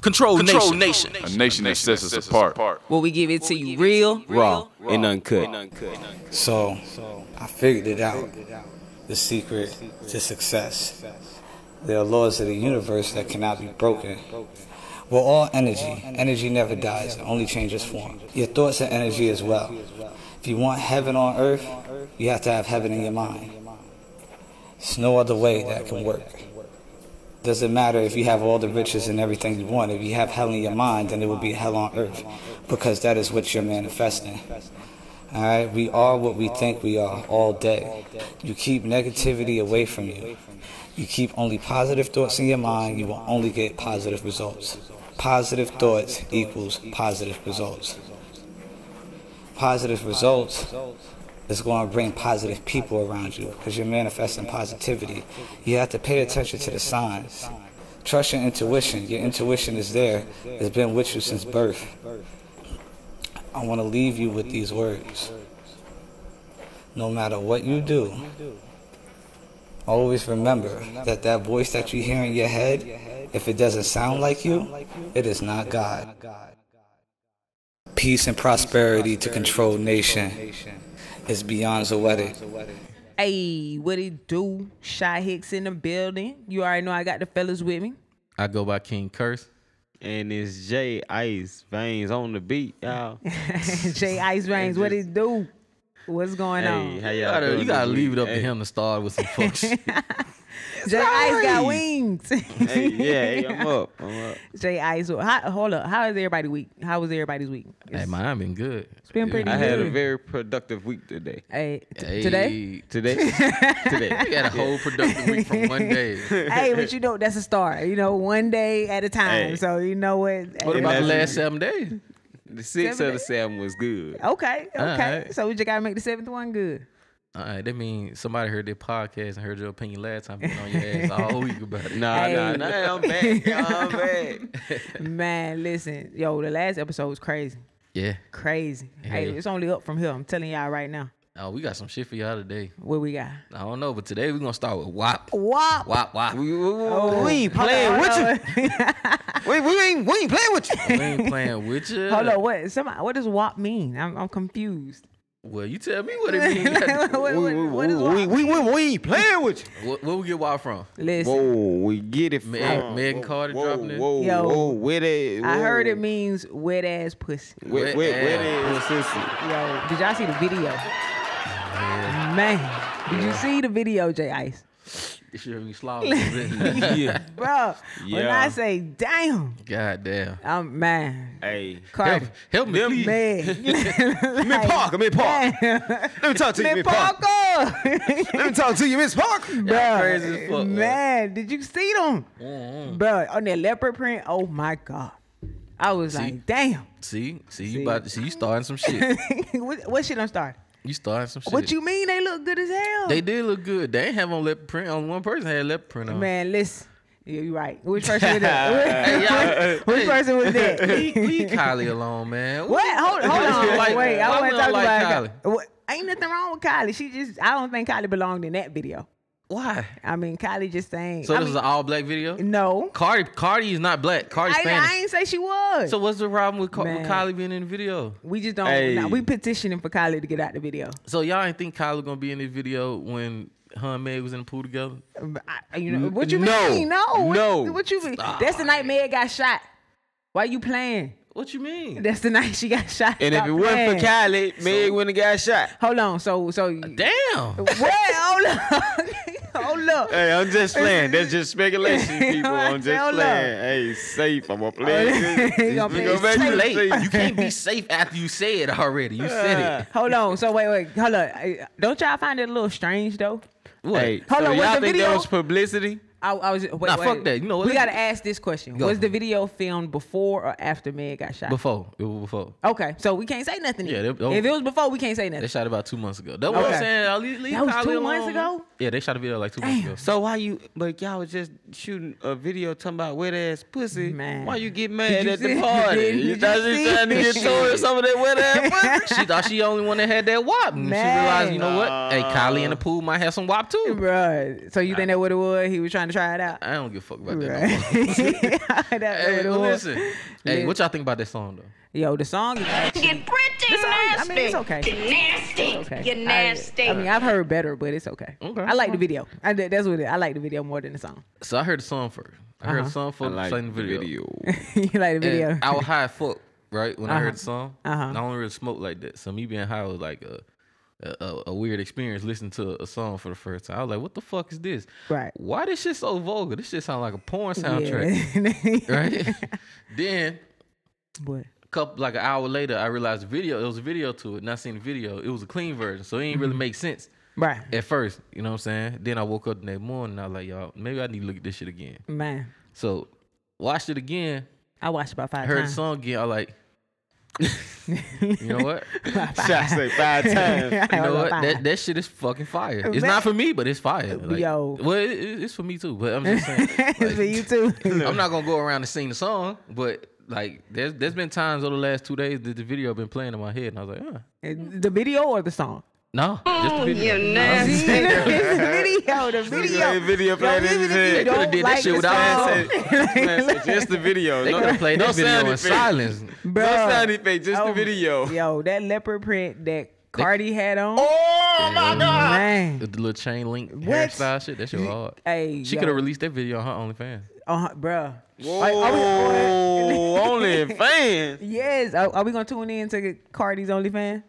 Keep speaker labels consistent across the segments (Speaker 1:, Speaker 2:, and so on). Speaker 1: Control,
Speaker 2: Control
Speaker 1: Nation.
Speaker 2: Nation.
Speaker 3: A nation that sets us apart.
Speaker 4: Well, we give it to you real,
Speaker 5: raw, and uncut.
Speaker 6: So I figured it out. The secret to success. There are laws of the universe that cannot be broken. We're all energy. Energy never dies, it only changes form. Your thoughts are energy as well. If you want heaven on earth, you have to have heaven in your mind. There's no other way that can work. Doesn't matter if you have all the riches and everything you want. If you have hell in your mind, then it will be hell on earth because that is what you're manifesting. All right, we are what we think we are all day. You keep negativity away from you. You keep only positive thoughts in your mind, you will only get positive results. Positive thoughts equals positive results. Positive results is going to bring positive people around you because you're manifesting positivity. You have to pay attention to the signs. Trust your intuition. Your intuition is there, it's been with you since birth. I want to leave you with these words. No matter what you do, always remember that that voice that you hear in your head, if it doesn't sound like you, it is not God. Peace and prosperity to control nation is beyond Zoetic.
Speaker 4: Hey, what it do? Shy Hicks in the building. You already know I got the fellas with me.
Speaker 7: I go by King Curse.
Speaker 8: And it's J Ice Veins on the beat, y'all.
Speaker 4: Jay Ice Rings, what it do? What's going
Speaker 8: hey,
Speaker 4: on?
Speaker 8: how y'all
Speaker 7: You gotta,
Speaker 8: doing
Speaker 7: you gotta
Speaker 8: this
Speaker 7: leave
Speaker 8: week?
Speaker 7: it up
Speaker 8: Hey,
Speaker 7: to him to start with some fuck shit.
Speaker 4: Jay Ice got
Speaker 8: Ice.
Speaker 4: wings.
Speaker 8: Hey, yeah, hey, I'm up. I'm up.
Speaker 4: Jay Ice, how, hold up. How is everybody week? How was everybody's week?
Speaker 7: hey, mine been good. It's
Speaker 4: been pretty
Speaker 8: I had a
Speaker 4: Mhm.
Speaker 8: very productive week today.
Speaker 4: Hey, t- today?
Speaker 8: Today,
Speaker 7: We
Speaker 8: today.
Speaker 7: had a whole productive week from one day.
Speaker 4: hey, but you know, that's a start. You know, one day at a time.
Speaker 8: Hey.
Speaker 4: So, you know what?
Speaker 7: What
Speaker 4: Hey,
Speaker 7: about the
Speaker 8: that's-
Speaker 7: last seven days?
Speaker 8: The sixth
Speaker 4: Seven
Speaker 8: of the seven was good.
Speaker 4: Okay, okay.
Speaker 7: Alright.
Speaker 4: So, we just got to make the seventh one good.
Speaker 7: All right, that means somebody heard their podcast and heard your opinion last time. Been on your ass all week about it.
Speaker 8: Nah, nah,
Speaker 4: Hey.
Speaker 8: nah. I'm back. I'm back.
Speaker 4: Man, listen. Yo, the last episode was crazy.
Speaker 7: Yeah.
Speaker 4: Crazy. Hey,
Speaker 7: Yeah.
Speaker 4: it's only up from here. I'm telling y'all right now.
Speaker 7: Oh, we got some shit for y'all today.
Speaker 4: What we got?
Speaker 7: I don't know, but today we're gonna start with WAP.
Speaker 4: Wop.
Speaker 7: WAP WAP.
Speaker 8: We, we, we, we ain't playing with you. We, we, ain't, we ain't playing with you.
Speaker 7: We ain't playing with you.
Speaker 4: Hold on, what? Somebody, what does WAP mean? I'm, I'm confused.
Speaker 7: Well, you tell me what it means.
Speaker 4: What- what-
Speaker 8: We,
Speaker 4: what is
Speaker 8: we,
Speaker 4: WAP?
Speaker 8: we, we, we ain't playing with you.
Speaker 7: Where, where we get WAP from?
Speaker 4: Listen,
Speaker 8: Whoa, we get it from.
Speaker 7: Meg, Megan Carter
Speaker 8: Whoa,
Speaker 7: dropping it.
Speaker 8: whoa,
Speaker 4: Yo.
Speaker 8: whoa, where they?
Speaker 4: I heard
Speaker 8: whoa.
Speaker 4: it means wet ass pussy.
Speaker 8: Where, where, where they?
Speaker 7: Yeah.
Speaker 8: What's this?
Speaker 4: Yo, did y'all see the video? Man, did you see the video, J Ice?
Speaker 7: This shit be slobbing. yeah.
Speaker 4: Bro, when
Speaker 8: Yeah.
Speaker 4: I say damn,
Speaker 7: God damn.
Speaker 4: I'm man.
Speaker 8: Hey,
Speaker 7: Help,
Speaker 4: Carter,
Speaker 7: help me, please.
Speaker 4: man.
Speaker 8: Miss Parker, Miss Parker.
Speaker 4: Damn.
Speaker 8: Let me talk to you,
Speaker 4: Man,
Speaker 8: Miss Parker.
Speaker 4: Parker.
Speaker 8: Let me talk to you, Miss Parker.
Speaker 7: Y'all crazy as fuck,
Speaker 4: Bro,
Speaker 7: man.
Speaker 4: man, did you see them?
Speaker 7: Mm.
Speaker 4: Bro, on that leopard print, oh my God. I was like, damn.
Speaker 7: See, see, you about to see you starting some shit.
Speaker 4: what, what shit I'm starting?
Speaker 7: You starting some shit.
Speaker 4: What you mean they look good as hell?
Speaker 7: They did look good. They ain't have on leopard print. Only one person had leopard print on.
Speaker 4: Man, listen. Yeah, you right. Which person was that? Which
Speaker 7: hey.
Speaker 4: person was that?
Speaker 7: leave, leave Kylie alone, man.
Speaker 4: What? Hold, hold
Speaker 7: Why we
Speaker 4: on.
Speaker 7: don't like-
Speaker 4: Wait, I
Speaker 7: why
Speaker 4: want
Speaker 7: we
Speaker 4: to
Speaker 7: don't
Speaker 4: talk
Speaker 7: like
Speaker 4: about Kylie. What- Ain't nothing wrong with Kylie. She just, I don't think Kylie belonged in that video.
Speaker 7: Why?
Speaker 4: I mean, Kylie just saying.
Speaker 7: So
Speaker 4: I
Speaker 7: this
Speaker 4: mean,
Speaker 7: is an all black video.
Speaker 4: no.
Speaker 7: Cardi, Cardi is not black. Cardi's
Speaker 4: I,
Speaker 7: Spanish.
Speaker 4: I ain't say she was.
Speaker 7: so what's the problem with, Ca- with
Speaker 4: Man.
Speaker 7: Kylie being in the video?
Speaker 4: we just don't.
Speaker 8: Hey.
Speaker 4: nah, we petitioning for Kylie to get out the video.
Speaker 7: So y'all ain't think Kylie gonna be in the video when her and Meg was in the pool together?
Speaker 4: I, you know what you
Speaker 8: No.
Speaker 4: mean? No, What-
Speaker 8: No.
Speaker 4: What you mean? That's the night Meg got shot. Why you playing?
Speaker 7: What you mean?
Speaker 4: That's the night she got shot.
Speaker 8: And if
Speaker 4: Stop
Speaker 8: it wasn't
Speaker 4: playing.
Speaker 8: for Kylie, Meg wouldn't have got shot.
Speaker 4: Hold on. So so
Speaker 7: Damn.
Speaker 4: what? Hold up. Hold up.
Speaker 8: Hey, I'm just playing. That's just speculation, people. I'm just
Speaker 4: Hell no.
Speaker 8: playing. Hey, safe. I'm gonna play.
Speaker 4: He gonna play
Speaker 8: go
Speaker 4: it
Speaker 8: back to
Speaker 7: Too
Speaker 8: the
Speaker 7: late.
Speaker 8: safe.
Speaker 7: You can't be safe after you say it already. You said it.
Speaker 4: Hold on. So wait, wait. Hold up. I- Don't y'all find it a little strange though?
Speaker 7: What?
Speaker 8: Hey,
Speaker 4: Hold
Speaker 8: so
Speaker 4: on, was
Speaker 8: y'all
Speaker 4: the
Speaker 8: think
Speaker 4: video-
Speaker 8: that was publicity?
Speaker 4: I, I was. Wait,
Speaker 7: Nah,
Speaker 4: wait.
Speaker 7: fuck that. You know what?
Speaker 4: We gotta ask this question.
Speaker 7: Go.
Speaker 4: Was the video filmed before or after Meg got shot?
Speaker 7: Before. It was before.
Speaker 4: Okay, so we can't say nothing.
Speaker 7: Yeah,
Speaker 4: then.
Speaker 7: they- they-
Speaker 4: if it was before, we can't say
Speaker 7: They
Speaker 4: nothing.
Speaker 7: shot about two months ago. That's what
Speaker 4: Okay.
Speaker 7: I'm saying. I'll leave, leave
Speaker 4: That was
Speaker 7: Kylie
Speaker 4: two months
Speaker 7: alone.
Speaker 4: ago?
Speaker 7: Yeah, they shot a video like two months ago.
Speaker 8: So why you? But y'all was just shooting a video talking about wet ass pussy.
Speaker 4: Man.
Speaker 8: Why you get
Speaker 4: Did
Speaker 8: mad
Speaker 4: you
Speaker 8: at
Speaker 4: see-
Speaker 8: the party?
Speaker 4: did-
Speaker 8: you
Speaker 4: did
Speaker 8: thought
Speaker 4: you
Speaker 8: she
Speaker 4: see?
Speaker 8: trying to get towards some of that wet ass pussy?
Speaker 7: she thought she only one that had that wop. And she
Speaker 4: Man.
Speaker 7: realized, you know what? Hey, Kylie in the pool might have some wop too.
Speaker 4: Bruh. So you think that what it was? He was trying to try it out.
Speaker 7: I don't give a fuck about that. No more.
Speaker 4: Right. That's
Speaker 7: Hey,
Speaker 4: what it
Speaker 7: well,
Speaker 4: was.
Speaker 7: listen. Hey, what y'all think about that song though?
Speaker 4: Yo, the song is actually
Speaker 1: Get pretty
Speaker 4: It's all- I
Speaker 1: nasty.
Speaker 4: mean, it's okay.
Speaker 1: You're nasty.
Speaker 4: okay.
Speaker 1: You're nasty.
Speaker 4: I, I mean, I've heard better, but it's okay.
Speaker 7: Okay.
Speaker 4: I like the video. I, did- that's what it, I like the video more than the song.
Speaker 7: So I heard the song first. I
Speaker 4: Uh-huh.
Speaker 7: heard the song
Speaker 2: I
Speaker 7: first.
Speaker 2: like
Speaker 7: playing the video.
Speaker 4: you like the
Speaker 7: And
Speaker 4: video?
Speaker 7: I was high as fuck, right? When I heard the song,
Speaker 4: Uh-huh.
Speaker 7: and I don't really smoke like that. So me being high was like a, a a- a weird experience listening to a song for the first time. I was like, "What the fuck is this?
Speaker 4: Right.
Speaker 7: Why this shit so vulgar? This shit sound like a porn soundtrack,
Speaker 4: Yeah.
Speaker 7: right?" then
Speaker 4: But
Speaker 7: couple like an hour later, I realized the video. It was a video to it, and I seen the video. It was a clean version, so it didn't
Speaker 4: Mm-hmm.
Speaker 7: really make sense
Speaker 4: right,
Speaker 7: at first. You know what I'm saying? Then I woke up the next morning, and I was like, "Y'all, maybe I need to look at this shit again."
Speaker 4: man,
Speaker 7: So watched it again,
Speaker 4: I watched about five
Speaker 7: heard the
Speaker 4: times.
Speaker 7: song again. I like, you know what?
Speaker 2: Shots say five times.
Speaker 7: You know
Speaker 4: About
Speaker 7: what?
Speaker 4: five.
Speaker 7: That, that shit is fucking fire. It's
Speaker 4: Man.
Speaker 7: not for me, but it's fire. Like,
Speaker 4: Yo.
Speaker 7: well, it, it- it's for me too. But I'm just saying,
Speaker 4: For
Speaker 7: like,
Speaker 4: you too.
Speaker 7: I'm not gonna go around and sing the song. But like, there's there's been times over the last two days that the video been playing in my head, and I was like, huh.
Speaker 4: the video or the song?
Speaker 7: no, just the
Speaker 1: Oh,
Speaker 7: video.
Speaker 1: You're
Speaker 4: the
Speaker 1: nasty.
Speaker 4: video, the
Speaker 2: Play
Speaker 4: video.
Speaker 2: video, play
Speaker 4: Yo,
Speaker 2: this
Speaker 4: even if
Speaker 2: shit.
Speaker 4: you
Speaker 7: Coulda
Speaker 4: don't
Speaker 7: did that
Speaker 4: like
Speaker 7: shit
Speaker 4: the
Speaker 7: without
Speaker 4: song,
Speaker 2: Man, say- man, say just the video.
Speaker 7: They could have played
Speaker 2: no
Speaker 7: that video
Speaker 2: sound
Speaker 7: in
Speaker 2: effect.
Speaker 7: silence.
Speaker 2: No
Speaker 4: Bruh.
Speaker 2: sound effect, just the
Speaker 4: Oh,
Speaker 2: video.
Speaker 4: Yo, that leopard print that Cardi had on.
Speaker 2: Oh my god!
Speaker 4: man.
Speaker 7: With the little chain link
Speaker 4: What?
Speaker 7: hairstyle shit, that shit was hard.
Speaker 4: Hey,
Speaker 7: She
Speaker 4: yo.
Speaker 7: could have released that video on her OnlyFans.
Speaker 4: Uh, bruh.
Speaker 2: Whoa,
Speaker 4: Like, are we-
Speaker 2: only fans.
Speaker 4: Yes. Are, are we gonna tune in to get Cardi's OnlyFans?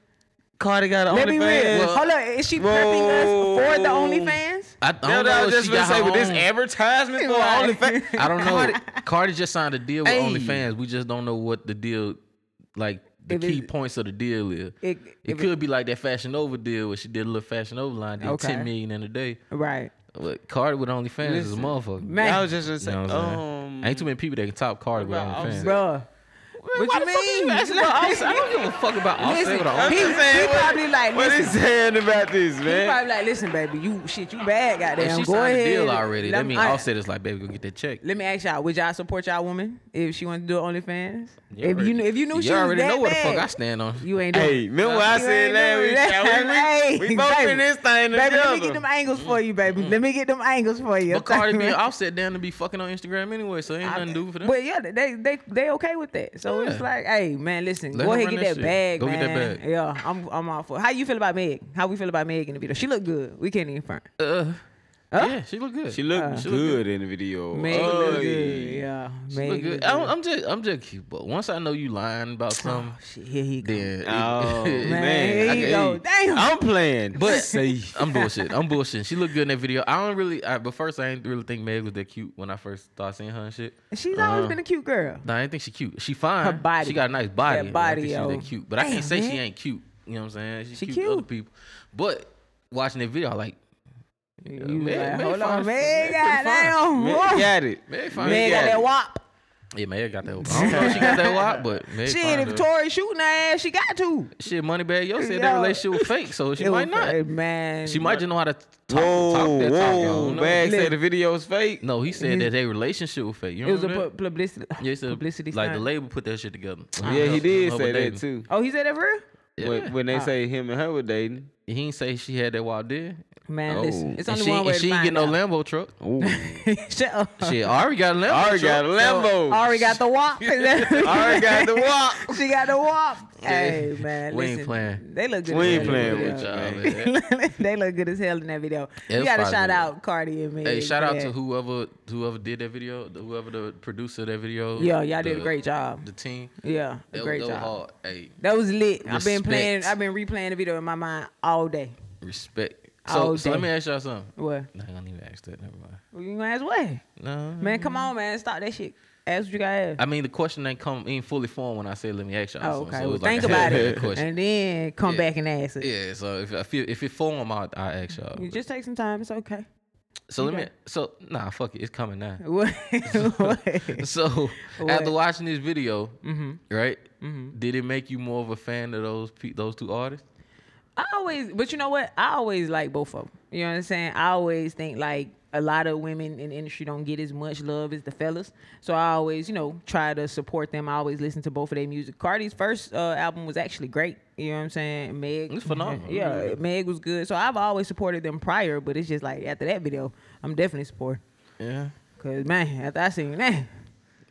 Speaker 2: Cardi got
Speaker 4: Let me read.
Speaker 2: OnlyFans.
Speaker 4: Hold on. Is she prepping us for the
Speaker 2: Whoa.
Speaker 4: OnlyFans?
Speaker 7: I, I don't
Speaker 2: That's what I
Speaker 7: know
Speaker 2: was
Speaker 7: if
Speaker 2: just
Speaker 7: she
Speaker 2: gonna
Speaker 7: got
Speaker 2: say,
Speaker 7: her
Speaker 2: with this
Speaker 7: own-
Speaker 2: advertisement for
Speaker 4: Right.
Speaker 2: OnlyFans,
Speaker 7: I don't know. Cardi just signed a deal with
Speaker 2: Hey.
Speaker 7: OnlyFans. We just don't know what the deal, like the
Speaker 4: If
Speaker 7: key
Speaker 4: it-
Speaker 7: points of the deal is. It,
Speaker 4: It, if
Speaker 7: could be like that Fashion Over deal where she did a little Fashion Over line, did
Speaker 4: Okay.
Speaker 7: ten million in a day.
Speaker 4: Right.
Speaker 7: But Cardi with OnlyFans is a motherfucker.
Speaker 4: Man.
Speaker 2: I was just gonna say,
Speaker 7: You know what I'm saying?
Speaker 2: um,
Speaker 7: Ain't too many people that can top Cardi with
Speaker 2: about
Speaker 7: OnlyFans.
Speaker 2: Offset?
Speaker 4: Bruh. What
Speaker 2: why
Speaker 4: you
Speaker 2: the fuck is
Speaker 4: mean?
Speaker 2: you asking about
Speaker 4: Like-
Speaker 2: Offset?
Speaker 7: I don't give a fuck about Offset
Speaker 4: Listen,
Speaker 7: with an
Speaker 2: I'm
Speaker 7: Offset.
Speaker 4: he,
Speaker 2: just saying,
Speaker 4: he
Speaker 2: what-
Speaker 4: probably like,
Speaker 2: What
Speaker 4: listen,
Speaker 2: is saying about this,
Speaker 4: he
Speaker 2: man?
Speaker 4: probably like, listen, baby, you shit, you bad,
Speaker 7: If
Speaker 4: goddamn.
Speaker 7: she
Speaker 4: Go
Speaker 7: signed
Speaker 4: ahead.
Speaker 7: a deal already,
Speaker 4: Let
Speaker 7: that
Speaker 4: me-
Speaker 7: means
Speaker 4: I-
Speaker 7: Offset is like, baby, go get that check.
Speaker 4: Let me ask y'all, would y'all support y'all woman if she wanted to do OnlyFans?
Speaker 7: You
Speaker 4: if you
Speaker 7: already-
Speaker 4: knew, if you knew she
Speaker 7: You
Speaker 4: was
Speaker 7: already
Speaker 4: that
Speaker 7: know where the
Speaker 4: bad,
Speaker 7: fuck I stand on.
Speaker 4: you ain't doing.
Speaker 2: Hey, remember what I
Speaker 4: You
Speaker 2: said
Speaker 4: ain't
Speaker 2: last
Speaker 4: doing
Speaker 2: week?
Speaker 4: that.
Speaker 2: Yeah, we- We,
Speaker 4: Hey,
Speaker 2: we both
Speaker 4: baby.
Speaker 2: in this thing
Speaker 4: Baby, let me get
Speaker 2: together.
Speaker 4: them angles for you, baby. Let me get them angles for you.
Speaker 7: But Cardi being Offset down to be fucking on Instagram anyway, so ain't nothing do for them.
Speaker 4: But yeah, they they they okay with that. So it's
Speaker 7: Yeah.
Speaker 4: like, hey man, listen,
Speaker 7: Let
Speaker 4: go
Speaker 7: her
Speaker 4: ahead
Speaker 7: run
Speaker 4: get
Speaker 7: that
Speaker 4: that
Speaker 7: shit.
Speaker 4: bag,
Speaker 7: Go get
Speaker 4: man.
Speaker 7: that bag.
Speaker 4: Yeah, I'm I'm all for. How you feel about Meg? How we feel about Meg in the video? She look good. We can't even front.
Speaker 7: Uh,
Speaker 4: Huh? Uh,
Speaker 7: Yeah, she look good.
Speaker 2: She looked
Speaker 7: She look
Speaker 2: good in the video.
Speaker 4: Meg
Speaker 2: Oh,
Speaker 4: look good.
Speaker 2: yeah.
Speaker 4: Yeah,
Speaker 7: She
Speaker 4: Meg
Speaker 7: look good. I don't, I'm just, I'm just cute. But once I know you lying about something,
Speaker 4: Oh, shit, here he go.
Speaker 7: then it-
Speaker 2: Oh
Speaker 7: it-
Speaker 2: man,
Speaker 4: here
Speaker 2: I
Speaker 4: you
Speaker 2: can-
Speaker 4: go.
Speaker 2: hey,
Speaker 4: Damn.
Speaker 2: I'm playing,
Speaker 7: But
Speaker 2: say
Speaker 7: I'm bullshit. I'm bullshit. She looked good in that video. I don't really. I, but first, I didn't really think Meg was that cute when I first started seeing her and shit.
Speaker 4: She's always
Speaker 7: Uh,
Speaker 4: been a cute girl.
Speaker 7: No, I didn't think she cute. She fine.
Speaker 4: Her body.
Speaker 7: She got a nice body.
Speaker 4: That
Speaker 7: but I
Speaker 4: body,
Speaker 7: think
Speaker 4: yo.
Speaker 7: She that cute. But I
Speaker 4: Damn,
Speaker 7: can't say
Speaker 4: man.
Speaker 7: she ain't cute. You know what I'm saying? She's
Speaker 4: She
Speaker 7: cute, to
Speaker 4: cute.
Speaker 7: other people. But watching that video, I like
Speaker 4: You
Speaker 7: Meg-
Speaker 4: like,
Speaker 7: Meg
Speaker 4: hold
Speaker 7: fine
Speaker 4: on,
Speaker 7: as-
Speaker 4: Meg,
Speaker 7: Meg pretty
Speaker 4: goddamn.
Speaker 2: Man,
Speaker 4: whoa.
Speaker 2: got it.
Speaker 7: Meg fine.
Speaker 4: Meg got
Speaker 2: got
Speaker 4: that
Speaker 2: it.
Speaker 4: wop.
Speaker 7: Yeah, Meg got that. I don't know if she got that wop, but Meg fine,
Speaker 4: Shit, if
Speaker 7: though.
Speaker 4: Tori shooting her ass, she got to.
Speaker 7: shit, money bag. Yo said
Speaker 4: Yo.
Speaker 7: that relationship was fake, so she
Speaker 4: It
Speaker 7: might
Speaker 4: was-
Speaker 7: not.
Speaker 4: hey, Man,
Speaker 7: She might just know how to talk, talk
Speaker 2: Whoa,
Speaker 7: that talk. I
Speaker 2: whoa,
Speaker 7: don't know.
Speaker 2: man! Say
Speaker 4: Look.
Speaker 2: the video's fake.
Speaker 7: No, he said that their relationship was fake. You
Speaker 4: It was
Speaker 7: remember
Speaker 4: a pu-
Speaker 7: that?
Speaker 4: publicity.
Speaker 7: yeah, he said,
Speaker 4: publicity.
Speaker 7: Like the
Speaker 4: stunt.
Speaker 7: label put that shit together.
Speaker 2: Yeah, he did
Speaker 7: Her
Speaker 2: say
Speaker 7: dating.
Speaker 2: that too.
Speaker 4: Oh, he said that for real?
Speaker 7: Yeah.
Speaker 2: When, when they
Speaker 4: Ah.
Speaker 2: say him and her were dating,
Speaker 7: He ain't say she had that while there.
Speaker 4: Man, listen, it's
Speaker 7: Oh. and
Speaker 4: only
Speaker 7: she,
Speaker 4: one way
Speaker 7: and
Speaker 4: to
Speaker 7: she ain't
Speaker 4: find
Speaker 7: get no
Speaker 4: out.
Speaker 7: Lambo truck.
Speaker 2: Ooh.
Speaker 4: Shut up.
Speaker 7: Shit, I already got a Lambo.
Speaker 2: already
Speaker 7: truck.
Speaker 2: got a Lambo.
Speaker 4: Ari got the wop.
Speaker 2: already got the walk.
Speaker 4: she got the wop. Hey man,
Speaker 7: We ain't
Speaker 4: listen,
Speaker 7: playing.
Speaker 4: They look good.
Speaker 2: We
Speaker 4: as
Speaker 2: ain't
Speaker 4: hell in
Speaker 2: playing
Speaker 4: that
Speaker 2: with
Speaker 4: video.
Speaker 2: y'all,
Speaker 7: man.
Speaker 4: they look good as hell in that video.
Speaker 7: It
Speaker 4: we
Speaker 7: was
Speaker 4: gotta
Speaker 7: probably
Speaker 4: shout
Speaker 7: good.
Speaker 4: out Cardi and me.
Speaker 7: Hey, shout out to whoever whoever did that video, the- whoever the producer of that video.
Speaker 4: Yeah, y'all did a
Speaker 7: the-
Speaker 4: great job.
Speaker 7: The team.
Speaker 4: Yeah,
Speaker 7: That,
Speaker 4: great
Speaker 7: that
Speaker 4: job.
Speaker 7: was hard. Hey,
Speaker 4: That was lit. I've been playing.
Speaker 7: Respect.
Speaker 4: I've been replaying the video in my mind all day.
Speaker 7: respect.
Speaker 4: All
Speaker 7: So, so
Speaker 4: day.
Speaker 7: let me ask y'all something.
Speaker 4: What?
Speaker 7: Nah, I don't even ask that. Never mind.
Speaker 4: You gonna ask what?
Speaker 7: No.
Speaker 4: Man, come on, man, stop that shit. Ask what you gotta ask.
Speaker 7: I mean, the question ain't come ain't fully formed when I said let me ask y'all.
Speaker 4: Oh,
Speaker 7: something.
Speaker 4: okay.
Speaker 7: So it
Speaker 4: well,
Speaker 7: was like
Speaker 4: think
Speaker 7: a
Speaker 4: about
Speaker 7: half-baked
Speaker 4: it,
Speaker 7: question.
Speaker 4: and then come
Speaker 7: Yeah.
Speaker 4: back and ask it.
Speaker 7: Yeah. So if if it, if it form, I I ask y'all.
Speaker 4: You just take some time. It's okay.
Speaker 7: so let
Speaker 4: okay.
Speaker 7: me. So nah, fuck it. It's coming now.
Speaker 4: What? what?
Speaker 7: So
Speaker 4: What? Mm-hmm.
Speaker 7: after watching this video, right? Did it make you more of a fan of those pe- those two artists?
Speaker 4: I always, but you know what? I always like both of them. You know what I'm saying? I always think like a lot of women in the industry don't get as much love as the fellas. So I always, you know, try to support them. I always listen to both of their music. Cardi's first uh, album was actually great. You know what I'm saying? Meg.
Speaker 7: It's phenomenal.
Speaker 4: Yeah, Meg was good. So I've always supported them prior, but it's just like after that video, I'm definitely supporting.
Speaker 7: Yeah.
Speaker 4: Cause man, after I seen that,
Speaker 2: I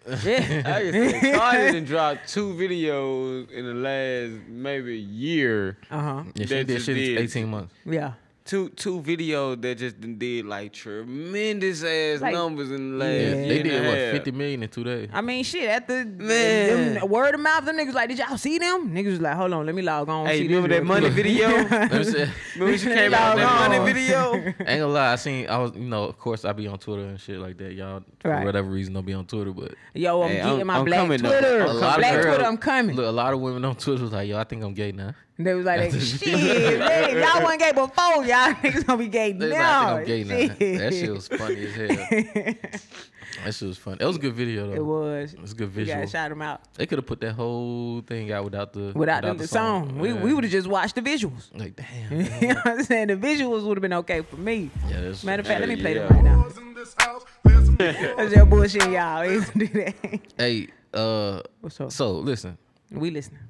Speaker 4: yeah,
Speaker 2: can say Cardi done dropped two videos in the last maybe year.
Speaker 4: uh huh,
Speaker 7: Yeah, she
Speaker 2: That
Speaker 7: did
Speaker 2: just
Speaker 7: shit in
Speaker 2: did.
Speaker 7: 18 months.
Speaker 4: yeah.
Speaker 2: Two two videos that just done did like tremendous ass
Speaker 4: Like-
Speaker 2: numbers in the last
Speaker 4: Yeah.
Speaker 2: year.
Speaker 7: They
Speaker 2: and
Speaker 7: did
Speaker 2: a
Speaker 7: what,
Speaker 2: half.
Speaker 7: 50 million in two days?
Speaker 4: I mean, shit. At the
Speaker 2: Man.
Speaker 4: them- word of mouth, them niggas like, did y'all see them? Niggas was like, hold on, let me log on.
Speaker 2: Hey,
Speaker 4: see
Speaker 2: remember
Speaker 4: this
Speaker 2: that
Speaker 4: real
Speaker 2: money
Speaker 4: quick.
Speaker 2: video? remember
Speaker 7: Let me say-
Speaker 2: when she came out with that
Speaker 4: Y'all
Speaker 2: money
Speaker 4: wrong.
Speaker 2: video?
Speaker 7: I ain't gonna lie, I seen I was you know, of course I be on Twitter and shit like that. Y'all for
Speaker 4: Right.
Speaker 7: whatever reason don't be on Twitter, but
Speaker 4: Yo, I'm
Speaker 2: Hey,
Speaker 4: getting
Speaker 2: I'm-
Speaker 4: my
Speaker 2: I'm
Speaker 4: black
Speaker 2: coming though.
Speaker 4: Twitter.
Speaker 2: A lot
Speaker 7: of
Speaker 4: black
Speaker 7: girls-
Speaker 4: Twitter, I'm coming.
Speaker 7: look a lot of women on Twitter was like, Yo, I think I'm gay now.
Speaker 4: They was like,
Speaker 7: That's
Speaker 4: shit,
Speaker 7: the-
Speaker 4: man, y'all wasn't gay before. Y'all niggas gonna be gay
Speaker 7: They was
Speaker 4: now.
Speaker 7: like, I think I'm gay now. That shit was funny as hell.
Speaker 4: it
Speaker 7: That shit was funny. That was a good video though.
Speaker 4: was.
Speaker 7: It's good
Speaker 4: We gotta
Speaker 7: visual.
Speaker 4: shout them out.
Speaker 7: They could have put that whole thing out without the
Speaker 4: Without, them, the song, we,
Speaker 7: Yeah.
Speaker 4: we would have just watched the visuals.
Speaker 7: like damn.
Speaker 4: you know what I'm saying? The visuals would have been okay for me.
Speaker 7: Yeah, that's
Speaker 4: Matter of fact, let me play
Speaker 2: yeah.
Speaker 4: them right now.
Speaker 1: in this house. There's some
Speaker 4: That's your bullshit, y'all. We used to do that.
Speaker 7: Hey, uh,
Speaker 4: What's up?
Speaker 7: so listen,
Speaker 4: We listening.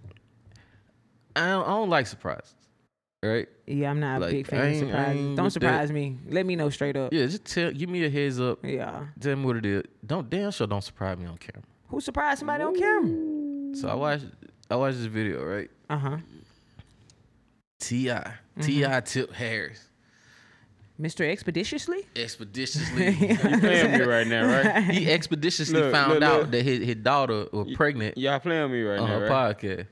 Speaker 7: I don't, I don't like surprises, right?
Speaker 4: Yeah, I'm not a
Speaker 7: Like,
Speaker 4: big
Speaker 7: I
Speaker 4: fan of
Speaker 7: ain't- I
Speaker 4: surprises.
Speaker 7: ain't
Speaker 4: Don't
Speaker 7: with that.
Speaker 4: surprise me. Let me know straight up. Yeah.
Speaker 7: Yeah, just tell, give me a heads up. Tell me what it is. Don't damn sure don't surprise me on camera.
Speaker 4: Who surprised somebody on camera?
Speaker 7: So I watched, I watched this video, right?
Speaker 4: Uh huh.
Speaker 7: Ti, Ti
Speaker 4: Mm-hmm.
Speaker 7: tip Harris
Speaker 4: Mr. Expeditiously?
Speaker 7: expeditiously.
Speaker 2: You playing me right now, right?
Speaker 7: he expeditiously
Speaker 2: Look,
Speaker 7: found
Speaker 2: look,
Speaker 7: out
Speaker 2: look.
Speaker 7: that his, his daughter was pregnant
Speaker 2: Y'all playing me right
Speaker 7: on
Speaker 2: now,
Speaker 7: her
Speaker 2: right?
Speaker 7: podcast.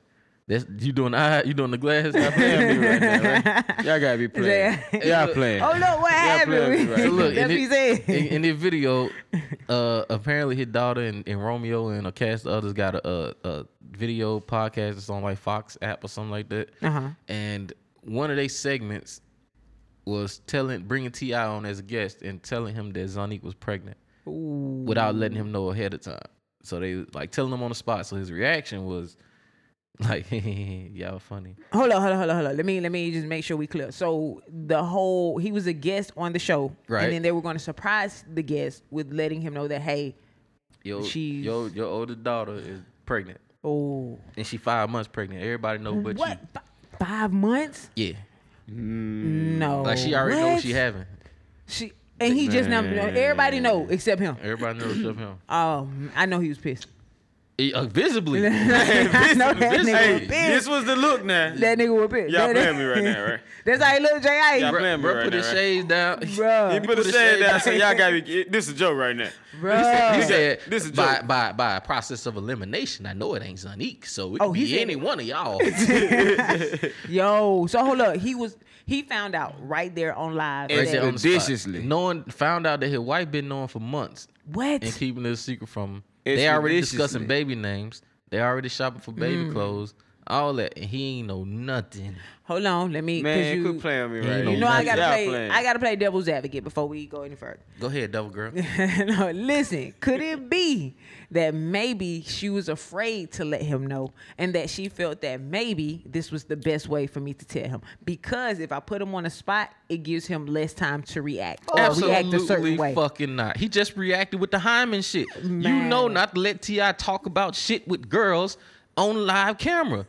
Speaker 7: That's you doing the eye, you doing the glass.
Speaker 2: Playing me right now, right? Y'all gotta be playing.
Speaker 4: that-
Speaker 2: Y'all playing.
Speaker 4: Oh, look, what
Speaker 2: playing
Speaker 4: happened?
Speaker 2: with me right
Speaker 7: So
Speaker 2: now.
Speaker 7: look,
Speaker 4: That's
Speaker 7: in,
Speaker 4: what he
Speaker 7: thi-
Speaker 4: said.
Speaker 7: in, in this video, uh, apparently his daughter and, and Romeo and a cast of others got a, a, a video podcast. It's on like Fox app or something like that.
Speaker 4: Uh-huh.
Speaker 7: And one of their segments was telling bringing Ti on as a guest and telling him that Zonique was pregnant without letting him know ahead of time. So they was, like telling him on the spot. So his reaction was like, "Y'all funny."
Speaker 4: Hold on, hold on, hold on, hold on. Let me let me just make sure we clear. So the whole he was a guest on the show,
Speaker 7: Right.
Speaker 4: And then they were going to surprise the guest with letting him know that hey,
Speaker 7: Yo,
Speaker 4: She's-
Speaker 7: yo, your older daughter is pregnant,
Speaker 4: oh,
Speaker 7: and she five months pregnant. Everybody know, but
Speaker 4: what
Speaker 7: you.
Speaker 4: Fi- five months?
Speaker 7: Yeah.
Speaker 4: No,
Speaker 7: Like she already knows she
Speaker 4: What?
Speaker 7: having.
Speaker 4: She and he just now everybody know except him.
Speaker 7: Everybody knows except him.
Speaker 4: Um, I know he was pissed.
Speaker 7: Eh, uh, visibly.
Speaker 4: I know that
Speaker 7: this-
Speaker 4: nigga
Speaker 7: hey,
Speaker 4: was
Speaker 2: This
Speaker 4: pissed.
Speaker 2: was the look now.
Speaker 4: That nigga was pissed.
Speaker 2: Y'all
Speaker 4: That-
Speaker 2: playing me right now, right?
Speaker 4: That's how he looked, J.I.
Speaker 2: Y'all
Speaker 4: Bruh,
Speaker 2: playing me
Speaker 7: Bro,
Speaker 2: right
Speaker 7: put
Speaker 2: now,
Speaker 7: his
Speaker 2: right?
Speaker 7: shades down.
Speaker 2: He
Speaker 4: bruh,
Speaker 2: put a shade
Speaker 7: the shade
Speaker 2: down.
Speaker 7: down.
Speaker 2: So y'all gotta be. it- This is a joke right now.
Speaker 7: He
Speaker 4: bruh.
Speaker 7: said,
Speaker 2: This is a
Speaker 7: by,
Speaker 2: joke.
Speaker 7: by by a process of elimination, I know it ain't Zanique, so it
Speaker 4: Oh,
Speaker 7: could
Speaker 4: he
Speaker 7: be
Speaker 4: said-
Speaker 7: any one of y'all.
Speaker 4: Yo, so hold up. He was he found out right there on live.
Speaker 7: Right there
Speaker 4: that-
Speaker 7: on the spot.
Speaker 2: Expeditiously.
Speaker 7: knowing found out that his wife been knowing for months
Speaker 4: what?
Speaker 7: and keeping this secret from. him. They already discussing
Speaker 2: Expeditiously.
Speaker 7: baby names. They already shopping for baby
Speaker 4: Mm.
Speaker 7: clothes. All that, and he ain't know nothing.
Speaker 4: Hold on, let me. 'cause
Speaker 2: Man,
Speaker 4: you,
Speaker 2: quit playing me right
Speaker 7: You
Speaker 2: now.
Speaker 4: You know I gotta
Speaker 2: Y'all
Speaker 4: play.
Speaker 2: playing.
Speaker 4: I gotta play devil's advocate before we go any further.
Speaker 7: Go ahead, double girl.
Speaker 4: no, listen, could it be that maybe she was afraid to let him know, and that she felt that maybe this was the best way for me to tell him? Because if I put him on a spot, it gives him less time to react or react a certain way.
Speaker 7: fucking not. He just reacted with the Hyman shit. You
Speaker 4: Man.
Speaker 7: know not to let Ti talk about shit with girls on live camera.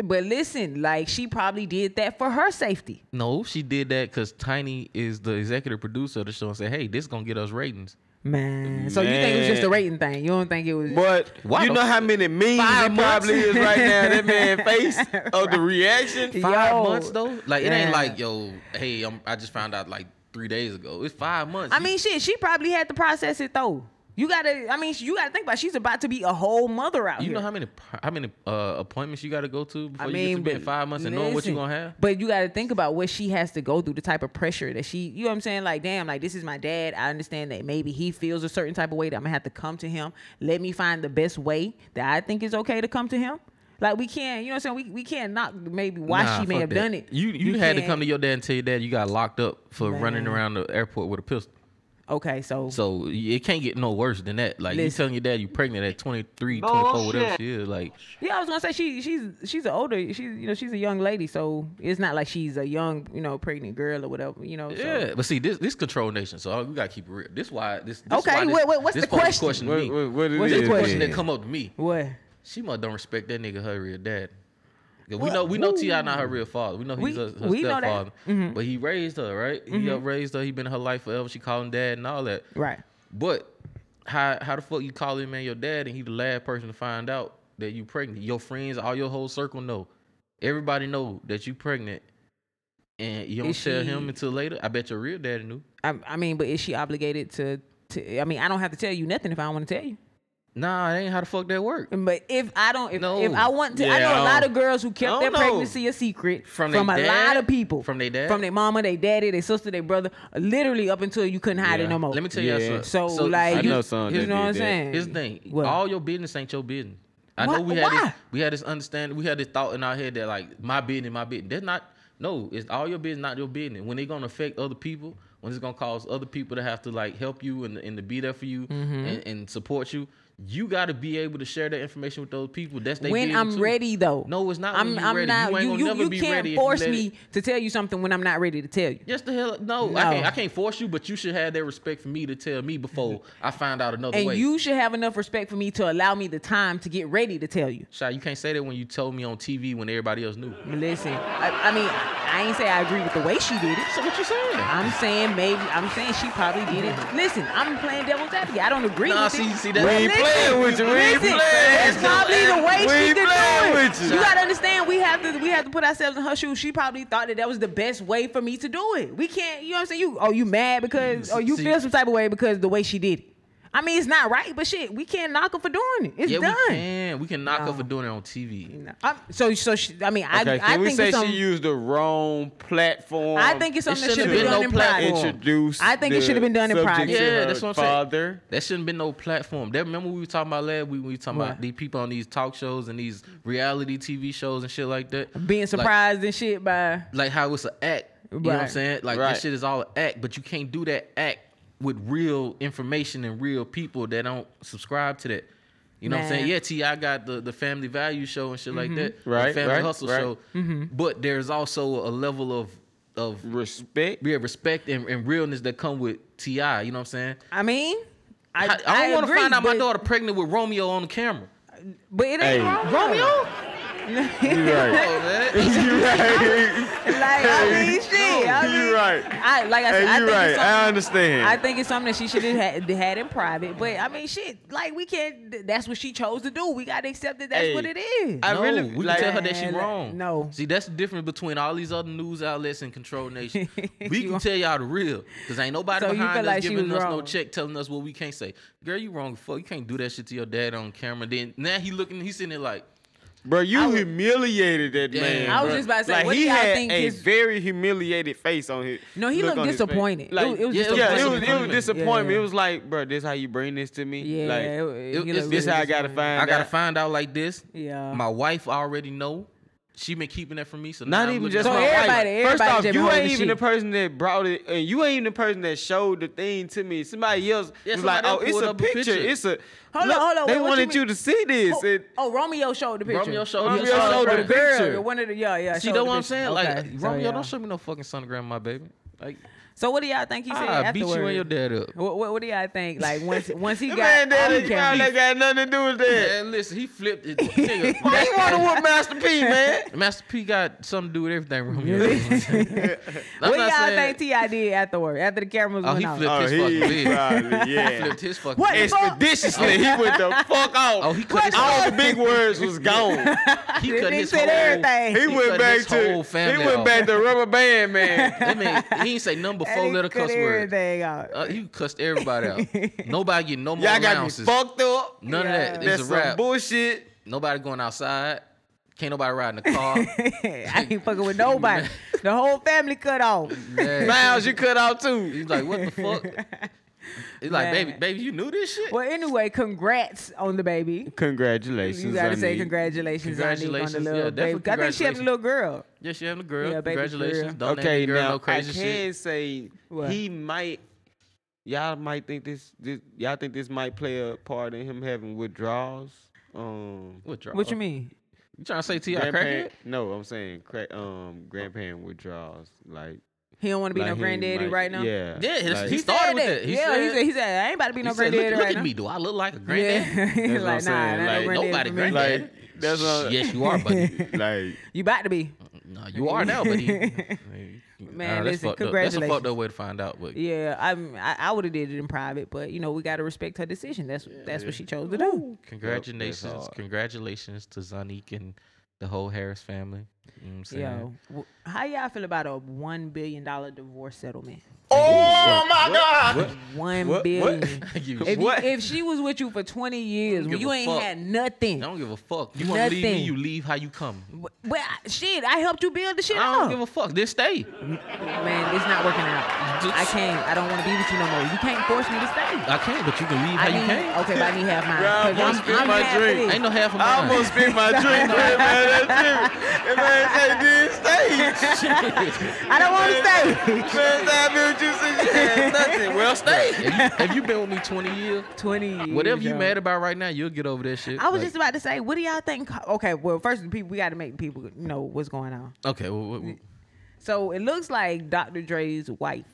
Speaker 4: But listen, like she probably did that for her safety.
Speaker 7: No, she did that because Tiny is the executive producer of the show and said, "Hey, this gonna get us ratings."
Speaker 4: Man, so you think it was just a
Speaker 2: Man.
Speaker 4: rating thing? You don't think it was?
Speaker 2: But
Speaker 7: Why
Speaker 2: you
Speaker 7: the-
Speaker 2: know how many memes
Speaker 4: Five
Speaker 2: it
Speaker 4: months?
Speaker 2: probably is right now. That man face of the reaction.
Speaker 7: Five
Speaker 4: Yo.
Speaker 7: months though, like it ain't
Speaker 4: Oh, Yeah.
Speaker 7: like yo, hey, I'm, I just found out like three days ago. It's five months.
Speaker 4: I mean, shit, she probably had to process it though. You gotta, I mean, you gotta think about. it. She's about to be a whole mother out
Speaker 7: you
Speaker 4: here.
Speaker 7: know how many pr- how many uh, appointments you got to go to before
Speaker 4: I
Speaker 7: you
Speaker 4: mean,
Speaker 7: get to
Speaker 4: but
Speaker 7: bed five months and knowing what you
Speaker 4: listen,
Speaker 7: gonna have.
Speaker 4: But you got to think about what she has to go through, the type of pressure that she, you know what I'm saying? Like, damn, like this is my dad. I understand that maybe he feels a certain type of way that I'm gonna have to come to him. Let me find the best way that I think is okay to come to him. Like we can't, you know what I'm saying? We we can't knock maybe why
Speaker 7: Nah,
Speaker 4: she may
Speaker 7: fuck
Speaker 4: have
Speaker 7: that.
Speaker 4: done it.
Speaker 7: You you, had to
Speaker 4: can't-
Speaker 7: come to your dad and tell your dad you got locked up for running
Speaker 4: Man.
Speaker 7: around the airport with a pistol.
Speaker 4: Okay, so,
Speaker 7: So y- it can't get no worse than that. Like you
Speaker 4: Listen.
Speaker 7: telling your dad you pregnant at 23, 24, whatever she is. Like
Speaker 4: yeah, I was gonna say she she's she's an older she's you know she's a young lady, so it's not like she's a young you know pregnant girl or whatever you know. So.
Speaker 7: yeah, but see this this control nation. So we gotta keep it real. This why this. this
Speaker 4: Okay,
Speaker 7: why this,
Speaker 4: what- what- what's
Speaker 7: this
Speaker 4: the
Speaker 7: supposed to
Speaker 4: question?
Speaker 7: question to
Speaker 2: What,
Speaker 7: me.
Speaker 2: what, what it
Speaker 4: What's
Speaker 2: is,
Speaker 4: the
Speaker 7: This question
Speaker 4: question?
Speaker 2: man?
Speaker 7: that come up to me.
Speaker 4: What?
Speaker 7: She must don't respect that nigga her real dad. 'Cause we know we know Ti not her real father. We know
Speaker 4: We-
Speaker 7: he's her, her
Speaker 4: we know that. Mm-hmm.
Speaker 7: stepfather, but he raised her right. He up raised her. He been in her life forever. She called him dad and all that.
Speaker 4: Right.
Speaker 7: But how how the fuck you call him man your dad and he the last person to find out that you pregnant? Your friends, all your whole circle know. Everybody know that you pregnant, and you don't
Speaker 4: Is
Speaker 7: tell
Speaker 4: she-
Speaker 7: him until later. I bet your real daddy knew.
Speaker 4: I, I mean, but is she obligated to, to? I mean, I don't have to tell you nothing if I don't want to tell you.
Speaker 7: Nah, that ain't how the fuck that work.
Speaker 4: But if I don't, if,
Speaker 7: No.
Speaker 4: if I want to,
Speaker 2: Yeah,
Speaker 4: I
Speaker 2: I
Speaker 4: know a
Speaker 2: don't-
Speaker 4: lot of girls who
Speaker 7: I
Speaker 4: kept
Speaker 7: don't
Speaker 4: their
Speaker 7: know.
Speaker 4: pregnancy a secret
Speaker 7: From
Speaker 4: from,
Speaker 7: they
Speaker 4: a lot
Speaker 7: dad?
Speaker 4: of people,
Speaker 7: From they dad?
Speaker 4: from their mama, their daddy, their sister, their brother, literally up until you couldn't hide it
Speaker 2: Yeah.
Speaker 4: no more.
Speaker 7: Let me tell
Speaker 2: Yeah.
Speaker 7: you something.
Speaker 4: So, like,
Speaker 2: I
Speaker 4: you,
Speaker 2: know some
Speaker 4: you
Speaker 2: that
Speaker 4: know what
Speaker 2: did
Speaker 4: I'm
Speaker 2: that.
Speaker 4: saying?
Speaker 7: His thing.
Speaker 4: What?
Speaker 7: All your business ain't your business. I
Speaker 4: Why-
Speaker 7: know we had
Speaker 4: why?
Speaker 7: this, we had this understanding. We had this thought in our head that like my business, my business. That's not no. It's all your business, not your business. When it's gonna affect other people, when it's gonna cause other people to have to like help you and, and to be there for you
Speaker 4: Mm-hmm.
Speaker 7: and, and support you, you got to be able to share that information with those people. That's they
Speaker 4: when
Speaker 7: business
Speaker 4: I'm
Speaker 7: too.
Speaker 4: ready, though.
Speaker 7: No, it's not when
Speaker 4: I'm,
Speaker 7: you
Speaker 4: I'm
Speaker 7: ready.
Speaker 4: not.
Speaker 7: You ain't
Speaker 4: You,
Speaker 7: gonna
Speaker 4: you,
Speaker 7: never
Speaker 4: you
Speaker 7: be
Speaker 4: can't
Speaker 7: ready if you
Speaker 4: force
Speaker 7: let it-
Speaker 4: me to tell you something when I'm not ready to tell you.
Speaker 7: Yes, the hell no. I
Speaker 4: No.
Speaker 7: can't. I can't force you, but you should have that respect for me to tell me before I find out another
Speaker 4: Mm-hmm. And
Speaker 7: way.
Speaker 4: you should have enough respect for me to allow me the time to get ready to tell you.
Speaker 7: Shy, you can't say that when you told me on TV when everybody else knew.
Speaker 4: Listen, I, I mean, I ain't say I agree with the way she did it.
Speaker 7: So what you saying?
Speaker 4: I'm saying maybe. I'm saying she probably did it. Listen, I'm playing devil's advocate. I don't agree
Speaker 7: Nah,
Speaker 4: with
Speaker 7: see,
Speaker 4: it.
Speaker 7: see, that-
Speaker 4: But listen,
Speaker 7: We ain't
Speaker 2: playing with you. We ain't
Speaker 4: listen,
Speaker 2: playing
Speaker 4: That's
Speaker 2: with you.
Speaker 4: probably the way
Speaker 2: We
Speaker 4: she
Speaker 2: ain't
Speaker 4: could
Speaker 2: playing
Speaker 4: do it.
Speaker 2: with you.
Speaker 4: you gotta understand. We have to. We have to put ourselves in her shoes. She probably thought that that was the best way for me to do it. We can't. You know what I'm saying? You oh you mad because
Speaker 2: Mm,
Speaker 4: or you
Speaker 7: See-
Speaker 4: feel some type of way because the way she did it. I mean, it's not right, but shit, we can't knock her for doing it. It's
Speaker 7: yeah,
Speaker 4: done.
Speaker 7: we can. We can knock
Speaker 4: No.
Speaker 7: her for doing it on TV.
Speaker 4: No. I'm- so so she, I mean I
Speaker 2: Okay,
Speaker 4: I
Speaker 2: can we
Speaker 4: think
Speaker 2: say
Speaker 4: it's some-
Speaker 2: she used the wrong platform?
Speaker 4: I think it's something that should
Speaker 7: shouldn't
Speaker 4: have
Speaker 7: have
Speaker 4: been
Speaker 7: been
Speaker 4: done
Speaker 7: no
Speaker 4: in
Speaker 7: platform.
Speaker 4: private.
Speaker 2: Introduce.
Speaker 4: I think it
Speaker 2: the
Speaker 4: should have been done in
Speaker 2: subject to
Speaker 4: private.
Speaker 7: Yeah,
Speaker 2: her
Speaker 7: that's what I'm saying.
Speaker 2: father.
Speaker 7: That shouldn't been no platform. That remember we were talking about last week. We were talking about
Speaker 4: What?
Speaker 7: these people on these talk shows and these reality TV shows and shit like that.
Speaker 4: being
Speaker 7: Like-
Speaker 4: surprised and shit by
Speaker 7: like, how it's an act. You know what I'm
Speaker 4: Right.
Speaker 7: saying? Like
Speaker 2: Right.
Speaker 7: this shit is all an act, but you can't do that act with real information and real people that don't subscribe to that. You know what I'm saying?
Speaker 4: Man. Mm-hmm.
Speaker 7: Yeah, T.I. got the, the family value show and shit like that. the
Speaker 2: Right,
Speaker 7: family
Speaker 2: right,
Speaker 7: hustle
Speaker 2: right.
Speaker 7: show. But there's also a level of of
Speaker 2: Respect.
Speaker 7: yeah, respect and, and realness that come with Ti. You know what I'm saying?
Speaker 4: I mean, I,
Speaker 7: I, I don't want to
Speaker 4: agree,
Speaker 7: find out
Speaker 4: but,
Speaker 7: my daughter pregnant with Romeo on the camera.
Speaker 4: But it ain't
Speaker 2: Hey.
Speaker 4: wrong.
Speaker 7: Romeo?
Speaker 2: You right.
Speaker 7: Oh, man.
Speaker 2: you right.
Speaker 4: like I mean, shit. I mean,
Speaker 2: You right.
Speaker 4: I like I said, I
Speaker 2: Hey, you
Speaker 4: think
Speaker 2: right.
Speaker 4: it's something.
Speaker 2: I understand.
Speaker 4: I think it's something that she should have had, had in private, but I mean, shit, like we can't. That's what she chose to do. We gotta accept that. That's
Speaker 2: Hey,
Speaker 4: what it is.
Speaker 2: I
Speaker 7: no,
Speaker 2: really-
Speaker 7: we
Speaker 2: like-
Speaker 7: can tell her that she
Speaker 4: Man,
Speaker 7: wrong.
Speaker 4: no.
Speaker 7: see that's the difference between all these other news outlets and Control Nation. We
Speaker 4: You
Speaker 7: can
Speaker 4: want-
Speaker 7: tell y'all the real, cause ain't nobody
Speaker 4: So you
Speaker 7: behind
Speaker 4: feel
Speaker 7: us
Speaker 4: like she
Speaker 7: giving
Speaker 4: was
Speaker 7: us no
Speaker 4: wrong.
Speaker 7: check, telling us what we can't say. Girl, you wrong. as Fuck, you can't do that shit to your dad on camera. Then now he looking, he sitting there like,
Speaker 2: Bro, you
Speaker 4: was-
Speaker 2: humiliated that
Speaker 7: Damn.
Speaker 2: man.
Speaker 7: I was
Speaker 2: bro.
Speaker 4: just about to say,
Speaker 2: like,
Speaker 4: what
Speaker 2: he
Speaker 4: do y'all
Speaker 2: had
Speaker 4: think
Speaker 2: a
Speaker 4: his-
Speaker 2: very humiliated face on his.
Speaker 4: No, he
Speaker 2: look
Speaker 4: looked
Speaker 2: on his face.
Speaker 4: disappointed. It
Speaker 2: Like,
Speaker 4: was- it was
Speaker 7: yeah,
Speaker 2: yeah, it was, it was
Speaker 7: disappointment.
Speaker 2: disappointment.
Speaker 4: Yeah.
Speaker 2: It was like, bro, this how you bring this to me?
Speaker 4: yeah,
Speaker 2: like,
Speaker 4: it-
Speaker 7: it-
Speaker 4: he
Speaker 7: it's-
Speaker 4: looked
Speaker 2: this
Speaker 4: really
Speaker 2: how I gotta
Speaker 4: disappointed.
Speaker 2: find.
Speaker 7: I gotta
Speaker 2: out.
Speaker 7: find Oh, out like this.
Speaker 4: Yeah.
Speaker 7: my wife already know. She been keeping that from me, so now
Speaker 2: Not
Speaker 7: I'm
Speaker 2: even
Speaker 7: looking
Speaker 2: just
Speaker 4: So
Speaker 7: at
Speaker 2: my
Speaker 7: my wife.
Speaker 2: wife.
Speaker 4: everybody-
Speaker 2: First
Speaker 4: everybody
Speaker 2: off,
Speaker 4: just
Speaker 2: you
Speaker 4: holding
Speaker 2: ain't even
Speaker 4: shit.
Speaker 2: the person that brought it, and you ain't even the person that showed the thing to me. Somebody else
Speaker 7: Yeah,
Speaker 2: was
Speaker 7: somebody
Speaker 2: like, "Oh,
Speaker 7: else
Speaker 2: it's
Speaker 7: pulled
Speaker 2: a
Speaker 7: up a
Speaker 2: picture.
Speaker 7: picture.
Speaker 2: It's a
Speaker 4: Hold
Speaker 2: look,
Speaker 4: on, hold on.
Speaker 2: They
Speaker 4: Wait, what you
Speaker 2: wanted
Speaker 4: mean?
Speaker 2: you to see this.
Speaker 4: Oh,
Speaker 2: It-
Speaker 4: oh, Romeo showed the picture.
Speaker 7: Romeo showed-
Speaker 4: Oh,
Speaker 7: Romeo
Speaker 4: yeah,
Speaker 7: showed
Speaker 4: the
Speaker 7: the
Speaker 4: girl,
Speaker 2: picture.
Speaker 4: One of the yeah, yeah.
Speaker 7: See,
Speaker 4: showed the
Speaker 7: that's what I'm
Speaker 4: picture.
Speaker 7: saying.
Speaker 4: Okay,
Speaker 7: Like
Speaker 4: so,
Speaker 7: Romeo,
Speaker 4: yeah.
Speaker 7: don't show me no fucking son of grandma, baby. Like
Speaker 4: So what do y'all think he said
Speaker 7: I beat you
Speaker 4: afterwards?
Speaker 7: and your dad up.
Speaker 4: What, what, what do y'all think? Like once once he
Speaker 2: The
Speaker 4: got
Speaker 2: man that
Speaker 4: on
Speaker 2: ain't
Speaker 4: camera,
Speaker 2: probably got nothing to do with that.
Speaker 7: Man, listen, he flipped it. Nigga,
Speaker 2: Why you want to whoop Master P, man?
Speaker 7: Master P got something to do with everything Romeo. does. I'm
Speaker 4: what do
Speaker 7: not
Speaker 4: y'all
Speaker 7: saying-
Speaker 4: think Ti did afterward? After the cameras
Speaker 7: Oh,
Speaker 4: went
Speaker 7: he
Speaker 4: off,
Speaker 7: flipped his fucking lid.
Speaker 2: probably,
Speaker 7: He
Speaker 2: yeah.
Speaker 7: flipped his fucking
Speaker 4: What
Speaker 7: lid.
Speaker 4: the fuck?
Speaker 2: Expeditiously, he went the fuck out.
Speaker 7: Oh, he cut his
Speaker 2: All
Speaker 7: whole,
Speaker 2: the big words was gone.
Speaker 7: he
Speaker 4: This
Speaker 7: cut
Speaker 4: nigga
Speaker 7: his
Speaker 4: said
Speaker 7: whole,
Speaker 4: everything.
Speaker 2: He,
Speaker 4: He
Speaker 2: went
Speaker 7: cut
Speaker 2: back
Speaker 7: his
Speaker 2: to
Speaker 7: whole family
Speaker 2: he went
Speaker 7: off.
Speaker 2: back to rubber band man.
Speaker 7: I mean, he ain't say number
Speaker 4: And
Speaker 7: four
Speaker 4: he
Speaker 7: letter
Speaker 4: cut
Speaker 7: cuss word.
Speaker 4: everything out.
Speaker 7: Uh, he cussed everybody out. Nobody getting no more
Speaker 2: Y'all got me
Speaker 7: allowances.
Speaker 2: fucked up.
Speaker 7: None
Speaker 4: Yeah.
Speaker 7: of that.
Speaker 2: That's
Speaker 7: It's a
Speaker 2: some
Speaker 7: wrap.
Speaker 2: bullshit.
Speaker 7: nobody going outside. Can't nobody ride in the car.
Speaker 4: I ain't fucking with nobody. The whole family cut off.
Speaker 7: Man,
Speaker 2: Miles, you cut out too.
Speaker 7: He's like, what the fuck? He's like,
Speaker 4: Man.
Speaker 7: baby, baby, you knew this shit.
Speaker 4: Well, anyway, congrats on the baby.
Speaker 2: Congratulations.
Speaker 4: You gotta say
Speaker 2: Anique.
Speaker 4: congratulations, Anique, on
Speaker 7: Congratulations.
Speaker 4: the
Speaker 7: Yeah,
Speaker 4: little baby.
Speaker 7: definitely
Speaker 4: I think she having a little girl.
Speaker 7: Yes, you having a girl.
Speaker 4: Yeah, baby girl.
Speaker 7: Congratulations. Don't name
Speaker 2: Okay,
Speaker 7: your girl
Speaker 2: now
Speaker 7: no crazy
Speaker 2: I
Speaker 7: shit.
Speaker 2: can say
Speaker 4: What?
Speaker 2: he might. Y'all might think this, this. Y'all think this might play a part in him having withdrawals. Um,
Speaker 7: What, y'all-
Speaker 4: What you mean?
Speaker 7: You trying to say T.I. crackhead?
Speaker 2: grandparent. No, I'm saying cra- um grandparent withdrawals. Like
Speaker 4: He don't want to be
Speaker 2: like
Speaker 4: no
Speaker 2: he
Speaker 4: granddaddy
Speaker 2: might-
Speaker 4: right now.
Speaker 2: Yeah.
Speaker 7: Yeah, he-
Speaker 2: like-
Speaker 7: he started with that. He
Speaker 4: yeah, he
Speaker 7: said-
Speaker 4: said he said I ain't about to be
Speaker 7: He
Speaker 4: no
Speaker 7: said,
Speaker 4: granddaddy
Speaker 7: look, look
Speaker 4: right
Speaker 7: at
Speaker 4: now.
Speaker 7: me. Do I look like a granddad?
Speaker 4: Yeah,
Speaker 2: That's
Speaker 4: he's
Speaker 2: what I'm
Speaker 4: like nah,
Speaker 2: saying,
Speaker 4: that ain't
Speaker 2: like,
Speaker 4: no granddaddy
Speaker 7: nobody
Speaker 4: for me.
Speaker 7: granddaddy.
Speaker 2: like That's all.
Speaker 7: yes, you are, buddy.
Speaker 2: Like
Speaker 4: You about to be.
Speaker 7: No, you are now, buddy.
Speaker 4: Man,
Speaker 7: that's
Speaker 4: listen,
Speaker 7: fucked up. That's a fucked up
Speaker 4: congratulations.
Speaker 7: way to find out, but
Speaker 4: Yeah, I'm, I I would have did it in private, but you know we got to respect her decision. That's that's what she chose to do.
Speaker 7: congratulations,
Speaker 2: hard.
Speaker 7: congratulations to Zonique and the whole Harris family. You know what I'm saying?
Speaker 4: Yo, w- how y'all feel about a one billion dollar divorce settlement? One
Speaker 2: What?
Speaker 4: billion.
Speaker 7: I give a
Speaker 4: If, you,
Speaker 2: What?
Speaker 4: if she was with you for twenty years,
Speaker 7: Don't
Speaker 4: when
Speaker 7: give
Speaker 4: you
Speaker 7: a
Speaker 4: ain't
Speaker 7: fuck.
Speaker 4: had nothing,
Speaker 7: I don't give a fuck. You want to leave me?
Speaker 4: Nothing.
Speaker 7: You leave how you come.
Speaker 4: but, but I- shit, I helped you build the shit
Speaker 7: I don't
Speaker 4: up.
Speaker 7: give a fuck. Just stay.
Speaker 4: Man, it's not working out. I can't. I don't want to be with you no more. You can't force me to stay.
Speaker 7: I can't, but you can leave how
Speaker 4: I
Speaker 7: you
Speaker 4: need,
Speaker 7: came.
Speaker 4: okay, but I need half mine.
Speaker 2: Bro, I
Speaker 4: 'cause
Speaker 2: almost spit my
Speaker 4: half of
Speaker 2: drink.
Speaker 4: this.
Speaker 7: Ain't no half of
Speaker 2: I
Speaker 7: mine.
Speaker 2: almost spit my drink, man. man that's it. Man, say did stay.
Speaker 4: I don't want to stay.
Speaker 2: Man, say I been with you since you had nothing. Well, stay.
Speaker 7: If you- if you been with me 20 years,
Speaker 4: Twenty. Years,
Speaker 7: whatever you
Speaker 4: yo.
Speaker 7: mad about right now, you'll get over that shit.
Speaker 4: I was
Speaker 7: Like,
Speaker 4: just about to say, what do y'all think? Okay, well, first, the people we got to make people know what's going on.
Speaker 7: okay. Well, what- what-
Speaker 4: So it looks like Dr. Dre's wife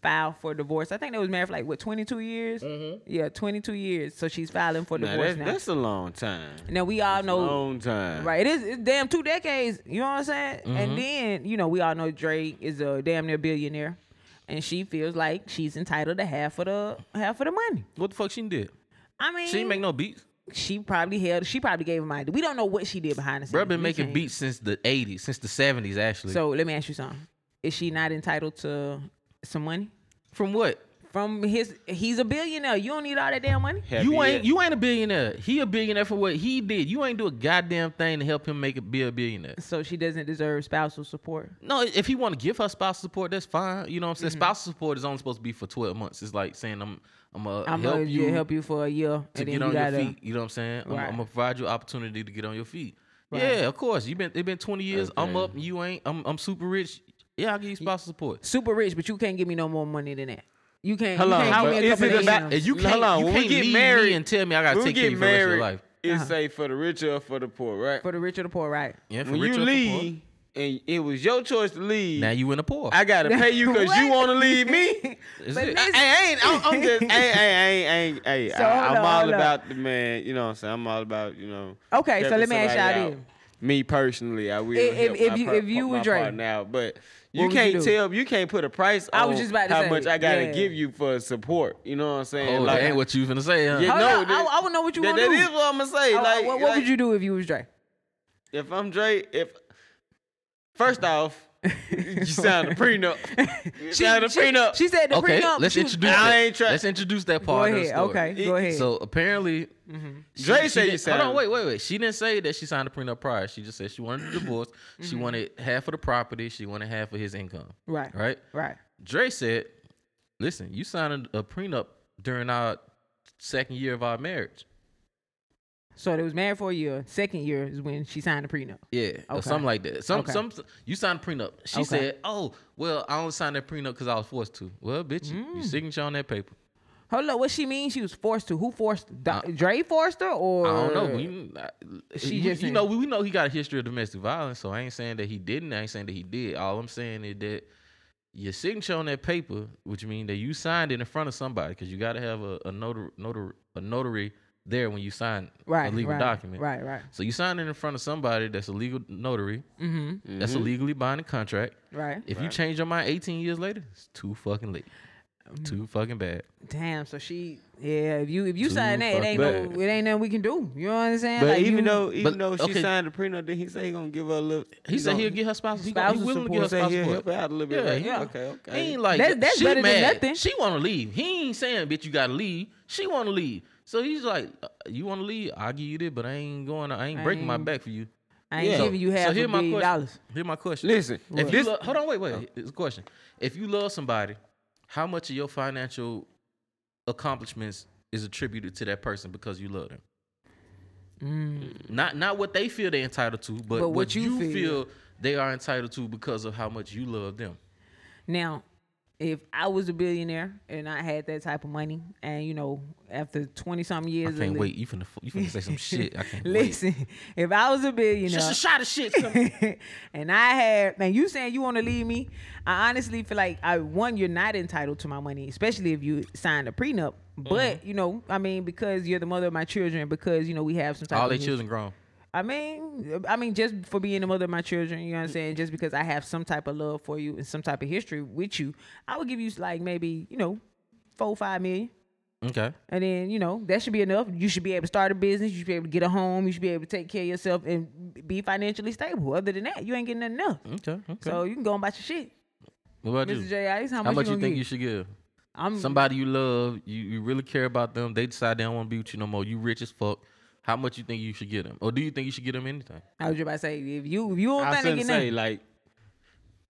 Speaker 4: filed for divorce. I think they was married for like what 22 years. Yeah, 22 years. So she's filing for
Speaker 2: Mm-hmm. Now,
Speaker 4: divorce
Speaker 2: that's,
Speaker 4: now.
Speaker 2: that's a long time.
Speaker 4: now we all know,
Speaker 2: Long time.
Speaker 4: right? It is it's damn two decades. You know what I'm saying?
Speaker 7: Mm-hmm.
Speaker 4: And then you know we all know Dre is a damn near billionaire, and she feels like she's entitled to half of the half of the money.
Speaker 7: what the fuck she did?
Speaker 4: I mean,
Speaker 7: She ain't make no beats.
Speaker 4: she probably held. She probably gave him idea. We don't know what she did behind the scenes.
Speaker 7: Bruh been
Speaker 4: We
Speaker 7: making
Speaker 4: can't-
Speaker 7: beats since the 80s, since the 70s, actually.
Speaker 4: So let me ask you something. Is she not entitled to some money?
Speaker 7: From what?
Speaker 4: From his he's a billionaire. You don't need all that damn money.
Speaker 2: Happy
Speaker 7: You ain't
Speaker 2: yet.
Speaker 7: you ain't a billionaire. He a billionaire for what he did. You ain't do a goddamn thing to help him make it be a billionaire.
Speaker 4: So she doesn't deserve spousal support.
Speaker 7: No, if he want to give her spousal support, that's fine. You know what I'm saying?
Speaker 2: Mm-hmm.
Speaker 7: Spousal support is only supposed to be for 12 months. It's like saying I'm I'm gonna
Speaker 4: I'm
Speaker 7: help
Speaker 4: gonna
Speaker 7: you
Speaker 4: help you for a year
Speaker 7: to
Speaker 4: and then
Speaker 7: get
Speaker 4: you
Speaker 7: on your
Speaker 4: gotta
Speaker 7: feet. You know what I'm saying? I'm,
Speaker 4: Right.
Speaker 7: I'm gonna provide you opportunity to get on your feet.
Speaker 4: Right.
Speaker 7: Yeah, of course. You been it been 20 years. I'm up. You ain't. I'm I'm super rich. Yeah, I'll give you spousal support.
Speaker 4: super rich, but you can't give me no more money than that. You can't.
Speaker 2: Hold
Speaker 4: you
Speaker 2: on,
Speaker 4: can't
Speaker 2: but
Speaker 4: give me a
Speaker 2: is
Speaker 4: couple
Speaker 2: it
Speaker 4: of
Speaker 2: about-
Speaker 4: M's.
Speaker 7: And you
Speaker 2: Hold
Speaker 7: can't,
Speaker 2: on,
Speaker 7: you
Speaker 2: when
Speaker 7: can't
Speaker 2: we get
Speaker 7: leave
Speaker 2: married-
Speaker 7: me and tell me I gotta
Speaker 2: When we
Speaker 7: take care of
Speaker 2: get
Speaker 7: you for the rest of your
Speaker 2: married,
Speaker 7: life.
Speaker 4: Uh-huh.
Speaker 2: it's say for the rich or for the poor, right?
Speaker 4: for the rich or the poor, right?
Speaker 7: Yeah, for
Speaker 2: when
Speaker 7: rich
Speaker 2: you
Speaker 7: or for poor.
Speaker 2: leave, and it was your choice to leave,
Speaker 7: now you in a poor.
Speaker 2: I gotta pay you because you
Speaker 4: What?
Speaker 2: want to leave me.
Speaker 7: Is
Speaker 4: But listen-
Speaker 7: it?
Speaker 2: Hey, I ain't. I'm, I'm just. Hey, hey, hey, hey, hey.
Speaker 4: So,
Speaker 2: I,
Speaker 4: hold
Speaker 2: I'm
Speaker 4: on,
Speaker 2: all
Speaker 4: hold on.
Speaker 2: about the man. You know what I'm saying? I'm all about you know.
Speaker 4: Okay, so
Speaker 2: helping
Speaker 4: let me ask
Speaker 2: somebody
Speaker 4: y'all
Speaker 2: out.
Speaker 4: this.
Speaker 2: Me personally, I will.
Speaker 4: If-
Speaker 2: help
Speaker 4: if-
Speaker 2: my
Speaker 4: if you-
Speaker 2: par-
Speaker 4: if you
Speaker 2: my
Speaker 4: were Drake,
Speaker 2: partner out, but you
Speaker 4: would you
Speaker 2: can't
Speaker 4: do?
Speaker 2: tell. You can't put a price.
Speaker 4: I was
Speaker 2: on
Speaker 4: just about to
Speaker 2: how
Speaker 4: say,
Speaker 2: much I gotta
Speaker 4: yeah.
Speaker 2: give you for support. You know what I'm saying?
Speaker 7: Oh, that ain't what you finna say, huh?
Speaker 2: Yeah,
Speaker 4: Hold
Speaker 2: no,
Speaker 4: on,
Speaker 2: that-
Speaker 4: I, I would know what you
Speaker 2: that-
Speaker 4: want to
Speaker 2: that
Speaker 4: do.
Speaker 2: is what I'm gonna say.
Speaker 4: I- I-
Speaker 2: like,
Speaker 4: what, what
Speaker 2: like,
Speaker 4: would you do if you was Dre?
Speaker 2: If I'm Drake, if first off, you signed a prenup. You signed a prenup.
Speaker 4: She said the
Speaker 7: okay,
Speaker 4: prenup.
Speaker 7: let's
Speaker 4: she was-
Speaker 7: introduce.
Speaker 2: I
Speaker 7: that.
Speaker 2: ain't try-
Speaker 7: Let's introduce that
Speaker 4: Go
Speaker 7: part. of the
Speaker 4: ahead.
Speaker 7: story.
Speaker 4: Okay, go
Speaker 2: It-
Speaker 4: ahead.
Speaker 7: So apparently, she-
Speaker 2: Dre
Speaker 7: she
Speaker 2: said
Speaker 7: didn't-
Speaker 2: you
Speaker 7: Hold on,
Speaker 2: signed-
Speaker 7: wait, wait, wait. She didn't say that she signed a prenup prior. She just said she wanted a divorce. She wanted half of the property. She wanted half of his income.
Speaker 4: right,
Speaker 7: Right.
Speaker 4: right.
Speaker 7: Dre said, "Listen, you signed a, a prenup during our second year of our marriage.
Speaker 4: So they was married for a year. Second year is when she signed the prenup.
Speaker 7: Yeah, or
Speaker 4: Okay.
Speaker 7: something like that. Some,
Speaker 4: Okay.
Speaker 7: some. You signed a prenup. She
Speaker 4: Okay.
Speaker 7: said, "Oh, well, I only signed that prenup because I was forced to. Well, bitch, you your signature on that paper.
Speaker 4: Hold up, what she mean? She was forced to. Who forced? Do- Dre forced her, or
Speaker 7: Uh, I don't know. We, I,
Speaker 4: She
Speaker 7: we-
Speaker 4: just
Speaker 7: you
Speaker 4: ain't-
Speaker 7: know, we, we know he got a history of domestic violence, so I ain't saying that he didn't. I ain't saying that he did. All I'm saying is that your signature on that paper, which means that you signed it in front of somebody, because you got to have a, a notary, notary, a notary there when you sign
Speaker 4: right,
Speaker 7: a legal
Speaker 4: right,
Speaker 7: document.
Speaker 4: Right, right,
Speaker 7: So you signed it in front of somebody that's a legal notary. Mm-hmm. That's a legally binding contract.
Speaker 4: right.
Speaker 7: If you change your mind 18 years later, it's too fucking late. Too fucking bad.
Speaker 4: Damn. So she, yeah. If you if you
Speaker 7: Too
Speaker 4: sign that, it ain't
Speaker 7: fucking
Speaker 4: no, it ain't nothing we can do. You know what I'm saying?
Speaker 2: But
Speaker 4: Like,
Speaker 2: even
Speaker 4: you-
Speaker 2: though even
Speaker 7: but-
Speaker 2: though she
Speaker 7: okay.
Speaker 2: signed a prenup, then he say he gonna give her a little.
Speaker 7: He said
Speaker 2: gonna-
Speaker 7: he'll get her spouse. He, gonna- he
Speaker 4: Spousal
Speaker 7: willing to get her
Speaker 2: support.
Speaker 7: spouse
Speaker 2: Say he'll
Speaker 7: support.
Speaker 2: help her out a little bit, right?
Speaker 7: yeah.
Speaker 2: Okay, okay.
Speaker 7: He ain't like
Speaker 4: That's- that's
Speaker 7: she
Speaker 4: better than
Speaker 7: mad.
Speaker 4: nothing.
Speaker 7: She want to leave. He ain't saying bitch you got to leave. She want to leave. So he's like, uh, you want to leave? I will give you this, but I ain't going. I ain't breaking my
Speaker 4: ain't-
Speaker 7: back for you.
Speaker 4: I ain't
Speaker 2: Yeah.
Speaker 4: giving you
Speaker 7: So
Speaker 4: half
Speaker 7: here
Speaker 4: a
Speaker 7: my
Speaker 4: billion
Speaker 7: question.
Speaker 4: dollars.
Speaker 7: Here's my question.
Speaker 2: Listen,
Speaker 7: if
Speaker 2: this- Oh.
Speaker 7: you lo- hold on, wait, wait. It's a question. If you love somebody, how much of your financial accomplishments is attributed to that person because you love them?
Speaker 4: Mm.
Speaker 7: Not not what they feel they're entitled to, but, what, you feel. they are entitled to because of how much you love them.
Speaker 4: Now, if I was a billionaire and I had that type of money, and you know, after twenty something years,
Speaker 7: I
Speaker 4: of
Speaker 7: can't
Speaker 4: li-
Speaker 7: wait. You finna you finna say some shit. I can't wait.
Speaker 4: Listen, if I was a billionaire,
Speaker 7: Just a shot of shit. coming.
Speaker 4: and I had man, you saying you want to leave me. I honestly feel like I one, you're not entitled to my money, especially if you signed a prenup.
Speaker 7: Mm-hmm.
Speaker 4: But you know, I mean, because you're the mother of my children, because you know we have some type
Speaker 7: All
Speaker 4: of
Speaker 7: they
Speaker 4: his-
Speaker 7: children grown.
Speaker 4: I mean, I mean, just for being the mother of my children, you know what I'm saying. Just because I have some type of love for you and some type of history with you, I would give you like maybe you know four five million.
Speaker 7: Okay.
Speaker 4: And then, you know, that should be enough. You should be able to start a business. You should be able to get a home. You should be able to take care of yourself and be financially stable. Other than that, you ain't getting nothing else.
Speaker 7: Okay. Okay.
Speaker 4: So you can go and about your shit.
Speaker 7: what about
Speaker 4: Mr.
Speaker 7: you?
Speaker 4: J. Ice, how,
Speaker 7: How much you
Speaker 4: gonna
Speaker 7: think
Speaker 4: get? Hmm.
Speaker 7: you should give?
Speaker 4: I'm,
Speaker 7: Somebody you love, you, you really care about them. They decide they don't want to be with you no more. You rich as fuck. How much you think you should get them, or do you think you should get them anything?
Speaker 4: I was just about to say, if you if you don't
Speaker 2: I
Speaker 4: think they
Speaker 2: shouldn't
Speaker 4: get
Speaker 2: say
Speaker 4: nothing,
Speaker 2: like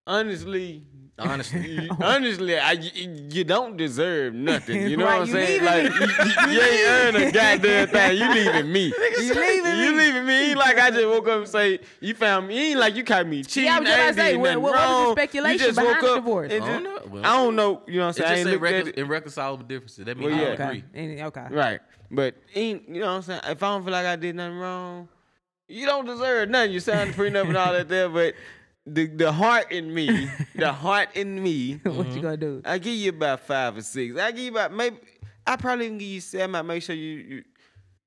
Speaker 2: honestly.
Speaker 7: Honestly,
Speaker 2: you- honestly, I y- you don't deserve nothing. You know
Speaker 4: Right,
Speaker 2: what I'm
Speaker 4: you
Speaker 2: saying? Like
Speaker 4: leaving
Speaker 2: you, you- you ain't earn a goddamn thing. You leaving me.
Speaker 4: you leaving
Speaker 2: You
Speaker 4: me.
Speaker 2: leaving me. Ain't like I just woke up and say you found me. Ain't like you caught me cheating.
Speaker 4: Yeah, I was just about to
Speaker 2: ain't did
Speaker 4: say, what-
Speaker 2: nothing
Speaker 4: what was the
Speaker 2: wrong. You
Speaker 4: speculation
Speaker 2: just woke
Speaker 4: behind the
Speaker 2: up
Speaker 4: divorce?
Speaker 2: and
Speaker 7: I
Speaker 2: just-
Speaker 7: don't know. Oh, Well,
Speaker 2: I don't know. You know what I'm
Speaker 7: it
Speaker 2: saying? I
Speaker 7: just
Speaker 2: ain't
Speaker 7: say
Speaker 2: looked at
Speaker 7: recon-
Speaker 2: it.
Speaker 7: irreconcilable differences. That means
Speaker 2: Well,
Speaker 7: I
Speaker 2: yeah.
Speaker 7: don't agree.
Speaker 4: okay, and, okay.
Speaker 7: Mm-hmm.
Speaker 2: Right. But ain't you know what I'm saying? If I don't feel like I did nothing wrong, you don't deserve nothing. You signed the prenup and all that there, but the the heart in me, the heart in me,
Speaker 4: what you gonna do?
Speaker 2: I give you about five or six. I give you about maybe I probably even give you seven. I might make sure you you,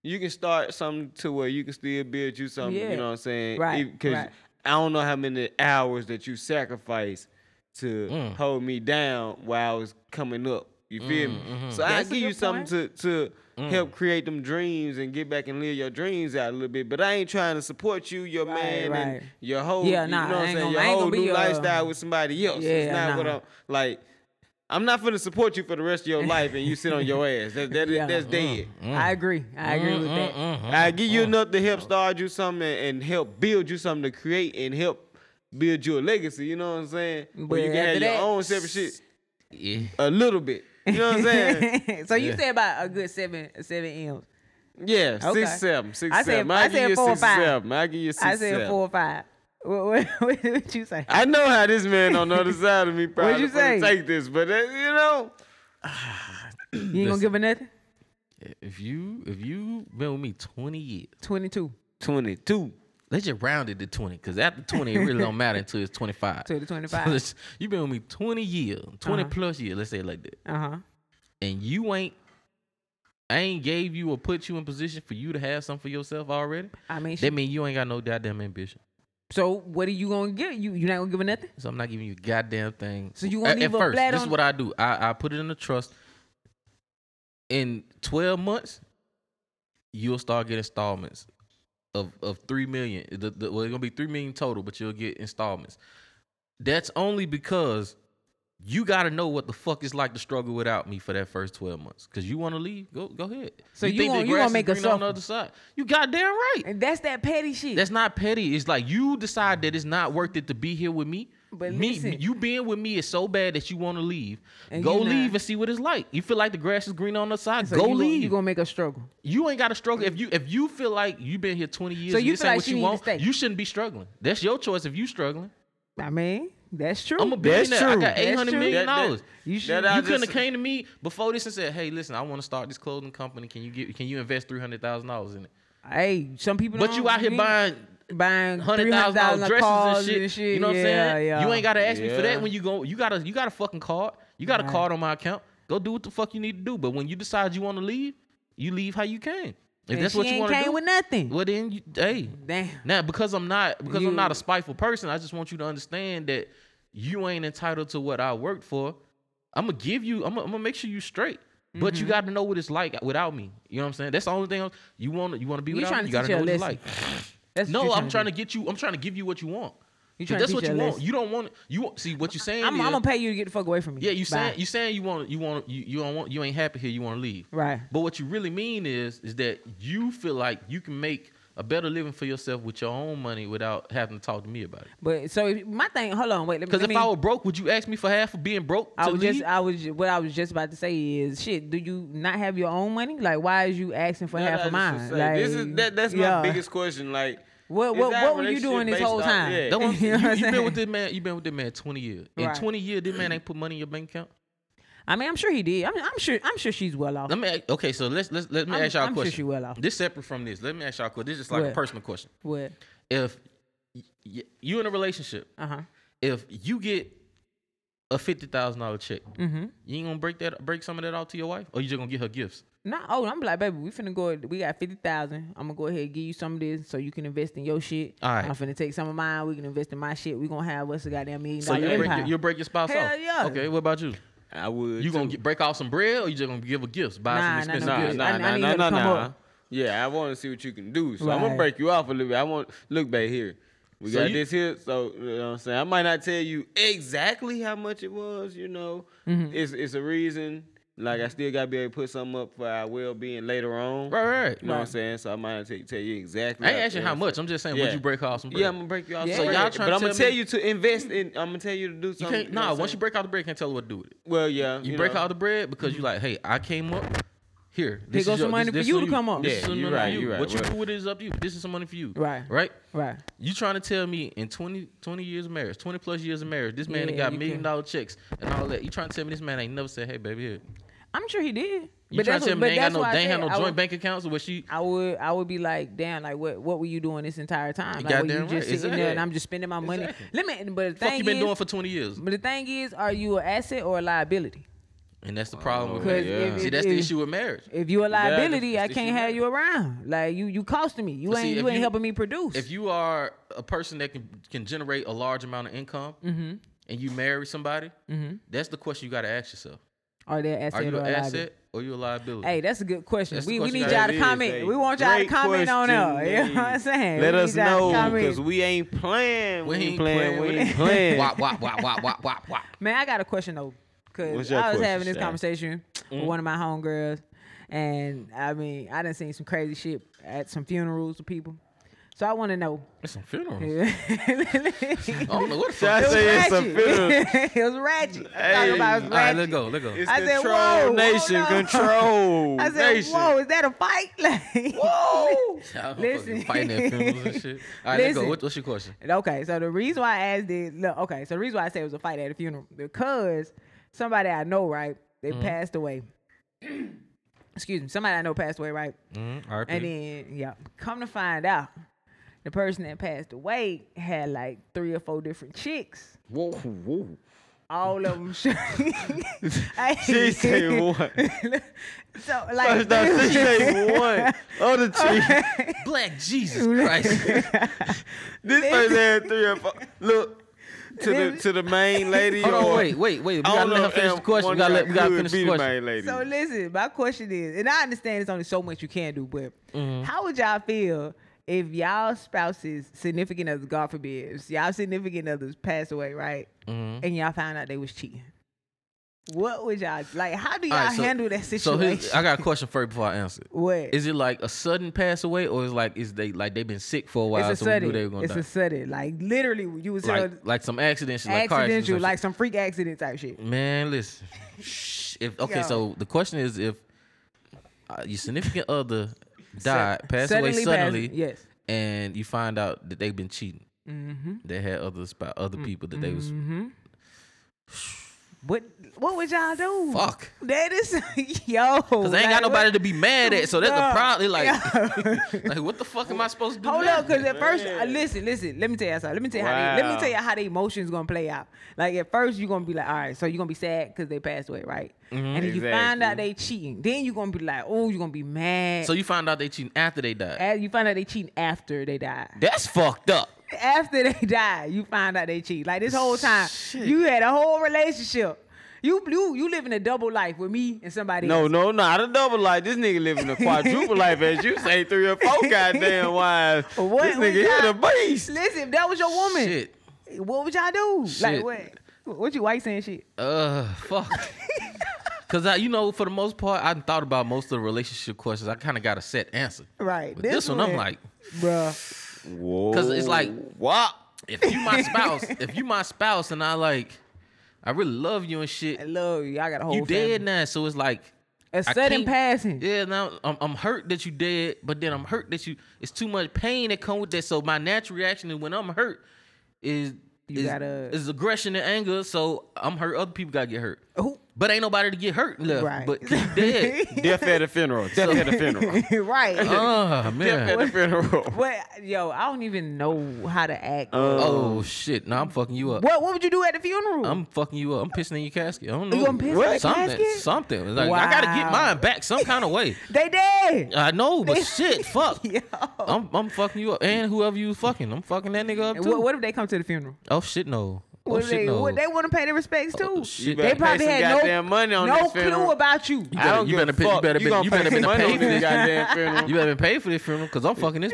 Speaker 2: you can start something to where you can still build you something.
Speaker 4: Yeah.
Speaker 2: You know what I'm saying?
Speaker 4: Right,
Speaker 2: Because
Speaker 4: right.
Speaker 2: I don't know how many hours that you sacrificed to
Speaker 4: Mm.
Speaker 2: hold me down while I was coming up. You feel me? So I
Speaker 4: mm-hmm. That's a
Speaker 2: give you
Speaker 4: good Mm.
Speaker 2: something to to help create them dreams and get back and live your dreams out a little bit. But I ain't trying to support you, your man,
Speaker 4: right.
Speaker 2: and your whole
Speaker 4: Yeah,
Speaker 2: you
Speaker 4: nah,
Speaker 2: know what
Speaker 4: I
Speaker 2: I'm
Speaker 4: ain't
Speaker 2: saying,
Speaker 4: gonna-
Speaker 2: your
Speaker 4: I ain't
Speaker 2: whole
Speaker 4: gonna be
Speaker 2: new
Speaker 4: a-
Speaker 2: lifestyle with somebody else.
Speaker 4: Yeah,
Speaker 2: it's not what
Speaker 4: nah.
Speaker 2: I'm like. I'm not finna support you for the rest of your life and you sit on your ass. That, that,
Speaker 4: Yeah.
Speaker 2: That's dead.
Speaker 7: Mm-hmm.
Speaker 4: I agree. I agree with that.
Speaker 2: I give you enough to help start you something and, and help build you something to create and help build you a legacy. You know what I'm saying? Where you
Speaker 4: But
Speaker 2: can
Speaker 4: after
Speaker 2: have
Speaker 4: that-
Speaker 2: your own separate shit
Speaker 7: Yeah.
Speaker 2: a little bit. You know what I'm saying?
Speaker 4: so you
Speaker 7: Yeah.
Speaker 4: say about a good seven seven m's.
Speaker 2: Yeah,
Speaker 4: Okay.
Speaker 2: six, seven, six,
Speaker 4: I said-
Speaker 2: seven.
Speaker 4: I
Speaker 2: I give
Speaker 4: said
Speaker 2: you
Speaker 4: four or
Speaker 2: six,
Speaker 4: five.
Speaker 2: seven. I give you six,
Speaker 4: I said
Speaker 2: seven.
Speaker 4: four or five. What what, what did you say?
Speaker 2: I know how this man on the other side of me probably
Speaker 4: you
Speaker 2: finna
Speaker 4: say?
Speaker 2: take this, but uh, you know,
Speaker 4: You ain't gonna give her nothing.
Speaker 7: If you if you been with me twenty years,
Speaker 4: Twenty two
Speaker 2: 22.
Speaker 7: they just rounded to twenty because after twenty it really don't matter until it's twenty five.
Speaker 4: to the twenty five.
Speaker 7: So you been with me twenty years, 20
Speaker 4: Uh-huh.
Speaker 7: plus years. Let's say it like that.
Speaker 4: Uh huh.
Speaker 7: and you ain't I ain't gave you or put you in position for you to have something for yourself already.
Speaker 4: I mean, she,
Speaker 7: That mean you ain't got no goddamn ambition.
Speaker 4: so what are you gonna get? You you not gonna give her nothing?
Speaker 7: So I'm not giving you a goddamn thing.
Speaker 4: So you gonna
Speaker 7: at,
Speaker 4: leave
Speaker 7: at
Speaker 4: a
Speaker 7: first,
Speaker 4: flat
Speaker 7: this is
Speaker 4: on-
Speaker 7: what I do. I, I put it in the trust. In 12 months, you'll start getting installments of of three million. The, the, well, it's gonna be three million total, but you'll get installments. That's only because you gotta know what the fuck it's like to struggle without me for that first 12 months. Cause you wanna leave, go go ahead.
Speaker 4: So you
Speaker 7: think
Speaker 4: gonna-
Speaker 7: the
Speaker 4: you
Speaker 7: grass
Speaker 4: gonna
Speaker 7: is
Speaker 4: make us
Speaker 7: greener on the
Speaker 4: suffer.
Speaker 7: other side. You goddamn right.
Speaker 4: And that's that petty shit.
Speaker 7: That's not petty. It's like you decide that it's not worth it to be here with me.
Speaker 4: But
Speaker 7: me,
Speaker 4: listen.
Speaker 7: you being with me is so bad that you want to leave.
Speaker 4: And
Speaker 7: go
Speaker 4: you not.
Speaker 7: leave and see what it's like. You feel like the grass is green on the side.
Speaker 4: so
Speaker 7: go
Speaker 4: you gonna-
Speaker 7: leave.
Speaker 4: you
Speaker 7: You,
Speaker 4: gonna make a struggle.
Speaker 7: ain't got to struggle if you if you feel like you've been here twenty years.
Speaker 4: So
Speaker 7: and
Speaker 4: you
Speaker 7: this
Speaker 4: feel
Speaker 7: ain't
Speaker 4: like
Speaker 7: what
Speaker 4: she
Speaker 7: you
Speaker 4: need to
Speaker 7: want.
Speaker 4: stay.
Speaker 7: You shouldn't be struggling. That's your choice if you struggling.
Speaker 4: I mean, that's true.
Speaker 7: I'm a
Speaker 2: That's
Speaker 7: billionaire. I
Speaker 2: true.
Speaker 7: got
Speaker 2: That's
Speaker 7: eight hundred
Speaker 4: true.
Speaker 7: million
Speaker 2: That- that-
Speaker 7: dollars.
Speaker 4: you
Speaker 2: that
Speaker 4: should.
Speaker 2: I
Speaker 7: You couldn't
Speaker 2: just-
Speaker 7: have came to me before this and said, "Hey, listen, I want to start this clothing company. Can you get? Can you invest three hundred thousand dollars in it?"
Speaker 4: hey, some people.
Speaker 7: But
Speaker 4: don't
Speaker 7: you out here
Speaker 4: need-
Speaker 7: buying
Speaker 4: buying
Speaker 7: hundred thousand dollars
Speaker 4: $300,000
Speaker 7: dresses
Speaker 4: cars
Speaker 7: and shit, You know what
Speaker 4: yeah,
Speaker 7: I'm saying?
Speaker 4: Yeah.
Speaker 7: You ain't gotta ask me for
Speaker 2: Yeah.
Speaker 7: that when you go. You gotta you got a fucking card. You got
Speaker 4: Right.
Speaker 7: a card on my account. Go do what the fuck you need to do. But when you decide you want to leave, you leave how you came. If
Speaker 4: And
Speaker 7: that's
Speaker 4: she
Speaker 7: what you
Speaker 4: ain't
Speaker 7: want to
Speaker 4: came
Speaker 7: do,
Speaker 4: with nothing.
Speaker 7: well then, you, hey,
Speaker 4: Damn.
Speaker 7: now because I'm not because I'm not
Speaker 4: You-
Speaker 7: a spiteful person, I just want you to understand that you ain't entitled to what I worked for. I'm gonna give you. I'm gonna, I'm gonna make sure you straight. But
Speaker 4: Mm-hmm.
Speaker 7: you got to know what it's like without me. You know what I'm saying? That's the only thing I'm, you want. You want to be
Speaker 4: You
Speaker 7: without
Speaker 4: trying to
Speaker 7: me. You got
Speaker 4: teach
Speaker 7: to know
Speaker 4: her a
Speaker 7: what it's
Speaker 4: lesson.
Speaker 7: like.
Speaker 4: That's
Speaker 7: No, I'm trying to get you. I'm trying to give you what you want.
Speaker 4: You
Speaker 7: If
Speaker 4: trying to
Speaker 7: that's
Speaker 4: teach
Speaker 7: what
Speaker 4: you
Speaker 7: you
Speaker 4: a
Speaker 7: want.
Speaker 4: lesson.
Speaker 7: You don't want. You want. See what you saying.
Speaker 4: I'm,
Speaker 7: is,
Speaker 4: I'm gonna pay you to get the fuck away from me.
Speaker 7: yeah, you saying
Speaker 4: Bye.
Speaker 7: you saying you want you want you, you don't want you ain't happy here. You want to leave.
Speaker 4: Right.
Speaker 7: But what you really mean is is that you feel like you can make a better living for yourself with your own money without having to talk to me about it.
Speaker 4: But so if, my thing. Hold on. Wait. let me-
Speaker 7: Because
Speaker 4: let
Speaker 7: if
Speaker 4: me-
Speaker 7: I were broke, would you ask me for half of being broke? To
Speaker 4: I was
Speaker 7: leave?
Speaker 4: just, I was, ju- what I was just about to say is, shit. Do you not have your own money? Like, why is you asking for
Speaker 2: No,
Speaker 4: half of
Speaker 2: that's what
Speaker 4: mine?
Speaker 2: I'm saying. this
Speaker 4: Like,
Speaker 2: is that, that's my
Speaker 4: yeah.
Speaker 2: biggest question. Like,
Speaker 4: What-
Speaker 2: is
Speaker 4: what-
Speaker 2: our
Speaker 4: what were you doing
Speaker 2: relationship
Speaker 4: this whole
Speaker 2: based off-
Speaker 4: time?
Speaker 2: yeah.
Speaker 7: That one,
Speaker 4: You know
Speaker 7: you,
Speaker 4: what I'm
Speaker 7: you been
Speaker 4: saying?
Speaker 7: with this man. You been with this man twenty years. In
Speaker 4: Right.
Speaker 7: twenty years, this man ain't put money in your bank account.
Speaker 4: I mean, I'm sure he did. I'm, I'm sure, I'm sure she's well off.
Speaker 7: Let me. ask- Okay, so let's let's let me
Speaker 4: I'm-
Speaker 7: ask y'all a
Speaker 4: I'm sure
Speaker 7: question.
Speaker 4: she will, Alpha.
Speaker 7: This separate from this. Let me ask y'all a question. This is like
Speaker 4: What?
Speaker 7: a personal question.
Speaker 4: What? Uh-huh.
Speaker 7: if y- y- you in a relationship,
Speaker 4: Uh huh.
Speaker 7: if you get a fifty thousand dollar check. Mm-hmm. You ain't gonna break that break some of that off to your wife, or you just gonna get her gifts.
Speaker 4: No, oh, I'm like, baby, we finna go. We got fifty thousand. I'm gonna go ahead and give you some of this so you can invest in your shit.
Speaker 7: All right.
Speaker 4: I'm finna take some of mine. We can invest in my shit. We gonna have what's a goddamn million
Speaker 7: So
Speaker 4: dollar
Speaker 7: you break
Speaker 4: empire.
Speaker 7: your, you break your spouse
Speaker 4: Oh, Hell
Speaker 7: off.
Speaker 4: yeah.
Speaker 7: Okay, what about you?
Speaker 2: I would.
Speaker 7: You gonna
Speaker 2: too.
Speaker 7: get, break off some bread, or you just gonna give her gifts, buy
Speaker 4: Nah, nah,
Speaker 7: some expensive
Speaker 4: nah,
Speaker 7: gifts?
Speaker 4: I- I
Speaker 2: Nah, nah,
Speaker 4: need
Speaker 2: nah,
Speaker 4: her to
Speaker 2: nah,
Speaker 4: come
Speaker 2: nah.
Speaker 4: up.
Speaker 2: Yeah, I want to see what you can do. So I'm gonna
Speaker 4: Right.
Speaker 2: break you off a little bit. I want look back here. We
Speaker 7: So
Speaker 2: got
Speaker 7: you-
Speaker 2: this here. So you know what I'm saying I might not tell you exactly how much it was. You know,
Speaker 4: Mm-hmm.
Speaker 2: it's it's a reason. Like I still gotta be able to put something up for our well being later on.
Speaker 7: Right, right.
Speaker 2: You know what I'm saying? So I might not tell, tell you exactly.
Speaker 7: I ain't asking how much. I'm just saying, would
Speaker 2: Yeah.
Speaker 7: you break off some bread?
Speaker 2: Yeah, I'm gonna break you off.
Speaker 4: Yeah.
Speaker 2: So
Speaker 4: So
Speaker 2: y'all
Speaker 7: y'all
Speaker 2: but
Speaker 7: tryna
Speaker 2: I'm gonna
Speaker 7: tell
Speaker 2: tell
Speaker 7: me-
Speaker 2: you to invest in. I'm gonna tell you to do
Speaker 7: You
Speaker 2: something.
Speaker 7: can't. Nah, once you
Speaker 2: break,
Speaker 7: break out the bread, you can't tell her what to do with it.
Speaker 2: well, yeah,
Speaker 7: You, break
Speaker 2: know. Mm-hmm.
Speaker 7: out the bread because you like, hey, I came up. Here, this is
Speaker 4: goes
Speaker 7: your-
Speaker 4: some money
Speaker 7: this-
Speaker 4: for
Speaker 7: this
Speaker 4: you
Speaker 7: on
Speaker 4: to come up.
Speaker 7: This
Speaker 4: Yeah,
Speaker 7: is some
Speaker 2: you
Speaker 7: money for
Speaker 2: right, you right,
Speaker 7: What you
Speaker 2: right.
Speaker 7: do with it is up to you. This is some money for you.
Speaker 4: Right.
Speaker 7: Right.
Speaker 4: right.
Speaker 7: You trying to tell me in 20, 20 years of marriage, 20 plus years of marriage, this man that
Speaker 4: Yeah,
Speaker 7: got
Speaker 4: you
Speaker 7: million
Speaker 4: can-
Speaker 7: dollar checks and all that. You trying to tell me this man ain't never said, hey, baby, here.
Speaker 4: I'm sure he did.
Speaker 7: You trying to tell me
Speaker 4: but
Speaker 7: they ain't got
Speaker 4: that's
Speaker 7: no,
Speaker 4: why I
Speaker 7: they ain't
Speaker 4: said
Speaker 7: had no
Speaker 4: I
Speaker 7: joint
Speaker 4: would-
Speaker 7: bank accounts where she.
Speaker 4: I would I would be like, damn, like what what were you doing this entire time? Like were you
Speaker 7: goddamn
Speaker 4: just
Speaker 7: right.
Speaker 4: sitting
Speaker 7: Exactly.
Speaker 4: there and I'm just spending my money.
Speaker 7: Exactly.
Speaker 4: Let me but the
Speaker 7: Fuck
Speaker 4: thing
Speaker 7: you been
Speaker 4: is,
Speaker 7: doing for 20 years.
Speaker 4: but the thing is, are you an asset or a liability?
Speaker 7: And that's the problem with
Speaker 4: 'Cause
Speaker 7: marriage.
Speaker 4: if-
Speaker 7: See,
Speaker 4: if-
Speaker 7: that's the
Speaker 4: if-
Speaker 7: issue with marriage.
Speaker 4: If you a liability, I
Speaker 2: that's the
Speaker 4: can't
Speaker 2: issue.
Speaker 4: have you around. Like you you costing me. You
Speaker 7: But see,
Speaker 4: ain't
Speaker 7: if
Speaker 4: you ain't
Speaker 7: you-
Speaker 4: helping me produce.
Speaker 7: If you are a person that can, can generate a large amount of income
Speaker 4: Mm-hmm.
Speaker 7: and you marry somebody, that's the question you got to ask yourself.
Speaker 4: are they an asset
Speaker 7: Are you
Speaker 4: Mm-hmm. or a
Speaker 7: an
Speaker 4: liability?
Speaker 7: asset or you a liability?
Speaker 4: Hey, that's a good question.
Speaker 7: That's the
Speaker 4: we
Speaker 7: question
Speaker 4: we need
Speaker 7: that
Speaker 4: y'all to
Speaker 2: is
Speaker 4: comment.
Speaker 2: a
Speaker 4: we want y'all to
Speaker 2: great
Speaker 4: comment on
Speaker 2: question,
Speaker 4: that. You know what I'm
Speaker 2: Dave.
Speaker 4: saying?
Speaker 2: Let
Speaker 4: we
Speaker 2: us
Speaker 4: need y'all to
Speaker 2: know
Speaker 4: comment.
Speaker 2: because we ain't playing. We,
Speaker 7: We
Speaker 2: ain't
Speaker 7: ain't
Speaker 2: playing.
Speaker 7: playing,
Speaker 2: We
Speaker 7: we
Speaker 2: ain't playing.
Speaker 7: Wop, wop, wop, wop, wop, wop, wop.
Speaker 4: Man, I got a question though,
Speaker 2: What's
Speaker 4: because
Speaker 2: your
Speaker 4: I was
Speaker 2: question, Mm-hmm.
Speaker 4: having this
Speaker 2: Shay?
Speaker 4: conversation with one of my homegirls, and I mean, I done seen some crazy shit at some funerals with people. So I want to know.
Speaker 7: That's some funeral. I
Speaker 4: it
Speaker 7: don't know what the
Speaker 2: I
Speaker 7: fuck.
Speaker 2: Oh.
Speaker 4: was
Speaker 2: say it's a
Speaker 4: ratchet.
Speaker 2: funeral.
Speaker 4: it was ratchet. Talking about it
Speaker 7: All
Speaker 4: was
Speaker 7: right,
Speaker 4: ratchet.
Speaker 7: let's go, let's go.
Speaker 2: It's
Speaker 4: I said,
Speaker 2: control
Speaker 4: whoa, hold
Speaker 2: nation,
Speaker 4: on.
Speaker 2: control
Speaker 4: I said,
Speaker 2: nation.
Speaker 4: "Whoa, is that a fight?" Like, whoa.
Speaker 7: Yeah, I'm
Speaker 4: Listen.
Speaker 7: fucking fighting at funerals and shit. All right, let's go.
Speaker 4: Listen.
Speaker 7: What, what's your question?
Speaker 4: And Okay, so the reason why I asked this, look, okay, so the reason why I said it was a fight at a funeral because somebody I know, right? They
Speaker 2: Mm-hmm.
Speaker 4: passed away. Excuse me, somebody I know passed away, right?
Speaker 7: Hmm,
Speaker 4: And then, yeah, come to find out, the person that passed away had like three or four different chicks.
Speaker 2: Whoa, whoa.
Speaker 4: All of them.
Speaker 2: She said what?
Speaker 4: so like
Speaker 2: First off, she said what? Oh, the chief.
Speaker 7: Black Jesus Christ.
Speaker 2: This person had three or four. Look to the to the main lady.
Speaker 7: Hold on,
Speaker 2: or-
Speaker 7: wait, wait, wait. We
Speaker 2: I
Speaker 7: gotta
Speaker 2: don't
Speaker 7: let her
Speaker 2: know,
Speaker 7: finish the
Speaker 2: and
Speaker 7: question. We
Speaker 2: one
Speaker 7: gotta,
Speaker 2: guy
Speaker 7: let, we gotta
Speaker 2: could
Speaker 7: finish
Speaker 2: be
Speaker 7: the question.
Speaker 2: main lady.
Speaker 4: So listen, my question is, and I understand there's only so much you can do, but how would y'all feel if y'all spouses, significant others, God forbid, if y'all significant others pass away, right? And y'all found out they was cheating. What would y'all like? How do y'all
Speaker 7: All right,
Speaker 4: handle that
Speaker 7: So
Speaker 4: situation?
Speaker 7: here's, I got a question first before I answer. it.
Speaker 4: what?
Speaker 7: Is it like a sudden pass away, or is like is they like they've been sick for a while,
Speaker 4: it's a
Speaker 7: so we knew
Speaker 4: sudden.
Speaker 7: they were gonna
Speaker 4: it's
Speaker 7: die?
Speaker 4: a sudden. Like literally, you was
Speaker 7: like, like some accidents, like car accidents,
Speaker 4: accidental,
Speaker 7: and
Speaker 4: like
Speaker 7: shit.
Speaker 4: some freak accident type shit.
Speaker 7: man, listen. Shh. if okay,
Speaker 4: Yo.
Speaker 7: so the question is if uh, your significant other died, passed away
Speaker 4: pass-
Speaker 7: suddenly,
Speaker 4: yes.
Speaker 7: and you find out that they've been cheating.
Speaker 4: Mm-hmm.
Speaker 7: They had other spot, other people that they was
Speaker 4: What what would y'all do?
Speaker 7: fuck.
Speaker 4: That is yo.
Speaker 7: Cause I ain't got
Speaker 4: like,
Speaker 7: nobody
Speaker 4: what-
Speaker 7: to be mad at, so that's
Speaker 4: Bruh.
Speaker 7: the problem. Like,
Speaker 4: Yeah.
Speaker 7: like what the fuck am I supposed to do?
Speaker 4: Hold
Speaker 7: now?
Speaker 4: up, because at first, uh, listen, listen. Let me tell you something. Let me tell you how. They, let
Speaker 2: Wow.
Speaker 4: me tell you how the emotions gonna play out. Like at first, you're gonna be like, all right, so you're gonna be sad because they passed away, right?
Speaker 7: Mm-hmm.
Speaker 4: And if you find out they cheating, then you're gonna be like, oh, you're gonna be mad. So
Speaker 7: so you find out they cheating after they died.
Speaker 4: you find out they cheating after they died.
Speaker 7: that's fucked up.
Speaker 4: After they died, you find out they cheat. Like this whole time, you had a whole relationship. You you you living a double life with me and somebody.
Speaker 2: No,
Speaker 4: else.
Speaker 2: no, not a double life. This nigga living a quadruple life, as you say, three or four goddamn wives.
Speaker 4: What
Speaker 2: this
Speaker 4: we
Speaker 2: nigga hit
Speaker 4: got-
Speaker 2: a beast.
Speaker 4: Listen, if that was your woman,
Speaker 7: Shit.
Speaker 4: what would y'all do?
Speaker 7: Shit.
Speaker 4: Like what? What you white saying shit?
Speaker 7: Uh, fuck. Cause I, you know, for the most part, I thought about most of the relationship questions. I kind of got a set answer.
Speaker 4: Right.
Speaker 7: But this, one, I'm like,
Speaker 4: bruh.
Speaker 2: Whoa.
Speaker 7: Cause it's like-
Speaker 2: wow.
Speaker 7: if you my spouse, if you my spouse, and I like, I really love you and shit.
Speaker 4: I love you. I got a whole.
Speaker 7: You dead now, so it's like
Speaker 4: A
Speaker 7: I
Speaker 4: sudden
Speaker 7: can't-
Speaker 4: passing.
Speaker 7: Yeah, now I'm, I'm hurt that you dead, but then I'm hurt that you. It's too much pain that come with that. So my natural reaction is when I'm hurt is
Speaker 4: You
Speaker 7: is,
Speaker 4: gotta-
Speaker 7: is aggression and anger. So I'm hurt. Other people gotta get hurt.
Speaker 4: Who?
Speaker 7: But ain't nobody to get hurt left.
Speaker 4: Right.
Speaker 7: But he dead.
Speaker 2: Death at a funeral. Death at a funeral.
Speaker 4: right.
Speaker 7: oh
Speaker 2: Death at
Speaker 7: man.
Speaker 2: a funeral. Uh,
Speaker 4: What? Yo, I don't even know how to act.
Speaker 7: Oh shit. No, I'm fucking you up.
Speaker 4: what? What would you do at the funeral?
Speaker 7: I'm fucking you up. I'm pissing in your casket. I don't know.
Speaker 4: You gonna piss in the
Speaker 7: something.
Speaker 4: casket?
Speaker 7: Something. Like, I gotta
Speaker 4: Wow.
Speaker 7: get mine back some kind of way.
Speaker 4: they dead.
Speaker 7: I know, but shit, fuck.
Speaker 4: Yo.
Speaker 7: I'm I'm fucking you up, and whoever you fucking, I'm fucking that nigga up too.
Speaker 4: What, what if they come to the funeral?
Speaker 7: Oh shit, no. Oh
Speaker 4: What if
Speaker 7: shit,
Speaker 4: they?
Speaker 7: no. Oh,
Speaker 4: What they want to pay their respects too?
Speaker 7: shit.
Speaker 4: They
Speaker 2: Better pay
Speaker 4: probably
Speaker 2: some
Speaker 4: had no
Speaker 2: goddamn money on
Speaker 4: no
Speaker 2: this
Speaker 4: clue
Speaker 2: funeral.
Speaker 4: about you.
Speaker 7: You
Speaker 2: I
Speaker 7: better-
Speaker 2: don't
Speaker 7: you
Speaker 2: give
Speaker 7: better
Speaker 2: a
Speaker 7: pay- you
Speaker 2: fuck.
Speaker 7: better
Speaker 2: You
Speaker 7: been-
Speaker 2: gonna
Speaker 7: you better
Speaker 2: pay
Speaker 7: been
Speaker 2: some money
Speaker 7: paid
Speaker 2: on
Speaker 7: for
Speaker 2: this
Speaker 7: this.
Speaker 2: goddamn funeral.
Speaker 7: you better pay for this funeral because I'm fucking this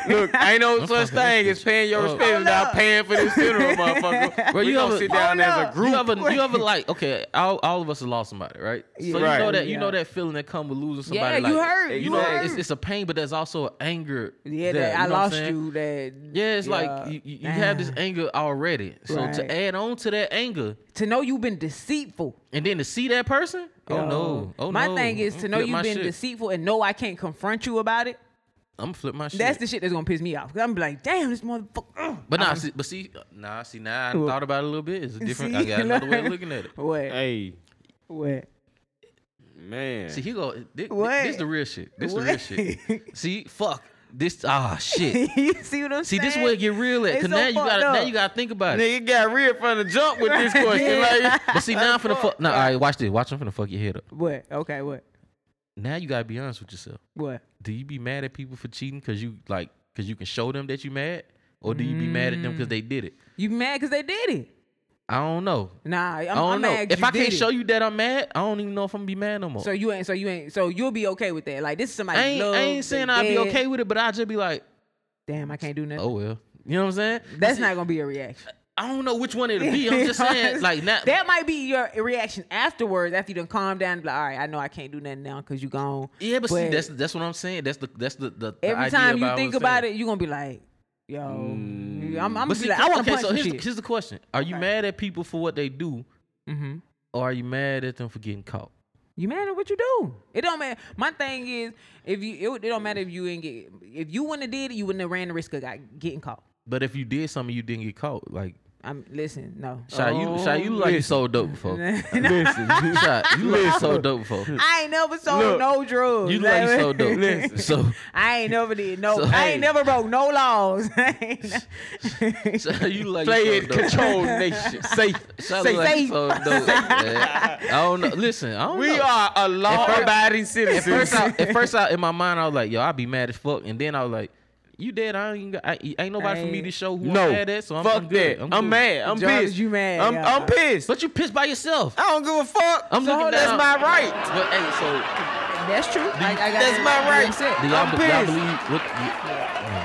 Speaker 7: up.
Speaker 2: Look, ain't no such thing as paying your
Speaker 7: Hold
Speaker 2: respects without
Speaker 4: up.
Speaker 2: paying for this funeral, motherfucker.
Speaker 7: Bro,
Speaker 2: we
Speaker 7: you
Speaker 2: gonna
Speaker 7: ever-
Speaker 2: sit down
Speaker 4: Hold
Speaker 2: as a
Speaker 4: up.
Speaker 2: group.
Speaker 7: You ever, you ever like, okay, all, all of us have lost somebody, right? So you
Speaker 2: Right.
Speaker 7: know that you
Speaker 4: Yeah.
Speaker 7: know that feeling that come with losing
Speaker 4: Yeah,
Speaker 7: somebody.
Speaker 4: you
Speaker 7: like,
Speaker 4: heard.
Speaker 7: You
Speaker 4: You
Speaker 7: know,
Speaker 4: heard.
Speaker 7: it's, it's a pain, but there's also an anger.
Speaker 4: yeah,
Speaker 7: there,
Speaker 4: that, I
Speaker 7: know what I'm
Speaker 4: lost
Speaker 7: saying?
Speaker 4: you. That
Speaker 7: Yeah, it's like you, you you have this
Speaker 4: Damn.
Speaker 7: anger already. So
Speaker 4: Right.
Speaker 7: to add on to that anger,
Speaker 4: to know you've been deceitful.
Speaker 7: and then to see that person, oh no, oh
Speaker 4: my
Speaker 7: no.
Speaker 4: thing is to
Speaker 7: I'ma
Speaker 4: know
Speaker 7: flip
Speaker 4: you've
Speaker 7: my
Speaker 4: been
Speaker 7: shit.
Speaker 4: deceitful and know I can't confront you about it.
Speaker 7: I'm gonna flip my shit.
Speaker 4: That's the shit that's gonna piss me off. i I'm like, damn, this motherfucker. ugh.
Speaker 7: But nah, see, but see, nah, see, nah. I
Speaker 4: What?
Speaker 7: thought about it a little bit. It's a different. I
Speaker 4: See?
Speaker 7: got another way of looking at it.
Speaker 4: What?
Speaker 2: Hey,
Speaker 4: What?
Speaker 2: man.
Speaker 7: See, he go. thi- thi- This,
Speaker 4: What?
Speaker 7: the real shit. This the real
Speaker 4: What?
Speaker 7: shit. See, fuck this. Ah, shit.
Speaker 4: you see what I'm
Speaker 7: See,
Speaker 4: saying?
Speaker 7: this where it get real at.
Speaker 4: It's
Speaker 7: Cause
Speaker 4: so
Speaker 7: now you
Speaker 4: fucked
Speaker 7: gotta, now
Speaker 4: up.
Speaker 7: you gotta think about it.
Speaker 2: Nigga got real from the jump with this question. Like,
Speaker 7: But see, now I'm finna fuck. Nah, all right, watch this. Watch, I'm finna fuck your head up.
Speaker 4: What? Okay, what?
Speaker 7: Now you gotta be honest with yourself.
Speaker 4: What?
Speaker 7: Do you be mad at people for cheating? Cause you like, cause you can show them that you mad, or do you be mad at them cause
Speaker 4: Mm.
Speaker 7: they did it?
Speaker 4: You mad because they did it?
Speaker 7: I don't know.
Speaker 4: Nah, I'm,
Speaker 7: I'm,
Speaker 4: I
Speaker 7: I
Speaker 4: am
Speaker 7: do
Speaker 4: i
Speaker 7: not
Speaker 4: am
Speaker 7: know.
Speaker 4: mad. 'cause
Speaker 7: If
Speaker 4: you
Speaker 7: I can't
Speaker 4: did it.
Speaker 7: show you that I'm mad, I don't even know if I'm gonna be mad no more.
Speaker 4: so you ain't, so you ain't, so you'll be okay with that. Like this is somebody.
Speaker 7: I ain't, I ain't saying I'd be okay with it, but I'd just be like,
Speaker 4: Damn, I can't do nothing.
Speaker 7: oh well. You know what I'm saying?
Speaker 4: That's not gonna be a reaction.
Speaker 7: I don't know which one it'll be. I'm just saying, like now,
Speaker 4: that might be your reaction afterwards after you done calm down. Like, all right, I know I can't do nothing now because you gone.
Speaker 7: yeah, but, see, that's that's what I'm saying. That's the that's the the, the
Speaker 4: every
Speaker 7: idea
Speaker 4: time you
Speaker 7: about
Speaker 4: think
Speaker 7: what I'm
Speaker 4: about
Speaker 7: saying. Mm.
Speaker 4: it, you are gonna be like, yo, I'm, I'm
Speaker 7: But
Speaker 4: gonna
Speaker 7: see,
Speaker 4: be like, I want to
Speaker 7: okay,
Speaker 4: punch
Speaker 7: so
Speaker 4: some
Speaker 7: here's,
Speaker 4: shit.
Speaker 7: here's the question: Are you mad at people for what they do,
Speaker 4: hmm
Speaker 7: or are you mad at them for getting caught?
Speaker 4: You mad at what you do? It don't matter. My thing is, if you, it, it don't matter if you didn't get, if you wouldn't have did it, you wouldn't have ran the risk of got, getting caught.
Speaker 7: But if you did something, you didn't get caught. Like,
Speaker 4: I'm listen, no.
Speaker 7: Shy, you Shy,
Speaker 4: Oh,
Speaker 7: you look like you sold dope before. Shy, you look like you sold dope before.
Speaker 4: I ain't never sold
Speaker 2: Look,
Speaker 4: no drugs.
Speaker 7: You look like you sold dope.
Speaker 2: Listen.
Speaker 7: So
Speaker 4: I ain't never did no.
Speaker 7: So,
Speaker 4: I
Speaker 7: hey.
Speaker 4: ain't never broke no laws. I ain't ne-
Speaker 7: Shy, you look like
Speaker 2: play
Speaker 7: you
Speaker 2: it,
Speaker 7: sold dope.
Speaker 2: control nation. Safe.
Speaker 7: Shout
Speaker 2: Safe.
Speaker 7: out like
Speaker 4: safe.
Speaker 7: so dope. man. I don't know. Listen, I don't
Speaker 2: We
Speaker 7: know.
Speaker 2: are a law-abiding
Speaker 7: At first,
Speaker 2: citizens.
Speaker 7: I, at first, I, in my mind, I was like, "Yo, I'd be mad as fuck," and then I was like, "You dead? I ain't, got- I, ain't nobody for me to show who
Speaker 2: No,
Speaker 7: I'm mad at." So I'm,
Speaker 2: fuck
Speaker 7: I'm good.
Speaker 2: that.
Speaker 7: I'm,
Speaker 2: I'm,
Speaker 7: good.
Speaker 2: mad. I'm
Speaker 4: Jarvis,
Speaker 2: pissed.
Speaker 4: you mad,
Speaker 2: I'm,
Speaker 4: yeah.
Speaker 2: I'm pissed.
Speaker 7: But you pissed by yourself.
Speaker 2: I don't give a fuck.
Speaker 7: I'm
Speaker 4: So
Speaker 7: looking
Speaker 4: that's
Speaker 7: down.
Speaker 2: my right.
Speaker 7: But hey, so
Speaker 4: That's true. I, I got
Speaker 2: That's
Speaker 4: that.
Speaker 2: my
Speaker 4: I'm
Speaker 2: right.
Speaker 4: upset.
Speaker 7: do y'all,
Speaker 2: I'm
Speaker 7: do y'all
Speaker 2: pissed.
Speaker 7: believe? What, you,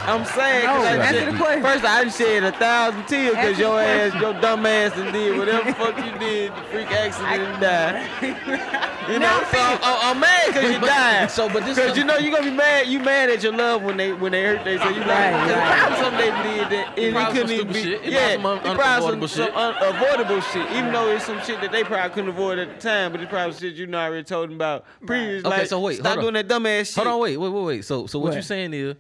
Speaker 2: I'm saying. 'cause
Speaker 4: No,
Speaker 2: I
Speaker 4: answer
Speaker 2: just-
Speaker 4: the question.
Speaker 2: First, I done shed a thousand tears because
Speaker 4: Answer
Speaker 2: your
Speaker 4: the
Speaker 2: ass, your dumb ass, and did whatever fuck you did, the freak accident and died. You know, so I'm, I'm mad because you
Speaker 7: but-
Speaker 2: died.
Speaker 7: so, but this
Speaker 2: Cause you know you gonna be mad. You mad at your love when they when they hurt they. So you like
Speaker 4: Right,
Speaker 2: right,
Speaker 4: right.
Speaker 2: probably something they did that and it
Speaker 7: Probably
Speaker 2: couldn't
Speaker 7: some
Speaker 2: even be.
Speaker 7: stupid shit.
Speaker 2: Yeah,
Speaker 7: It probably some
Speaker 2: it
Speaker 7: un-
Speaker 2: probably
Speaker 7: unavoidable
Speaker 2: some,
Speaker 7: shit.
Speaker 2: some unavoidable shit. Even though it's some shit that they probably couldn't avoid at the time, but it's probably shit you not already told them about previous.
Speaker 7: Okay,
Speaker 2: like,
Speaker 7: so wait,
Speaker 2: stop
Speaker 7: hold on.
Speaker 2: doing that dumb ass shit.
Speaker 7: hold on, wait, wait, wait, wait. So, so what,
Speaker 4: What?
Speaker 7: you saying is,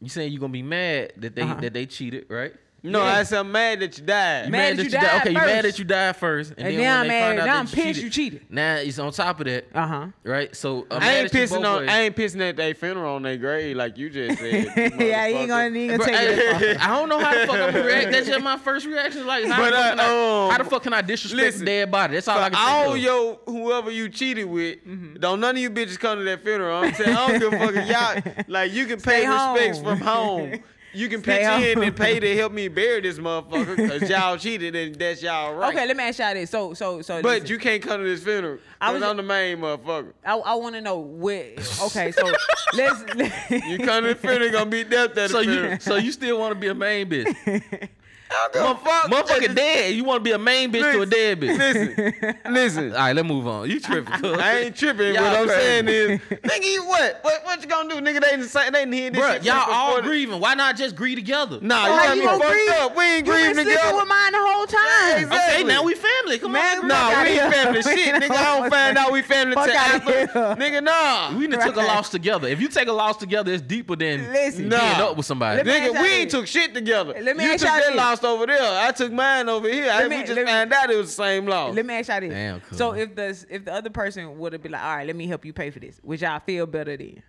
Speaker 7: you saying you gonna be mad that they that they cheated, right?
Speaker 2: Uh-huh. No, I said I'm mad that you died.
Speaker 4: Mad that you died
Speaker 7: Okay, you mad
Speaker 4: first.
Speaker 7: that you died first, and,
Speaker 4: And
Speaker 7: then
Speaker 4: now
Speaker 7: when they
Speaker 4: I'm
Speaker 7: find
Speaker 4: mad-
Speaker 7: out
Speaker 4: now
Speaker 7: that
Speaker 4: I'm
Speaker 7: you
Speaker 4: pissed you cheated.
Speaker 7: Now it's on top of that.
Speaker 4: Uh huh.
Speaker 7: Right, so I'm
Speaker 2: I
Speaker 7: mad
Speaker 2: ain't
Speaker 7: at you both
Speaker 2: pissing on.
Speaker 7: ways.
Speaker 2: I ain't pissing at their funeral on their grave like you just said.
Speaker 4: yeah, he ain't gonna, he ain't
Speaker 7: Bro,
Speaker 4: gonna take it. that far.
Speaker 7: I, I don't know how the fuck I'm gonna react. That's just my first reaction. Like, how,
Speaker 2: But,
Speaker 7: the, fuck
Speaker 2: uh,
Speaker 7: can I,
Speaker 2: um,
Speaker 7: how the fuck can I disrespect
Speaker 2: listen,
Speaker 7: a dead body? That's all I
Speaker 2: For
Speaker 7: can think
Speaker 2: all
Speaker 7: of.
Speaker 2: your whoever you cheated with, don't none of you bitches come to that funeral. I'm saying I don't give a fuck. if Y'all like you can pay
Speaker 4: Stay
Speaker 2: respects
Speaker 4: home.
Speaker 2: from home. You can
Speaker 4: Stay
Speaker 2: pitch in
Speaker 4: home.
Speaker 2: and pay to help me bury this motherfucker because y'all cheated and that's y'all right.
Speaker 4: Okay, let me ask y'all this. So, so, so.
Speaker 2: but
Speaker 4: listen.
Speaker 2: you can't come to this funeral
Speaker 4: I
Speaker 2: because
Speaker 4: was-
Speaker 2: I'm the main motherfucker.
Speaker 4: I, I want to know what. Okay, so let's.
Speaker 2: You come to the funeral, gonna be death at the
Speaker 7: so
Speaker 2: funeral.
Speaker 7: you, so you still want to be a main bitch?
Speaker 2: I don't give a fuck.
Speaker 7: Motherfucker dead. You want to be a main bitch to a
Speaker 2: Listen,
Speaker 7: dead bitch?
Speaker 2: Listen, listen.
Speaker 7: All right, let's move on. You tripping? cuz.
Speaker 2: I ain't tripping.
Speaker 7: Y'all
Speaker 2: what I'm
Speaker 7: crazy.
Speaker 2: saying is, nigga, you what? What what you gonna do, nigga? They didn't say they didn't hear this.
Speaker 7: Bruh,
Speaker 2: shit
Speaker 7: y'all
Speaker 2: before
Speaker 7: all
Speaker 2: the-
Speaker 7: grieving. Why not just grieve together?
Speaker 2: Nah,
Speaker 4: How
Speaker 2: you
Speaker 4: you
Speaker 2: got
Speaker 4: gonna
Speaker 2: me fucked
Speaker 4: grieve?
Speaker 2: up. We ain't
Speaker 4: you been
Speaker 2: grieving
Speaker 4: sleeping
Speaker 2: together.
Speaker 4: with mine the whole time.
Speaker 2: Yeah, exactly.
Speaker 7: Okay, now we family. Come
Speaker 4: Man,
Speaker 7: on.
Speaker 4: Fuck
Speaker 2: Nah,
Speaker 4: outta
Speaker 2: we ain't
Speaker 4: here.
Speaker 2: family
Speaker 4: We
Speaker 2: shit,
Speaker 4: know
Speaker 2: nigga. I don't
Speaker 4: what's
Speaker 2: find out we family
Speaker 4: Fuck
Speaker 2: till
Speaker 4: outta
Speaker 2: after.
Speaker 4: here.
Speaker 2: Nigga, nah.
Speaker 7: We done took a loss together. If you take a loss together, it's deeper than
Speaker 4: Listen.
Speaker 7: being
Speaker 2: Nah.
Speaker 7: up with somebody.
Speaker 4: Let me ask
Speaker 2: Nigga,
Speaker 4: y'all
Speaker 2: we ain't
Speaker 4: this.
Speaker 2: took shit together.
Speaker 4: Let me
Speaker 2: you
Speaker 4: ask
Speaker 2: took
Speaker 4: y'all
Speaker 2: that
Speaker 4: this.
Speaker 2: loss lost over there. I took mine over here. I,
Speaker 4: Let me-
Speaker 2: we just
Speaker 4: let me-
Speaker 2: found out it was the same loss.
Speaker 4: Let me ask y'all this.
Speaker 7: Oh, Damn, cool.
Speaker 4: So if the if the other person would have been like, all right, let me help you pay for this, would y'all feel better then?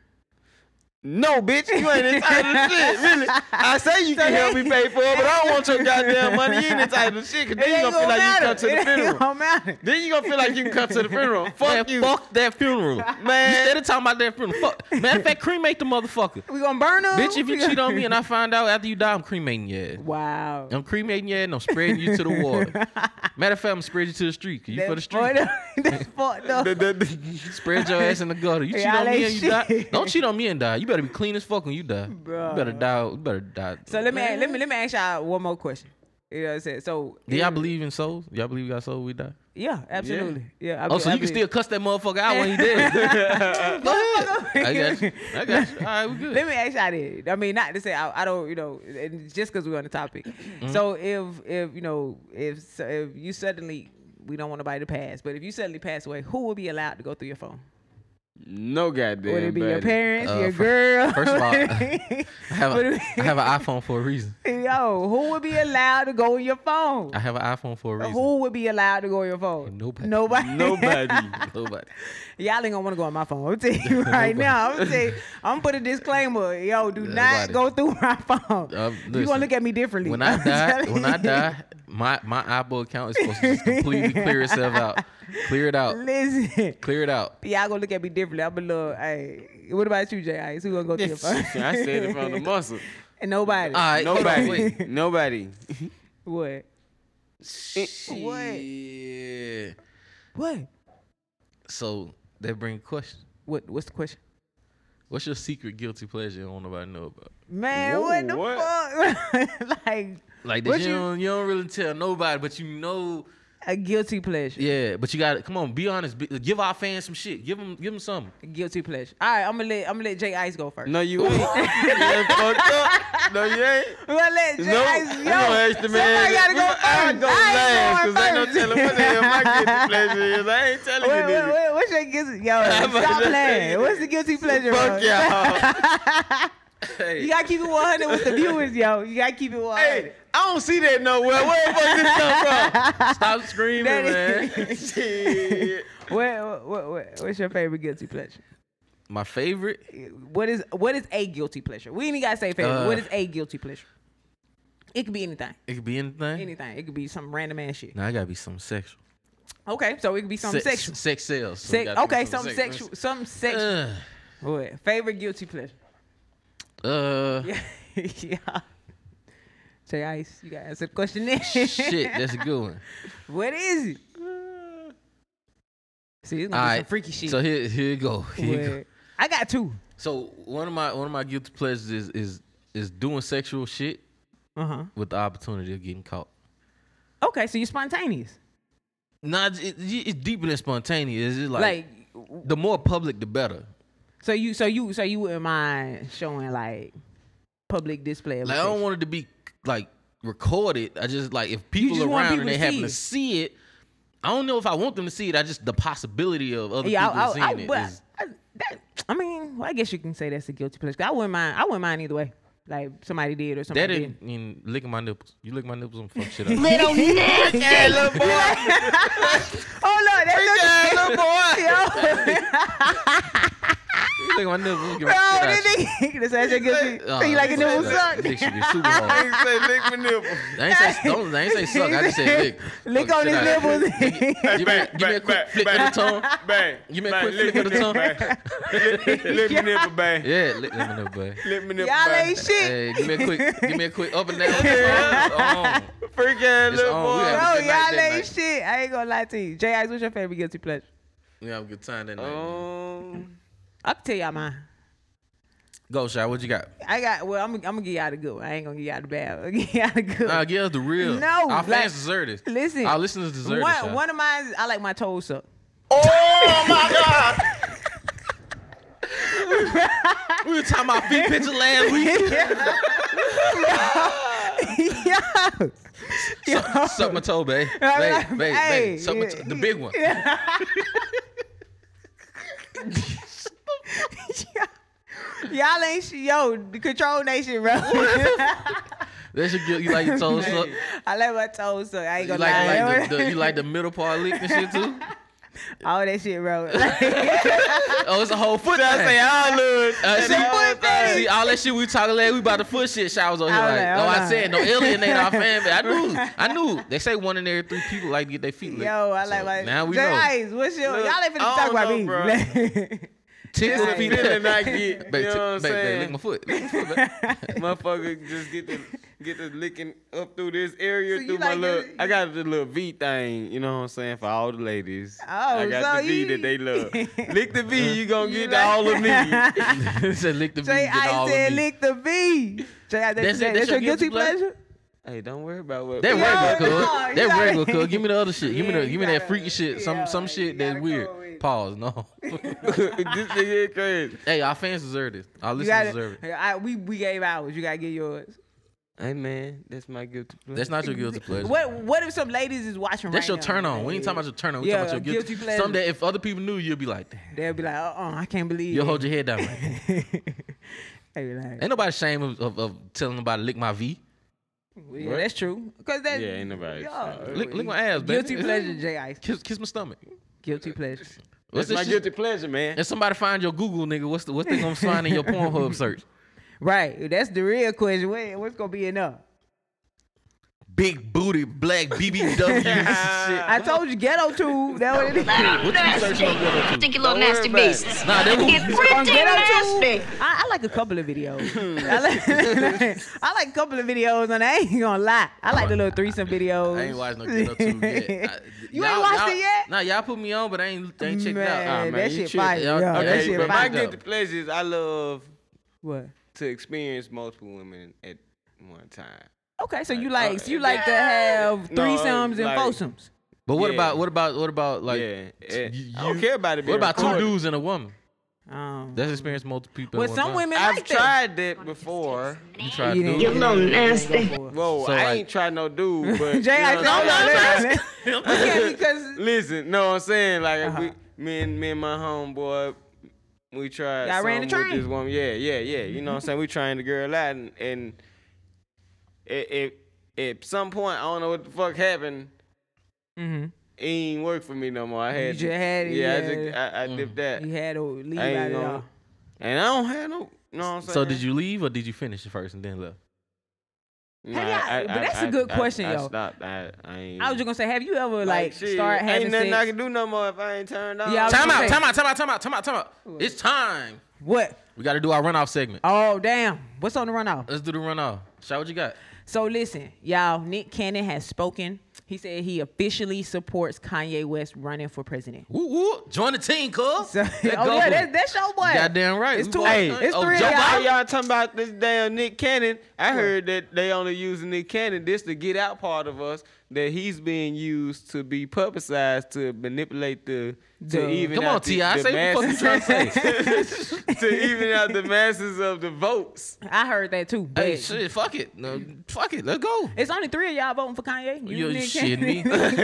Speaker 2: no, bitch, you ain't entitled to shit. Really, I say you can help me pay for it, but I don't want your goddamn money. You ain't entitled to shit. Cause then you gonna feel like you come to the
Speaker 4: It ain't
Speaker 2: funeral.
Speaker 4: gonna matter.
Speaker 2: Then you gonna feel like you can come to the funeral.
Speaker 7: Man,
Speaker 2: Fuck you.
Speaker 7: fuck that funeral.
Speaker 2: Man.
Speaker 7: Man. Instead of talking about that funeral, fuck. Matter of fact, cremate the motherfucker.
Speaker 4: We gonna burn them,
Speaker 7: Bitch, if you cheat on me and I find out after you die, I'm cremating your ass.
Speaker 4: wow.
Speaker 7: I'm cremating your ass and I'm spreading you to the water. Matter of fact, I'm spreading you to the street. 'cause you for the
Speaker 4: That's
Speaker 7: street.
Speaker 4: fucked up. That's fucked up.
Speaker 2: The- the- the-
Speaker 7: Spread your ass in the gutter. You cheat
Speaker 4: Y'all
Speaker 7: on me
Speaker 4: ain't
Speaker 7: and you
Speaker 4: shit.
Speaker 7: die. Don't cheat on me and die. You better be clean as fuck when you die. You better die. You better die.
Speaker 4: So let me let me let me ask y'all one more question. You know what I'm saying? So
Speaker 7: Do y'all believe in souls? Y'all believe we got souls? We die.
Speaker 4: Yeah, absolutely. Yeah. I
Speaker 7: Oh,
Speaker 4: be-
Speaker 7: so
Speaker 4: I
Speaker 7: you can
Speaker 4: be-
Speaker 7: still cuss that motherfucker out when he dead. Go ahead. I got you. I got you. All right, we good.
Speaker 4: Let me ask y'all this. I mean, not to say I, I don't, you know, and just because we're on the topic.
Speaker 7: Mm-hmm.
Speaker 4: So if if you know if so if you suddenly we don't want nobody to pass, but if you suddenly pass away, who will be allowed to go through your phone?
Speaker 2: no goddamn.
Speaker 4: Would it be your
Speaker 2: buddy.
Speaker 4: parents,
Speaker 7: Uh,
Speaker 4: your
Speaker 7: fir-
Speaker 4: girl?
Speaker 7: first of all, I have, a, I have an iPhone for a reason.
Speaker 4: yo, who would be allowed to go in your phone?
Speaker 7: I have an iPhone for a reason.
Speaker 4: Who would be allowed to go in your phone?
Speaker 7: Nobody.
Speaker 4: Nobody.
Speaker 2: Nobody.
Speaker 7: Nobody.
Speaker 4: Y'all ain't gonna want to go on my phone. I'm tell you right now. I'm tell you, I'm put a disclaimer. Yo, do not
Speaker 7: Nobody.
Speaker 4: go through my phone.
Speaker 7: Uh,
Speaker 4: you
Speaker 7: listen,
Speaker 4: gonna look at me differently.
Speaker 7: When I
Speaker 4: I'm
Speaker 7: die,
Speaker 4: telling
Speaker 7: when I
Speaker 4: you.
Speaker 7: die, my my iBook account is supposed to just completely clear itself out. Clear it out.
Speaker 4: listen,
Speaker 7: Clear it out.
Speaker 4: y'all gonna look at me differently. I'm a little. Hey, what about you, Jay? Ice? Who gonna go through your phone?
Speaker 2: I said it from the muscle.
Speaker 4: And nobody.
Speaker 7: All right. hold on, wait.
Speaker 2: Nobody. Nobody. Eh,
Speaker 4: what? What?
Speaker 7: Yeah.
Speaker 4: What?
Speaker 7: So that brings a question.
Speaker 4: What? What's the question?
Speaker 7: What's your secret guilty pleasure you don't nobody know about?
Speaker 4: Man,
Speaker 2: Whoa,
Speaker 4: what the fuck? like
Speaker 7: Like
Speaker 4: What
Speaker 7: that you,
Speaker 4: you-
Speaker 7: don't, you don't really tell nobody, but you know,
Speaker 4: a guilty pleasure.
Speaker 7: yeah. But you got to come on, be honest. Be, give our fans some shit. Give them, give them something.
Speaker 4: Guilty pleasure. All right, I'm gonna let I'm gonna let Jay Ice go first.
Speaker 2: No, you ain't. you ain't fucked up. No, you ain't.
Speaker 4: We're gonna let Jay
Speaker 2: No,
Speaker 4: Ice
Speaker 2: you
Speaker 4: go.
Speaker 2: don't ask the man.
Speaker 4: Somebody gotta go first.
Speaker 2: I go last because I
Speaker 4: I
Speaker 2: don't
Speaker 4: ain't
Speaker 2: tell
Speaker 4: going
Speaker 2: him what the hell my
Speaker 4: first.
Speaker 2: guilty pleasure is. I ain't telling
Speaker 4: Wait,
Speaker 2: you
Speaker 4: wait,
Speaker 2: nigga.
Speaker 4: wait, what's your guilty? Yo,
Speaker 2: about
Speaker 4: stop
Speaker 2: to
Speaker 4: playing.
Speaker 2: say.
Speaker 4: What's the guilty pleasure? bro?
Speaker 2: Fuck y'all.
Speaker 4: You gotta keep it 100 with the viewers, yo. You gotta keep it 100.
Speaker 2: hey, I don't see that nowhere. Where the fuck this come
Speaker 7: Stop screaming,
Speaker 4: That
Speaker 7: man.
Speaker 4: is-
Speaker 2: from? Shit.
Speaker 4: what, what, what, what's your favorite guilty pleasure?
Speaker 7: My favorite.
Speaker 4: What is what is a guilty pleasure? We ain't even gotta say favorite.
Speaker 7: Uh,
Speaker 4: what is a guilty pleasure? It could be anything.
Speaker 7: It could be anything.
Speaker 4: Anything. It could be some random ass shit.
Speaker 7: Now I gotta be something sexual.
Speaker 4: Okay, so it could be something
Speaker 7: Sex-
Speaker 4: sexual.
Speaker 7: Sex sells. so it
Speaker 4: Sex,
Speaker 7: Uh. gotta be
Speaker 4: okay, something sexual. Something sexual.
Speaker 7: Ugh.
Speaker 4: What? Favorite guilty pleasure?
Speaker 7: Uh,
Speaker 4: Yeah. yeah. Jay Ice, you gotta answer the question then.
Speaker 7: shit, that's a good one.
Speaker 4: What is it? See, it's gonna
Speaker 7: All
Speaker 4: be some
Speaker 7: right,
Speaker 4: freaky shit.
Speaker 7: So here, here you go. Here you go.
Speaker 4: Where- I got two.
Speaker 7: So one of my one of my guilty pleasures is is is doing sexual shit
Speaker 4: Uh huh.
Speaker 7: with the opportunity of getting caught.
Speaker 4: Okay, so you're spontaneous.
Speaker 7: Nah, it's, it, it's deeper than spontaneous. It's just
Speaker 4: Like,
Speaker 7: like, the more public, the better.
Speaker 4: so you, so you, so you wouldn't mind showing like public display of
Speaker 7: Like I don't want it to be like recorded. I just like if people
Speaker 4: just want
Speaker 7: around and
Speaker 4: people
Speaker 7: they
Speaker 4: to
Speaker 7: happen
Speaker 4: see it.
Speaker 7: to see it. I don't know if I want them to see it. I just the possibility of other
Speaker 4: Yeah,
Speaker 7: people
Speaker 4: I, I,
Speaker 7: seeing
Speaker 4: I,
Speaker 7: it is.
Speaker 4: but I, that, I mean, well, I guess you can say that's a guilty pleasure. 'Cause I wouldn't mind. I wouldn't mind either way. Like somebody did or something.
Speaker 7: That
Speaker 4: didn't.
Speaker 7: ain't in licking my nipples. You lick my nipples, I'm fuck shit up.
Speaker 8: Little Nick.
Speaker 2: Hey, little boy.
Speaker 4: Oh no,
Speaker 2: Hey,
Speaker 4: that's
Speaker 2: little boy.
Speaker 4: not yo.
Speaker 7: you lick my nipples, I'm gonna
Speaker 4: Bro,
Speaker 7: shit
Speaker 4: that
Speaker 7: out you.
Speaker 4: nigga. That's actually guilty.
Speaker 7: Uh,
Speaker 4: so you like a
Speaker 7: that-
Speaker 4: nipple
Speaker 7: that
Speaker 4: suck?
Speaker 7: dick should be super hard.
Speaker 2: Nigga say lick my nipple.
Speaker 7: I ain't say don't. I ain't say suck. I just say lick.
Speaker 4: Lick
Speaker 7: Fuck
Speaker 4: on
Speaker 7: shit
Speaker 4: his
Speaker 7: out you.
Speaker 4: nipples.
Speaker 7: Give me, give me a quick flick of the tongue.
Speaker 2: Bang.
Speaker 7: Give me a
Speaker 2: bang,
Speaker 7: quick
Speaker 2: lick
Speaker 7: flick of
Speaker 2: my
Speaker 7: the tongue.
Speaker 2: nipple, bang. Lick- Lick my nipple, bang.
Speaker 7: Yeah, lick lick my nipple. buddy.
Speaker 2: Lick my nipple,
Speaker 4: Y'all
Speaker 2: bang.
Speaker 4: ain't shit.
Speaker 7: Hey, give me a quick, give me a quick up and down. It's on.
Speaker 2: Freak ass
Speaker 7: It's
Speaker 2: little
Speaker 7: on. We
Speaker 2: boy.
Speaker 7: have-
Speaker 4: Bro, y'all
Speaker 7: That night, that
Speaker 4: ain't
Speaker 7: night.
Speaker 4: shit. I ain't gonna lie to you. Jay Ice, what's your favorite guilty pleasure?
Speaker 7: We have a good time that night.
Speaker 4: Oh.
Speaker 2: Um,
Speaker 4: I can tell y'all mine.
Speaker 7: Go, Shy. What you got?
Speaker 4: I got well. I'm, I'm gonna give y'all the good one. I ain't gonna give y'all the bad. one. I'm gonna give y'all the good.
Speaker 7: Nah,
Speaker 4: one.
Speaker 7: give us the real.
Speaker 4: No,
Speaker 7: our
Speaker 4: like-
Speaker 7: fans deserve this.
Speaker 4: Listen,
Speaker 7: our listeners deserve this.
Speaker 4: one,
Speaker 7: Shy.
Speaker 4: one of mine. is I like my toes up.
Speaker 2: Oh,
Speaker 7: We were talking about feet picture last week.
Speaker 4: Yo,
Speaker 7: suck, suck my toe, babe. Babe,
Speaker 4: Right,
Speaker 7: babe,
Speaker 4: hey,
Speaker 7: babe. Suck my toe. The big one.
Speaker 4: y'all ain't shit. Yo, the control nation, bro.
Speaker 7: That should get you like your toes sucked.
Speaker 4: I like my toes, so I ain't
Speaker 7: You
Speaker 4: gonna
Speaker 7: like,
Speaker 4: lie.
Speaker 7: like the, the, you like the middle part licked and shit too?
Speaker 4: All that shit, bro.
Speaker 7: Oh, it's a whole foot.
Speaker 2: I say "Oh, all of it.
Speaker 7: Uh,
Speaker 2: And
Speaker 7: see,
Speaker 2: all things.
Speaker 7: see, all that shit we talking about, we about the foot shit showers on here.
Speaker 4: Hold
Speaker 7: Like,
Speaker 4: on,
Speaker 7: oh,
Speaker 4: hold
Speaker 7: I
Speaker 4: on.
Speaker 7: said, no alienate our fan base. I knew, I knew. They say one in every three people like to get their feet licked.
Speaker 4: Yo, I
Speaker 7: So
Speaker 4: like my.
Speaker 7: Now we
Speaker 4: Jay
Speaker 7: know.
Speaker 4: Ice, what's your?
Speaker 2: Look,
Speaker 4: y'all ain't finna
Speaker 2: I
Speaker 4: talk about
Speaker 2: don't know,
Speaker 4: me.
Speaker 7: Tickle
Speaker 2: It's a
Speaker 7: feet.
Speaker 2: feeling I get.
Speaker 7: Babe,
Speaker 2: you
Speaker 7: tick-
Speaker 2: know what I'm
Speaker 7: babe, babe, lick
Speaker 2: saying?
Speaker 7: my foot. Lick my foot, babe.
Speaker 2: Motherfucker just get the get the licking up through this area
Speaker 4: So you
Speaker 2: through my
Speaker 4: like
Speaker 2: little.
Speaker 4: your-
Speaker 2: I got the little V thing. You know what I'm saying for all the ladies.
Speaker 4: Oh,
Speaker 2: I got
Speaker 4: so
Speaker 2: the V
Speaker 4: you-
Speaker 2: that they love. Lick the
Speaker 7: Uh-huh.
Speaker 2: V, you gonna
Speaker 4: You
Speaker 2: get
Speaker 4: like-
Speaker 2: all of me.
Speaker 7: It said lick the V,
Speaker 4: Jay
Speaker 7: get all
Speaker 4: Ice
Speaker 7: of
Speaker 4: said,
Speaker 7: me.
Speaker 4: "Lick the V." Jay Ice, that's,
Speaker 7: That's it,
Speaker 4: that's, your guilty pleasure.
Speaker 2: hey, don't worry about what.
Speaker 7: That
Speaker 4: Yo,
Speaker 7: regular cook.
Speaker 4: no, you
Speaker 7: that
Speaker 4: gotta-
Speaker 7: regular cook. Give me the other shit. Give me
Speaker 4: Yeah,
Speaker 7: the.
Speaker 4: you
Speaker 7: Give me that
Speaker 4: gotta-
Speaker 7: freaky shit. Some
Speaker 4: yeah,
Speaker 7: some
Speaker 4: like,
Speaker 7: shit
Speaker 4: you
Speaker 7: that's
Speaker 4: gotta go with
Speaker 7: weird.
Speaker 4: it.
Speaker 7: Pause. No.
Speaker 2: this nigga is crazy.
Speaker 7: hey, our fans deserve this. Our
Speaker 4: You
Speaker 7: listeners
Speaker 4: got
Speaker 7: deserve
Speaker 4: to
Speaker 7: it.
Speaker 4: I, we we gave ours. You gotta get yours.
Speaker 2: Hey man, that's my guilty pleasure.
Speaker 7: That's not your guilty pleasure.
Speaker 4: What what if some ladies is watching?
Speaker 7: That's
Speaker 4: right
Speaker 7: your
Speaker 4: now?
Speaker 7: turn on. We ain't talking about your turn on. We
Speaker 4: Yeah,
Speaker 7: talking about your guilty,
Speaker 4: guilty pleasure.
Speaker 7: Someday, if other people knew, you'd be like, damn.
Speaker 4: They'll be like, "Uh, uh I can't believe."
Speaker 7: You'll
Speaker 4: it."
Speaker 7: hold your head down. Like,
Speaker 4: They be like,
Speaker 7: ain't nobody ashamed of, of, of telling nobody lick my V.
Speaker 4: well, yeah, that's true. Cause that
Speaker 2: Yeah, ain't nobody
Speaker 4: Yo,
Speaker 2: saying-
Speaker 7: Lick, lick my ass, baby.
Speaker 4: guilty pleasure, Jay Ice.
Speaker 7: Kiss, kiss my stomach.
Speaker 4: Guilty pleasure.
Speaker 2: That's
Speaker 7: What's this
Speaker 2: my
Speaker 7: shit?
Speaker 2: guilty pleasure, man.
Speaker 7: If somebody find your Google nigga, what's the, what they gonna find in your Pornhub search?
Speaker 4: Right. That's the real question. What, what's gonna be enough?
Speaker 7: Big booty black BBW shit.
Speaker 4: I told you, ghetto tube. That what it is.
Speaker 7: What you searching on Google?
Speaker 1: Think you little
Speaker 2: worry
Speaker 1: nasty
Speaker 2: about it.
Speaker 1: beasts.
Speaker 7: Nah, they
Speaker 1: Get
Speaker 7: was-
Speaker 1: pretty
Speaker 4: Ghetto
Speaker 1: nasty.
Speaker 4: tube. I, I like a couple of videos. I like, I like a couple of videos, and I ain't gonna lie. I like the little threesome videos.
Speaker 7: I ain't watched no Get Up Two yet. I-
Speaker 4: you
Speaker 7: y'all-
Speaker 4: ain't watched
Speaker 7: y'all-
Speaker 4: it yet?
Speaker 7: Nah, y'all put me on, but I ain't, I ain't checked it
Speaker 4: Man,
Speaker 7: out. Nah, man.
Speaker 4: that
Speaker 2: you
Speaker 4: shit
Speaker 2: tripping.
Speaker 4: fire.
Speaker 7: Y'all-
Speaker 4: Yo,
Speaker 7: y'all
Speaker 4: Oh, that
Speaker 7: ain't
Speaker 2: Okay,
Speaker 4: shit
Speaker 2: but my
Speaker 4: fire.
Speaker 7: fucked up.
Speaker 2: guilty pleasure is I love
Speaker 4: What?
Speaker 2: to experience multiple women at one time.
Speaker 4: Okay, so
Speaker 2: Like,
Speaker 4: you like
Speaker 2: uh,
Speaker 4: you like to have
Speaker 2: No,
Speaker 4: threesomes and
Speaker 2: like-
Speaker 4: foursomes.
Speaker 7: But what
Speaker 2: Yeah.
Speaker 7: about what about what about like?
Speaker 2: yeah,
Speaker 7: t-
Speaker 2: and
Speaker 7: you-
Speaker 2: I don't care about it.
Speaker 7: What
Speaker 2: being
Speaker 7: about two
Speaker 2: recorded.
Speaker 7: dudes and a woman?
Speaker 4: Um,
Speaker 7: That's experienced multiple people. at
Speaker 4: but
Speaker 7: one
Speaker 4: some
Speaker 7: time.
Speaker 4: women
Speaker 2: I've
Speaker 4: like that.
Speaker 2: tried that before.
Speaker 7: You tried
Speaker 4: You
Speaker 7: to
Speaker 4: didn't
Speaker 7: do
Speaker 4: get
Speaker 7: it.
Speaker 4: no nasty.
Speaker 2: Whoa,
Speaker 7: So,
Speaker 2: I
Speaker 7: like-
Speaker 2: ain't tried no dude, but
Speaker 4: Jay, I
Speaker 2: you
Speaker 4: said,
Speaker 2: know what I'm saying?
Speaker 4: no, no, no. Yeah, because Uh-huh.
Speaker 2: Listen, no, I'm saying like we, me and me and my homeboy, we tried.
Speaker 4: Y'all ran
Speaker 2: something
Speaker 4: the train.
Speaker 2: With this woman. Yeah, yeah, yeah. You know what I'm saying? We trying the girl out, and, and it, it at some point I don't know what the fuck happened.
Speaker 4: Mhm.
Speaker 2: It ain't work for me no more. I had
Speaker 4: just had it,
Speaker 2: Yeah, I,
Speaker 4: yeah.
Speaker 2: just, I, I
Speaker 7: Mm.
Speaker 2: dipped that,
Speaker 4: you had to leave
Speaker 2: I ain't
Speaker 4: out of
Speaker 2: gonna-
Speaker 4: all.
Speaker 2: and I don't have no. You know what I'm saying?
Speaker 7: So did you leave or did you finish it first and then left?
Speaker 2: Nah,
Speaker 4: Have y'all-
Speaker 2: I- I-
Speaker 4: but that's a
Speaker 2: I-
Speaker 4: good
Speaker 2: I-
Speaker 4: question,
Speaker 2: I
Speaker 4: yo.
Speaker 2: stopped. I, I ain't.
Speaker 4: I was just gonna say, have you ever like,
Speaker 2: shit,
Speaker 4: start having
Speaker 2: Ain't nothing
Speaker 4: sex?
Speaker 2: I can do no more if I ain't turned on.
Speaker 4: Yeah, I was
Speaker 7: Time
Speaker 4: gonna
Speaker 7: out,
Speaker 4: say-
Speaker 7: time out, time out, time out, time out, time out. It's time.
Speaker 4: What?
Speaker 7: We got to do our runoff segment.
Speaker 4: Oh damn! What's on the runoff?
Speaker 7: Let's do the runoff. Shout what you got.
Speaker 4: So listen, y'all. Nick Cannon has spoken. He said he officially supports Kanye West running for president.
Speaker 7: Woo woo. Join the team, cuz.
Speaker 4: So,
Speaker 7: Let
Speaker 4: oh
Speaker 7: go.
Speaker 4: yeah, that's, that's your boy.
Speaker 7: Goddamn right.
Speaker 4: It's
Speaker 7: We
Speaker 4: two.
Speaker 7: both-
Speaker 4: Hey,
Speaker 7: Hey,
Speaker 4: it's
Speaker 7: oh,
Speaker 4: three
Speaker 7: Joe
Speaker 4: of
Speaker 2: Why
Speaker 4: y'all.
Speaker 2: y'all talking about this damn Nick Cannon? I heard that they only using Nick Cannon this to get out part of us that he's being used to be publicized to manipulate the
Speaker 4: Duh.
Speaker 2: to even
Speaker 7: Come
Speaker 2: out
Speaker 7: on,
Speaker 2: the,
Speaker 7: Ti.
Speaker 2: the
Speaker 7: Say what the fuck you
Speaker 2: masses
Speaker 7: trying to say.
Speaker 2: to even out the masses of the votes.
Speaker 4: I heard that too. But
Speaker 7: Hey, shit, fuck it. No, fuck it. Let's go.
Speaker 4: it's only three of y'all voting for Kanye.
Speaker 7: You, you
Speaker 4: Nick
Speaker 7: shitting
Speaker 4: Cannon.
Speaker 7: me? Shitting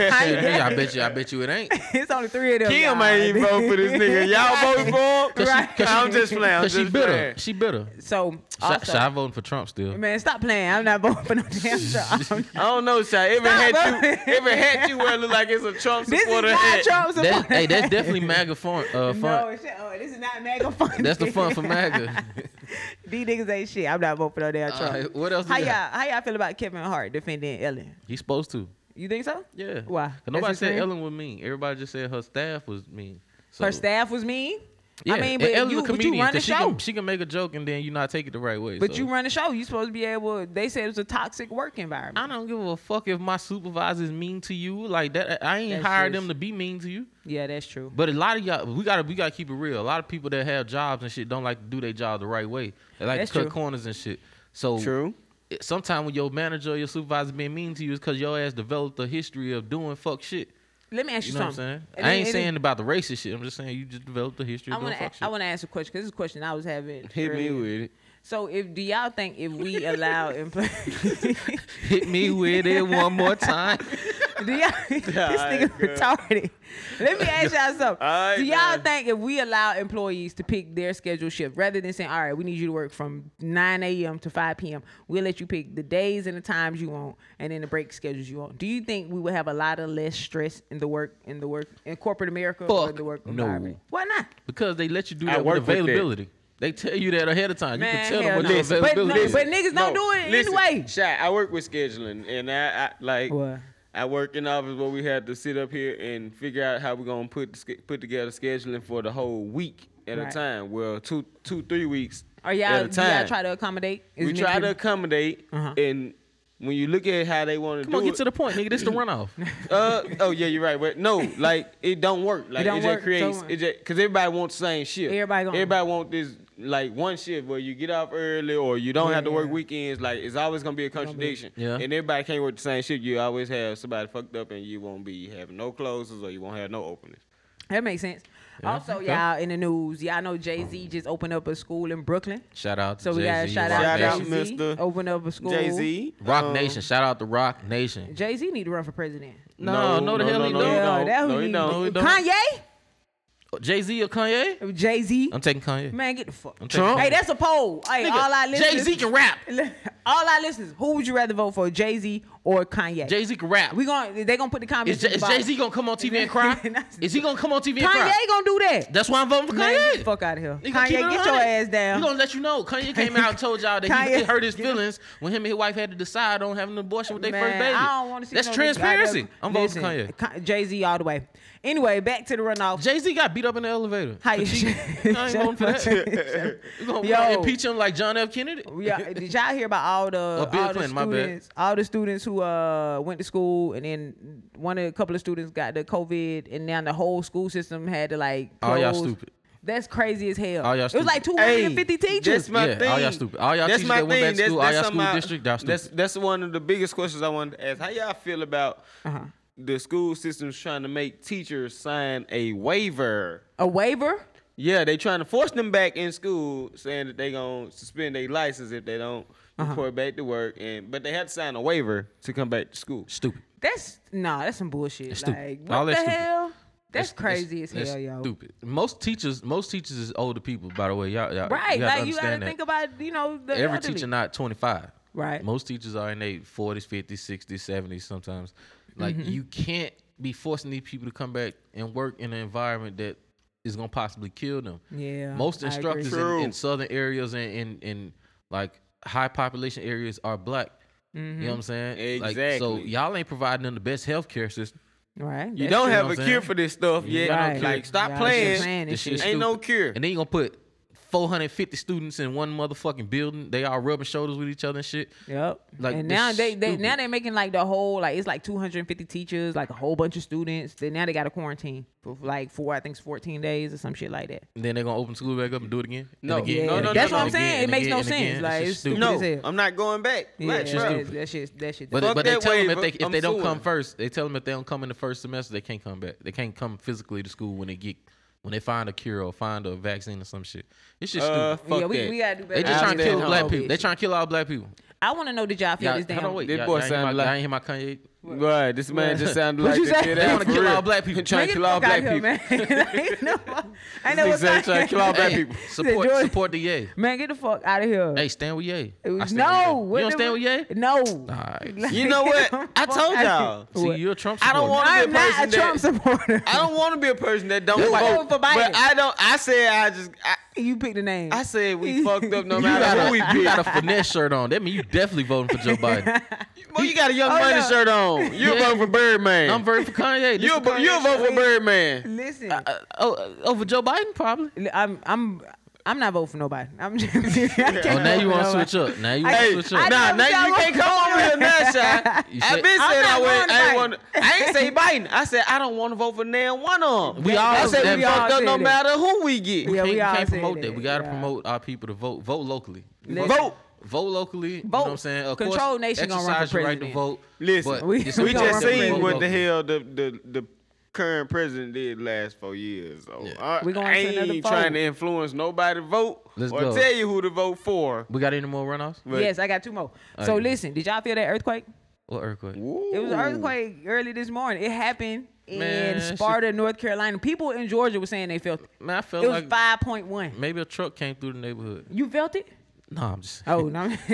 Speaker 7: me? I bet you. I bet you it ain't.
Speaker 4: it's only three of them.
Speaker 2: Kim
Speaker 4: y'all.
Speaker 2: ain't even vote for this nigga. Y'all voting for him?
Speaker 4: Right.
Speaker 7: Cause she-
Speaker 2: I'm just playing. I'm
Speaker 7: Cause she
Speaker 2: just
Speaker 7: bitter.
Speaker 2: playing.
Speaker 7: She bitter.
Speaker 4: So
Speaker 7: Shot,
Speaker 4: also,
Speaker 7: shot voting for Trump still.
Speaker 4: man, stop playing. I'm not voting for no damn Trump.
Speaker 2: I don't know, Shy. Every
Speaker 4: Stop,
Speaker 2: hat
Speaker 4: bro.
Speaker 2: you, every hat you wear look like it's a Trump
Speaker 4: This is
Speaker 2: supporter
Speaker 4: not
Speaker 2: hat.
Speaker 4: Trump supporter.
Speaker 7: That, hey, that's definitely MAGA fun. Uh, fun.
Speaker 4: No, shit, oh, this is not mega fun.
Speaker 7: That's the fun for MAGA.
Speaker 4: These niggas ain't shit. I'm not voting for no damn Trump.
Speaker 7: Alright, what else?
Speaker 4: How
Speaker 7: we
Speaker 4: y'all
Speaker 7: got?
Speaker 4: how y'all feel about Kevin Hart defending Ellen?
Speaker 7: He's supposed to.
Speaker 4: You think so?
Speaker 7: Yeah.
Speaker 4: Why?
Speaker 7: Cause
Speaker 4: That's
Speaker 7: nobody
Speaker 4: his
Speaker 7: said
Speaker 4: friend?
Speaker 7: Ellen was mean. Everybody just said her staff was mean. So,
Speaker 4: Her staff was mean.
Speaker 7: Yeah.
Speaker 4: I mean,
Speaker 7: and
Speaker 4: but
Speaker 7: Ellen
Speaker 4: you,
Speaker 7: a
Speaker 4: but you
Speaker 7: comedian.
Speaker 4: run the
Speaker 7: 'cause she
Speaker 4: show.
Speaker 7: Can, she can make a joke and then you not take it the right way.
Speaker 4: but
Speaker 7: so.
Speaker 4: you run the show. You supposed to be able. They said it was a toxic work
Speaker 7: I
Speaker 4: environment.
Speaker 7: don't give a fuck if my supervisor is mean to you like that. I I ain't
Speaker 4: That's
Speaker 7: hired
Speaker 4: just-
Speaker 7: them to be mean to you.
Speaker 4: Yeah, that's true.
Speaker 7: But a lot of y'all, we gotta we gotta keep it real. A lot of people that have jobs and shit don't like to do their job the right way. They like
Speaker 4: That's
Speaker 7: to cut
Speaker 4: true.
Speaker 7: corners and shit. So
Speaker 2: True.
Speaker 7: it- Sometimes when your manager or your supervisor being mean to you is because your ass developed a history of doing fuck shit.
Speaker 4: Let me ask you,
Speaker 7: You know what I'm
Speaker 4: something.
Speaker 7: saying?
Speaker 4: And
Speaker 7: I
Speaker 4: then- and
Speaker 7: ain't
Speaker 4: then-
Speaker 7: saying about the racist shit. I'm just saying you just developed a history
Speaker 4: I
Speaker 7: of doing
Speaker 4: want
Speaker 7: fuck
Speaker 4: to. I
Speaker 7: shit.
Speaker 4: want to ask a question because this is a question I was having.
Speaker 2: Hit me
Speaker 4: earlier.
Speaker 2: with it.
Speaker 4: So, if do y'all think if we allow employees,
Speaker 7: Hit me with it one more time.
Speaker 4: Do y'all, this nigga retarded. Let me ask y'all something.
Speaker 2: All right,
Speaker 4: Do y'all
Speaker 2: man.
Speaker 4: think if we allow employees to pick their scheduled shift rather than saying, all right, we need you to work from 9 a.m. to 5 p.m., we'll let you pick the days and the times you want and then the break schedules you want. Do you think we would have a lot of less stress in the work, in the work, in corporate America or
Speaker 7: Fuck
Speaker 4: in the work
Speaker 7: no.
Speaker 4: environment? Why not?
Speaker 7: because they let you do
Speaker 2: I
Speaker 7: that
Speaker 2: work
Speaker 7: with
Speaker 2: with that.
Speaker 7: availability. They tell you that ahead of time. you
Speaker 4: Man,
Speaker 7: can tell them
Speaker 4: hell
Speaker 7: what
Speaker 4: no.
Speaker 7: your
Speaker 4: Listen, but no-
Speaker 7: availability is.
Speaker 4: but niggas don't do it
Speaker 2: listen,
Speaker 4: anyway.
Speaker 2: Shy, I work with scheduling, and I, I like
Speaker 4: What?
Speaker 2: I work in office where we had to sit up here and figure out how we're gonna put the, sch- put together scheduling for the whole week at
Speaker 4: Right. Oh,
Speaker 2: a time. Well, two two three weeks
Speaker 4: Are y'all,
Speaker 2: at a
Speaker 4: do
Speaker 2: time.
Speaker 4: y'all try to accommodate? as
Speaker 2: we
Speaker 4: many
Speaker 2: try to
Speaker 4: people?
Speaker 2: accommodate,
Speaker 4: Uh-huh.
Speaker 2: and when you look at how they want to
Speaker 7: Come
Speaker 2: do
Speaker 7: on, get
Speaker 2: it,
Speaker 7: to the point, nigga. This the runoff.
Speaker 2: uh, oh yeah, you're right. But no, like it don't work. Like it,
Speaker 4: don't
Speaker 2: just
Speaker 4: work,
Speaker 2: creates
Speaker 4: so-
Speaker 2: it just because everybody wants the same shift.
Speaker 4: Everybody gonna-
Speaker 2: everybody want this like one shift where you get off early or you don't have to work
Speaker 4: Yeah.
Speaker 2: weekends. Like it's always gonna be a contradiction.
Speaker 7: Yeah.
Speaker 2: and everybody can't work the same shift. You always have somebody fucked up, and you won't be having no closes or you won't have no openings.
Speaker 4: That makes sense. Also,
Speaker 7: Okay.
Speaker 4: y'all in the news, y'all know Jay Z just opened up a school in Brooklyn.
Speaker 7: Shout out to
Speaker 4: So we got to
Speaker 7: Jay-Z,
Speaker 4: shout
Speaker 7: Rock
Speaker 4: out,
Speaker 2: Shout out,
Speaker 7: Nation.
Speaker 4: Jay-Z,
Speaker 2: Mr.
Speaker 4: Open up a school.
Speaker 2: Jay Z,
Speaker 7: Rock Nation. Shout out to Rock Nation.
Speaker 4: Jay Z need to run for president.
Speaker 7: No, no, the hell he
Speaker 2: No,
Speaker 7: don't.
Speaker 4: yeah,
Speaker 2: no,
Speaker 4: that who
Speaker 2: no, he
Speaker 4: need-
Speaker 2: don't.
Speaker 7: No, he don't.
Speaker 4: Kanye,
Speaker 7: Jay Z or Kanye?
Speaker 4: Jay Z.
Speaker 7: I'm taking Kanye.
Speaker 4: Man, get the fuck.
Speaker 7: I'm taking Kanye.
Speaker 4: Hey, that's a poll. Hey, all our listeners.
Speaker 7: Jay Z can rap.
Speaker 4: All our listeners. Who would you rather vote for, Jay Z or Kanye?
Speaker 7: Jay Z can rap.
Speaker 4: We going they gonna put the
Speaker 7: Is,
Speaker 4: comments.
Speaker 7: Jay- is Jay Z
Speaker 4: going
Speaker 7: gonna come on TV and cry? Is he gonna come on TV and cry?
Speaker 4: Kanye gonna do that?
Speaker 7: That's why I'm voting for
Speaker 4: Man,
Speaker 7: Kanye.
Speaker 4: get the fuck out of here.
Speaker 7: He gonna
Speaker 4: Kanye,
Speaker 7: keep it
Speaker 4: get your
Speaker 7: 100.
Speaker 4: ass down.
Speaker 7: He gonna let you know. Kanye came out and told y'all that he,
Speaker 4: Kanye-
Speaker 7: it hurt his feelings when him and his wife had to decide on having an abortion with their
Speaker 4: Man,
Speaker 7: first baby.
Speaker 4: I don't want to see
Speaker 7: That's
Speaker 4: no nigga
Speaker 7: transparency.
Speaker 4: goddamn-
Speaker 7: I'm voting for Kanye.
Speaker 4: Ka- Jay-Z all the way. Anyway, back to the runoff.
Speaker 7: Jay Z got beat up in the elevator.
Speaker 4: How you-
Speaker 7: For cheating. I ain't voting for that. You gonna, we gonna
Speaker 4: Yo.
Speaker 7: impeach him like John F. Kennedy?
Speaker 4: Yeah, did y'all hear about all the,
Speaker 7: Bill
Speaker 4: all the
Speaker 7: Clinton, my bad.
Speaker 4: students, all the students who uh went to school and then one of a couple of students got the COVID and now the whole school system had to like
Speaker 7: All y'all
Speaker 4: close.
Speaker 7: stupid.
Speaker 4: That's crazy as hell.
Speaker 7: All y'all
Speaker 4: It was like two hundred and fifty
Speaker 2: Hey,
Speaker 4: teachers.
Speaker 2: That's my
Speaker 7: Yeah,
Speaker 2: thing.
Speaker 7: all y'all stupid. All y'all
Speaker 2: that's
Speaker 7: teachers
Speaker 2: my
Speaker 7: that went back to
Speaker 2: thing.
Speaker 7: school, all
Speaker 2: that's,
Speaker 7: y'all
Speaker 2: that's
Speaker 7: school
Speaker 2: something I-
Speaker 7: district, y'all
Speaker 2: That's
Speaker 7: stupid.
Speaker 2: that's one of the biggest questions I wanted to ask. How y'all feel about
Speaker 4: Uh-huh.
Speaker 2: the school systems trying to make teachers sign a waiver?
Speaker 4: A waiver.
Speaker 2: Yeah, they trying to force them back in school, saying that they gonna suspend their license if they don't
Speaker 4: Uh-huh.
Speaker 2: report back to work. And but they had to sign a waiver to come back to school.
Speaker 7: Stupid.
Speaker 4: That's nah. That's some bullshit.
Speaker 7: It's stupid.
Speaker 4: like
Speaker 7: All
Speaker 4: what the
Speaker 7: that's stupid.
Speaker 4: hell? That's, crazy as
Speaker 7: that's
Speaker 4: hell, yo.
Speaker 7: Stupid. Most teachers, most teachers is older people. By the way, y'all, y'all
Speaker 4: Right?
Speaker 7: You
Speaker 4: like
Speaker 7: gotta
Speaker 4: you gotta
Speaker 7: understand that.
Speaker 4: think about you know the
Speaker 7: Every
Speaker 4: elderly.
Speaker 7: teacher not 25.
Speaker 4: Right.
Speaker 7: Most teachers are in their 40s, 50s, 60s, 70s sometimes. Like
Speaker 4: Mm-hmm.
Speaker 7: you can't be forcing these people to come back and work in an environment that is going to possibly kill them.
Speaker 4: Yeah,
Speaker 7: Most
Speaker 4: I agree.
Speaker 7: instructors in,
Speaker 2: True.
Speaker 7: in southern areas and in, in like high population areas are black.
Speaker 4: Mm-hmm.
Speaker 7: You know what I'm saying? Like, so
Speaker 2: Exactly.
Speaker 7: y'all ain't providing them the best health care system.
Speaker 4: Right.
Speaker 2: You
Speaker 4: That's
Speaker 2: don't
Speaker 7: true,
Speaker 2: have
Speaker 7: I'm
Speaker 2: a
Speaker 7: saying.
Speaker 2: cure for this stuff
Speaker 7: You
Speaker 2: yet.
Speaker 7: got
Speaker 4: Right.
Speaker 7: no cure.
Speaker 2: Like stop
Speaker 4: Y'all just
Speaker 2: playing.
Speaker 4: playing. Man, this
Speaker 7: This shit
Speaker 4: shit
Speaker 2: ain't no
Speaker 7: stupid.
Speaker 2: cure.
Speaker 7: And then you gonna put 450 students in one motherfucking building. They all rubbing shoulders with each other and shit.
Speaker 4: Yep.
Speaker 7: Like,
Speaker 4: and
Speaker 7: this
Speaker 4: now they, they
Speaker 7: stupid.
Speaker 4: now they're making like the whole like it's like 250 teachers, like a whole bunch of students. Then now they got to quarantine for like four, I think it's 14 days or some shit like that.
Speaker 7: And then they're gonna open school back up and do it again.
Speaker 2: No,
Speaker 7: and again,
Speaker 2: no,
Speaker 7: and
Speaker 2: no,
Speaker 7: again,
Speaker 2: no, no.
Speaker 7: and again,
Speaker 4: It makes
Speaker 7: and
Speaker 4: no
Speaker 7: again,
Speaker 4: sense.
Speaker 7: and again.
Speaker 4: Like,
Speaker 7: just
Speaker 4: it's stupid.
Speaker 2: No,
Speaker 4: as hell.
Speaker 2: I'm not going back.
Speaker 4: Yeah,
Speaker 2: Like,
Speaker 4: that,
Speaker 2: bro.
Speaker 4: shit, that shit, that shit.
Speaker 7: But,
Speaker 2: Fuck
Speaker 7: but they
Speaker 2: that
Speaker 7: tell them if
Speaker 2: waiver.
Speaker 7: they if
Speaker 2: I'm
Speaker 7: they don't
Speaker 2: suing.
Speaker 7: come first, they tell them if they don't come in the first semester, they can't come back. They can't come physically to school when they get when they find a cure or find a vaccine or some shit. It's just
Speaker 2: Uh,
Speaker 7: stupid.
Speaker 2: fuck
Speaker 4: yeah, we,
Speaker 2: that.
Speaker 4: we gotta do better.
Speaker 7: They just
Speaker 2: I
Speaker 7: trying to
Speaker 2: understand
Speaker 7: kill
Speaker 2: how
Speaker 7: black
Speaker 2: it
Speaker 7: people. They trying to kill all black people.
Speaker 4: I want to know did y'all feel
Speaker 7: Yeah,
Speaker 4: this
Speaker 7: hold
Speaker 4: damn.
Speaker 7: on, wait.
Speaker 2: This
Speaker 7: Y'all-
Speaker 2: boy
Speaker 7: y'all ain't hear
Speaker 2: sound
Speaker 7: my-
Speaker 2: like-
Speaker 7: y'all ain't hear my Kanye.
Speaker 2: Right, this man just sounded
Speaker 4: What
Speaker 2: like
Speaker 4: you
Speaker 2: they
Speaker 4: say?
Speaker 2: did
Speaker 4: They
Speaker 2: that
Speaker 7: wanna
Speaker 2: for
Speaker 7: kill
Speaker 2: real.
Speaker 7: all black people.
Speaker 2: Trying to
Speaker 4: Nigga,
Speaker 2: kill all
Speaker 4: fuck out
Speaker 2: black
Speaker 4: here,
Speaker 2: people.
Speaker 4: Man. Like, no, I know what's
Speaker 2: Exactly, trying to kill all black people.
Speaker 7: Support
Speaker 4: Jordan.
Speaker 7: support the yay.
Speaker 4: Man, get the fuck out of here.
Speaker 7: Hey, stand with yay.
Speaker 4: It was-
Speaker 7: no,
Speaker 4: no,
Speaker 7: you
Speaker 4: what
Speaker 7: don't
Speaker 4: the-
Speaker 7: stand with yay.
Speaker 4: No.
Speaker 7: Alright.
Speaker 2: You know what? I told y'all.
Speaker 7: See, you're a Trump.
Speaker 2: I don't
Speaker 7: supporter.
Speaker 2: want to
Speaker 4: I'm
Speaker 2: be a person
Speaker 4: not a Trump
Speaker 2: that,
Speaker 4: supporter.
Speaker 2: I don't want to be a person that don't
Speaker 4: You
Speaker 2: vote
Speaker 4: voted for Biden.
Speaker 2: But I don't. I said I just. I,
Speaker 4: You pick the name.
Speaker 2: I said we fucked up no
Speaker 7: You
Speaker 2: matter who
Speaker 7: got, a,
Speaker 2: we
Speaker 7: you
Speaker 2: pick.
Speaker 7: got a finesse shirt on. That means you definitely voting for Joe Biden.
Speaker 2: Well, you got a Young
Speaker 4: Oh,
Speaker 2: Money
Speaker 4: no.
Speaker 2: shirt on. You're
Speaker 7: Yeah.
Speaker 2: voting for Birdman.
Speaker 7: I'm voting for Kanye. This
Speaker 2: You're
Speaker 7: is
Speaker 2: vo-
Speaker 7: Kanye
Speaker 2: you're
Speaker 7: shit.
Speaker 2: voting for Birdman.
Speaker 4: Listen.
Speaker 7: Uh, oh, uh, over Joe Biden, probably.
Speaker 4: I'm I'm I'm not voting for nobody. I'm just. I
Speaker 7: Oh,
Speaker 4: can't
Speaker 7: now
Speaker 4: vote for
Speaker 7: you want to
Speaker 4: nobody.
Speaker 7: switch up. Now you want
Speaker 2: Hey,
Speaker 7: to
Speaker 2: nah,
Speaker 7: switch
Speaker 2: nah,
Speaker 7: up.
Speaker 4: know
Speaker 2: now
Speaker 4: what y'all
Speaker 2: you can't
Speaker 4: want.
Speaker 2: come over here now, Shy.
Speaker 7: You
Speaker 2: I've
Speaker 7: said-
Speaker 2: been
Speaker 4: I'm
Speaker 2: saying
Speaker 4: not
Speaker 2: I
Speaker 4: going
Speaker 2: went.
Speaker 4: to
Speaker 2: I ain't
Speaker 4: Biden.
Speaker 2: want. I ain't say Biden. I said I don't want to vote for nan one of them.
Speaker 7: We all
Speaker 2: I
Speaker 7: said
Speaker 2: said we
Speaker 7: that.
Speaker 2: fucked up no
Speaker 4: that.
Speaker 2: matter who we get.
Speaker 4: Yeah,
Speaker 7: can't,
Speaker 4: we
Speaker 7: we
Speaker 4: all
Speaker 7: can't
Speaker 4: said
Speaker 7: promote that.
Speaker 4: that,
Speaker 7: We gotta
Speaker 4: yeah.
Speaker 7: promote our people to vote. Vote locally.
Speaker 4: Listen.
Speaker 2: Vote.
Speaker 7: Vote locally. You know what I'm
Speaker 4: Vote.
Speaker 7: saying? Of
Speaker 4: Control
Speaker 7: course,
Speaker 4: Nation gonna run for
Speaker 7: exercise your right to
Speaker 4: president.
Speaker 7: vote.
Speaker 2: Listen,
Speaker 7: but
Speaker 4: we-
Speaker 7: it's
Speaker 4: we
Speaker 2: We
Speaker 7: important
Speaker 2: just
Speaker 4: gonna represent
Speaker 7: that
Speaker 2: seen
Speaker 7: vote
Speaker 2: what the
Speaker 7: locally.
Speaker 2: hell the, the the current president did last four years. So I,
Speaker 4: We going
Speaker 2: I
Speaker 4: to another
Speaker 2: ain't
Speaker 4: vote.
Speaker 2: trying to influence nobody to vote
Speaker 7: Let's
Speaker 2: or
Speaker 7: go.
Speaker 2: tell you who to vote for.
Speaker 7: We got any more runoffs?
Speaker 2: But
Speaker 4: yes, I got two more.
Speaker 7: All
Speaker 4: so
Speaker 7: right.
Speaker 4: listen, did y'all feel that earthquake?
Speaker 7: What earthquake?
Speaker 4: It was an earthquake early this morning. It happened
Speaker 7: Man,
Speaker 4: in
Speaker 7: shit.
Speaker 4: Sparta, North Carolina. People in Georgia were saying they felt it.
Speaker 7: Man, I felt
Speaker 4: It was
Speaker 7: like Mm.
Speaker 4: five point one.
Speaker 7: maybe a truck came through the neighborhood.
Speaker 4: You felt it?
Speaker 7: No, I'm just.
Speaker 4: Oh no, y'all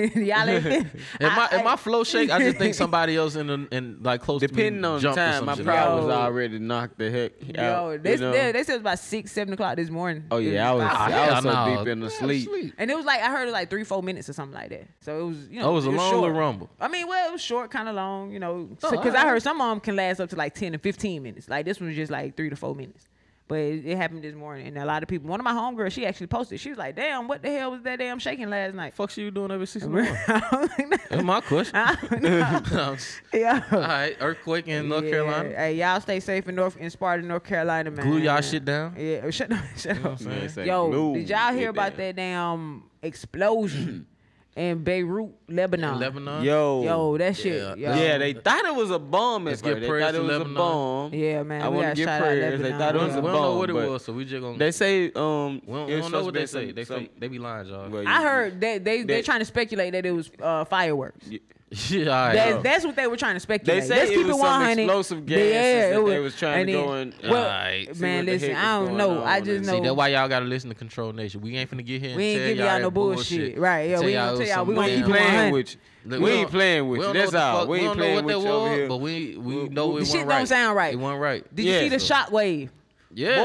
Speaker 4: ain't.
Speaker 7: If my if my flow shake, I just think somebody else in the in like close
Speaker 2: Depending
Speaker 7: to me
Speaker 2: on the
Speaker 7: jumped or
Speaker 2: time,
Speaker 7: some
Speaker 2: my
Speaker 7: shit.
Speaker 2: pride was
Speaker 4: Yo.
Speaker 2: already knocked the heck out.
Speaker 4: Yo,
Speaker 2: you
Speaker 4: they,
Speaker 2: know?
Speaker 4: they, they said it was about six, seven o'clock this morning.
Speaker 2: oh yeah, I was,
Speaker 7: Ah,
Speaker 2: I was so
Speaker 7: hell no.
Speaker 2: deep in the
Speaker 7: Yeah,
Speaker 2: sleep.
Speaker 4: And it was like I heard it like three, four minutes or something like that. So it was, you know,
Speaker 7: Oh, it was a long
Speaker 4: short.
Speaker 7: little rumble.
Speaker 4: I mean, well, it was short, kind of long, you know, because
Speaker 7: Oh, all right.
Speaker 4: I heard some of them can last up to like ten to fifteen minutes. Like this one was just like three to four minutes. But it, it happened this morning, and a lot of people. One of my homegirls, she actually posted. She was like, "Damn, what the hell was that damn shaking last night?"
Speaker 7: Fuck, you doing every six months?
Speaker 4: That's
Speaker 7: That's my question. No. All
Speaker 4: Yeah.
Speaker 7: right, earthquake in North Carolina.
Speaker 4: Hey, y'all stay safe in North in Sparta, North Carolina, man.
Speaker 7: Glue y'all shit down.
Speaker 4: Yeah, shut up, shut up.
Speaker 7: what I'm saying?
Speaker 2: Say,
Speaker 4: Yo,
Speaker 2: move,
Speaker 4: did y'all
Speaker 2: get
Speaker 4: hear about
Speaker 2: down.
Speaker 4: that damn explosion in Beirut, Lebanon?
Speaker 7: Lebanon.
Speaker 2: Yo,
Speaker 4: Yo, that shit.
Speaker 7: Yeah.
Speaker 4: yo.
Speaker 2: yeah, they thought it was a bomb. At
Speaker 7: Let's get
Speaker 2: first. They
Speaker 7: prayers
Speaker 2: thought
Speaker 7: to
Speaker 2: it was a
Speaker 7: Lebanon.
Speaker 2: bomb.
Speaker 4: Yeah, man,
Speaker 2: I
Speaker 4: we
Speaker 2: want
Speaker 4: gotta
Speaker 2: to get
Speaker 4: shout out
Speaker 2: prayers. They
Speaker 4: Lebanon.
Speaker 2: thought it
Speaker 7: We don't,
Speaker 2: was a
Speaker 7: we
Speaker 2: bomb.
Speaker 7: don't know what it
Speaker 2: but
Speaker 7: was, so we just gonna.
Speaker 2: They say um,
Speaker 7: we don't,
Speaker 2: it
Speaker 7: we
Speaker 2: was
Speaker 7: don't know
Speaker 2: supposed
Speaker 7: what
Speaker 2: to
Speaker 7: they
Speaker 2: be
Speaker 7: say.
Speaker 2: some-
Speaker 7: They
Speaker 2: some-
Speaker 7: fake- they be lying, y'all.
Speaker 2: Well,
Speaker 4: I heard they they they
Speaker 2: That-
Speaker 4: trying to speculate that it was uh, fireworks.
Speaker 7: yeah, all right.
Speaker 4: That, that's what they were trying to speculate.
Speaker 2: say
Speaker 4: Let's
Speaker 2: it
Speaker 4: keep
Speaker 2: was
Speaker 4: it
Speaker 2: some
Speaker 4: 100.
Speaker 2: explosive gases that
Speaker 4: it
Speaker 2: they was trying to go in-
Speaker 4: Well,
Speaker 7: Alright, see
Speaker 2: what
Speaker 4: man,
Speaker 2: the
Speaker 4: listen,
Speaker 2: heck
Speaker 4: I
Speaker 2: was
Speaker 4: don't
Speaker 2: going
Speaker 4: know. I
Speaker 2: on
Speaker 4: just
Speaker 2: and
Speaker 4: know.
Speaker 7: See, that's why y'all gotta listen to Control Nation. We ain't finna get here. And
Speaker 4: We ain't
Speaker 7: tell
Speaker 4: give
Speaker 7: y'all
Speaker 4: y'all
Speaker 7: that
Speaker 4: no bullshit. Right, yeah, we ain't
Speaker 7: y'all
Speaker 4: gonna tell y'all.
Speaker 7: some
Speaker 4: We gonna
Speaker 2: We
Speaker 7: damn-
Speaker 2: ain't
Speaker 4: keep it
Speaker 2: playing
Speaker 4: 100.
Speaker 2: with you.
Speaker 7: Look,
Speaker 2: We
Speaker 7: don't-
Speaker 2: ain't playing with
Speaker 7: we
Speaker 2: you.
Speaker 7: don't know
Speaker 2: That's
Speaker 7: what the
Speaker 2: all.
Speaker 7: fuck-
Speaker 2: We ain't
Speaker 7: don't know
Speaker 2: playing
Speaker 7: what
Speaker 2: with
Speaker 7: that
Speaker 2: you over
Speaker 7: was,
Speaker 2: here.
Speaker 7: But we we know
Speaker 4: the
Speaker 7: it
Speaker 4: shit
Speaker 7: wasn't
Speaker 4: don't
Speaker 7: right.
Speaker 4: sound right.
Speaker 7: It wasn't right.
Speaker 4: Did you see the shockwave?
Speaker 7: Yeah,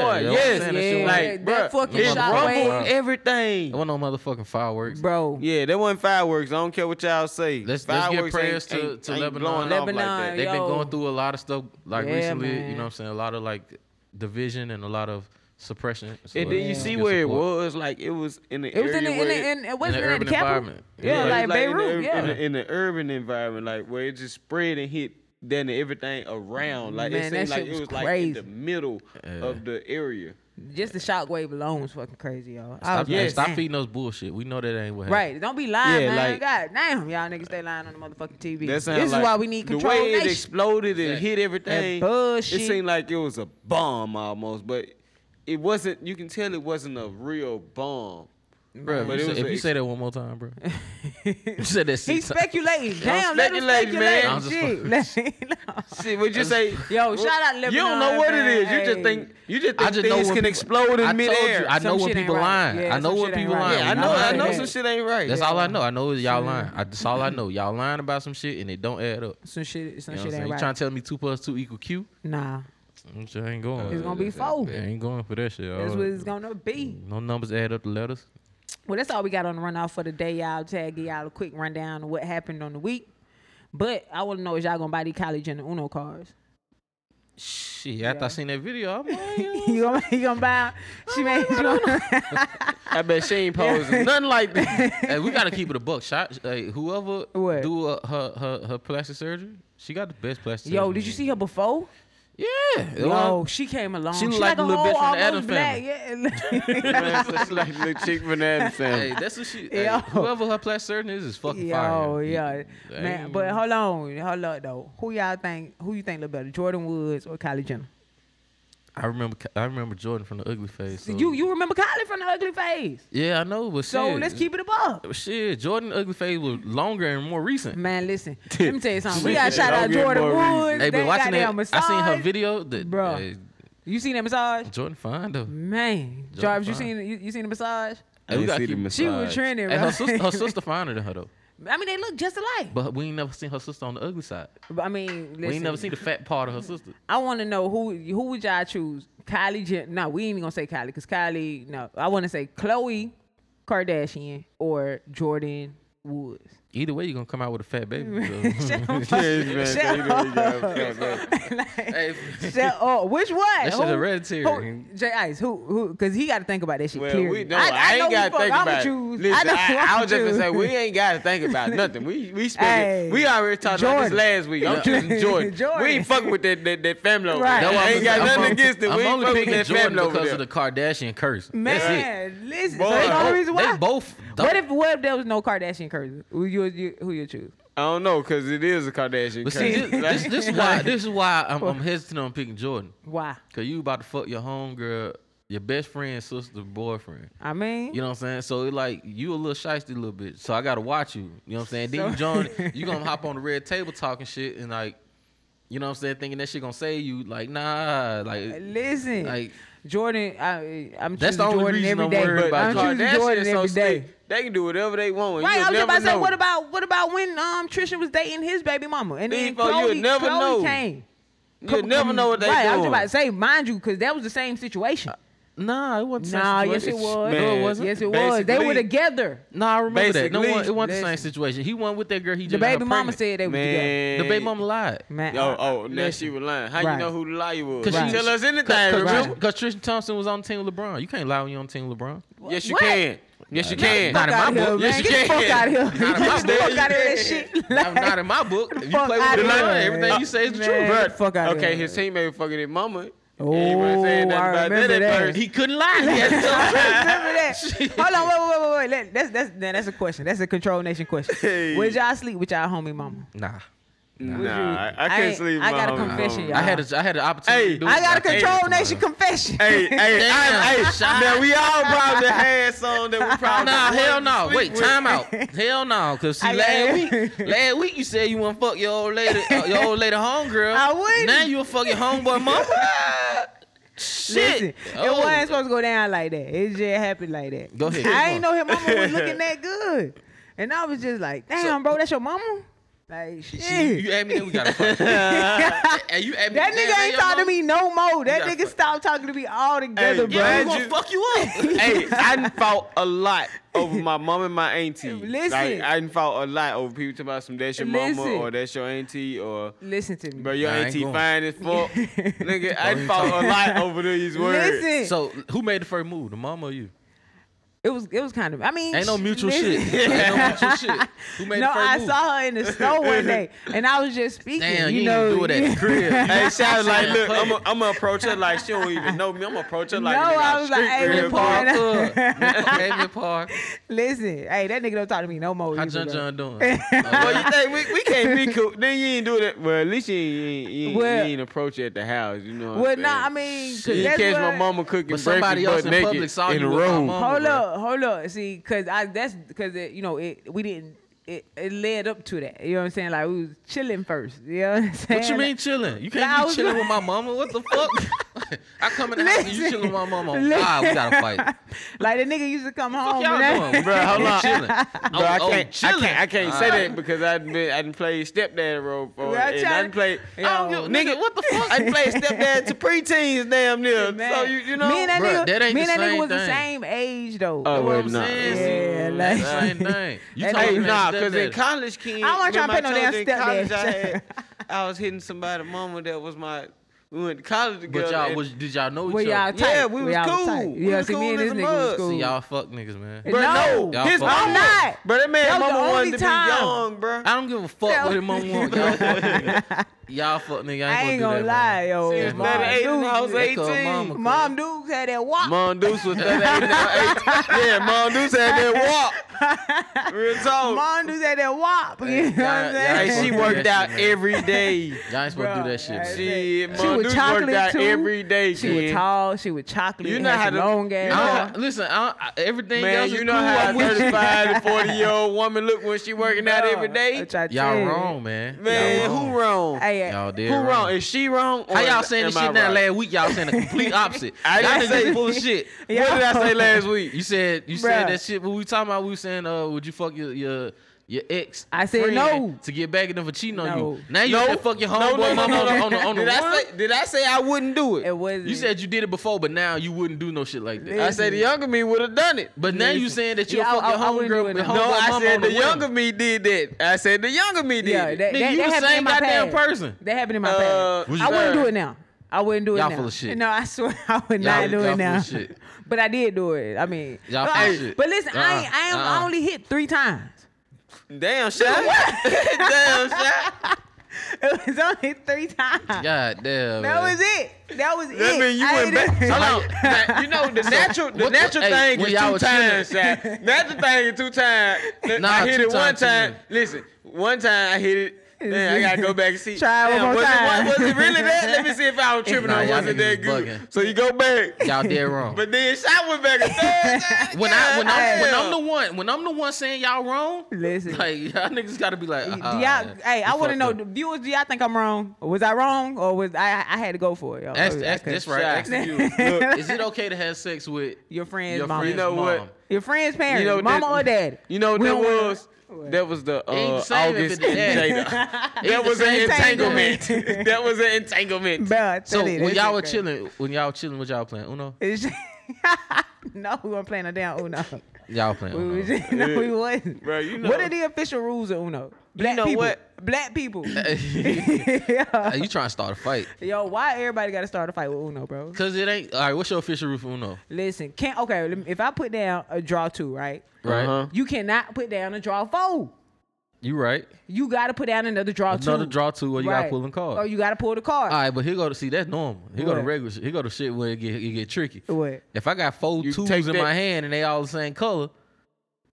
Speaker 2: Boy,
Speaker 7: that's what I'm
Speaker 2: yes,
Speaker 7: saying, that shit
Speaker 4: yeah.
Speaker 7: wasn't-
Speaker 4: Like,
Speaker 2: Like,
Speaker 4: that
Speaker 2: bruh,
Speaker 4: fucking
Speaker 2: it
Speaker 7: shot
Speaker 2: rumbled
Speaker 7: wave.
Speaker 2: everything.
Speaker 7: It wasn't no motherfucking fireworks.
Speaker 4: Bro.
Speaker 2: Yeah, they wasn't fireworks. I don't care what y'all say.
Speaker 7: Let's- let's give
Speaker 2: fireworks
Speaker 7: prayers to-
Speaker 2: ain't, ain't,
Speaker 7: to
Speaker 2: ain't
Speaker 7: Lebanon.
Speaker 2: blowing off like
Speaker 4: Lebanon,
Speaker 2: that.
Speaker 7: They've been
Speaker 4: Yo.
Speaker 7: going through a lot of stuff like
Speaker 4: Yeah,
Speaker 7: recently. You
Speaker 4: man.
Speaker 7: know what I'm saying? A lot of like division and a lot of suppression. So
Speaker 2: And
Speaker 7: it's
Speaker 2: then you
Speaker 7: good
Speaker 2: see where it
Speaker 7: support.
Speaker 2: was. Like it was in the
Speaker 4: It was
Speaker 2: area
Speaker 4: in the in
Speaker 2: where
Speaker 4: the
Speaker 2: it-
Speaker 4: in, it wasn't
Speaker 7: an
Speaker 4: in the
Speaker 7: urban
Speaker 4: capital?
Speaker 7: environment.
Speaker 4: Yeah,
Speaker 7: Yeah,
Speaker 4: like
Speaker 2: in the ur-
Speaker 4: Beirut.
Speaker 2: in
Speaker 4: Yeah.
Speaker 2: the, in the urban environment, like where it just spread and hit then everything around. Like
Speaker 4: Man,
Speaker 2: it seemed
Speaker 4: that
Speaker 2: like
Speaker 4: shit
Speaker 2: it
Speaker 4: was
Speaker 2: was like in
Speaker 4: crazy.
Speaker 2: the middle of the area.
Speaker 4: Just the shockwave alone was fucking crazy, y'all. I
Speaker 7: Stop,
Speaker 4: was
Speaker 7: hey,
Speaker 4: like,
Speaker 7: stop
Speaker 4: "Damn."
Speaker 7: feeding those bullshit. We know that ain't what happened.
Speaker 4: Right. Don't be lying,
Speaker 2: Yeah,
Speaker 4: man.
Speaker 2: like-
Speaker 4: God damn, y'all niggas stay lying on the motherfucking TV.
Speaker 2: That
Speaker 4: This
Speaker 2: sound
Speaker 4: is
Speaker 2: like
Speaker 4: why we need
Speaker 2: the
Speaker 4: control
Speaker 2: way it
Speaker 4: nation.
Speaker 2: exploded and hit everything.
Speaker 4: That bullshit.
Speaker 2: It seemed like it was a bomb almost, but it wasn't. You can tell it wasn't a real bomb.
Speaker 7: Bro,
Speaker 2: But it
Speaker 7: if you,
Speaker 2: was
Speaker 7: say, if
Speaker 2: a-
Speaker 7: you say that one more time, bro. you said that
Speaker 4: He's
Speaker 7: six times.
Speaker 4: speculating. Damn, let him
Speaker 2: speculating,
Speaker 4: speculate.
Speaker 2: man.
Speaker 7: I'm just
Speaker 4: Shit.
Speaker 7: fucking-
Speaker 4: Let him-
Speaker 2: Shit, would you say?
Speaker 4: Yo, shout out
Speaker 2: You don't
Speaker 4: Lebanon,
Speaker 2: know what
Speaker 4: man.
Speaker 2: it is. You just
Speaker 4: Hey.
Speaker 2: think you just think
Speaker 7: I just know
Speaker 2: things
Speaker 7: when
Speaker 2: can
Speaker 7: people-
Speaker 2: explode
Speaker 7: I
Speaker 2: in
Speaker 7: told
Speaker 2: midair.
Speaker 7: you, I know
Speaker 4: Some
Speaker 7: when
Speaker 4: shit ain't
Speaker 7: people
Speaker 4: right.
Speaker 7: lying.
Speaker 4: Yeah,
Speaker 7: I know
Speaker 4: some shit
Speaker 7: when
Speaker 4: ain't
Speaker 7: people
Speaker 4: right.
Speaker 7: lying.
Speaker 2: yeah,
Speaker 4: I
Speaker 2: I
Speaker 7: We
Speaker 2: know. I
Speaker 4: that.
Speaker 2: know
Speaker 7: that.
Speaker 2: some shit ain't right.
Speaker 7: That's all I know. I know is y'all lying. I, that's all I know. Y'all lying about some shit and it don't add up.
Speaker 4: Some shit, some
Speaker 7: You know what I'm
Speaker 4: shit
Speaker 7: saying?
Speaker 4: ain't
Speaker 7: You
Speaker 4: right.
Speaker 7: trying to tell me two plus two equal Q?
Speaker 4: nah,
Speaker 7: Mm, shit, I ain't going.
Speaker 4: it's gonna be four.
Speaker 7: I ain't going for that shit. I
Speaker 4: That's
Speaker 7: don't-
Speaker 4: what it's gonna be.
Speaker 7: no numbers add up to letters.
Speaker 4: Well, that's all we got on the runoff for the day, y'all. Tag give y'all a quick rundown of what happened on the week. But I want to know is y'all gonna buy these college and the Uno cards?
Speaker 7: Shit, after I seen that video, I'm like,
Speaker 4: you gonna you gonna buy?
Speaker 7: Oh
Speaker 4: She made you.
Speaker 2: I bet she ain't posing nothing like that.
Speaker 7: hey, we gotta keep it a buck. Shot, hey, whoever
Speaker 4: What?
Speaker 7: do a, her her her plastic surgery, she got the best plastic.
Speaker 4: Yo,
Speaker 7: surgery.
Speaker 4: did you see her before?
Speaker 7: Yeah, it
Speaker 4: Yo,
Speaker 7: was-
Speaker 4: she came along.
Speaker 7: She look like the little bitch from
Speaker 4: almost
Speaker 7: the Addams
Speaker 4: black. Yeah.
Speaker 2: Man, it's like little chick from the Adams family.
Speaker 7: Hey, that's what she. hey,
Speaker 4: Yo.
Speaker 7: whoever her plastic surgeon is is fucking
Speaker 4: Yo,
Speaker 7: fire.
Speaker 4: yeah,
Speaker 7: Damn.
Speaker 4: man. But hold on, hold up though. Who y'all think? Who you think look better, Jordan Woods or Kylie Jenner?
Speaker 7: I remember I remember Jordan from the Ugly Face. so-
Speaker 4: You you remember Kylie from the Ugly Face?
Speaker 7: Yeah, I know, but
Speaker 4: So
Speaker 7: shit.
Speaker 4: let's keep it above.
Speaker 7: Shit, Jordan Ugly Face was longer and more recent.
Speaker 4: Man, listen. let me tell you something. We gotta
Speaker 2: Shit,
Speaker 4: shout
Speaker 2: don't
Speaker 4: out
Speaker 2: get
Speaker 4: Jordan
Speaker 2: more reason.
Speaker 4: Woods.
Speaker 7: Hey,
Speaker 4: that
Speaker 7: but watching
Speaker 4: goddamn
Speaker 7: that, I seen her
Speaker 4: massage.
Speaker 7: video. That,
Speaker 4: Bruh.
Speaker 7: hey,
Speaker 4: You seen that massage?
Speaker 7: Jordan fine though.
Speaker 4: Man,
Speaker 7: Jordan
Speaker 4: Jarvis, you
Speaker 7: fine.
Speaker 4: seen you, you seen the massage?
Speaker 2: I
Speaker 7: Hey, we
Speaker 2: didn't
Speaker 7: gotta
Speaker 2: see the
Speaker 7: keep-
Speaker 2: massage.
Speaker 4: She was trending,
Speaker 7: Hey,
Speaker 4: right?
Speaker 7: her sister, her sister finer than her though.
Speaker 4: I mean, they look just alike.
Speaker 7: But we ain't never seen her sister on the ugly side.
Speaker 4: But I mean, listen,
Speaker 7: We ain't never seen the fat part of her sister.
Speaker 4: I want to know who who would y'all choose? Kylie Jen? No, we ain't even gonna say Kylie because Kylie. No, I want to say Chloe Kardashian or Jordan Woods.
Speaker 7: Either way, you're gonna come out with a fat baby. so.
Speaker 2: Yes, man. You know, you got- yeah, man.
Speaker 7: hey,
Speaker 4: Shit, oh, which one?
Speaker 7: That shit hereditary.
Speaker 4: Who, Jay Ice, who, who? Because he got to think about that shit.
Speaker 2: Well,
Speaker 4: clearly.
Speaker 2: we know. I, ain't got to think
Speaker 4: I'm
Speaker 2: about
Speaker 4: choose.
Speaker 2: it. Listen,
Speaker 4: I, know
Speaker 2: I,
Speaker 4: who
Speaker 2: I
Speaker 4: I'ma
Speaker 2: was just gonna say
Speaker 4: choose.
Speaker 2: we ain't got to think about nothing. We we spent
Speaker 4: Hey,
Speaker 2: we already talked about this
Speaker 4: Jordan.
Speaker 2: last week. I'm choosing Jordan.
Speaker 4: Jordan.
Speaker 2: We ain't fucking with that that, that family. over
Speaker 4: Right.
Speaker 2: there.
Speaker 4: That's why
Speaker 2: I
Speaker 4: I'm
Speaker 2: ain't got
Speaker 4: saying,
Speaker 2: nothing
Speaker 7: I'm on-
Speaker 2: against it.
Speaker 7: I'm
Speaker 2: we ain't
Speaker 7: only
Speaker 2: fucking
Speaker 7: picking
Speaker 2: with that
Speaker 7: Jordan
Speaker 2: family over
Speaker 7: because
Speaker 2: there.
Speaker 7: of the Kardashian curse. That's it.
Speaker 4: Man, listen.
Speaker 2: Boy,
Speaker 4: so that's the
Speaker 2: they
Speaker 4: only
Speaker 2: both-
Speaker 4: reason why.
Speaker 7: They both.
Speaker 4: What if what if there was no Kardashian curse? Who you, you who you choose?
Speaker 2: I don't know because it is a Kardashian.
Speaker 7: But see,
Speaker 2: curse.
Speaker 7: this, this, this is why this is why I'm, I'm hesitant on picking Jordan
Speaker 4: Why?
Speaker 7: because you about to fuck your homegirl, your best friend's sister boyfriend.
Speaker 4: I mean,
Speaker 7: You know what I'm saying? So it like you a little shisty little bit. So I gotta watch you. You know what I'm saying? Then you join you gonna hop on the red table talking shit and like you know what I'm saying, thinking that shit gonna save you. Like, nah, like
Speaker 4: Uh, listen,
Speaker 7: like
Speaker 4: Jordan. I, I'm choosing
Speaker 7: That's the only
Speaker 4: Jordan
Speaker 7: reason
Speaker 4: every
Speaker 7: I'm
Speaker 4: day.
Speaker 7: worried about
Speaker 4: I'm
Speaker 7: Jordan.
Speaker 4: choosing
Speaker 2: That
Speaker 4: Jordan
Speaker 2: shit so
Speaker 4: every day.
Speaker 2: slick. They can do whatever they want. and
Speaker 4: Right,
Speaker 2: you'll
Speaker 4: I was just
Speaker 2: never
Speaker 4: about to say,
Speaker 2: know.
Speaker 4: what about what about when um Trisha was dating his baby mama, and then
Speaker 2: These folk, oh, you'll
Speaker 4: Chloe,
Speaker 2: never
Speaker 4: Chloe
Speaker 2: know.
Speaker 4: came.
Speaker 2: You'll never know what they
Speaker 4: right,
Speaker 2: doing. Uh,
Speaker 4: I was just about to say, mind you, because that was the same situation.
Speaker 7: nah, it wasn't the same
Speaker 4: nah, yes it
Speaker 7: situation.
Speaker 4: was.
Speaker 2: Man,
Speaker 7: No, it wasn't.
Speaker 4: Yes, it was. They were
Speaker 2: basically-
Speaker 4: together.
Speaker 7: Nah, I remember that. No, it
Speaker 2: Basically,
Speaker 7: wasn't, it wasn't the same
Speaker 4: listen.
Speaker 7: situation. He wasn't with that girl. He just
Speaker 4: The
Speaker 7: got
Speaker 4: baby
Speaker 7: her
Speaker 4: mama
Speaker 7: pregnant.
Speaker 4: said they were together.
Speaker 2: man.
Speaker 7: the baby mama lied.
Speaker 4: Man,
Speaker 2: Oh,
Speaker 4: I-
Speaker 2: oh, now
Speaker 4: listen.
Speaker 2: she was lying. How
Speaker 4: Right.
Speaker 2: you know who the liar was?
Speaker 7: Cause
Speaker 2: She
Speaker 7: she-
Speaker 2: tell us anything,
Speaker 7: Cause,
Speaker 2: remember?
Speaker 4: Right.
Speaker 7: cause Tristan Thompson was on Team LeBron. You can't lie when you're on Team LeBron.
Speaker 2: Yes, you
Speaker 4: What?
Speaker 2: can. Yes, you
Speaker 7: Not-
Speaker 2: can.
Speaker 7: not in my
Speaker 4: Fuck outta
Speaker 7: book.
Speaker 4: here,
Speaker 7: Yes,
Speaker 4: man.
Speaker 7: you
Speaker 4: Get the fuck
Speaker 2: can.
Speaker 4: out of here.
Speaker 7: Not in my
Speaker 2: book.
Speaker 4: Get the fuck out of here, that shit.
Speaker 7: Not, not in my book. If you
Speaker 4: Fuck
Speaker 7: play with
Speaker 4: outta
Speaker 7: the
Speaker 4: here,
Speaker 7: lie,
Speaker 4: man.
Speaker 7: everything you say is the
Speaker 4: Man,
Speaker 7: truth.
Speaker 4: get the fuck out
Speaker 2: Okay,
Speaker 4: of here.
Speaker 2: his teammate was fucking his mama.
Speaker 4: Oh,
Speaker 2: Everybody saying nothing
Speaker 4: I
Speaker 2: about
Speaker 4: remember
Speaker 2: that at
Speaker 4: that.
Speaker 2: first.
Speaker 7: He couldn't lie. He had to tell the truth.
Speaker 4: Remember that. Hold on, wait, wait, wait, wait, wait. That- That's that's now that's a question. That's a control nation question.
Speaker 2: Hey.
Speaker 4: Would y'all sleep with y'all homie mama?
Speaker 7: Nah.
Speaker 2: Nah, I, I
Speaker 4: I
Speaker 2: couldn't
Speaker 4: ain't-
Speaker 2: sleep.
Speaker 4: I
Speaker 2: my
Speaker 4: got a
Speaker 2: homie.
Speaker 4: confession, y'all.
Speaker 7: I had a, I had an opportunity.
Speaker 2: Hey,
Speaker 7: to do it,
Speaker 4: I
Speaker 7: but
Speaker 4: got a
Speaker 7: can't
Speaker 4: control
Speaker 7: do it tomorrow.
Speaker 4: nation confession.
Speaker 2: Hey, hey, I,
Speaker 7: Damn.
Speaker 2: hey, now we all probably had some that we probably
Speaker 7: Nah,
Speaker 2: wasn't
Speaker 7: hell no.
Speaker 2: sleep
Speaker 7: Wait,
Speaker 2: with.
Speaker 7: time out. Hell no, cause see,
Speaker 4: I
Speaker 7: last
Speaker 4: got it.
Speaker 7: week, last week you said you want to fuck your old lady, uh, your old lady homegirl.
Speaker 4: I wouldn't.
Speaker 7: Now you a fucking homeboy mama.
Speaker 4: Listen,
Speaker 7: Shit.
Speaker 4: it
Speaker 7: Oh.
Speaker 4: wasn't supposed to go down like that. It just happened like that.
Speaker 7: Go ahead.
Speaker 4: I ain't know his mama was looking that good, and I was just like, "Damn, bro, that's your mama." Like, shit.
Speaker 7: See, you add me, then we gotta fuck. and you add me,
Speaker 4: that
Speaker 7: then
Speaker 4: nigga
Speaker 7: they
Speaker 4: ain't
Speaker 7: your
Speaker 4: talking to
Speaker 7: mama?
Speaker 4: me no more. That
Speaker 7: gotta
Speaker 4: nigga
Speaker 7: fuck.
Speaker 4: stopped talking to me altogether,
Speaker 2: Hey,
Speaker 4: bro.
Speaker 7: Yeah,
Speaker 2: Glad
Speaker 7: we gonna
Speaker 2: you-
Speaker 7: fuck you up.
Speaker 2: hey, I done fought a lot over my mom and my auntie.
Speaker 4: Listen.
Speaker 2: like, I done fought a lot over people talking about some that's your mama
Speaker 4: Listen.
Speaker 2: or that's your auntie or
Speaker 4: Listen to me.
Speaker 2: bro your
Speaker 7: Nah, I ain't
Speaker 2: auntie
Speaker 7: going.
Speaker 2: fine as fuck. Nigga, I done
Speaker 7: even
Speaker 2: fought
Speaker 7: talk.
Speaker 2: a lot over these words.
Speaker 4: Listen,
Speaker 7: So who made the first move, the mama or you?
Speaker 4: it was it was kind of. I mean,
Speaker 7: Ain't no
Speaker 4: sh-
Speaker 7: mutual
Speaker 4: listen.
Speaker 7: shit. Ain't no mutual shit. Who made
Speaker 4: no,
Speaker 7: the first
Speaker 4: I
Speaker 7: move?
Speaker 4: saw her in the store one day, and I was just speaking.
Speaker 7: Damn,
Speaker 4: you,
Speaker 7: you,
Speaker 4: know,
Speaker 7: ain't do it at the crib.
Speaker 2: Hey, shout like, look,
Speaker 7: Play.
Speaker 2: I'm gonna I'm approach her like she don't even know me. I'm gonna approach her like
Speaker 4: No,
Speaker 2: nigga,
Speaker 4: I was like,
Speaker 2: street
Speaker 4: hey,
Speaker 2: real
Speaker 4: we
Speaker 2: quick.
Speaker 4: pouring
Speaker 7: Park. David Park.
Speaker 4: Listen, hey, that nigga don't talk to me no more.
Speaker 7: How
Speaker 4: either,
Speaker 7: John
Speaker 4: bro.
Speaker 7: John doing? Uh,
Speaker 2: Well, you think we, we can't be cool? Then you ain't do that. Well, at least you ain't, you ain't,
Speaker 4: Well-
Speaker 2: you ain't approach her at the house. You know. What
Speaker 4: Well,
Speaker 2: I'm
Speaker 4: nah, I
Speaker 2: saying?
Speaker 4: mean, 'cause
Speaker 7: Shit.
Speaker 2: You
Speaker 4: that's
Speaker 2: catch
Speaker 4: what,
Speaker 2: my mama cooking
Speaker 7: But somebody else
Speaker 2: breakfast butt
Speaker 7: in
Speaker 2: naked
Speaker 7: public saw
Speaker 2: in
Speaker 7: you
Speaker 2: the
Speaker 7: with my
Speaker 2: room.
Speaker 7: mama.
Speaker 4: Hold
Speaker 7: bro.
Speaker 4: up, hold up. See, cause I that's cause it, you know it. We didn't. It, it led up to that. You know what I'm saying? Like we was chilling first. You know what I'm saying?
Speaker 7: What you mean chilling? You
Speaker 4: Nah, I
Speaker 7: can't be
Speaker 4: was
Speaker 7: chilling
Speaker 4: like-
Speaker 7: with my mama. What the fuck? I come in the house and you
Speaker 4: Listen. Oh,
Speaker 7: chilling with my mama. Ah, we gotta fight. What
Speaker 4: like the nigga used to come
Speaker 7: the
Speaker 4: home.
Speaker 7: fuck
Speaker 4: and
Speaker 7: y'all
Speaker 4: that-
Speaker 7: doing, bro? Hold
Speaker 2: on.
Speaker 7: chilling.
Speaker 2: Bro,
Speaker 7: Oh,
Speaker 2: I
Speaker 7: oh,
Speaker 2: can't, I
Speaker 7: chilling.
Speaker 2: can't, I can't
Speaker 7: All
Speaker 2: say
Speaker 7: right.
Speaker 2: that because I done been, I done played stepdad role for
Speaker 4: Well, I
Speaker 2: and
Speaker 4: try-
Speaker 2: I done played,
Speaker 4: I don't
Speaker 2: Yo,
Speaker 4: give-
Speaker 2: nigga, what the fuck? I done played stepdad to preteens damn near.
Speaker 4: Man.
Speaker 2: So you, you know,
Speaker 4: me and that
Speaker 7: Bruh,
Speaker 4: nigga,
Speaker 7: that ain't
Speaker 4: me and
Speaker 7: the
Speaker 4: that nigga
Speaker 7: same
Speaker 4: was the
Speaker 7: thing.
Speaker 4: same age though.
Speaker 2: Oh,
Speaker 7: What
Speaker 2: wait,
Speaker 7: I'm
Speaker 2: nah.
Speaker 7: saying?
Speaker 4: Yeah,
Speaker 7: Yeah,
Speaker 4: like-
Speaker 7: same thing. You
Speaker 4: Hey,
Speaker 7: talking
Speaker 2: Hey,
Speaker 7: about
Speaker 2: nah, because in
Speaker 7: stepdaddy.
Speaker 2: college, kid,
Speaker 4: I wasn't
Speaker 2: when
Speaker 4: tryna pay
Speaker 2: my
Speaker 4: no damn
Speaker 2: children in college,
Speaker 4: stepdad.
Speaker 2: I, had, I was hitting somebody mama that was my. We went to college together.
Speaker 7: But y'all,
Speaker 2: and-
Speaker 7: was, did y'all know
Speaker 4: Well,
Speaker 7: each
Speaker 4: y'all
Speaker 7: other?
Speaker 4: tight.
Speaker 2: Yeah, we was
Speaker 4: y'all
Speaker 2: cool.
Speaker 4: tight.
Speaker 2: We
Speaker 4: Yeah,
Speaker 2: was
Speaker 4: see, me
Speaker 2: cool
Speaker 4: and this
Speaker 2: as a
Speaker 4: nigga was
Speaker 2: mug.
Speaker 4: cool.
Speaker 7: See, y'all fuck niggas, man.
Speaker 2: Bruh,
Speaker 4: No,
Speaker 2: no,
Speaker 7: Y'all
Speaker 2: his
Speaker 7: fuck
Speaker 2: mama.
Speaker 4: I'm not.
Speaker 2: But that man,
Speaker 4: That was
Speaker 2: mama
Speaker 4: the only
Speaker 2: wanted to be
Speaker 4: time.
Speaker 2: young, bro.
Speaker 7: I don't give a
Speaker 4: That
Speaker 7: fuck what
Speaker 4: was-
Speaker 7: his mom want. Y'all fuck, nigga. y'all fuck nigga.
Speaker 4: I
Speaker 7: I
Speaker 4: ain't
Speaker 7: ain't
Speaker 4: gonna
Speaker 7: do that,
Speaker 4: lie,
Speaker 7: Man.
Speaker 4: yo.
Speaker 2: See, it's
Speaker 4: Mom
Speaker 2: better eight than I was
Speaker 4: Dukes-
Speaker 7: That's 'cause
Speaker 2: eighteen.
Speaker 7: mama-
Speaker 4: Mom Dukes had that walk.
Speaker 2: Mom Deuce was that eight now eight. Yeah, Mom Deuce had that walk. Real talk.
Speaker 4: Mom Dukes had that walk. You know what I'm
Speaker 7: y'all- y'all
Speaker 2: hey,
Speaker 4: saying?
Speaker 7: ain't
Speaker 2: she
Speaker 7: supposed to do
Speaker 2: worked out
Speaker 7: that shit, man.
Speaker 2: every day.
Speaker 7: Y'all ain't supposed to do
Speaker 4: Bruh,
Speaker 7: that shit. Man.
Speaker 4: I-
Speaker 2: She,
Speaker 4: She
Speaker 2: Mom
Speaker 4: was
Speaker 2: Deuce worked
Speaker 4: chocolate
Speaker 2: out
Speaker 4: too.
Speaker 2: every day.
Speaker 4: She was
Speaker 2: kid.
Speaker 4: tall. She was chocolate.
Speaker 2: You
Speaker 4: You
Speaker 2: know
Speaker 4: know
Speaker 2: how to-
Speaker 4: long
Speaker 2: you
Speaker 4: ass.
Speaker 2: know how-
Speaker 7: I don't, listen, I don't, I, everything
Speaker 2: Man,
Speaker 7: else is
Speaker 2: you know
Speaker 7: cool.
Speaker 2: how
Speaker 7: I'm
Speaker 2: a
Speaker 7: with you.
Speaker 2: 35 to 40 year old woman look when she working out every day?
Speaker 7: Y'all wrong, man.
Speaker 2: Man,
Speaker 7: y'all wrong.
Speaker 2: who wrong?
Speaker 4: Hey,
Speaker 7: Y'all
Speaker 2: who
Speaker 7: did
Speaker 2: wrong.
Speaker 7: wrong.
Speaker 2: Is she wrong? Or
Speaker 7: How y'all
Speaker 2: is-
Speaker 7: saying this
Speaker 2: am I
Speaker 7: shit now?
Speaker 2: right?
Speaker 7: Last week y'all saying the complete opposite.
Speaker 2: I
Speaker 7: y'all
Speaker 2: didn't say-
Speaker 7: niggas full of shit.
Speaker 4: Yeah.
Speaker 2: What did I say last week?
Speaker 7: You said you said
Speaker 4: Bruh.
Speaker 7: that shit. When we talking about, we were saying, uh, would you fuck your your your ex?
Speaker 4: I said
Speaker 7: friend
Speaker 4: no.
Speaker 7: to get back at them for cheating on
Speaker 4: No.
Speaker 7: you. Now you
Speaker 2: No.
Speaker 7: said fuck your
Speaker 2: No, no,
Speaker 7: homeboy
Speaker 2: no,
Speaker 7: mama
Speaker 2: no, no.
Speaker 7: on the- on the on the
Speaker 2: Did I
Speaker 7: run?
Speaker 2: say did I say I wouldn't do it?
Speaker 4: It wasn't.
Speaker 7: You said you did it before, but now you wouldn't do no shit like that.
Speaker 2: I said the younger me would have done it.
Speaker 7: but now you saying that you'll
Speaker 4: Yeah, I-
Speaker 7: fuck your
Speaker 4: I- I wouldn't do
Speaker 7: homegirl
Speaker 4: it
Speaker 7: with
Speaker 4: no
Speaker 7: homeboy
Speaker 4: more.
Speaker 2: No, I
Speaker 7: mama on
Speaker 2: said
Speaker 7: the
Speaker 2: the
Speaker 7: run.
Speaker 2: younger me did that. I said the younger me did
Speaker 4: Yeah,
Speaker 2: it.
Speaker 4: that,
Speaker 7: Nigga,
Speaker 4: that,
Speaker 7: you
Speaker 4: that
Speaker 7: the
Speaker 4: happened
Speaker 7: same
Speaker 4: in my
Speaker 7: goddamn
Speaker 4: past.
Speaker 7: person.
Speaker 4: That happened in my
Speaker 2: Uh,
Speaker 4: past.
Speaker 7: Was
Speaker 4: I
Speaker 7: you-
Speaker 4: wouldn't do
Speaker 2: Sir.
Speaker 4: it now. I wouldn't do it
Speaker 7: Y'all
Speaker 4: now.
Speaker 7: full of shit.
Speaker 4: No, I swear I would
Speaker 7: Y'all-
Speaker 4: not do
Speaker 7: y'all
Speaker 4: it
Speaker 7: full
Speaker 4: now.
Speaker 7: of shit.
Speaker 4: But I did do it. I mean,
Speaker 7: Y'all
Speaker 4: but
Speaker 7: full of
Speaker 4: I-
Speaker 7: shit.
Speaker 4: But listen, I ain't,
Speaker 7: Uh-uh,
Speaker 4: I, am, I
Speaker 7: uh-uh.
Speaker 4: only hit three times.
Speaker 2: Damn shot. Damn shot.
Speaker 4: It was only three times.
Speaker 7: God
Speaker 4: That
Speaker 7: damn. man.
Speaker 4: was it. That was
Speaker 2: That
Speaker 4: it.
Speaker 2: mean you
Speaker 4: I
Speaker 2: went
Speaker 4: ain't
Speaker 2: back.
Speaker 4: did-
Speaker 2: Hold on. Now, you know the natural, the
Speaker 7: what the-
Speaker 2: natural
Speaker 7: hey,
Speaker 2: thing
Speaker 7: when
Speaker 2: is
Speaker 7: y'all
Speaker 2: two
Speaker 7: was chilling.
Speaker 2: times. Shaq. Natural thing is two times. I
Speaker 7: Nah,
Speaker 2: hit
Speaker 7: two
Speaker 2: it one
Speaker 7: times too
Speaker 2: time.
Speaker 7: many.
Speaker 2: Listen, one time I hit it. Damn, I gotta go back and see.
Speaker 4: Try it
Speaker 2: Damn,
Speaker 4: one more
Speaker 2: was,
Speaker 4: time.
Speaker 2: It, was it really that? Let me see if I was tripping
Speaker 7: Nah,
Speaker 2: or
Speaker 7: y'all
Speaker 2: was it
Speaker 7: niggas
Speaker 2: that good.
Speaker 7: bugging.
Speaker 2: So you go back.
Speaker 7: Y'all dead wrong.
Speaker 2: But then shot went back a third time.
Speaker 7: when I when
Speaker 2: God
Speaker 7: I'm when
Speaker 2: damn.
Speaker 7: I'm the one when I'm the one saying y'all wrong,
Speaker 4: Listen.
Speaker 7: like y'all niggas gotta be like,
Speaker 4: Do
Speaker 7: uh,
Speaker 4: y'all, hey, I
Speaker 7: you
Speaker 4: want to
Speaker 7: fucked
Speaker 4: know,
Speaker 7: up.
Speaker 4: the viewers, do y'all think I'm wrong? Or was I wrong? Or was I? I had to go for it. Y'all.
Speaker 7: Ask,
Speaker 4: Oh, yeah,
Speaker 7: ask
Speaker 4: okay.
Speaker 7: this right.
Speaker 2: Shot.
Speaker 7: Ask you.
Speaker 2: Look,
Speaker 7: Is it okay to have sex with
Speaker 4: Your friend's
Speaker 7: your
Speaker 4: mama.
Speaker 7: friend's
Speaker 4: You know
Speaker 7: mom?
Speaker 2: what?
Speaker 4: Your friend's parents,
Speaker 2: you know what
Speaker 4: mama
Speaker 2: that-
Speaker 4: or daddy.
Speaker 2: You know what
Speaker 4: We
Speaker 2: that
Speaker 4: don't wanna-
Speaker 2: was? That was the
Speaker 7: ain't
Speaker 2: uh,
Speaker 7: the same if
Speaker 2: August
Speaker 7: it-
Speaker 2: and
Speaker 7: yeah.
Speaker 2: Jada.
Speaker 7: It's
Speaker 2: That
Speaker 7: the
Speaker 2: was an
Speaker 7: same thing.
Speaker 2: entanglement. that was an entanglement.
Speaker 4: Bruh, that
Speaker 7: So
Speaker 4: is-
Speaker 7: when
Speaker 4: that's
Speaker 7: y'all were
Speaker 4: crazy.
Speaker 7: chilling, when y'all chilling, what y'all playing? Uno?
Speaker 4: It's just- no, we weren't playing a down Uno.
Speaker 7: Y'all playing
Speaker 4: We was
Speaker 7: Uno?
Speaker 4: just, no, we wasn't.
Speaker 2: Bruh, you
Speaker 4: What
Speaker 2: know-
Speaker 4: are the official rules of Uno? Black
Speaker 2: know
Speaker 4: people.
Speaker 2: what?
Speaker 4: Black people.
Speaker 7: Hey,
Speaker 4: Yeah.
Speaker 7: you trying to start a fight?
Speaker 4: Yo, why everybody got to start a fight with Uno, bro?
Speaker 7: Cause it ain't. All right, what's your official rule for Uno?
Speaker 4: Listen, can't okay. lem- If I put down a draw two, right?
Speaker 7: Right?
Speaker 2: Uh-huh.
Speaker 4: You cannot put down a draw four.
Speaker 7: You right?
Speaker 4: You got to put down another draw two.
Speaker 7: Another draw two, or you gotta
Speaker 4: Right.
Speaker 7: pull a card.
Speaker 4: Oh, you got to pull the card.
Speaker 7: All right, but here go to see that's normal. Here go to
Speaker 4: What?
Speaker 7: regular. shit. Here go to shit where it get it get tricky.
Speaker 4: What?
Speaker 7: If I got four
Speaker 2: You
Speaker 7: twos
Speaker 2: take
Speaker 7: in
Speaker 2: that-
Speaker 7: my hand and they all the same color,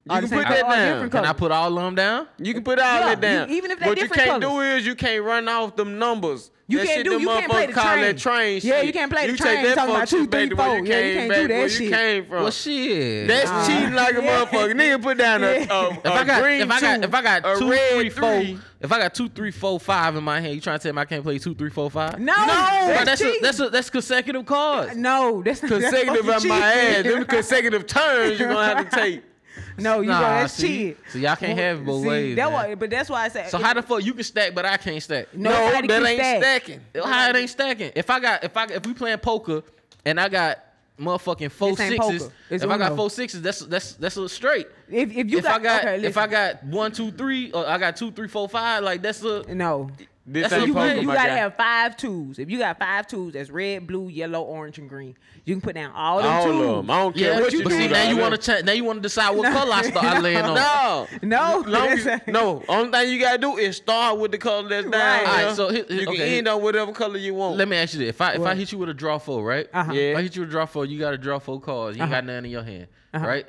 Speaker 2: You
Speaker 4: Are
Speaker 2: can
Speaker 4: the same
Speaker 2: put
Speaker 4: color
Speaker 2: that
Speaker 4: or
Speaker 2: down.
Speaker 4: different
Speaker 7: can I
Speaker 4: color?
Speaker 7: put all of them down?
Speaker 2: You can put all
Speaker 4: Yeah,
Speaker 2: that down.
Speaker 4: you- even if they
Speaker 2: what you
Speaker 4: different
Speaker 2: can't
Speaker 4: colors.
Speaker 2: do is you can't run off them numbers.
Speaker 4: You
Speaker 2: that
Speaker 4: can't
Speaker 2: shit
Speaker 4: do-
Speaker 2: them
Speaker 4: you can't play
Speaker 2: motherfuckers
Speaker 4: the
Speaker 2: call
Speaker 4: train.
Speaker 2: that train
Speaker 4: Yeah,
Speaker 2: shit.
Speaker 4: you can't play the
Speaker 2: You
Speaker 4: train
Speaker 2: take that
Speaker 4: talking
Speaker 2: fuck
Speaker 4: about two,
Speaker 2: shit back
Speaker 4: three,
Speaker 2: to where
Speaker 4: four.
Speaker 2: you
Speaker 4: Yeah, you
Speaker 2: came
Speaker 4: can't
Speaker 2: back
Speaker 4: do that
Speaker 2: where
Speaker 4: shit.
Speaker 2: you came from.
Speaker 7: Well, shit.
Speaker 2: That's
Speaker 4: Nah.
Speaker 2: cheating like a
Speaker 4: Yeah.
Speaker 2: motherfucker. Nigga put down a, a,
Speaker 4: Yeah.
Speaker 2: a,
Speaker 7: if I got
Speaker 2: green
Speaker 7: if I got
Speaker 2: two,
Speaker 7: if I got
Speaker 2: a
Speaker 7: two
Speaker 2: red
Speaker 7: three four
Speaker 2: three.
Speaker 7: if I got two three four five in my hand, you trying to tell me I can't play two three four five?
Speaker 4: no,
Speaker 7: Bro,
Speaker 4: that's,
Speaker 7: that's a,
Speaker 4: cheating.
Speaker 7: that's a, that's consecutive cards.
Speaker 4: no, that's not that's
Speaker 2: consecutive
Speaker 4: fucking
Speaker 2: on my ass.
Speaker 4: cheating.
Speaker 2: Them consecutive turns you're gonna have to take.
Speaker 4: No, you
Speaker 7: Nah,
Speaker 4: know that's
Speaker 7: see?
Speaker 4: cheating.
Speaker 7: So y'all can't have it both
Speaker 4: See,
Speaker 7: ways,
Speaker 4: That
Speaker 7: man.
Speaker 4: why, but that's why I said.
Speaker 7: So how the fuck you can stack but I can't stack?
Speaker 4: No,
Speaker 2: no,
Speaker 4: nobody
Speaker 2: that
Speaker 4: can
Speaker 2: ain't
Speaker 4: stack.
Speaker 2: stacking.
Speaker 7: How it ain't stacking? If I got if I if we playing poker and I got motherfucking four
Speaker 4: This ain't
Speaker 7: sixes,
Speaker 4: poker.
Speaker 7: if
Speaker 4: It's
Speaker 7: I got
Speaker 4: Uno.
Speaker 7: four sixes, that's that's that's a straight.
Speaker 4: If if you
Speaker 7: if
Speaker 4: got,
Speaker 7: I got
Speaker 4: okay, listen,
Speaker 7: if I got one two three or I got two three four five, like that's a
Speaker 4: no.
Speaker 2: This ain't
Speaker 7: That's what you
Speaker 4: You,
Speaker 2: poker,
Speaker 7: mean.
Speaker 4: you
Speaker 2: my
Speaker 4: gotta
Speaker 2: guy.
Speaker 4: have five twos. If you got five twos, that's red, blue, yellow, orange, and green. You can put down all them
Speaker 2: all
Speaker 4: twos.
Speaker 2: of them. I don't care
Speaker 7: yeah.
Speaker 2: what
Speaker 7: But,
Speaker 2: you, do.
Speaker 7: see
Speaker 2: dog.
Speaker 7: now you want to ch- now you want to decide what color I start I laying on.
Speaker 2: No,
Speaker 4: No,
Speaker 2: Long
Speaker 4: that's
Speaker 2: as-
Speaker 4: a-
Speaker 2: no. Only thing you gotta do is start with the color that's down.
Speaker 4: Right.
Speaker 2: there.
Speaker 7: Alright, so here- here-
Speaker 2: you can
Speaker 7: okay,
Speaker 2: end
Speaker 7: here-
Speaker 2: on whatever color you want.
Speaker 7: Let me ask you this: If I if I
Speaker 4: What?
Speaker 7: hit you with a draw four, right?
Speaker 4: Uh-huh.
Speaker 7: If
Speaker 2: Yeah.
Speaker 7: I hit you with a draw four, you got to draw four cards. You ain't got none in your hand,
Speaker 4: Uh-huh.
Speaker 7: right?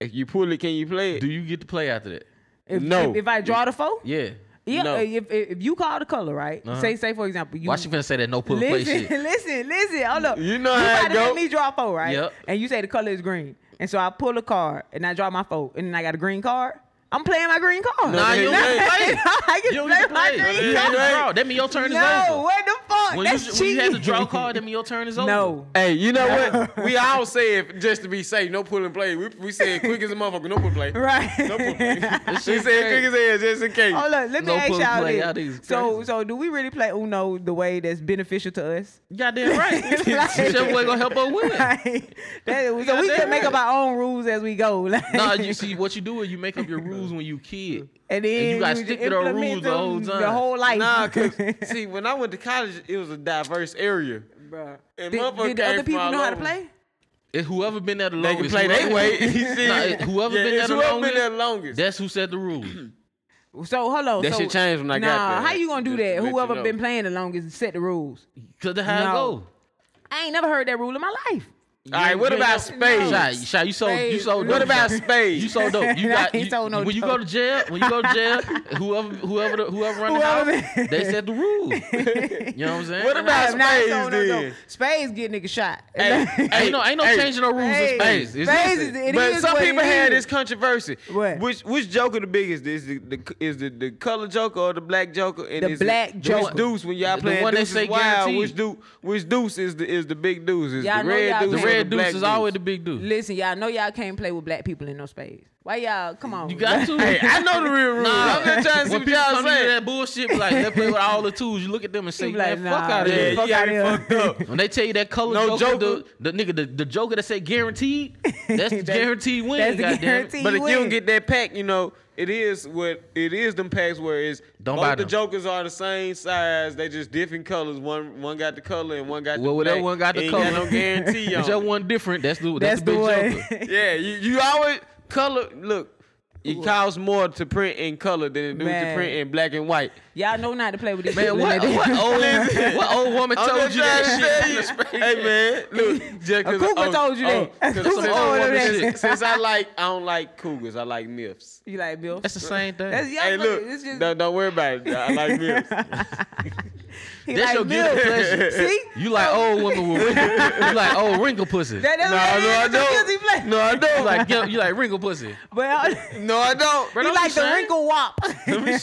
Speaker 2: if you pull it, can you play it?
Speaker 7: Do you get to play after that?
Speaker 4: If,
Speaker 2: No.
Speaker 4: If, if I draw the four,
Speaker 7: Yeah.
Speaker 4: yeah.
Speaker 2: No.
Speaker 4: If, if if you call the color right, say say for example, you
Speaker 7: Uh-huh. Why she finna say that no pull and play
Speaker 4: listen,
Speaker 7: shit?
Speaker 4: listen, listen. Hold up.
Speaker 2: You know how
Speaker 4: about
Speaker 2: it
Speaker 4: to
Speaker 2: go.
Speaker 4: let me draw four, right?
Speaker 7: Yep.
Speaker 4: And you say the color is green, and so I pull a card and I draw my four, and then I got a green card. I'm playing my green card.
Speaker 2: No, you don't get to
Speaker 7: play.
Speaker 4: I get
Speaker 7: You
Speaker 4: to
Speaker 7: don't
Speaker 4: play
Speaker 7: get to
Speaker 4: my
Speaker 7: play.
Speaker 4: green
Speaker 7: You
Speaker 2: Yeah,
Speaker 7: got
Speaker 4: card.
Speaker 7: to
Speaker 2: right.
Speaker 7: draw. That mean your turn is
Speaker 4: No,
Speaker 7: over.
Speaker 4: what the fuck?
Speaker 7: When
Speaker 4: That's
Speaker 7: you, when
Speaker 4: cheating.
Speaker 7: you had to draw a card, that mean your turn is over.
Speaker 4: No.
Speaker 2: Hey, you know what? We all say it just to be safe. No pull and play. We, we said quick as a motherfucker. No pull and play.
Speaker 4: Right.
Speaker 2: No pull and play. she said
Speaker 7: shit
Speaker 2: quick as hell just in case.
Speaker 4: Oh look, let me
Speaker 7: No
Speaker 4: ask
Speaker 7: pull
Speaker 4: y'all
Speaker 7: play.
Speaker 4: this.
Speaker 7: Y'all niggas
Speaker 4: so
Speaker 7: crazy.
Speaker 4: so do we really play Uno the way that's beneficial to us?
Speaker 7: Goddamn right.
Speaker 4: Like-
Speaker 7: Your boy gonna help her win.
Speaker 4: Like, that- so we
Speaker 7: Goddamn
Speaker 4: can make
Speaker 7: right.
Speaker 4: up our own rules as we go. Like,
Speaker 7: Nah, you see what you do is you make up your rules when you kid.
Speaker 4: and then
Speaker 7: you gotta
Speaker 4: you
Speaker 7: stick
Speaker 4: just
Speaker 7: to the
Speaker 4: implement
Speaker 7: rules the whole
Speaker 4: them
Speaker 7: time.
Speaker 4: The whole life.
Speaker 2: Nah, cause see, when I went to college, it was a diverse area.
Speaker 4: Bruh.
Speaker 2: And
Speaker 4: Did,
Speaker 2: motherfucker
Speaker 4: did the
Speaker 2: came
Speaker 4: other
Speaker 2: from
Speaker 4: people
Speaker 2: all
Speaker 4: know how to
Speaker 2: over.
Speaker 4: play?
Speaker 7: It's whoever been there the
Speaker 2: They can
Speaker 7: longest.
Speaker 2: play their
Speaker 7: whoever-
Speaker 2: way. You see?
Speaker 7: Nah, it- whoever
Speaker 2: Yeah,
Speaker 7: been there
Speaker 2: it's
Speaker 7: the
Speaker 2: whoever been
Speaker 7: longest,
Speaker 2: there the longest.
Speaker 7: That's who set the rules.
Speaker 4: So hello.
Speaker 2: That
Speaker 4: so,
Speaker 2: shit changed when I
Speaker 4: nah,
Speaker 2: got there.
Speaker 4: how you gonna do
Speaker 2: Just
Speaker 4: that?
Speaker 2: to let you
Speaker 4: Whoever
Speaker 2: know.
Speaker 4: been playing the longest set the rules.
Speaker 7: Cause the how
Speaker 4: No.
Speaker 7: it go.
Speaker 4: I ain't never heard that rule in my life.
Speaker 2: All right, what about
Speaker 4: No.
Speaker 2: space?
Speaker 7: Shy, shy, you sold, you
Speaker 4: Spades.
Speaker 7: sold.
Speaker 2: What
Speaker 7: dope,
Speaker 2: about
Speaker 7: Shy.
Speaker 2: spades?
Speaker 7: You sold dope. You
Speaker 4: I
Speaker 7: got.
Speaker 4: ain't
Speaker 7: you-
Speaker 4: sold no
Speaker 7: when you
Speaker 4: dope.
Speaker 7: go to jail, when you go to jail, whoever, whoever, the, whoever run the
Speaker 4: Whoever
Speaker 7: house, they set the rules. You know what I'm saying?
Speaker 2: What
Speaker 4: I
Speaker 2: about
Speaker 4: have not
Speaker 2: Spades
Speaker 4: sold no dope.
Speaker 2: then.
Speaker 4: Spades get nigga shot.
Speaker 7: Ain't no, ain't no
Speaker 2: Hey,
Speaker 7: changing no rules in
Speaker 4: Hey,
Speaker 7: space. It's
Speaker 4: space
Speaker 7: listen.
Speaker 4: is- it
Speaker 2: but
Speaker 4: is
Speaker 2: some
Speaker 4: what
Speaker 2: people
Speaker 4: it
Speaker 2: had
Speaker 4: is.
Speaker 2: this controversy.
Speaker 4: What?
Speaker 2: Which which Joker the biggest? Is the, the is the, the color Joker or the black Joker? And
Speaker 4: The
Speaker 2: is it-
Speaker 4: black
Speaker 2: which
Speaker 4: Joker.
Speaker 2: Deuce when y'all
Speaker 7: The
Speaker 2: playing
Speaker 7: one they
Speaker 2: Deuce is
Speaker 7: say
Speaker 2: wild.
Speaker 7: guaranteed.
Speaker 2: Which Deuce? Which Deuce is the is the big Deuce? Is
Speaker 4: Y'all
Speaker 2: the
Speaker 4: know y'all
Speaker 2: red Deuce?
Speaker 7: The
Speaker 4: playing
Speaker 2: or
Speaker 7: red
Speaker 2: black
Speaker 7: deuce is always the big dude.
Speaker 4: Listen, y'all know y'all can't play with black people in no spades. Why y'all? Come on.
Speaker 7: You got to.
Speaker 2: Hey, I know the real rules. I'm just trying to see
Speaker 7: when
Speaker 2: what
Speaker 7: people
Speaker 2: y'all
Speaker 7: come to you
Speaker 2: saying.
Speaker 7: that bullshit, be like they play with all the tools. You look at them and say,
Speaker 4: You be like,
Speaker 7: man, fuck
Speaker 4: nah,
Speaker 7: out of
Speaker 4: yeah,
Speaker 7: here.
Speaker 4: fuck
Speaker 2: yeah,
Speaker 4: outta
Speaker 2: you
Speaker 4: here.
Speaker 2: fucked up.
Speaker 7: When they tell you that color
Speaker 2: No
Speaker 7: joker,
Speaker 2: joker.
Speaker 7: The, the nigga, the, the joker that say guaranteed, that's the
Speaker 4: That-
Speaker 7: guaranteed win.
Speaker 4: that's the
Speaker 7: goddamn it.
Speaker 4: guarantee.
Speaker 2: But
Speaker 4: you
Speaker 2: if you
Speaker 4: win.
Speaker 2: don't get that pack, you know, it is what it is them packs where it's
Speaker 7: Don't
Speaker 2: both
Speaker 7: buy
Speaker 2: the
Speaker 7: them.
Speaker 2: jokers are the same size, they just different colors. One one got the color and one got the
Speaker 7: Well, whatever
Speaker 2: black.
Speaker 7: one got the
Speaker 2: Ain't
Speaker 7: color,
Speaker 2: no guarantee on
Speaker 7: Whichever
Speaker 2: it.
Speaker 7: one different, that's the
Speaker 4: That's
Speaker 7: that's, the big
Speaker 4: the
Speaker 7: joker.
Speaker 4: way.
Speaker 2: Yeah, you, you always color look, It costs more to print in color than it do to
Speaker 4: Man.
Speaker 2: print in black and white.
Speaker 4: Y'all know not to play with this
Speaker 7: Man,
Speaker 4: shit.
Speaker 7: what,
Speaker 4: Lynette.
Speaker 7: what old what old woman
Speaker 2: I'm
Speaker 7: told
Speaker 2: just
Speaker 7: you that
Speaker 2: trying to
Speaker 7: shit?
Speaker 2: tell you. hey man, look, just 'cause-
Speaker 4: cougar told you that. A
Speaker 2: 'cause
Speaker 4: cougar
Speaker 2: since-
Speaker 4: told
Speaker 2: oh,
Speaker 4: her that.
Speaker 2: shit, Since I like, I don't like cougars. I like myths.
Speaker 4: You like Bill?
Speaker 7: That's the same thing.
Speaker 4: That's y'all.
Speaker 2: Hey, look,
Speaker 4: it's just,
Speaker 2: don't, don't worry about it. I like myths.
Speaker 4: he
Speaker 7: that's
Speaker 4: like
Speaker 7: your guilty
Speaker 4: Bill.
Speaker 7: pleasure.
Speaker 4: See?
Speaker 7: You like old women with wrinkle, you like old wrinkle
Speaker 4: Oh,
Speaker 7: pussy.
Speaker 4: Um, That, that's
Speaker 2: No,
Speaker 4: what
Speaker 2: no, I
Speaker 4: that is. That's your
Speaker 2: don't.
Speaker 4: guilty pleasure.
Speaker 2: No, I
Speaker 7: you
Speaker 2: don't.
Speaker 7: like gimp- you like wrinkle pussy.
Speaker 4: But I-
Speaker 2: no, I don't.
Speaker 7: Bro,
Speaker 4: he
Speaker 7: don't
Speaker 4: like
Speaker 7: be
Speaker 4: the
Speaker 7: shy.
Speaker 4: wrinkle wop.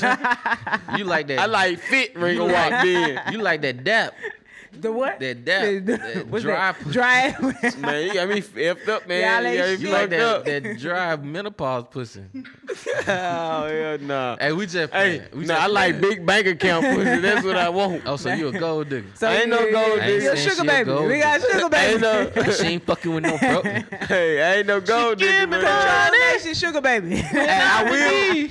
Speaker 7: You like that?
Speaker 2: I like fit ring
Speaker 7: You
Speaker 2: walk
Speaker 7: like-
Speaker 2: then.
Speaker 7: You like that dap?
Speaker 4: the what?
Speaker 7: That dap?
Speaker 4: The-
Speaker 7: That
Speaker 4: what's
Speaker 7: dry?
Speaker 4: that?
Speaker 7: pussy.
Speaker 4: Dry.
Speaker 2: Man, you got me effed up,
Speaker 4: Y'all
Speaker 2: man.
Speaker 4: ain't
Speaker 2: you got me fucked
Speaker 7: You like
Speaker 2: up.
Speaker 7: that, that dry menopause pussy?
Speaker 2: Oh, hell no.
Speaker 7: Hey, we just
Speaker 2: Hey,
Speaker 7: playing. we
Speaker 2: no,
Speaker 7: just
Speaker 2: I like
Speaker 7: playing.
Speaker 2: big bank account pussy. That's what I want.
Speaker 7: Oh, so you a gold digger?
Speaker 4: so
Speaker 2: I ain't no gold
Speaker 7: digger.
Speaker 4: You a
Speaker 7: Ain't saying
Speaker 4: sugar
Speaker 7: she a
Speaker 4: baby.
Speaker 7: gold
Speaker 4: We got
Speaker 7: digger.
Speaker 4: sugar
Speaker 2: I
Speaker 4: baby.
Speaker 2: ain't no,
Speaker 7: she ain't fucking with no bro. hey,
Speaker 2: hey, I ain't no gold digger.
Speaker 4: Control
Speaker 2: but-
Speaker 4: that shit, sugar baby.
Speaker 2: I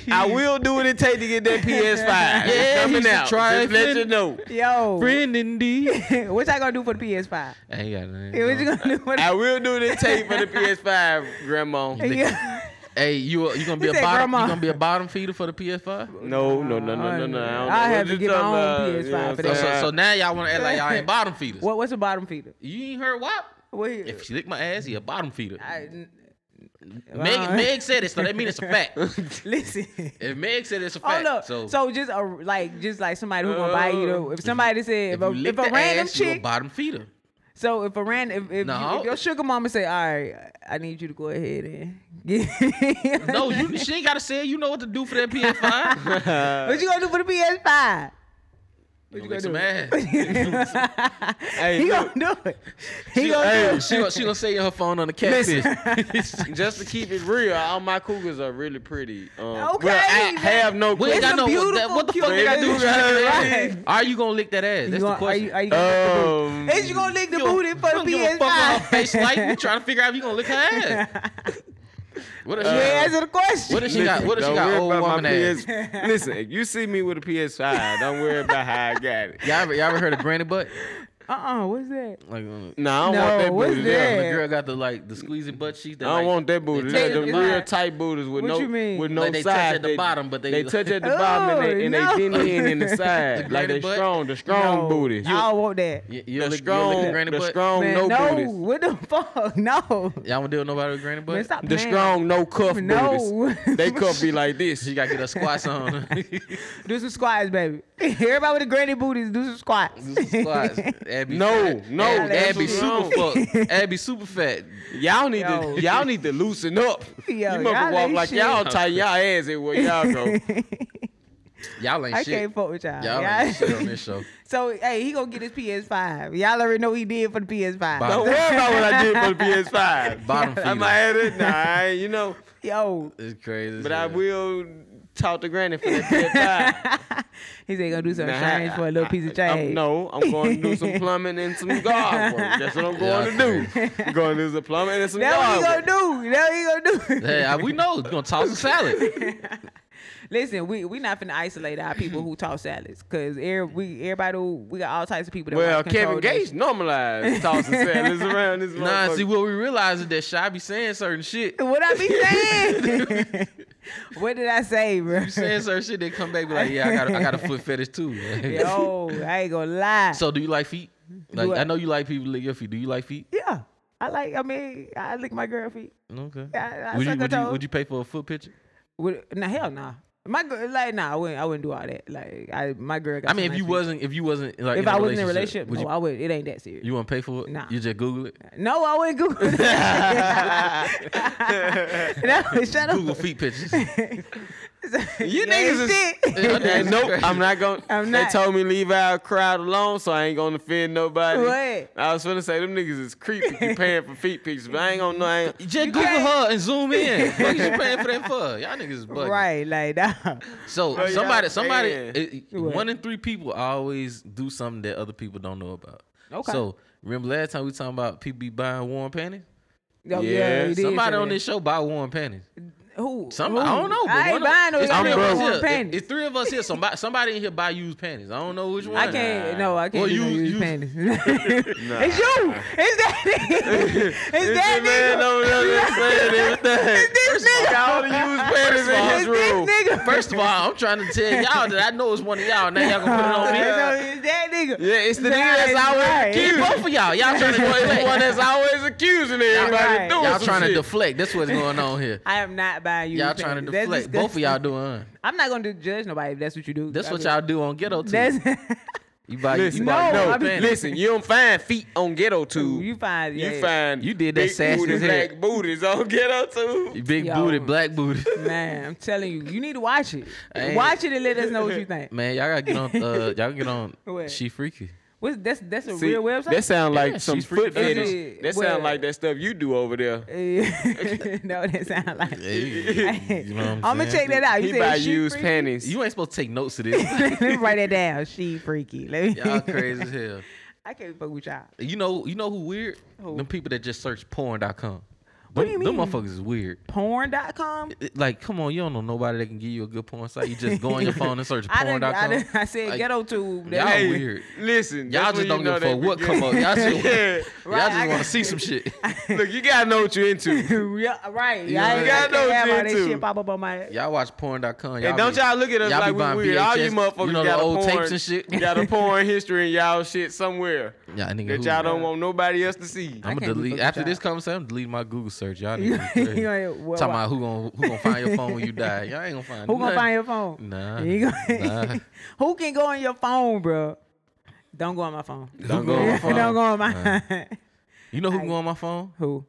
Speaker 2: will, I will do what it takes to get that PS5.
Speaker 7: Yeah,
Speaker 2: it's coming
Speaker 7: he's a
Speaker 2: out. Just let
Speaker 7: triathlete.
Speaker 2: you know.
Speaker 4: Yo,
Speaker 7: Friend indeed.
Speaker 4: what y'all gonna do for the PS5?
Speaker 7: I ain't got nothing.
Speaker 4: Yeah, what you gonna do for
Speaker 2: I
Speaker 4: the?
Speaker 2: will do what it takes for the PS5, Grandma.
Speaker 4: Yeah.
Speaker 7: Hey, you a- you gonna be
Speaker 4: He
Speaker 7: a
Speaker 4: said,
Speaker 7: bottom?
Speaker 4: "Grandma."
Speaker 7: You gonna be a bottom feeder for the PS5?
Speaker 2: No, no, no, no, no, no. I, don't
Speaker 4: I
Speaker 2: know
Speaker 4: have
Speaker 2: what
Speaker 4: to
Speaker 2: you
Speaker 4: get my
Speaker 2: talking
Speaker 4: own
Speaker 2: about, you
Speaker 4: PS5
Speaker 2: know what
Speaker 4: for
Speaker 2: I'm
Speaker 7: So,
Speaker 4: that.
Speaker 7: so,
Speaker 2: saying?
Speaker 7: so now y'all want to act like y'all ain't bottom feeders.
Speaker 4: What, what's the bottom feeder?
Speaker 7: You ain't heard what?
Speaker 4: What?
Speaker 7: If she lick my ass, he a bottom feeder.
Speaker 4: I,
Speaker 7: Meg, Meg said it, so that means it's a fact.
Speaker 4: listen.
Speaker 7: If Meg said it's a
Speaker 4: Oh
Speaker 7: fact,
Speaker 4: no! So,
Speaker 7: so, Uh,
Speaker 4: just a like, just like somebody who gonna buy you. The, if somebody said,
Speaker 7: if
Speaker 4: if,
Speaker 7: you
Speaker 4: a,
Speaker 7: lick
Speaker 4: if
Speaker 7: the
Speaker 4: a random
Speaker 7: ass, you a
Speaker 4: chick,
Speaker 7: bottom feeder.
Speaker 4: so if a random, if, if,
Speaker 7: No.
Speaker 4: you, if your sugar mama say, all right, I need you to go ahead and get.
Speaker 7: No, you, she ain't gotta say. it. You know what to do for that PS5.
Speaker 4: What you gonna do for the PS5?
Speaker 7: you
Speaker 4: gonna
Speaker 7: lick some
Speaker 4: do?
Speaker 7: ass.
Speaker 2: Hey,
Speaker 4: He
Speaker 2: look,
Speaker 4: gonna do it. He
Speaker 7: She,
Speaker 4: gonna do
Speaker 7: hey,
Speaker 4: it.
Speaker 7: she, gonna, she gonna say her phone on the catfish.
Speaker 2: just to keep it real, all my cougars are really pretty. Um,
Speaker 4: Okay,
Speaker 2: well, I
Speaker 4: man.
Speaker 2: have no
Speaker 7: We ain't
Speaker 4: It's
Speaker 7: got
Speaker 4: a
Speaker 7: no-
Speaker 2: cougars.
Speaker 7: what the-
Speaker 4: beautiful,
Speaker 7: what the fuck
Speaker 4: cute
Speaker 7: they gotta do with
Speaker 2: baby.
Speaker 7: you?
Speaker 4: Right.
Speaker 7: Are you gonna lick that ass?
Speaker 4: You
Speaker 7: That's the
Speaker 4: gonna- Are
Speaker 7: question. Oh,
Speaker 4: you, are you gonna lick the booty?
Speaker 2: Um,
Speaker 4: Is you gonna lick the booty for the
Speaker 7: don't give a fuck about her
Speaker 4: PS5?
Speaker 7: face like we trying to figure out if you gonna lick her ass. What if she,
Speaker 4: You ain't answer the question.
Speaker 7: what if she got what if she
Speaker 2: don't
Speaker 7: got
Speaker 2: worry
Speaker 7: old
Speaker 2: about my
Speaker 7: woman ass?
Speaker 2: PS Listen, if you see me with a PS5, don't worry about how I got it.
Speaker 7: Y'all ever, y'all ever heard of granny butt?
Speaker 4: Uh-uh, what's that?
Speaker 7: Like uh,
Speaker 2: Nah, I don't
Speaker 4: No,
Speaker 2: want that
Speaker 4: what's
Speaker 2: booty.
Speaker 4: that?
Speaker 2: There.
Speaker 7: the girl got the like the squeezing butt cheek.
Speaker 2: I
Speaker 7: That,
Speaker 2: don't
Speaker 7: like,
Speaker 2: want that booty. They
Speaker 7: touch
Speaker 2: them
Speaker 7: the
Speaker 2: real
Speaker 4: bottom.
Speaker 2: tight booties with
Speaker 4: What
Speaker 2: no
Speaker 4: you mean?
Speaker 2: with no
Speaker 7: Like they touch
Speaker 2: side.
Speaker 7: at the bottom, but they-
Speaker 2: they touch at the bottom and they and
Speaker 4: Oh,
Speaker 2: they
Speaker 4: no.
Speaker 2: dent in in the side like they
Speaker 7: butt?
Speaker 2: strong, the strong
Speaker 4: no, Oh,
Speaker 2: booty.
Speaker 4: I don't want that.
Speaker 7: You, you
Speaker 2: the
Speaker 7: lick, you lick the
Speaker 2: strong,
Speaker 7: granny
Speaker 2: the
Speaker 7: butt.
Speaker 2: strong,
Speaker 4: Man,
Speaker 2: no,
Speaker 4: no,
Speaker 2: booties.
Speaker 4: what the fuck? No.
Speaker 7: Y'all want to deal with nobody with granny butt?
Speaker 4: Man, stop
Speaker 2: The
Speaker 4: playing.
Speaker 2: strong, no cuff
Speaker 4: No.
Speaker 2: booties. They cuff be like this.
Speaker 7: She gotta get her squats on.
Speaker 4: Do some squats, baby. Everybody with the granny booties, do some squats.
Speaker 7: Do some squats. Abby
Speaker 2: No,
Speaker 7: fat.
Speaker 2: no,
Speaker 7: Ab-
Speaker 2: that's
Speaker 7: Abby
Speaker 2: what's
Speaker 7: super fuck. Abby super fat.
Speaker 2: Y'all need
Speaker 4: Yo.
Speaker 2: to y'all need to loosen up.
Speaker 4: Yo,
Speaker 2: you
Speaker 4: y'all
Speaker 2: must walk
Speaker 4: ain't
Speaker 2: like
Speaker 4: shit.
Speaker 2: y'all tight y'all ass everywhere y'all go.
Speaker 7: Y'all ain't
Speaker 4: I
Speaker 7: shit.
Speaker 4: can't fuck with y'all.
Speaker 7: Y'all
Speaker 4: Y'all-
Speaker 7: ain't shit on this show.
Speaker 4: so, hey, he gonna get his PS5. Y'all already know he did for the PS5.
Speaker 7: Bye.
Speaker 2: Don't worry about what I did for the PS5.
Speaker 7: Bottom feeder.
Speaker 2: Am I at it? Nah, I ain't, you know.
Speaker 4: Yo,
Speaker 7: It's crazy. as
Speaker 2: But I
Speaker 7: hell.
Speaker 2: will talk to Granny for the PS5.
Speaker 4: he said he gonna do some
Speaker 2: Nah,
Speaker 4: change
Speaker 2: I-
Speaker 4: for a little piece of change.
Speaker 2: I'm, no, I'm going to do some plumbing and some garden work. That's what I'm going to do. I'm going to do some plumbing and some
Speaker 4: That's what he
Speaker 2: garden
Speaker 4: gonna
Speaker 2: work.
Speaker 4: do. That's what he gonna do.
Speaker 7: Hey, I- we know. We're gonna toss a salad.
Speaker 4: Listen, we we not finna isolate our people who toss salads because we everybody who- we got all types of people. That
Speaker 2: Well,
Speaker 4: wanna control
Speaker 2: Kevin
Speaker 4: their
Speaker 2: Gates
Speaker 4: shit.
Speaker 2: normalized tossing salads around this
Speaker 7: nah,
Speaker 2: motherfucker.
Speaker 7: see what we realize is that Shy be saying certain shit.
Speaker 4: What I be saying? what did I say, bro?
Speaker 7: Saying certain shit, they come back be like, yeah, I got, a, I got a foot fetish too.
Speaker 4: Yo, I ain't gonna lie.
Speaker 7: So do you like feet? Like
Speaker 4: Do I-
Speaker 7: I know you like people lick your feet. Do you like feet?
Speaker 4: yeah, I like. I mean, I lick my girl feet.
Speaker 7: Okay.
Speaker 4: I- I
Speaker 7: would you
Speaker 4: suck her
Speaker 7: would you
Speaker 4: toes.
Speaker 7: would you pay for a foot picture?
Speaker 4: Would, nah, hell nah. My girl, like, nah, I wouldn't. I wouldn't do all that. Like, I my girl. Got
Speaker 7: I mean,
Speaker 4: some
Speaker 7: if you
Speaker 4: nice
Speaker 7: wasn't if you wasn't like
Speaker 4: feet. if
Speaker 7: in a
Speaker 4: I wasn't in a relationship,
Speaker 7: would
Speaker 4: no,
Speaker 7: you
Speaker 4: I would. It ain't that serious.
Speaker 7: you wouldn't pay for it?
Speaker 4: Nah.
Speaker 7: You just Google it.
Speaker 4: no, I wouldn't Google that. no, shut up.
Speaker 7: Google feet pictures.
Speaker 2: You
Speaker 4: Yeah,
Speaker 2: niggas is-
Speaker 4: shit.
Speaker 2: Hey, nope, I'm not going.
Speaker 4: I'm
Speaker 2: to
Speaker 4: not.
Speaker 2: They told me leave our crowd alone, so I ain't gonna offend nobody.
Speaker 4: What?
Speaker 2: I was finna say them niggas is creepy. You paying for feet pictures, but I ain't gonna know. I ain't,
Speaker 7: Just Google
Speaker 4: can't-
Speaker 7: her and zoom in. What you paying for that for? Y'all niggas is bugging.
Speaker 4: Right, like that.
Speaker 7: So
Speaker 2: Bro,
Speaker 7: somebody,
Speaker 2: y'all
Speaker 7: somebody,
Speaker 2: paying.
Speaker 7: it- it-
Speaker 4: What?
Speaker 7: one in three people always do something that other people don't know about.
Speaker 4: Okay.
Speaker 7: So remember last time we talking about people be buying warm panties.
Speaker 4: Yeah,
Speaker 2: Yeah,
Speaker 4: you did
Speaker 7: Somebody
Speaker 4: say
Speaker 7: on
Speaker 4: that.
Speaker 7: this show buy warm panties.
Speaker 4: Who?
Speaker 7: Some
Speaker 4: who?
Speaker 7: I don't know. But
Speaker 4: I
Speaker 7: one
Speaker 4: ain't
Speaker 7: of-
Speaker 4: buying no
Speaker 7: it's three of
Speaker 4: goddamn
Speaker 7: us
Speaker 4: warm
Speaker 7: here.
Speaker 4: panties.
Speaker 7: It's three of us here. Somebody, somebody in here buy used panties. I don't know which one.
Speaker 4: I can't. No, I can't.
Speaker 7: Well,
Speaker 4: do no
Speaker 7: you-
Speaker 4: used
Speaker 7: you-
Speaker 4: panties. It's you. It's that nigga. It's
Speaker 2: It's your man
Speaker 4: that
Speaker 2: over there that's saying everything.
Speaker 4: nigga. It's this nigga.
Speaker 2: Y'all use panties
Speaker 7: First of all, First of all, I'm trying to tell y'all that I know it's one of y'all. Now y'all gonna put it on me.
Speaker 4: No, it's that nigga.
Speaker 2: Yeah, it's the nigga
Speaker 4: Right,
Speaker 2: that's always
Speaker 4: right.
Speaker 7: It's
Speaker 2: accused.
Speaker 7: both of y'all. Y'all trying to
Speaker 2: It's the one
Speaker 7: deflect.
Speaker 2: that's always accusing everybody
Speaker 4: Right.
Speaker 2: of doing
Speaker 7: Y'all
Speaker 2: some
Speaker 7: trying to
Speaker 2: shit.
Speaker 7: deflect. That's what's going on here.
Speaker 4: I am not buying you.
Speaker 7: Y'all
Speaker 4: That's
Speaker 7: trying to
Speaker 4: disgusting.
Speaker 7: deflect. Both of y'all doing.
Speaker 4: I'm not gonna do- judge nobody if that's what you do.
Speaker 7: That's
Speaker 4: I
Speaker 7: what
Speaker 4: mean,
Speaker 7: y'all do on ghetto too.
Speaker 4: That's
Speaker 7: You buy
Speaker 2: Listen,
Speaker 7: you buy
Speaker 4: no,
Speaker 7: your
Speaker 4: I be-
Speaker 7: fanny.
Speaker 2: Listen, you don't find feet on ghetto tube.
Speaker 4: you find. Yeah,
Speaker 2: You find
Speaker 7: You did that
Speaker 2: big
Speaker 7: sassy
Speaker 2: booty,
Speaker 7: as hell.
Speaker 2: black booties on ghetto tube.
Speaker 7: You big
Speaker 4: Yo.
Speaker 7: booty, black booty.
Speaker 4: Man, I'm telling you, you need to watch it.
Speaker 7: Hey.
Speaker 4: Watch it and let us know what you think.
Speaker 7: Man, y'all gotta get on. Uh, y'all gotta get on.
Speaker 4: What?
Speaker 7: She freaky.
Speaker 4: What's that's that's a real website.
Speaker 2: That sound like
Speaker 7: Yeah,
Speaker 2: some
Speaker 7: she's
Speaker 2: foot
Speaker 7: freaking
Speaker 2: fetish.
Speaker 4: fetish.
Speaker 2: That
Speaker 4: Well-
Speaker 2: sound like that stuff you do over there.
Speaker 4: Eh, no, that sound like.
Speaker 7: Hey, you know what I'm
Speaker 4: I'm gonna check
Speaker 7: saying?
Speaker 4: that out. You
Speaker 2: He
Speaker 4: said
Speaker 2: buy
Speaker 4: she
Speaker 2: used
Speaker 4: freaky?
Speaker 2: panties.
Speaker 7: You ain't supposed to take notes of this.
Speaker 4: Let me write that down. She freaky. Let me.
Speaker 7: y'all crazy as hell.
Speaker 4: I can't fuck with y'all.
Speaker 7: You know, you know who weird? Them people that just search porn.com.
Speaker 4: What
Speaker 7: Them,
Speaker 4: do you mean?
Speaker 7: them motherfuckers is weird.
Speaker 4: Porn.com.
Speaker 7: It- Like, come on, you don't know nobody that can give you a good porn site. You just go on your phone and search
Speaker 4: I done,
Speaker 7: porn.com.
Speaker 4: I, done, I said
Speaker 7: Like,
Speaker 4: ghetto tube.
Speaker 7: Y'all
Speaker 4: That-
Speaker 2: Hey,
Speaker 7: weird.
Speaker 2: Listen,
Speaker 7: Y'all
Speaker 2: that's when
Speaker 7: just don't
Speaker 2: you
Speaker 7: give a
Speaker 2: know
Speaker 7: fuck
Speaker 2: they
Speaker 7: what
Speaker 2: be
Speaker 7: come up. Y'all just,
Speaker 2: Yeah.
Speaker 7: y'all
Speaker 4: Right, I
Speaker 7: just want
Speaker 4: got-
Speaker 7: to see some shit.
Speaker 2: good. Look, you gotta know what you're into.
Speaker 4: yeah, right.
Speaker 7: You
Speaker 4: Y'all
Speaker 7: know
Speaker 4: ain't
Speaker 7: what I
Speaker 4: got
Speaker 2: mean?
Speaker 4: to have all
Speaker 2: Y'all
Speaker 4: that
Speaker 2: know
Speaker 4: shit
Speaker 2: too.
Speaker 4: pop up on my.
Speaker 7: Y'all watch porn.com. Y'all
Speaker 2: And don't
Speaker 7: be-
Speaker 2: y'all look at us
Speaker 7: y'all be
Speaker 2: like we
Speaker 7: buying
Speaker 2: weird. All you
Speaker 7: VHS.
Speaker 2: motherfuckers
Speaker 7: You know
Speaker 2: got
Speaker 7: the
Speaker 2: a
Speaker 7: old
Speaker 2: porn,
Speaker 7: tapes and shit.
Speaker 2: got a porn history and y'all shit somewhere
Speaker 7: Yeah, nigga,
Speaker 2: that
Speaker 7: who-
Speaker 2: y'all don't want nobody else to see.
Speaker 7: I'm
Speaker 4: can't be
Speaker 7: gonna delete
Speaker 4: fucking
Speaker 7: after
Speaker 4: with
Speaker 7: this
Speaker 4: y'all.
Speaker 7: conversation. I'm deleting my Google search. Y'all
Speaker 4: You
Speaker 7: niggas
Speaker 4: ain't-
Speaker 7: crazy.
Speaker 4: you ain't- well,
Speaker 7: talking
Speaker 4: why-
Speaker 7: about who gonna who gonna find your phone when you die. Y'all ain't gonna find
Speaker 4: Who gonna
Speaker 7: nothing.
Speaker 4: find your phone?
Speaker 7: Nah,
Speaker 4: You gonna-
Speaker 7: nah.
Speaker 4: Who can go on your phone, bro? Don't go on my phone.
Speaker 7: Don't go on my phone.
Speaker 4: Don't go on my.
Speaker 7: You know who
Speaker 4: I-
Speaker 7: go on my phone?
Speaker 4: Who?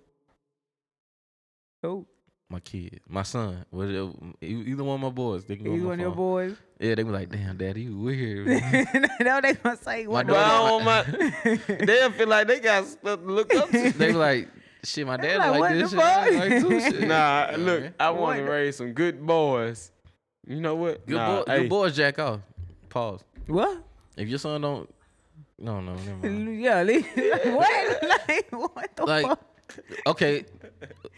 Speaker 4: Who?
Speaker 7: My kid, my son, whatever. e- Either one of my boys, they can go
Speaker 4: He's
Speaker 7: on my
Speaker 4: one of your
Speaker 7: phone.
Speaker 4: boys.
Speaker 7: Yeah, they be like, "Damn, daddy, you weird." man."
Speaker 4: no, they gonna say
Speaker 7: my
Speaker 4: what?
Speaker 2: But I don't want
Speaker 7: daughter,
Speaker 2: my. They'll feel like they got stuff to look up to.
Speaker 7: they be like, "Shit, my dad
Speaker 4: like,
Speaker 7: like,
Speaker 4: what
Speaker 7: this."
Speaker 4: the
Speaker 7: shit. I
Speaker 4: fuck?
Speaker 7: Like, too, shit.
Speaker 2: Nah,
Speaker 7: Yeah,
Speaker 2: look,
Speaker 7: man.
Speaker 2: I want to
Speaker 4: What?
Speaker 2: raise some good boys. You know what?
Speaker 7: good
Speaker 2: nah,
Speaker 7: boy, good boys, jack off. Pause.
Speaker 4: What?
Speaker 7: If your son don't, no, no, never mind.
Speaker 4: Yeah, li- what? Like what the
Speaker 7: like
Speaker 4: fuck?
Speaker 2: oh.
Speaker 7: okay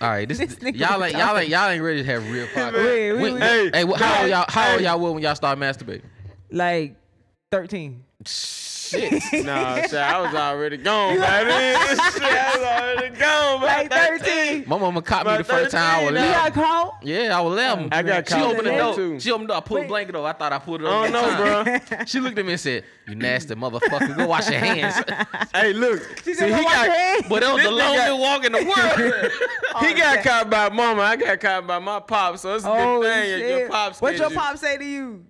Speaker 7: all right this,
Speaker 4: This nigga
Speaker 7: y'all ain't y'all
Speaker 4: retarded.
Speaker 7: ain't y'all ain't ready to have real podcast
Speaker 4: Wait, wait,
Speaker 7: When-
Speaker 4: wait.
Speaker 7: hey,
Speaker 2: Hey,
Speaker 7: wh- how old
Speaker 2: hey,
Speaker 7: y'all how old
Speaker 2: hey.
Speaker 7: y'all were when y'all start masturbating
Speaker 4: Like thirteen.
Speaker 7: shit
Speaker 2: Nah, shit, I was already gone, baby. shit, I was already gone, by
Speaker 4: Like 13.
Speaker 7: my mama caught me
Speaker 2: About
Speaker 7: the first time I
Speaker 2: 13
Speaker 4: You
Speaker 7: was
Speaker 2: now.
Speaker 7: eleven
Speaker 4: got caught?
Speaker 7: yeah I was eleven
Speaker 2: I got
Speaker 7: she
Speaker 2: caught
Speaker 7: opened the
Speaker 2: with
Speaker 7: door
Speaker 2: that too.
Speaker 7: she opened the door I pulled the
Speaker 4: Wait.
Speaker 7: blanket over I thought I pulled it
Speaker 2: I
Speaker 7: over
Speaker 2: don't know, bro.
Speaker 7: bro she looked at me and said you nasty motherfucker go wash your hands
Speaker 2: hey, look.
Speaker 4: She
Speaker 2: See,
Speaker 4: said,
Speaker 2: he
Speaker 4: "Well, watch your Oh,
Speaker 2: got,
Speaker 4: hand."
Speaker 7: but that was
Speaker 2: This
Speaker 7: the
Speaker 2: nigga-
Speaker 7: longest walk in the world
Speaker 2: he got caught by mama. I got caught by my pop. So it's a
Speaker 4: Oh,
Speaker 2: good thing. if Your
Speaker 4: shit.
Speaker 2: pops
Speaker 4: What your
Speaker 2: catch you.
Speaker 4: pop say to you?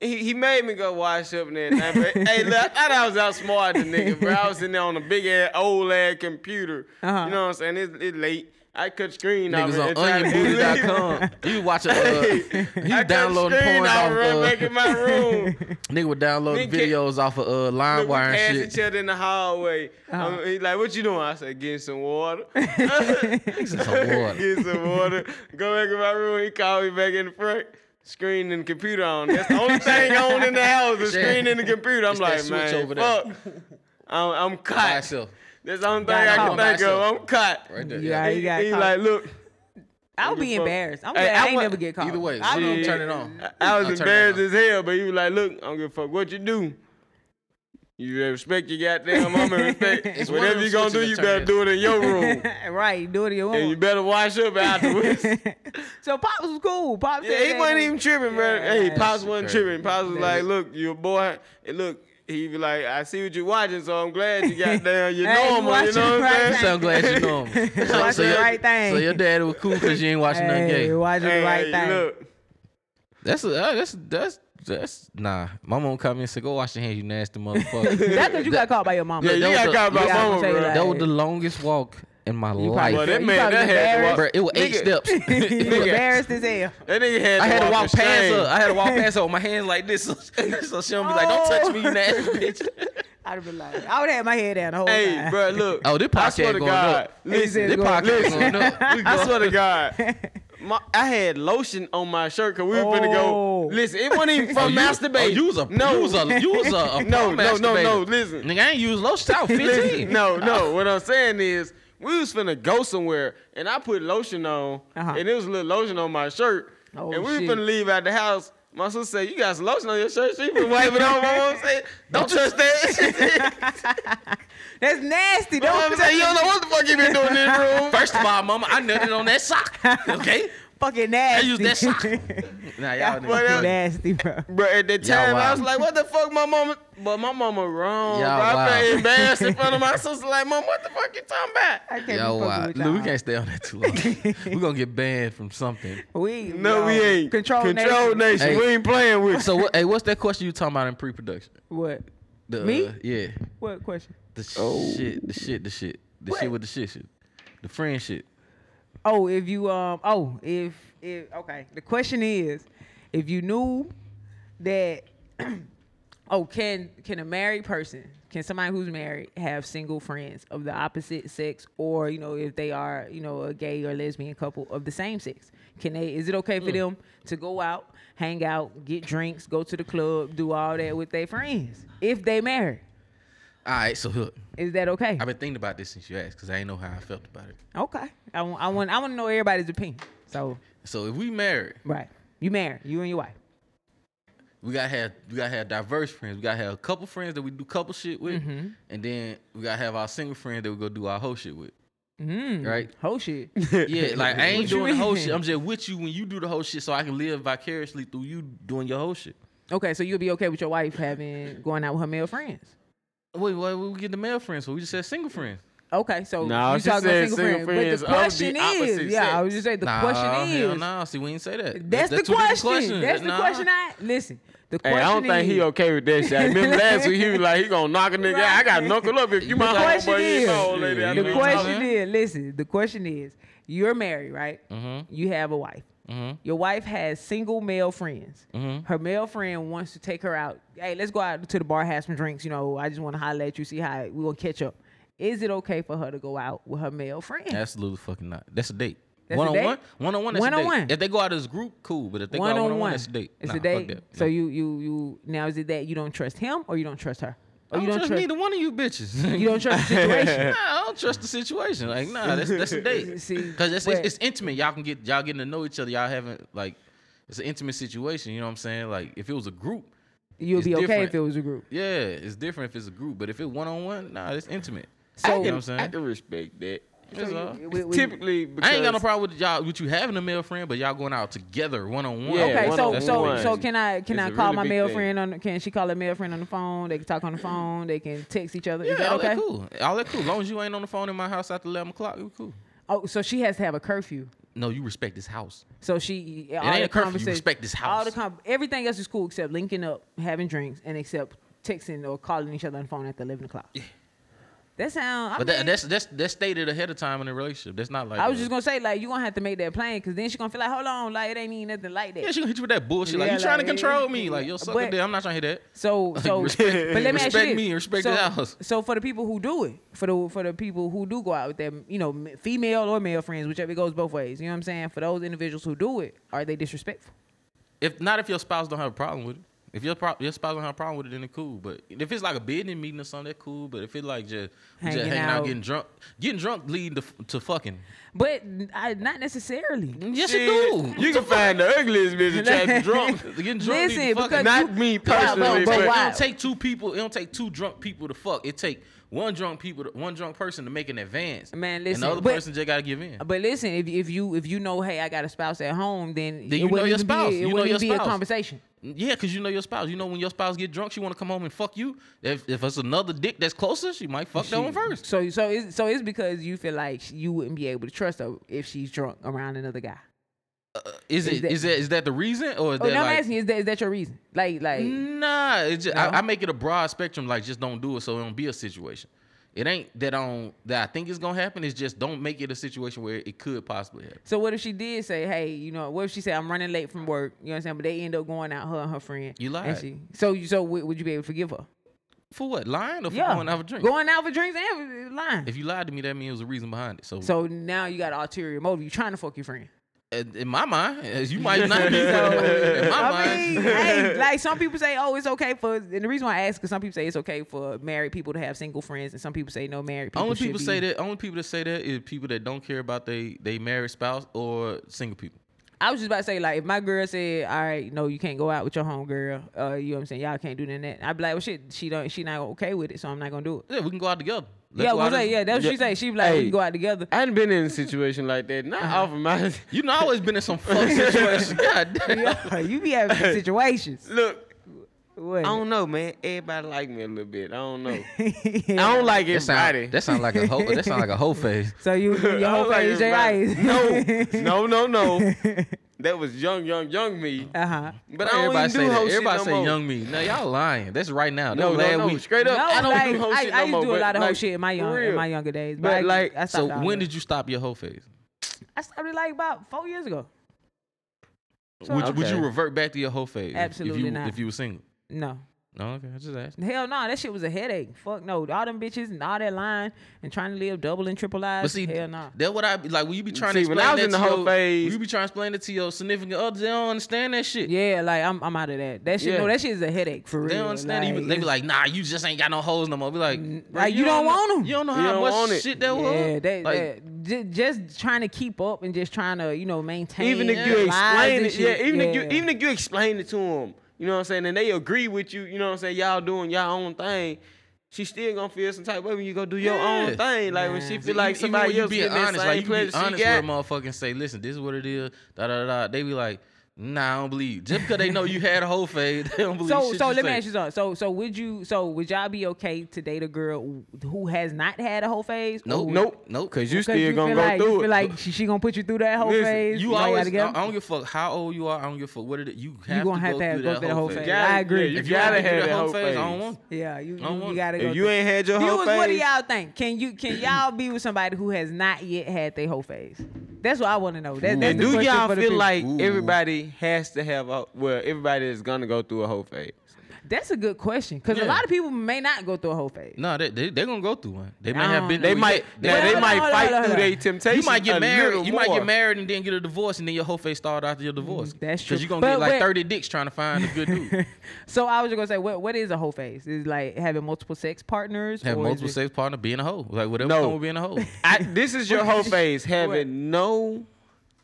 Speaker 2: He, he made me go wash up and everything. But, hey, look, I thought I was outsmarting the nigga, bro. I was in there on a big ass old ass computer.
Speaker 4: Uh-huh.
Speaker 2: You know what I'm saying? It's, it's late. I cut screen off
Speaker 7: niggas on
Speaker 2: it and tried to-
Speaker 7: onionbooty.com you watching uh
Speaker 2: I
Speaker 7: he
Speaker 2: cut
Speaker 7: downloading
Speaker 2: screen
Speaker 7: porn
Speaker 2: off
Speaker 7: off
Speaker 2: and run
Speaker 7: uh,
Speaker 2: back in my room.
Speaker 7: Nigga would download
Speaker 2: Nigga-
Speaker 7: videos off of uh,
Speaker 2: Look, we
Speaker 7: LimeWire
Speaker 2: pass
Speaker 7: and
Speaker 2: each
Speaker 7: shit. Oh.
Speaker 2: other in the hallway. Um, he like, what you doing? I said, getting some water.
Speaker 7: This is some water.
Speaker 2: Get some water. Go back in my room. He called me back in the front. Screen and computer on. That's the only thing on in the house. The
Speaker 7: Shit.
Speaker 2: screen and the computer. I'm
Speaker 7: It's that
Speaker 2: like,
Speaker 7: switch
Speaker 2: man,
Speaker 7: over there."
Speaker 2: fuck. I'm, I'm
Speaker 7: By
Speaker 2: caught.
Speaker 7: itself.
Speaker 2: That's the only thing
Speaker 4: Got
Speaker 2: I
Speaker 4: caught.
Speaker 2: can think of. I'm caught.
Speaker 7: Right there.
Speaker 4: Yeah,
Speaker 7: Yeah.
Speaker 4: you got
Speaker 2: he
Speaker 4: caught.
Speaker 2: like, look,
Speaker 4: I would
Speaker 2: Nigga,
Speaker 4: be
Speaker 2: fuck.
Speaker 4: embarrassed. I'm
Speaker 2: Hey,
Speaker 4: glad I,
Speaker 2: I
Speaker 4: ain't
Speaker 2: wa-
Speaker 4: never get caught.
Speaker 7: Either way,
Speaker 4: I
Speaker 7: she
Speaker 4: don't
Speaker 7: gonna
Speaker 2: shit.
Speaker 7: turn it on.
Speaker 2: I- I was
Speaker 7: I'll turn it
Speaker 2: embarrassed
Speaker 7: on.
Speaker 2: as hell, but he was like, look, I don't give a fuck what you do. You better respect your goddamn mama and respect.
Speaker 7: It's one of
Speaker 2: Whatever
Speaker 7: them
Speaker 2: you gonna do,
Speaker 7: switching
Speaker 2: you better do it in your room.
Speaker 4: right, do it to your
Speaker 2: and you
Speaker 4: own.
Speaker 2: better wash up afterwards.
Speaker 4: so pops was cool. Pops
Speaker 2: Yeah,
Speaker 4: said
Speaker 2: he
Speaker 4: that
Speaker 2: wasn't
Speaker 4: was-
Speaker 2: even tripping, bro.
Speaker 4: Yeah,
Speaker 2: hey,
Speaker 4: yeah.
Speaker 2: Pops wasn't
Speaker 7: crazy.
Speaker 2: tripping. Pops was like, "Look, you a boy, and look." He be like, "I see what you're watching, so I'm glad you got down. You're
Speaker 4: Hey, you
Speaker 2: normal, you,
Speaker 4: watching
Speaker 2: know what
Speaker 4: right
Speaker 2: I'm saying?"
Speaker 4: now.
Speaker 7: So I'm glad you know him.
Speaker 4: Watch the
Speaker 7: your-
Speaker 4: right thing.
Speaker 7: So your daddy was cool because you ain't watching nothing
Speaker 4: Hey,
Speaker 7: gay.
Speaker 4: why did
Speaker 2: Hey,
Speaker 4: the right
Speaker 2: hey,
Speaker 4: thing?
Speaker 2: look,
Speaker 7: That's, a, uh, that's, that's, that's, nah. My mom called me and said, go wash your hands, you nasty motherfucker.
Speaker 4: That's because you got caught by your mama.
Speaker 2: yeah, you
Speaker 7: that
Speaker 2: got
Speaker 7: was
Speaker 2: caught
Speaker 7: a-
Speaker 2: by
Speaker 4: yeah, I'm
Speaker 2: mama,
Speaker 4: gonna tell
Speaker 2: bro.
Speaker 4: you
Speaker 7: that was the longest walk in my life.
Speaker 2: Well, that
Speaker 4: You
Speaker 2: man,
Speaker 4: probably
Speaker 2: that had to walk.
Speaker 7: Bruh, it was eight
Speaker 2: Nigga,
Speaker 7: steps.
Speaker 4: you
Speaker 2: Nigga.
Speaker 4: embarrassed as hell.
Speaker 2: That nigga had.
Speaker 7: I had to
Speaker 2: walk
Speaker 7: walk
Speaker 2: the
Speaker 7: past
Speaker 2: shame.
Speaker 7: her. I had to walk past her with my hands like this. So, so she don't be like, don't touch me, you nasty bitch.
Speaker 4: I'd have been like, I would have had my head down the whole
Speaker 2: Hey,
Speaker 4: time.
Speaker 2: bro, look.
Speaker 7: Oh, this
Speaker 2: I swear
Speaker 7: podcast
Speaker 2: to
Speaker 7: going
Speaker 2: God,
Speaker 7: up.
Speaker 2: Listen,
Speaker 4: This podcast
Speaker 2: listen.
Speaker 7: going up. We
Speaker 2: I
Speaker 7: going-
Speaker 2: swear to God. My, I had lotion on my shirt because we were finna
Speaker 4: Oh.
Speaker 2: go. Listen, it wasn't even
Speaker 7: Oh,
Speaker 2: from
Speaker 7: you-
Speaker 2: masturbation.
Speaker 7: oh, You was a
Speaker 2: no,
Speaker 7: You was a you was a, a
Speaker 2: no, no,
Speaker 7: pro
Speaker 2: no, no.
Speaker 7: masturbator.
Speaker 2: Listen,
Speaker 7: Nigga, I ain't used lotion. I was
Speaker 2: Listen,
Speaker 7: fifteen.
Speaker 2: no, no. What I'm saying is, we was finna go somewhere, and I put lotion on,
Speaker 4: Uh-huh.
Speaker 2: and there was a little lotion on my shirt,
Speaker 4: Oh,
Speaker 2: and we was
Speaker 4: shit.
Speaker 2: finna leave out the house. My sister said, "You got some lotion on your shirt." She been wiping it on. My mom said, "Don't touch that."
Speaker 4: That's nasty.
Speaker 2: My
Speaker 4: Don't
Speaker 2: mom said, "You don't know what the fuck you been doing in this room."
Speaker 7: First of all, mama, I nutted on that sock. Okay,
Speaker 4: fucking nasty.
Speaker 7: use that shot. Nah, y'all
Speaker 4: Y'all
Speaker 7: niggas.
Speaker 4: fucking nasty, bro.
Speaker 2: Bro, at that
Speaker 7: Y'all
Speaker 2: time, I was
Speaker 7: wild.
Speaker 2: like, what the fuck, my mama? But my mama wrong.
Speaker 7: Y'all
Speaker 2: bro. I
Speaker 7: wild.
Speaker 2: felt embarrassed in front of my sister. Like, mom, what the fuck you talking about?
Speaker 4: I can't
Speaker 7: Yo,
Speaker 4: Yo,
Speaker 7: wow.
Speaker 4: with
Speaker 7: Look, we
Speaker 4: y'all.
Speaker 7: can't stay on that too long. We're gonna get banned from something.
Speaker 4: We
Speaker 2: No,
Speaker 4: yo,
Speaker 2: we ain't.
Speaker 4: Control, nation.
Speaker 2: nation.
Speaker 7: Hey.
Speaker 2: We ain't playing with you.
Speaker 7: So, what, hey, what's that question you talking about in pre-production?
Speaker 4: What?
Speaker 7: The, uh,
Speaker 4: Me?
Speaker 7: yeah.
Speaker 4: What question?
Speaker 7: The shit. The shit. The shit. The
Speaker 4: What?
Speaker 7: shit with the shit. Shit. The friend shit.
Speaker 4: Oh, if you um oh, if if okay. The question is if you knew that oh, can can a married person, can somebody who's married have single friends of the opposite sex or, you know, if they are, you know, a gay or lesbian couple of the same sex? Can they is it okay for them to go out, hang out, get drinks, go to the club, do all that with their friends if they married?
Speaker 7: All right. So look,
Speaker 4: Is that okay?
Speaker 7: I've been thinking about this since you asked because I ain't know how I felt about it.
Speaker 4: okay. I want I want I want to know everybody's opinion. So,
Speaker 7: So if we married,
Speaker 4: right. You married, you and your wife.
Speaker 7: we gotta have we gotta have diverse friends. We gotta have a couple friends that we do couple shit with, and then we gotta have our single friends that we go do our whole shit with.
Speaker 4: Mm,
Speaker 7: Right?
Speaker 4: Whole shit.
Speaker 7: Yeah, like I ain't
Speaker 4: What you
Speaker 7: doing the whole
Speaker 4: mean?
Speaker 7: shit. I'm just with you when you do the whole shit, so I can live vicariously through you doing your whole shit.
Speaker 4: okay, so you'll be okay with your wife having going out with her male friends.
Speaker 7: Wait, why we get the male friends? So we just said single friends.
Speaker 4: Okay, so
Speaker 2: Nah,
Speaker 4: you
Speaker 2: she
Speaker 4: talking
Speaker 2: said
Speaker 4: about single,
Speaker 2: single
Speaker 4: friends.
Speaker 2: friends of
Speaker 4: But the
Speaker 2: the
Speaker 4: question is,
Speaker 2: opposite
Speaker 4: yeah, I
Speaker 2: sex.
Speaker 4: was just saying the
Speaker 7: nah,
Speaker 4: question
Speaker 7: hell
Speaker 4: is.
Speaker 7: nah. See, we ain't say that.
Speaker 4: That's, the
Speaker 7: two different
Speaker 4: question.
Speaker 7: questions.
Speaker 4: That's the
Speaker 7: Nah.
Speaker 4: question. I listen. The
Speaker 2: Hey,
Speaker 4: question
Speaker 2: I don't think
Speaker 4: is,
Speaker 2: he okay with that shit. Remember last week he was like, he gonna knock a nigga out. I gotta knuckle up if you
Speaker 7: The
Speaker 2: my homeboy.
Speaker 4: question
Speaker 2: You
Speaker 4: is-
Speaker 2: know, lady, I
Speaker 7: The
Speaker 2: know
Speaker 4: The
Speaker 2: you
Speaker 4: question
Speaker 7: Mhm.
Speaker 4: is, listen, the question is, you're married, right?
Speaker 7: Mm-hmm.
Speaker 4: You have a wife. Your wife has single male friends.
Speaker 7: Mm-hmm.
Speaker 4: Her male friend wants to take her out. Hey, let's go out to the bar, have some drinks. You know, I just want to holler at you, see how we gonna catch up. Is it okay for her to go out with her male friend?
Speaker 7: Absolutely fucking not. That's a date.
Speaker 4: That's a
Speaker 7: One on
Speaker 4: date?
Speaker 7: one, one on one. That's a
Speaker 4: One-on-one.
Speaker 7: date. If they go out as a group, cool. But if they go out one on one, that's a date.
Speaker 4: It's a
Speaker 7: Nah, fuck
Speaker 4: date.
Speaker 7: that.
Speaker 4: So you you you now is it that you don't trust him or you don't trust her? Or
Speaker 7: I
Speaker 4: you
Speaker 7: don't trust neither one of you bitches.
Speaker 4: you don't trust the situation.
Speaker 7: nah, I don't trust the situation. Like, nah, that's that's a date.
Speaker 4: See,
Speaker 7: Because it's,
Speaker 4: but-
Speaker 7: it's, it's intimate. Y'all can get y'all getting to know each other. Y'all haven't like it's an intimate situation. You know what I'm saying? Like if it was a group,
Speaker 4: You'll
Speaker 7: It's
Speaker 4: be okay
Speaker 7: different.
Speaker 4: if it was a group.
Speaker 7: yeah, it's different if it's a group. But if it's one on one, nah, it's intimate.
Speaker 4: So-
Speaker 7: you know what I'm
Speaker 2: can- I
Speaker 7: saying?
Speaker 2: can respect that.
Speaker 7: That's all.
Speaker 4: We- we-
Speaker 2: Typically,
Speaker 7: I ain't got no
Speaker 2: because-
Speaker 7: problem with y'all with you having a male friend, but y'all going out together one on one.
Speaker 2: Yeah,
Speaker 4: okay, so
Speaker 2: one-on-one.
Speaker 4: so so can I can
Speaker 2: It's
Speaker 4: I
Speaker 2: a
Speaker 4: call
Speaker 2: really
Speaker 4: my
Speaker 2: big
Speaker 4: male
Speaker 2: thing.
Speaker 4: friend on? Can she call her male friend on the phone? They can talk on the phone. They can text each other. Is
Speaker 7: Yeah,
Speaker 4: that
Speaker 7: all
Speaker 4: okay?
Speaker 7: that cool. All that cool. As long as you ain't on the phone in my house after eleven o'clock, you cool.
Speaker 4: Oh, so she has to have a curfew.
Speaker 7: No, you respect this house.
Speaker 4: So she all
Speaker 7: ain't
Speaker 4: the
Speaker 7: a curfew. You
Speaker 4: conversation-
Speaker 7: respect this
Speaker 4: All the
Speaker 7: house.
Speaker 4: com- everything else is cool except linking up, having drinks, and except texting or calling each other on the phone after eleven o'clock. That sound. I
Speaker 7: But that,
Speaker 4: mean-
Speaker 7: that's that's that's stated ahead of time in a relationship. That's not like
Speaker 4: I was
Speaker 7: a-
Speaker 4: just gonna say like you gonna have to make that plan because then she gonna feel like hold on like it ain't even nothing like that.
Speaker 7: Yeah, she gonna hit you with that bullshit. like
Speaker 4: Yeah,
Speaker 7: you trying to
Speaker 4: like,
Speaker 7: control
Speaker 4: yeah,
Speaker 7: me. Like yo,
Speaker 4: yeah.
Speaker 7: suck
Speaker 4: But-
Speaker 7: a dick. I'm not trying to hit that.
Speaker 4: So so
Speaker 7: Respect-
Speaker 4: but let me ask you
Speaker 7: respect
Speaker 4: this.
Speaker 7: me and respect
Speaker 4: so,
Speaker 7: the house.
Speaker 4: So for the people who do it, for the for the people who do go out with their you know m- female or male friends, whichever it goes both ways. You know what I'm saying? For those individuals who do it, are they disrespectful?
Speaker 7: If not, if your spouse don't have a problem with it. If your pro- your spouse don't have a problem with it, then it cool. But if it's like a business meeting or something, that cool. But if it's like just we just
Speaker 4: Hanging
Speaker 7: hanging out.
Speaker 4: out.
Speaker 7: getting drunk, getting drunk leading to, to fucking.
Speaker 4: But n- I, not necessarily.
Speaker 7: Yes,
Speaker 2: Shit,
Speaker 7: it do.
Speaker 2: You can find the ugliest bitch that's drunk.
Speaker 7: Getting drunk lead to
Speaker 4: Listen,
Speaker 7: fucking.
Speaker 4: because
Speaker 2: Not
Speaker 4: you-
Speaker 2: me
Speaker 4: Why, bro,
Speaker 2: personally,
Speaker 4: but
Speaker 2: but-
Speaker 7: it
Speaker 4: why?
Speaker 7: don't take two people. It don't take two drunk people to fuck. It take one drunk people, to, one drunk person to make an advance.
Speaker 4: Man,
Speaker 7: and
Speaker 4: listen,
Speaker 7: the other
Speaker 4: but-
Speaker 7: person just gotta give in.
Speaker 4: But listen, if if you if you know, hey, I got a spouse at home, then,
Speaker 7: Then you
Speaker 4: it
Speaker 7: know
Speaker 4: wouldn't
Speaker 7: your
Speaker 4: even be-
Speaker 7: spouse.
Speaker 4: it
Speaker 7: You know
Speaker 4: wouldn't
Speaker 7: your
Speaker 4: be a
Speaker 7: spouse.
Speaker 4: conversation.
Speaker 7: Yeah, cause you know your spouse. You know when your spouse get drunk, she want to come home and fuck you. If if it's another dick that's closer, she might fuck that one first.
Speaker 4: So so it's, so it's because you feel like sh- you wouldn't be able to trust her if she's drunk around another guy.
Speaker 7: Is it
Speaker 4: Is
Speaker 7: is
Speaker 4: that-
Speaker 7: that is that the reason or is
Speaker 4: Oh,
Speaker 7: that
Speaker 4: no, I'm
Speaker 7: like Mm.
Speaker 4: asking you, is that is that your reason? Like like
Speaker 7: nah? It's just,
Speaker 4: No?
Speaker 7: I, I make it a broad spectrum. Like just don't do it, so it don't be a situation. It ain't that I don't that I think it's gonna happen. It's just don't make it a situation where it could possibly happen.
Speaker 4: so what if she did say, hey, you know, what if she said I'm running late from work, you know what I'm saying? But they end up going out, her and her friend.
Speaker 7: You
Speaker 4: and
Speaker 7: lied.
Speaker 4: she- so you so would, would you be able to forgive her?
Speaker 7: For what lying or for
Speaker 4: Yeah,
Speaker 7: going out for drink?
Speaker 4: Going out for drinks and lying.
Speaker 7: if you lied to me, that means there was a reason behind it. So,
Speaker 4: so now you got an ulterior motive. You trying to fuck your friend.
Speaker 7: in in my mind, as you might not be. in my
Speaker 4: I
Speaker 7: mind,
Speaker 4: mean, hey, like some people say, oh, it's okay for. And the reason why I ask is some people say it's okay for married people to have single friends, and some people say no married people.
Speaker 7: only
Speaker 4: should
Speaker 7: people
Speaker 4: be-
Speaker 7: say that. Only people that say that is people that don't care about they they married spouse or single people.
Speaker 4: I was just about to say, like, if my girl said, "All right, no, you can't go out with your homegirl," uh, you know what I'm saying? Y'all can't do none of that. I'd be like, "Well, shit, she don't, she not okay with it, so I'm not gonna do it."
Speaker 7: Yeah, we can go out together. Let's
Speaker 4: yeah,
Speaker 7: go
Speaker 4: was
Speaker 7: out
Speaker 4: like,
Speaker 7: and-
Speaker 4: yeah, that's what she say. She be like, we
Speaker 2: Hey.
Speaker 4: can go out together.
Speaker 2: I hadn't been in a situation like that. Not off of my
Speaker 7: You know, I always been in some fuck situation. God damn.
Speaker 4: Yeah, you be having some situations.
Speaker 2: look.
Speaker 4: What?
Speaker 2: I don't know, man. Everybody like me a little bit. I don't know. I don't like
Speaker 7: That
Speaker 2: everybody.
Speaker 7: sound, that sound like a whole. That sound like a whole phase.
Speaker 4: so you,
Speaker 2: I
Speaker 4: your
Speaker 2: don't
Speaker 4: whole
Speaker 2: like
Speaker 4: face J.
Speaker 2: everybody.
Speaker 4: Ice.
Speaker 2: No, no, no, no. That was young, young, young me.
Speaker 4: Uh huh.
Speaker 2: But I don't
Speaker 7: Everybody
Speaker 2: even
Speaker 7: say
Speaker 2: do
Speaker 7: that.
Speaker 2: whole shit
Speaker 7: Everybody
Speaker 2: no
Speaker 7: say
Speaker 2: more.
Speaker 7: young me. No, y'all lying. That's right now.
Speaker 2: No,
Speaker 7: No,
Speaker 2: no,
Speaker 7: lad
Speaker 2: no.
Speaker 7: week.
Speaker 2: Straight
Speaker 4: No,
Speaker 2: up, I don't
Speaker 4: like,
Speaker 2: do whole
Speaker 4: I,
Speaker 2: shit
Speaker 4: I
Speaker 2: no
Speaker 4: used
Speaker 2: more.
Speaker 4: to do a
Speaker 2: but,
Speaker 4: lot of whole
Speaker 2: like,
Speaker 4: shit in my young
Speaker 2: for
Speaker 4: in
Speaker 2: real.
Speaker 4: my younger days. But,
Speaker 2: But,
Speaker 4: I,
Speaker 2: like,
Speaker 4: I
Speaker 7: So
Speaker 4: stopped all
Speaker 7: when
Speaker 4: that.
Speaker 7: did you stop your whole phase?
Speaker 4: I started like about four years ago. So-
Speaker 7: Would, you would you
Speaker 2: Okay.
Speaker 7: revert back to your whole phase? if-
Speaker 4: Absolutely
Speaker 7: if you,
Speaker 4: not.
Speaker 7: If you were single.
Speaker 4: No.
Speaker 7: No, okay. I just asked.
Speaker 4: Hell no, that shit was a headache. Fuck no, all them bitches and all that lying and trying to live double and triple lives.
Speaker 7: But see,
Speaker 4: hell no.
Speaker 7: that what I be- like. When you be trying to
Speaker 2: See,
Speaker 7: explain
Speaker 2: when I was
Speaker 7: that
Speaker 2: in the
Speaker 7: to
Speaker 2: whole
Speaker 7: your,
Speaker 2: phase-
Speaker 7: when you be trying to explain it to your significant other. They don't understand that shit.
Speaker 4: Yeah, like I'm, I'm out of that. That shit,
Speaker 2: Yeah.
Speaker 4: no, that shit is a headache for real.
Speaker 7: They don't understand. it. You be- they be like, nah, you just ain't got no hoes no more. Be like, bro,
Speaker 4: like, you don't
Speaker 7: know-
Speaker 4: want 'em.
Speaker 7: You don't know
Speaker 2: You
Speaker 7: how
Speaker 2: don't want
Speaker 7: much
Speaker 2: it.
Speaker 7: shit that was.
Speaker 4: yeah, that,
Speaker 7: Like,
Speaker 4: that- ju- just trying to keep up and just trying to, you know, maintain.
Speaker 2: even if
Speaker 4: lies
Speaker 2: you
Speaker 4: and
Speaker 2: explain it,
Speaker 4: shit.
Speaker 2: yeah, even if you even if you explain it to them, you know what I'm saying, and they agree with you, you know what I'm saying, y'all doing y'all own thing, she still gonna feel some type of way when you go do your
Speaker 7: Yeah.
Speaker 2: own thing. Like when she
Speaker 7: Even-
Speaker 2: feel like
Speaker 7: even when
Speaker 2: somebody
Speaker 7: you
Speaker 2: else
Speaker 7: being
Speaker 2: getting that
Speaker 7: honest, like
Speaker 2: same
Speaker 7: you be
Speaker 2: pleasure
Speaker 7: honest
Speaker 2: she
Speaker 7: with a
Speaker 2: got.
Speaker 7: motherfucker and say, listen, this is what it is. Da da da. da. They be like, nah, I don't believe. Just because they know you had a whole phase, they don't believe.
Speaker 4: So
Speaker 7: shit
Speaker 4: so
Speaker 7: you
Speaker 4: let me
Speaker 7: say.
Speaker 4: ask you something. So so would you so would y'all be okay to date a girl who has not had a whole phase?
Speaker 7: Nope,
Speaker 4: Or-
Speaker 2: Nope,
Speaker 7: Nope.
Speaker 2: cause you
Speaker 4: because
Speaker 2: still
Speaker 4: you
Speaker 2: gonna
Speaker 4: feel
Speaker 2: go
Speaker 4: like,
Speaker 2: through
Speaker 4: you
Speaker 2: it.
Speaker 4: feel like she, she gonna put you through that whole
Speaker 2: Listen,
Speaker 4: phase.
Speaker 7: You
Speaker 4: Y'all gotta
Speaker 7: always. I,
Speaker 4: get-
Speaker 7: I don't give a fuck how old you are. I don't give a fuck what it. You have
Speaker 4: you gonna
Speaker 7: to
Speaker 4: have
Speaker 7: go
Speaker 4: to have
Speaker 7: through
Speaker 4: go
Speaker 7: that whole phase.
Speaker 2: Yeah,
Speaker 4: I agree.
Speaker 2: yeah,
Speaker 7: If
Speaker 2: you
Speaker 7: you gotta
Speaker 2: gotta
Speaker 7: have
Speaker 2: have
Speaker 7: that
Speaker 2: that
Speaker 7: whole
Speaker 2: whole
Speaker 7: phase, I don't
Speaker 2: phase.
Speaker 7: want.
Speaker 4: Yeah, you,
Speaker 7: I
Speaker 4: you,
Speaker 7: don't want
Speaker 4: you
Speaker 7: it.
Speaker 4: gotta go.
Speaker 2: If you
Speaker 4: through-
Speaker 2: ain't had your whole
Speaker 4: Viewers, what do
Speaker 2: phase,
Speaker 4: y'all think? Can you can y'all be with somebody who has not yet had their whole phase? That's what I want to know. That, that's
Speaker 2: and
Speaker 4: the
Speaker 2: do
Speaker 4: question
Speaker 2: y'all
Speaker 4: for the
Speaker 2: feel
Speaker 4: people.
Speaker 2: like
Speaker 7: Ooh.
Speaker 2: everybody has to have a well, everybody is gonna go through a whole phase.
Speaker 4: that's a good question because
Speaker 7: Yeah.
Speaker 4: a lot of people may not go through a whole phase.
Speaker 7: No, they they they gonna go through one. They may
Speaker 4: I
Speaker 7: have
Speaker 4: don't
Speaker 7: been.
Speaker 4: know.
Speaker 2: They
Speaker 7: through it
Speaker 2: might,
Speaker 7: yet.
Speaker 2: now,
Speaker 4: hold
Speaker 2: they
Speaker 4: on,
Speaker 2: might
Speaker 4: hold on,
Speaker 2: fight
Speaker 4: hold on,
Speaker 2: through
Speaker 4: hold on.
Speaker 2: their temptation.
Speaker 7: You might
Speaker 2: a
Speaker 7: get married.
Speaker 2: little
Speaker 7: You might
Speaker 2: more.
Speaker 7: get married and then get a divorce, and then your whole face start after
Speaker 2: Mm,
Speaker 7: your divorce.
Speaker 4: that's true.
Speaker 7: Because you're gonna
Speaker 4: But
Speaker 7: get like
Speaker 4: wait-
Speaker 7: thirty dicks trying to find a good dude.
Speaker 4: So I was just gonna say, what what is a whole phase? Is like having multiple sex partners?
Speaker 7: Have
Speaker 4: or is
Speaker 7: multiple
Speaker 4: it-
Speaker 7: sex partner, being a hoe, like whatever
Speaker 2: No.
Speaker 7: come with being a hoe.
Speaker 2: I, this is your whole phase having
Speaker 4: What?
Speaker 2: no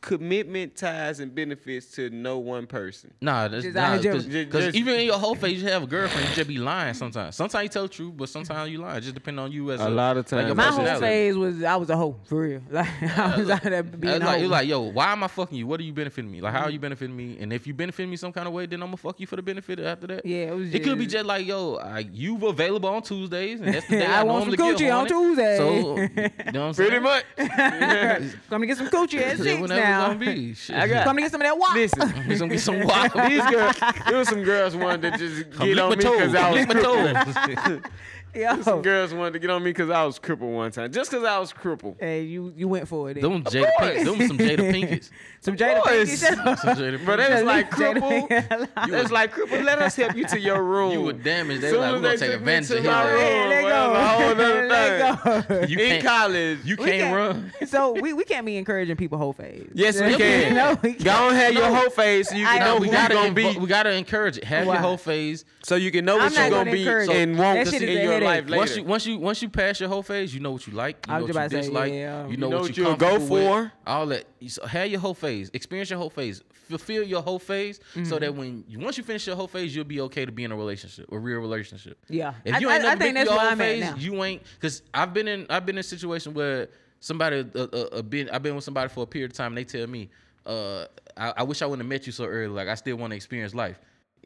Speaker 2: commitment ties and benefits to no one person.
Speaker 7: Nah, that's
Speaker 4: Just out
Speaker 7: nah,
Speaker 4: in general.
Speaker 7: cause,
Speaker 2: Ju-
Speaker 7: 'cause
Speaker 2: just-
Speaker 7: even in your whole face, you have a girlfriend, you just be lying sometimes. Sometimes you tell the truth, but sometimes you lie. It just depend on you as
Speaker 2: A
Speaker 7: a,
Speaker 2: lot of
Speaker 7: like your
Speaker 2: times.
Speaker 4: My whole
Speaker 7: personality.
Speaker 4: phase was I was a hoe for real. Like I was out there being
Speaker 7: It's
Speaker 4: a
Speaker 7: like,
Speaker 4: hoe.
Speaker 7: it's like, yo, why am I fucking you? What are you benefiting me? Like, how are you benefiting me? And if you benefit me some kind of way, then I'm gonna fuck you for the benefit after that.
Speaker 4: Yeah, it was
Speaker 7: it could be
Speaker 4: just-
Speaker 7: just like, yo, I, you available on Tuesdays, and that's the day
Speaker 4: I
Speaker 7: I,
Speaker 4: want some
Speaker 7: normally get
Speaker 4: coochie on
Speaker 7: horny.
Speaker 4: Tuesday.
Speaker 7: So, you know what I'm saying?
Speaker 2: Pretty much.
Speaker 4: Come to get some coochie ass
Speaker 7: That's
Speaker 4: cheeks
Speaker 7: whenever it's
Speaker 4: now.
Speaker 7: gonna be. Shit.
Speaker 2: I got-
Speaker 4: Come to get some of that wop.
Speaker 2: Listen,
Speaker 7: It's gonna be some wild.
Speaker 2: these girls, there was some girls wanted to just
Speaker 7: Come
Speaker 2: get
Speaker 7: lick
Speaker 2: on
Speaker 7: my
Speaker 2: me because I
Speaker 7: toes.
Speaker 2: was
Speaker 7: Lick my
Speaker 2: crippled.
Speaker 7: toes.
Speaker 4: Yo.
Speaker 2: Some girls wanted to get on me because I was crippled one time, just because I was crippled.
Speaker 4: Hey, you you went for it. then.
Speaker 7: Them Jada Pink, them some Jada Pinkett's.
Speaker 4: Some Jada
Speaker 2: course.
Speaker 4: Pinkett.
Speaker 7: Some Jada Pinkett.
Speaker 2: But they was like
Speaker 4: Jada
Speaker 2: crippled.
Speaker 4: Pinkett.
Speaker 2: They was like crippled. Let us help you to your room.
Speaker 7: You were damaged. They
Speaker 2: Soon
Speaker 7: like,
Speaker 2: as
Speaker 7: we're gonna
Speaker 2: they
Speaker 7: take
Speaker 2: took me
Speaker 7: advantage
Speaker 2: to
Speaker 7: of
Speaker 2: my
Speaker 7: him.
Speaker 2: room.
Speaker 4: Hey, let
Speaker 2: Well, that's a whole nother
Speaker 4: go. Let go.
Speaker 7: You
Speaker 2: in
Speaker 7: can't,
Speaker 2: college.
Speaker 7: you
Speaker 4: We
Speaker 7: can't run.
Speaker 4: So we, we can't be encouraging people whole phase.
Speaker 2: yes, we can.
Speaker 4: No, we
Speaker 2: Go on, have your
Speaker 7: No.
Speaker 2: whole face so you
Speaker 4: I-
Speaker 2: can know
Speaker 4: No,
Speaker 2: who
Speaker 7: we
Speaker 2: you
Speaker 7: gotta
Speaker 2: gonna
Speaker 7: invo-
Speaker 2: be.
Speaker 7: we gotta encourage it. Have
Speaker 4: Why?
Speaker 7: your whole phase.
Speaker 2: so you can know
Speaker 4: I'm
Speaker 2: what
Speaker 4: not
Speaker 2: you're
Speaker 4: gonna
Speaker 2: gonna be
Speaker 4: encourage it.
Speaker 2: and won't
Speaker 4: That shit
Speaker 2: in
Speaker 4: is a
Speaker 2: your
Speaker 4: headache.
Speaker 2: life later.
Speaker 7: Once you once you once you pass your whole phase, you know what you like, you
Speaker 4: I
Speaker 7: know
Speaker 4: was
Speaker 7: what you
Speaker 4: about to say,
Speaker 7: dislike,
Speaker 4: yeah.
Speaker 7: you know,
Speaker 2: You know
Speaker 7: what
Speaker 2: what
Speaker 7: you
Speaker 2: you'll go
Speaker 7: comfortable with,
Speaker 2: for.
Speaker 7: all that. You- So have your whole phase, experience your whole phase, fulfill your whole phase, so
Speaker 4: Mm-hmm.
Speaker 7: that when you, once you finish your whole phase, you'll be okay to be in a relationship, a real relationship.
Speaker 4: Yeah.
Speaker 7: if
Speaker 4: I-
Speaker 7: you
Speaker 4: I-
Speaker 7: ain't
Speaker 4: I think
Speaker 7: never been
Speaker 4: that's
Speaker 7: through your
Speaker 4: where
Speaker 7: whole
Speaker 4: I'm at
Speaker 7: phase,
Speaker 4: now.
Speaker 7: you ain't. Because I've been in I've been in a situation where somebody uh, uh, uh, been I've been with somebody for a period of time, and they tell me, uh, I, I wish I wouldn't have met you so early. Like I still want to experience life.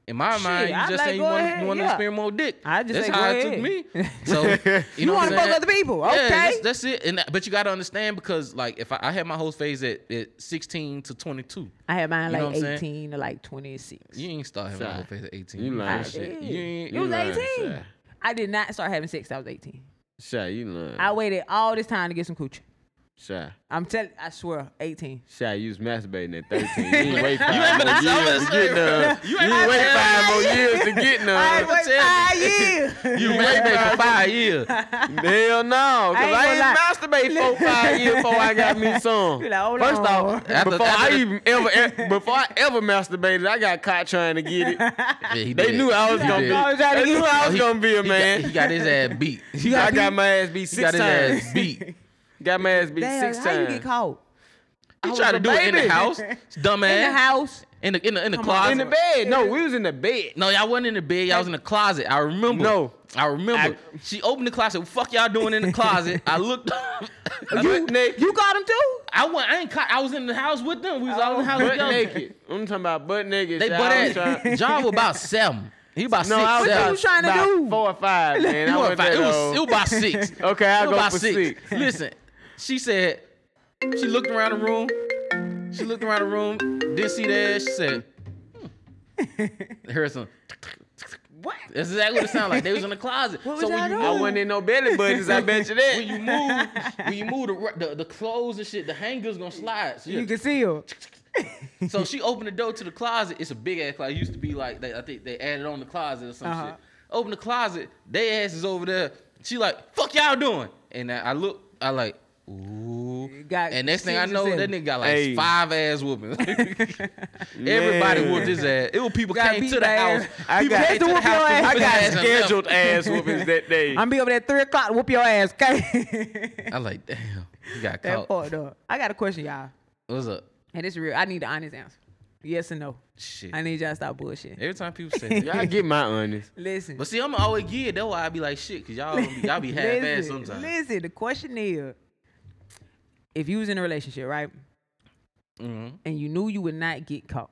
Speaker 7: In my mind, you
Speaker 4: I'd
Speaker 7: just
Speaker 4: like,
Speaker 7: saying you
Speaker 4: go
Speaker 7: want,
Speaker 4: ahead,
Speaker 7: to want
Speaker 4: yeah.
Speaker 7: to experience more dick.
Speaker 4: I just
Speaker 7: that's
Speaker 4: say, go
Speaker 7: how
Speaker 4: ahead.
Speaker 7: it took me. So you,
Speaker 4: You
Speaker 7: know
Speaker 4: wanna
Speaker 7: what I'm
Speaker 4: fuck
Speaker 7: saying?
Speaker 4: other people,
Speaker 7: Yeah,
Speaker 4: okay.
Speaker 7: that's- that's it. And that- but you gotta understand because like if I, I had my whole phase at, at 16 to 22,
Speaker 4: I had mine
Speaker 7: You know
Speaker 4: like
Speaker 7: what I'm saying?
Speaker 4: 18 to like 26.
Speaker 7: you ain't start having my
Speaker 2: Sorry.
Speaker 7: whole phase at 18.
Speaker 2: You lying.
Speaker 4: I
Speaker 2: shit.
Speaker 4: did.
Speaker 7: You ain't-
Speaker 4: it was
Speaker 2: you lying,
Speaker 4: 18.
Speaker 2: sir.
Speaker 4: I did not start having sex. till I was 18.
Speaker 2: Shy, you lying.
Speaker 4: I waited all this time to get some coochie.
Speaker 2: Shy.
Speaker 4: I'm telling, I swear, 18.
Speaker 2: Shy, you was masturbating at 13. You ain't wait five
Speaker 7: ain't
Speaker 2: more
Speaker 7: been- I was
Speaker 2: years to
Speaker 7: gonna
Speaker 2: get none. You ain't wait five more years to
Speaker 7: say, you ain't been-
Speaker 2: get
Speaker 4: I ain't
Speaker 2: none.
Speaker 7: wait five
Speaker 4: wait five years.
Speaker 7: You made that for five years.
Speaker 2: Hell no,
Speaker 4: I
Speaker 2: because
Speaker 4: ain't
Speaker 2: I
Speaker 4: gonna
Speaker 2: ain't,
Speaker 4: lie.
Speaker 2: masturbate four, five years before I got me some.
Speaker 4: You like, hold
Speaker 2: First
Speaker 4: on.
Speaker 2: off,
Speaker 7: After-
Speaker 2: before
Speaker 7: after
Speaker 2: I
Speaker 7: the-
Speaker 2: even ever, e- before I ever masturbated, I got caught trying to get it.
Speaker 7: Yeah, he
Speaker 2: They
Speaker 7: did.
Speaker 2: knew I was
Speaker 7: He
Speaker 2: gonna
Speaker 7: did.
Speaker 2: be.
Speaker 4: I was trying to
Speaker 2: They
Speaker 4: get
Speaker 2: knew
Speaker 4: it.
Speaker 2: I
Speaker 7: Oh,
Speaker 2: was
Speaker 7: he-
Speaker 2: gonna be a
Speaker 7: he
Speaker 2: man.
Speaker 7: Got, he got his ass beat. He
Speaker 2: I got my ass beat
Speaker 7: he got
Speaker 2: six
Speaker 7: his
Speaker 2: times.
Speaker 7: ass beat.
Speaker 2: Got my ass beat
Speaker 4: Damn,
Speaker 2: six
Speaker 4: how you
Speaker 2: times.
Speaker 4: get caught?
Speaker 7: He
Speaker 2: was
Speaker 7: tried
Speaker 2: a
Speaker 7: to do it in the
Speaker 2: baby.
Speaker 7: house, dumbass.
Speaker 4: In the house.
Speaker 7: in the in the, in the
Speaker 4: on.
Speaker 7: closet.
Speaker 2: in the bed. No, we was in the bed.
Speaker 7: no, y'all wasn't in the bed. Y'all was in the closet. I remember.
Speaker 2: No,
Speaker 7: I remember she opened the closet. Fuck y'all doing in the closet? I looked. you,
Speaker 4: You caught him too?
Speaker 7: I went. I ain't caught. I was in the house with them. We was
Speaker 4: Oh.
Speaker 7: all in the house
Speaker 2: butt
Speaker 7: with them.
Speaker 2: naked. I'm talking about butt naked.
Speaker 7: They
Speaker 2: so I was
Speaker 7: butt
Speaker 2: trying-
Speaker 7: ass. John was about seven. He about
Speaker 2: No,
Speaker 7: six.
Speaker 2: I was
Speaker 7: seven.
Speaker 2: about-
Speaker 4: you trying to
Speaker 2: about
Speaker 4: do?
Speaker 2: Four or five, man.
Speaker 7: It
Speaker 2: I
Speaker 7: was,
Speaker 2: went
Speaker 7: about,
Speaker 2: that
Speaker 7: it, was,
Speaker 2: old.
Speaker 7: it was about six.
Speaker 2: Okay, I'll
Speaker 7: It was
Speaker 2: go
Speaker 7: about
Speaker 2: for six.
Speaker 7: Listen, she said, she looked around the room. She looked around the room, didn't see that. She said, hmm. heard some.
Speaker 4: What?
Speaker 7: That's exactly what it sounded like. They was in the closet.
Speaker 4: What
Speaker 7: so
Speaker 4: was
Speaker 7: when
Speaker 4: y'all
Speaker 7: you,
Speaker 2: I wasn't in no belly buttons. I bet you that.
Speaker 7: when you move, when you move the, ru- the the clothes and shit, the hangers gonna slide. So,
Speaker 4: You
Speaker 7: yeah.
Speaker 4: can see him.
Speaker 7: So she opened the door to the closet. It's a big ass closet. It used to be like they, I think they added on the closet or some
Speaker 4: Uh-huh.
Speaker 7: shit. Open the closet. They ass is over there. She like, fuck y'all doing? And I I look, I like, ooh.
Speaker 4: got
Speaker 7: and next thing I
Speaker 4: seizures
Speaker 7: know,
Speaker 4: in
Speaker 7: that
Speaker 4: him.
Speaker 7: nigga got like
Speaker 2: Hey.
Speaker 7: five ass whoopings. Everybody
Speaker 2: Man.
Speaker 7: whooped his ass. It was people
Speaker 4: Got
Speaker 7: came
Speaker 4: beat
Speaker 7: to the
Speaker 4: by
Speaker 7: house.
Speaker 4: ass.
Speaker 2: I
Speaker 7: people
Speaker 2: got-
Speaker 7: came to the
Speaker 4: Whoop your
Speaker 7: house to
Speaker 4: ass.
Speaker 7: whoop
Speaker 2: I
Speaker 7: his
Speaker 2: got
Speaker 7: ass and left.
Speaker 2: scheduled ass whoopings that day.
Speaker 4: I'm be over there at three o'clock. Whoop your ass, okay?
Speaker 7: I like, damn, you got
Speaker 4: that
Speaker 7: caught.
Speaker 4: part though. I got a question, y'all,
Speaker 7: What's up?
Speaker 4: and it's real. I need an honest answer. Yes or no?
Speaker 7: Shit.
Speaker 4: I need y'all to stop bullshitting.
Speaker 7: Every time people say that.
Speaker 2: Y'all get my honest.
Speaker 4: Listen.
Speaker 7: But see, I'm always geared. That's why I be like shit, cause y'all be, y'all be half ass
Speaker 4: Listen,
Speaker 7: sometimes.
Speaker 4: Listen, the question is, if you was in a relationship, right,
Speaker 7: Mhm.
Speaker 4: and you knew you would not get caught,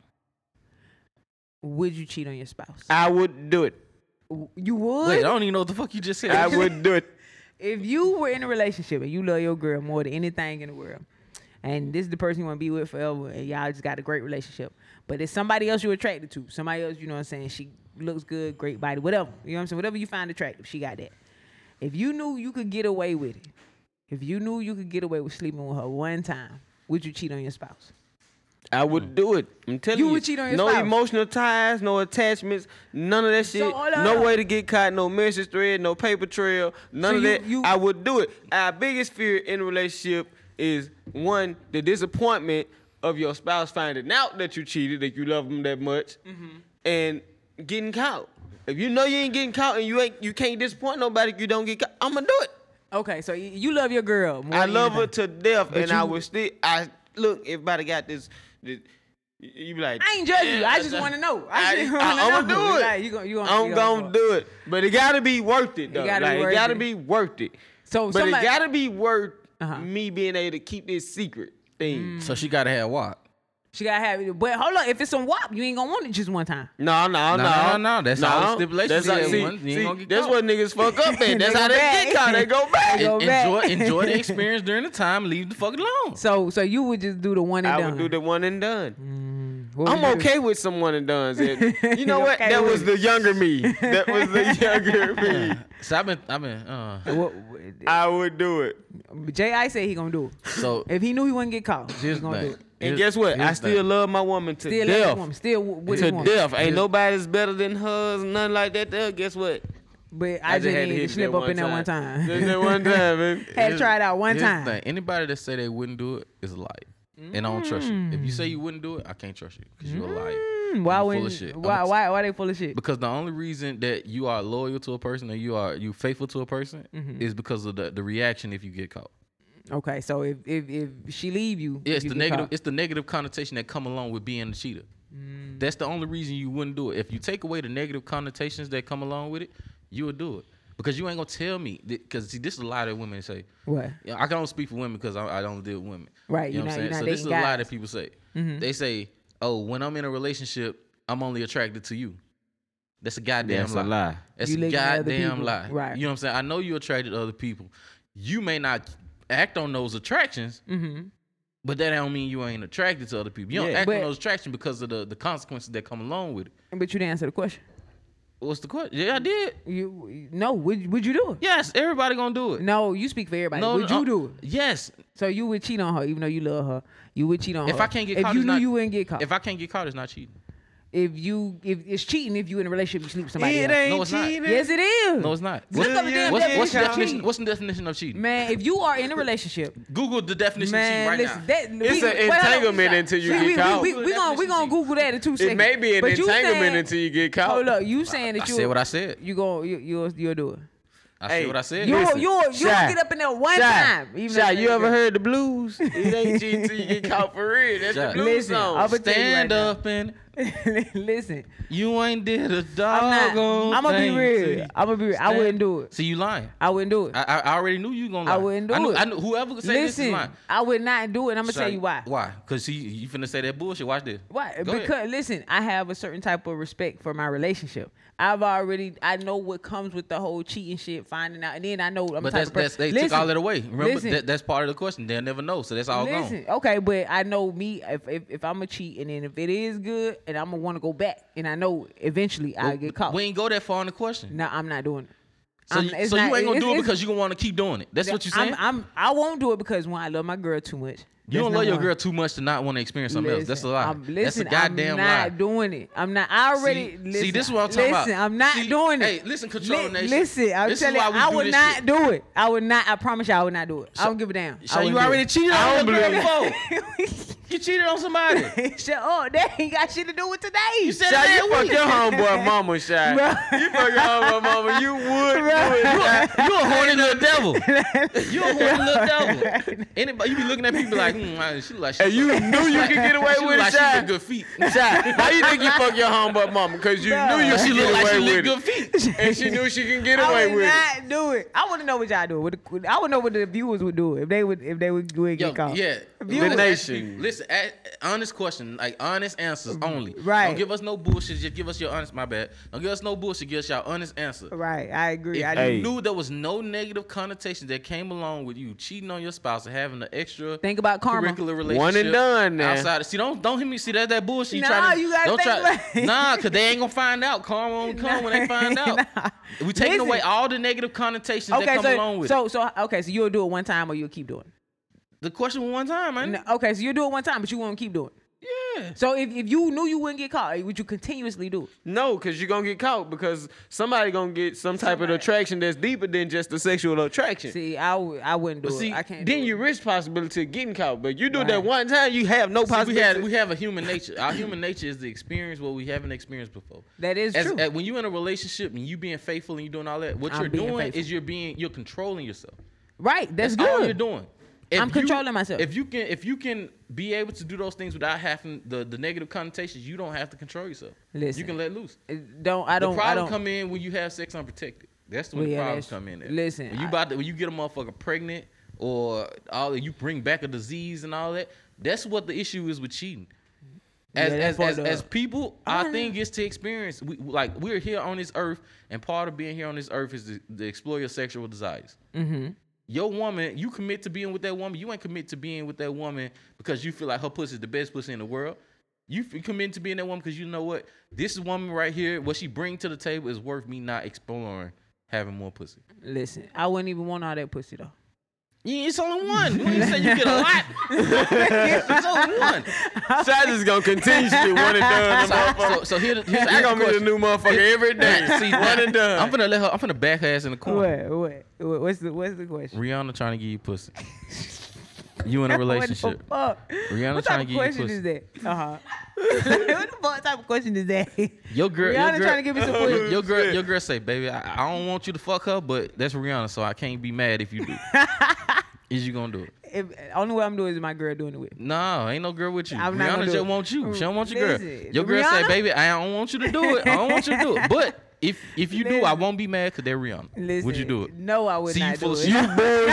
Speaker 4: would you cheat on your spouse?
Speaker 2: I would do it.
Speaker 4: W- you would.
Speaker 7: Wait, I don't even know what the fuck you just said.
Speaker 2: I would do it.
Speaker 4: if you were in a relationship and you love your girl more than anything in the world, and this is the person you want to be with forever, and y'all just got a great relationship, but it's somebody else you're attracted to, somebody else, you know what I'm saying? She looks good, great body, whatever. You know what I'm saying? Whatever you find attractive, she got that. If you knew you could get away with it, if you knew you could get away with sleeping with her one time, would you cheat on your spouse?
Speaker 2: I would do it. I'm telling you.
Speaker 4: You would cheat on your
Speaker 2: No
Speaker 4: spouse.
Speaker 2: emotional ties, no attachments, none of that shit.
Speaker 4: hold
Speaker 2: no
Speaker 4: up.
Speaker 2: way to get caught, no message thread, no paper trail, none
Speaker 4: So
Speaker 2: of
Speaker 4: you-
Speaker 2: that.
Speaker 4: you-
Speaker 2: I would do it. Our biggest fear in a relationship is one, the disappointment of your spouse finding out that you cheated, that you love them that much,
Speaker 4: Mm-hmm.
Speaker 2: and getting caught. If you know you ain't getting caught and you ain't you can't disappoint nobody if you don't get caught, I'ma do it.
Speaker 4: Okay, so y- you love your girl. More
Speaker 2: I
Speaker 4: than
Speaker 2: love her
Speaker 4: anything.
Speaker 2: to death, and I
Speaker 4: you-
Speaker 2: would still. I look. Everybody got this. this you you be like,
Speaker 4: I ain't judging you.
Speaker 2: "Yeah,
Speaker 4: I just
Speaker 2: that's-
Speaker 4: want to know.
Speaker 2: I,
Speaker 4: I just want to know.
Speaker 2: am gonna do it.
Speaker 4: Like, you gonna, you gonna,
Speaker 2: I'm
Speaker 4: you
Speaker 2: gonna,
Speaker 4: go.
Speaker 2: do it, but it gotta be worth it though.
Speaker 4: gotta be
Speaker 2: like
Speaker 4: worth
Speaker 2: it gotta
Speaker 4: it.
Speaker 2: be worth it.
Speaker 4: So
Speaker 2: but
Speaker 4: somebody-
Speaker 2: it gotta be worth
Speaker 4: Uh-huh.
Speaker 2: me being able to keep this secret thing.
Speaker 7: Mm. So she gotta have what?
Speaker 4: She gotta have it. But hold up, if it's on WAP, you ain't gonna want it just one time.
Speaker 2: No, no, no,
Speaker 7: no, no, that's all the stipulation
Speaker 2: That's
Speaker 7: is
Speaker 2: how, see,
Speaker 7: one, you ain't
Speaker 2: see,
Speaker 7: gonna get
Speaker 2: that's
Speaker 7: caught.
Speaker 2: what niggas fuck up at. That's
Speaker 4: They
Speaker 2: how
Speaker 4: go
Speaker 2: they get
Speaker 4: back.
Speaker 2: caught. They go back.
Speaker 4: They go
Speaker 7: En-
Speaker 4: back.
Speaker 7: enjoy enjoy the experience during the time. Leave the fuck alone.
Speaker 4: So so you would just do the one and
Speaker 2: I
Speaker 4: done.
Speaker 2: would do the one and done.
Speaker 4: What would
Speaker 2: I'm
Speaker 4: you do?
Speaker 2: okay with someone and done's it. You know what?
Speaker 4: Okay
Speaker 2: that
Speaker 4: with
Speaker 2: was the younger me. That was the younger me.
Speaker 7: So I've been I've been uh,
Speaker 4: What-
Speaker 2: I would do it.
Speaker 4: what- J.I. said he gonna do it.
Speaker 7: so
Speaker 4: If he knew he wouldn't get caught, he's
Speaker 7: here's
Speaker 4: gonna
Speaker 7: the
Speaker 4: do it.
Speaker 7: thing.
Speaker 2: And
Speaker 7: Here's-
Speaker 2: guess what? I
Speaker 7: here's the
Speaker 2: still
Speaker 7: thing.
Speaker 2: love my woman to
Speaker 4: Still love this woman.
Speaker 2: death.
Speaker 4: Still w- with
Speaker 2: To
Speaker 4: this woman.
Speaker 2: death. Ain't nobody's better than hers. Nothing like that. There. Guess what?
Speaker 4: But I, just
Speaker 2: had
Speaker 4: need to
Speaker 2: hit
Speaker 4: slip
Speaker 2: that
Speaker 4: up in there one time.
Speaker 2: Just that one time, baby.
Speaker 4: had to try it out one
Speaker 7: Here's the
Speaker 4: time.
Speaker 7: thing. Anybody that say they wouldn't do it is a liar, and I don't trust you. If you say you wouldn't do it, I can't trust you because you're a liar.
Speaker 4: Hmm, Why
Speaker 7: You're full of
Speaker 4: wouldn't?
Speaker 7: shit.
Speaker 4: Why
Speaker 7: I'm-
Speaker 4: why why they full of shit?
Speaker 7: Because the only reason that you are loyal to a person or you are you faithful to a person
Speaker 4: Mm-hmm.
Speaker 7: is because of the, the reaction if you get caught.
Speaker 4: Okay, so if if if she leave you,
Speaker 7: Yeah, it's
Speaker 4: you
Speaker 7: the
Speaker 4: get
Speaker 7: negative.
Speaker 4: caught.
Speaker 7: It's the negative connotation that come along with being a cheater.
Speaker 4: Mm.
Speaker 7: That's the only reason you wouldn't do it. If you take away the negative connotations that come along with it, you would do it because you ain't gonna tell me. Because see, this is a lot of women say.
Speaker 4: What?
Speaker 7: Yeah, I can only speak for women because I, I don't deal with women.
Speaker 4: Right,
Speaker 7: You know
Speaker 4: you're
Speaker 7: what I'm saying?
Speaker 4: not-
Speaker 7: so
Speaker 4: you're not
Speaker 7: this is a
Speaker 4: dating
Speaker 7: lot
Speaker 4: guys. Mm-hmm.
Speaker 7: that people say. They say, "Oh, when I'm in a relationship, I'm only attracted to you." That's a goddamn
Speaker 2: That's a
Speaker 7: lie.
Speaker 2: lie.
Speaker 7: That's
Speaker 4: You
Speaker 7: a
Speaker 4: looking at other
Speaker 7: goddamn
Speaker 4: people.
Speaker 7: lie.
Speaker 4: Right.
Speaker 7: You know what I'm saying? I know you're attracted to other people. You may not act on those attractions, Mm-hmm. but that don't mean you ain't attracted to other people. You don't
Speaker 2: Yeah.
Speaker 7: act on
Speaker 4: But-
Speaker 7: those attractions because of the, the consequences that come along with it. Mm.
Speaker 4: But you didn't answer the question.
Speaker 7: What's the question? Yeah, I did.
Speaker 4: You you- no. Would would you do it?
Speaker 7: Yes, everybody gonna do it.
Speaker 4: No, you speak for everybody. would you
Speaker 7: uh,
Speaker 4: do it?
Speaker 7: Yes.
Speaker 4: So you would cheat on her, even though you love her. You would cheat on
Speaker 7: If
Speaker 4: her.
Speaker 7: I can't get
Speaker 4: if
Speaker 7: caught,
Speaker 4: you
Speaker 7: it's
Speaker 4: knew
Speaker 7: not-
Speaker 4: you wouldn't get caught.
Speaker 7: If I can't get caught, it's not cheating.
Speaker 4: if you if it's cheating if you in a relationship you sleep with somebody
Speaker 2: It
Speaker 4: else.
Speaker 2: ain't
Speaker 7: No, it's not.
Speaker 2: cheating.
Speaker 4: Yes, it Hmm. is.
Speaker 7: No, it's not.
Speaker 4: Look up the damn
Speaker 7: what's,
Speaker 4: definition
Speaker 7: what's the
Speaker 4: of
Speaker 7: definition,
Speaker 4: cheating.
Speaker 7: what's the definition of cheating?
Speaker 4: Man, if you are in a relationship,
Speaker 7: Google the definition
Speaker 4: man,
Speaker 7: of cheating
Speaker 4: listen,
Speaker 7: right
Speaker 4: that
Speaker 2: It's
Speaker 4: we,
Speaker 2: an
Speaker 4: wait, hold on,
Speaker 2: entanglement
Speaker 4: we-
Speaker 2: until you
Speaker 4: we,
Speaker 2: get
Speaker 4: we,
Speaker 2: caught.
Speaker 4: We, we, we gonna we gonna Google that in two seconds.
Speaker 2: It may be an
Speaker 4: But you
Speaker 2: entanglement
Speaker 4: saying,
Speaker 2: until you get caught.
Speaker 4: Hold up, you saying
Speaker 7: now. I
Speaker 4: that you
Speaker 7: said what I said.
Speaker 4: you gonna you you'll, you'll do it.
Speaker 7: I
Speaker 2: Hey,
Speaker 7: said what I said.
Speaker 4: You
Speaker 2: Listen,
Speaker 4: you you
Speaker 2: Shy.
Speaker 4: get up in there one
Speaker 2: Shy,
Speaker 4: time. even
Speaker 2: Shy,
Speaker 4: if-
Speaker 2: you ever heard the blues? it ain't cheating till you get caught for real. That's
Speaker 7: Shy.
Speaker 2: the blues
Speaker 4: Listen,
Speaker 2: song.
Speaker 4: I'ma tell you
Speaker 7: Stand
Speaker 4: right now.
Speaker 7: up and
Speaker 4: Listen,
Speaker 7: You ain't did a
Speaker 4: I'm
Speaker 7: dog.
Speaker 4: not. I'm gonna be real. I'm gonna be real. I wouldn't do it.
Speaker 7: So you lying.
Speaker 4: I wouldn't do it.
Speaker 7: I, I, I already knew you gonna lie.
Speaker 4: I wouldn't do
Speaker 7: I knew,
Speaker 4: it.
Speaker 7: I knew whoever could say this is
Speaker 4: Listen,
Speaker 7: lying.
Speaker 4: I would not do it. I'm gonna
Speaker 7: So
Speaker 4: tell you why.
Speaker 7: Why? Cause she, you finna say that bullshit. Watch this.
Speaker 4: Why?
Speaker 7: Go ahead.
Speaker 4: because listen, I have a certain type of respect for my relationship. I've already I know what comes with the whole cheating shit, finding out, and then I know I'm the
Speaker 7: But
Speaker 4: type
Speaker 7: that's,
Speaker 4: of person-
Speaker 7: that's they took
Speaker 4: Listen,
Speaker 7: all that away. Remember
Speaker 4: listen.
Speaker 7: that, that's part of the question. They'll never know. So that's all
Speaker 4: Listen,
Speaker 7: gone.
Speaker 4: okay, but I know me if if, if I'm a cheat, and then if it is good, and I'm gonna want to go back, and I know eventually I'll get caught.
Speaker 7: We ain't go that far in the question.
Speaker 4: no, I'm not doing it.
Speaker 7: So,
Speaker 4: I'm-
Speaker 7: you,
Speaker 4: it's
Speaker 7: so you
Speaker 4: not-
Speaker 7: ain't gonna
Speaker 4: it's-
Speaker 7: do it
Speaker 4: it's-
Speaker 7: because you gonna want to keep doing it. That's what you
Speaker 4: I'm,
Speaker 7: saying.
Speaker 4: I'm I won't do it because one, I love my girl too much.
Speaker 7: you don't
Speaker 4: That's
Speaker 7: love your
Speaker 4: number
Speaker 7: girl
Speaker 4: one.
Speaker 7: too much to not want to experience something else. That's a
Speaker 4: Listen,
Speaker 7: lie.
Speaker 4: I'm,
Speaker 7: that's a
Speaker 4: listen,
Speaker 7: goddamn
Speaker 4: I'm not
Speaker 7: lie.
Speaker 4: doing it. I'm not. I already
Speaker 7: See,
Speaker 4: listen,
Speaker 7: see, this is what I'm talking about.
Speaker 4: listen, I'm not
Speaker 7: See,
Speaker 4: doing it.
Speaker 7: hey, listen, Control Nation.
Speaker 4: Listen, I'm
Speaker 7: This is
Speaker 4: telling you,
Speaker 7: why we
Speaker 4: I
Speaker 7: do
Speaker 4: would
Speaker 7: this
Speaker 4: not
Speaker 7: shit.
Speaker 4: do it. I would not. I promise you, I would not do it. I don't give a damn. I
Speaker 7: So you
Speaker 4: wouldn't do
Speaker 7: already
Speaker 4: it.
Speaker 7: cheated
Speaker 2: I
Speaker 7: on
Speaker 2: don't
Speaker 7: your girl
Speaker 2: believe
Speaker 7: before. you cheated on somebody.
Speaker 4: Shut up. That ain't oh, got shit to do with today.
Speaker 7: You said
Speaker 2: Shy,
Speaker 7: that
Speaker 2: you fuck your homeboy mama, Shy.
Speaker 4: Bruh.
Speaker 2: You fuck your homeboy mama. You would do it. Shy.
Speaker 7: you a horny little devil. You a horny little devil. Anybody, you be looking at people like, hmm, man, she look like she.
Speaker 2: And you
Speaker 7: look-
Speaker 2: knew you could get away
Speaker 7: she look
Speaker 2: with
Speaker 7: like
Speaker 2: it,
Speaker 7: she
Speaker 2: Shy.
Speaker 7: look good feet.
Speaker 2: Shy, why you think you fuck your homeboy mama? Because you
Speaker 4: Bruh.
Speaker 2: knew you
Speaker 7: She
Speaker 2: could
Speaker 7: look
Speaker 2: get
Speaker 7: like she
Speaker 2: away with
Speaker 7: lick good
Speaker 2: it.
Speaker 7: feet.
Speaker 2: And she knew she can get
Speaker 4: I
Speaker 2: away
Speaker 4: would
Speaker 2: with it.
Speaker 4: not do it. I want to know what y'all do. What the- I would know what the viewers would do if they would if they would, would get
Speaker 7: Yo,
Speaker 4: caught.
Speaker 7: yeah.
Speaker 4: Viewers.
Speaker 2: The nation.
Speaker 7: Listen, a- honest question, like honest answers
Speaker 2: Mm,
Speaker 7: only.
Speaker 4: Right.
Speaker 7: Don't give us no bullshit. Just give us your honest. My bad. Don't give us no bullshit. Give us your honest answer.
Speaker 4: Right. I agree.
Speaker 7: If
Speaker 4: I
Speaker 7: you
Speaker 2: Hey.
Speaker 7: knew there was no negative connotation that came along with you cheating on your spouse and having an extra
Speaker 4: Think about karma.
Speaker 7: curricular relationship,
Speaker 2: One and done now.
Speaker 7: Outside, see, don't don't hit me. See that that bullshit.
Speaker 4: Nah,
Speaker 7: trying to,
Speaker 4: you gotta
Speaker 7: don't
Speaker 4: think
Speaker 7: try,
Speaker 4: about it.
Speaker 7: Nah, cause they ain't gonna find out. Karma won't come when they find out.
Speaker 4: Nah.
Speaker 7: We taking
Speaker 4: Listen.
Speaker 7: away all the negative connotations that
Speaker 4: Okay,
Speaker 7: come along
Speaker 4: so
Speaker 7: with it.
Speaker 4: so so okay, so you'll do it one time or you'll keep doing. it?
Speaker 7: the question was one time, man.
Speaker 4: No, okay, so you'll do it one time, but you won't keep doing. it.
Speaker 7: Yeah.
Speaker 4: So if, if you knew you wouldn't get caught, eh, would you continuously do it?
Speaker 2: No, because you're gonna get caught because somebody gonna get some type
Speaker 4: Somebody.
Speaker 2: of attraction that's deeper than just the sexual attraction.
Speaker 4: See, I w- I wouldn't do
Speaker 7: But see,
Speaker 4: it. I can't.
Speaker 2: then
Speaker 4: do
Speaker 2: you
Speaker 4: It.
Speaker 2: risk possibility of getting caught, but you do
Speaker 4: Right.
Speaker 2: that one time, you have no
Speaker 7: See, we
Speaker 2: possibility.
Speaker 7: had we have a human nature. Our human nature is to experience what we haven't experienced before.
Speaker 4: That is
Speaker 7: As-
Speaker 4: true.
Speaker 7: uh, when you're in a relationship and you being faithful and you doing all that, what
Speaker 4: I'm
Speaker 7: you're
Speaker 4: being
Speaker 7: doing
Speaker 4: faithful.
Speaker 7: is you're being you're controlling yourself.
Speaker 4: right. That's,
Speaker 7: That's
Speaker 4: good.
Speaker 7: all you're doing. If
Speaker 4: I'm controlling myself.
Speaker 7: If you can, if you can be able to do those things without having the, the negative connotations, you don't have to control yourself.
Speaker 4: Listen.
Speaker 7: you can let loose.
Speaker 4: It Eh, Don't I don't
Speaker 7: the
Speaker 4: I
Speaker 7: problem
Speaker 4: don't.
Speaker 7: come in when you have sex unprotected. That's when
Speaker 4: Well, yeah,
Speaker 7: the problems
Speaker 4: that's-
Speaker 7: come in. There.
Speaker 4: listen,
Speaker 7: when you
Speaker 4: I-
Speaker 7: about to, when you get a motherfucker pregnant or all that, you bring back a disease and all that. That's what the issue is with cheating. As
Speaker 4: Yeah,
Speaker 7: as,
Speaker 4: that's
Speaker 7: as,
Speaker 4: fucked
Speaker 7: as
Speaker 4: up.
Speaker 7: people,
Speaker 4: I
Speaker 7: our
Speaker 4: don't
Speaker 7: thing is to experience. We like we're here on this earth, and part of being here on this earth is to, to explore your sexual desires. Mm-hmm. Your woman, you commit to being with that woman. You ain't commit to being with that woman because you feel like her pussy is the best pussy in the world. You f- commit to being that woman because you know what this woman right here, what she bring to the table is worth me not exploring having more pussy.
Speaker 4: Listen, I wouldn't even want all that pussy though.
Speaker 7: Yeah, it's only one. When you say you get a lot, it's only one.
Speaker 2: Shy just gonna continue to one and done.
Speaker 7: So, so, so here, here's
Speaker 2: You're
Speaker 7: the
Speaker 2: gonna be the new motherfucker every day.
Speaker 7: See,
Speaker 2: one and done.
Speaker 7: I'm gonna let her. I'm gonna back her ass in the corner.
Speaker 4: What, what what what's the what's the question?
Speaker 7: Rihanna trying to give you pussy. You in a relationship.
Speaker 4: What the fuck?
Speaker 7: Rihanna
Speaker 4: what type
Speaker 7: trying to
Speaker 4: of
Speaker 7: get you
Speaker 4: question
Speaker 7: pussy.
Speaker 4: is that? Uh huh. what the fuck type of question is that?
Speaker 7: Your
Speaker 4: Rihanna
Speaker 7: girl, your girl,
Speaker 4: trying to give me some
Speaker 7: your,
Speaker 4: pussy.
Speaker 7: your girl, your girl say, baby, I, I don't want you to fuck her, but that's Rihanna, so I can't be mad if you do. is you gonna do it?
Speaker 4: If, only way I'm doing is my girl doing it with. me.
Speaker 7: No, ain't no girl with you.
Speaker 4: I'm not
Speaker 7: Rihanna
Speaker 4: gonna do
Speaker 7: just
Speaker 4: it.
Speaker 7: want you. She don't want your girl.
Speaker 4: Listen,
Speaker 7: Your girl say,
Speaker 4: Rihanna-
Speaker 7: baby, I don't want you to do it. I don't want you to do it. But if if you do, I
Speaker 4: Listen.
Speaker 7: won't be mad because they're Rihanna.
Speaker 4: Listen,
Speaker 7: Would you do it?
Speaker 4: No, I would
Speaker 7: See, you
Speaker 4: not
Speaker 7: full
Speaker 4: do
Speaker 7: of
Speaker 4: it.
Speaker 7: shit.
Speaker 2: You bullshit.
Speaker 4: know.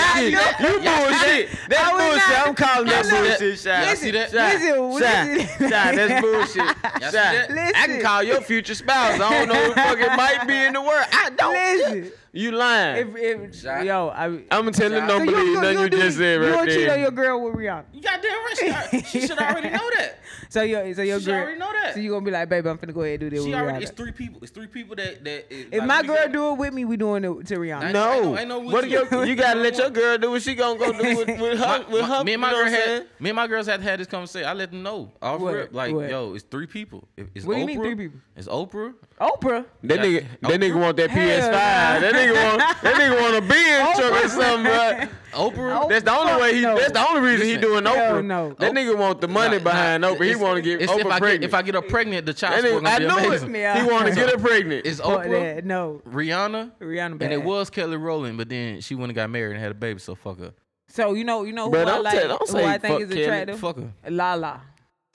Speaker 2: You bullshit. That's
Speaker 4: I was
Speaker 2: bullshit.
Speaker 4: not-
Speaker 2: I'm calling that
Speaker 7: I know.
Speaker 2: bullshit, Shy.
Speaker 7: Y'all see that?
Speaker 2: Shy.
Speaker 4: Listen,
Speaker 2: Shy.
Speaker 4: listen.
Speaker 2: Shy, that's bullshit.
Speaker 7: Y'all see
Speaker 2: Shy.
Speaker 7: that?
Speaker 2: I can
Speaker 4: Listen.
Speaker 2: call your future spouse. I don't know who the fuck it might be in the world. I don't.
Speaker 4: Listen,
Speaker 2: You lying.
Speaker 4: if, if,
Speaker 7: Shot.
Speaker 4: yo, I. I'm
Speaker 2: I'm going to tell them don't believe nothing you just said
Speaker 4: You
Speaker 2: right
Speaker 4: gonna cheat on
Speaker 2: there.
Speaker 4: your girl with Rihanna.
Speaker 7: You goddamn right. She, already- she should already know that.
Speaker 4: So your so your
Speaker 7: She
Speaker 4: girl.
Speaker 7: already know that.
Speaker 4: So you gonna be like, baby, I'm finna go ahead and do this
Speaker 7: She
Speaker 4: with
Speaker 7: already.
Speaker 4: Rihanna.
Speaker 7: It's three people. It's three people that that. eh,
Speaker 4: if my girl do it with me, we doing it to Rihanna.
Speaker 7: Ain't no-
Speaker 2: No.
Speaker 7: ain't no
Speaker 2: What
Speaker 7: with
Speaker 2: your,
Speaker 7: you.
Speaker 2: you got to let your girl do what she going to go do with, with her. With her
Speaker 7: me and my
Speaker 2: you know
Speaker 7: girl
Speaker 2: what I'm
Speaker 7: had
Speaker 2: saying?
Speaker 7: me and my girls had had this conversation. I let them know off
Speaker 4: What?
Speaker 7: rip, like
Speaker 4: What?
Speaker 7: yo, it's three people. It- It's
Speaker 4: What
Speaker 7: Oprah,
Speaker 4: do you mean three people?
Speaker 7: It's Oprah.
Speaker 4: Oprah.
Speaker 2: That
Speaker 7: Yeah.
Speaker 2: nigga, that nigga want that PS5.
Speaker 4: Hell
Speaker 2: That
Speaker 4: nah.
Speaker 2: nigga want, that nigga want a beer truck or something. bruh.
Speaker 4: Oh.
Speaker 7: Oprah.
Speaker 2: That's the only
Speaker 4: Fuck
Speaker 2: way he.
Speaker 4: no.
Speaker 2: That's the only reason he
Speaker 7: Listen.
Speaker 2: doing
Speaker 4: Hell
Speaker 2: Oprah.
Speaker 4: no.
Speaker 2: That nigga want the money
Speaker 7: Nah,
Speaker 2: behind
Speaker 7: nah,
Speaker 2: Oprah. He
Speaker 7: it's-
Speaker 2: want to get
Speaker 7: it's if
Speaker 2: Oprah
Speaker 7: I get
Speaker 2: pregnant.
Speaker 7: if I get her pregnant, the child
Speaker 2: that
Speaker 7: support
Speaker 2: nigga, I
Speaker 7: gonna be
Speaker 2: knew
Speaker 7: amazing.
Speaker 4: Yeah.
Speaker 2: it. He want to get her pregnant.
Speaker 7: It's
Speaker 4: Fuck
Speaker 7: Oprah,
Speaker 4: that. No.
Speaker 7: Rihanna,
Speaker 4: Rihanna
Speaker 7: and it
Speaker 4: bad.
Speaker 7: was Kelly Rowland, but then she went and got married and had a baby, so fuck her.
Speaker 4: So you know, you know who
Speaker 2: Bruh,
Speaker 4: I
Speaker 2: don't
Speaker 4: like,
Speaker 2: tell- don't
Speaker 4: who
Speaker 2: say
Speaker 4: I think
Speaker 2: fuck
Speaker 4: is
Speaker 2: Kelly.
Speaker 4: attractive.
Speaker 7: Fuck her.
Speaker 4: Lala,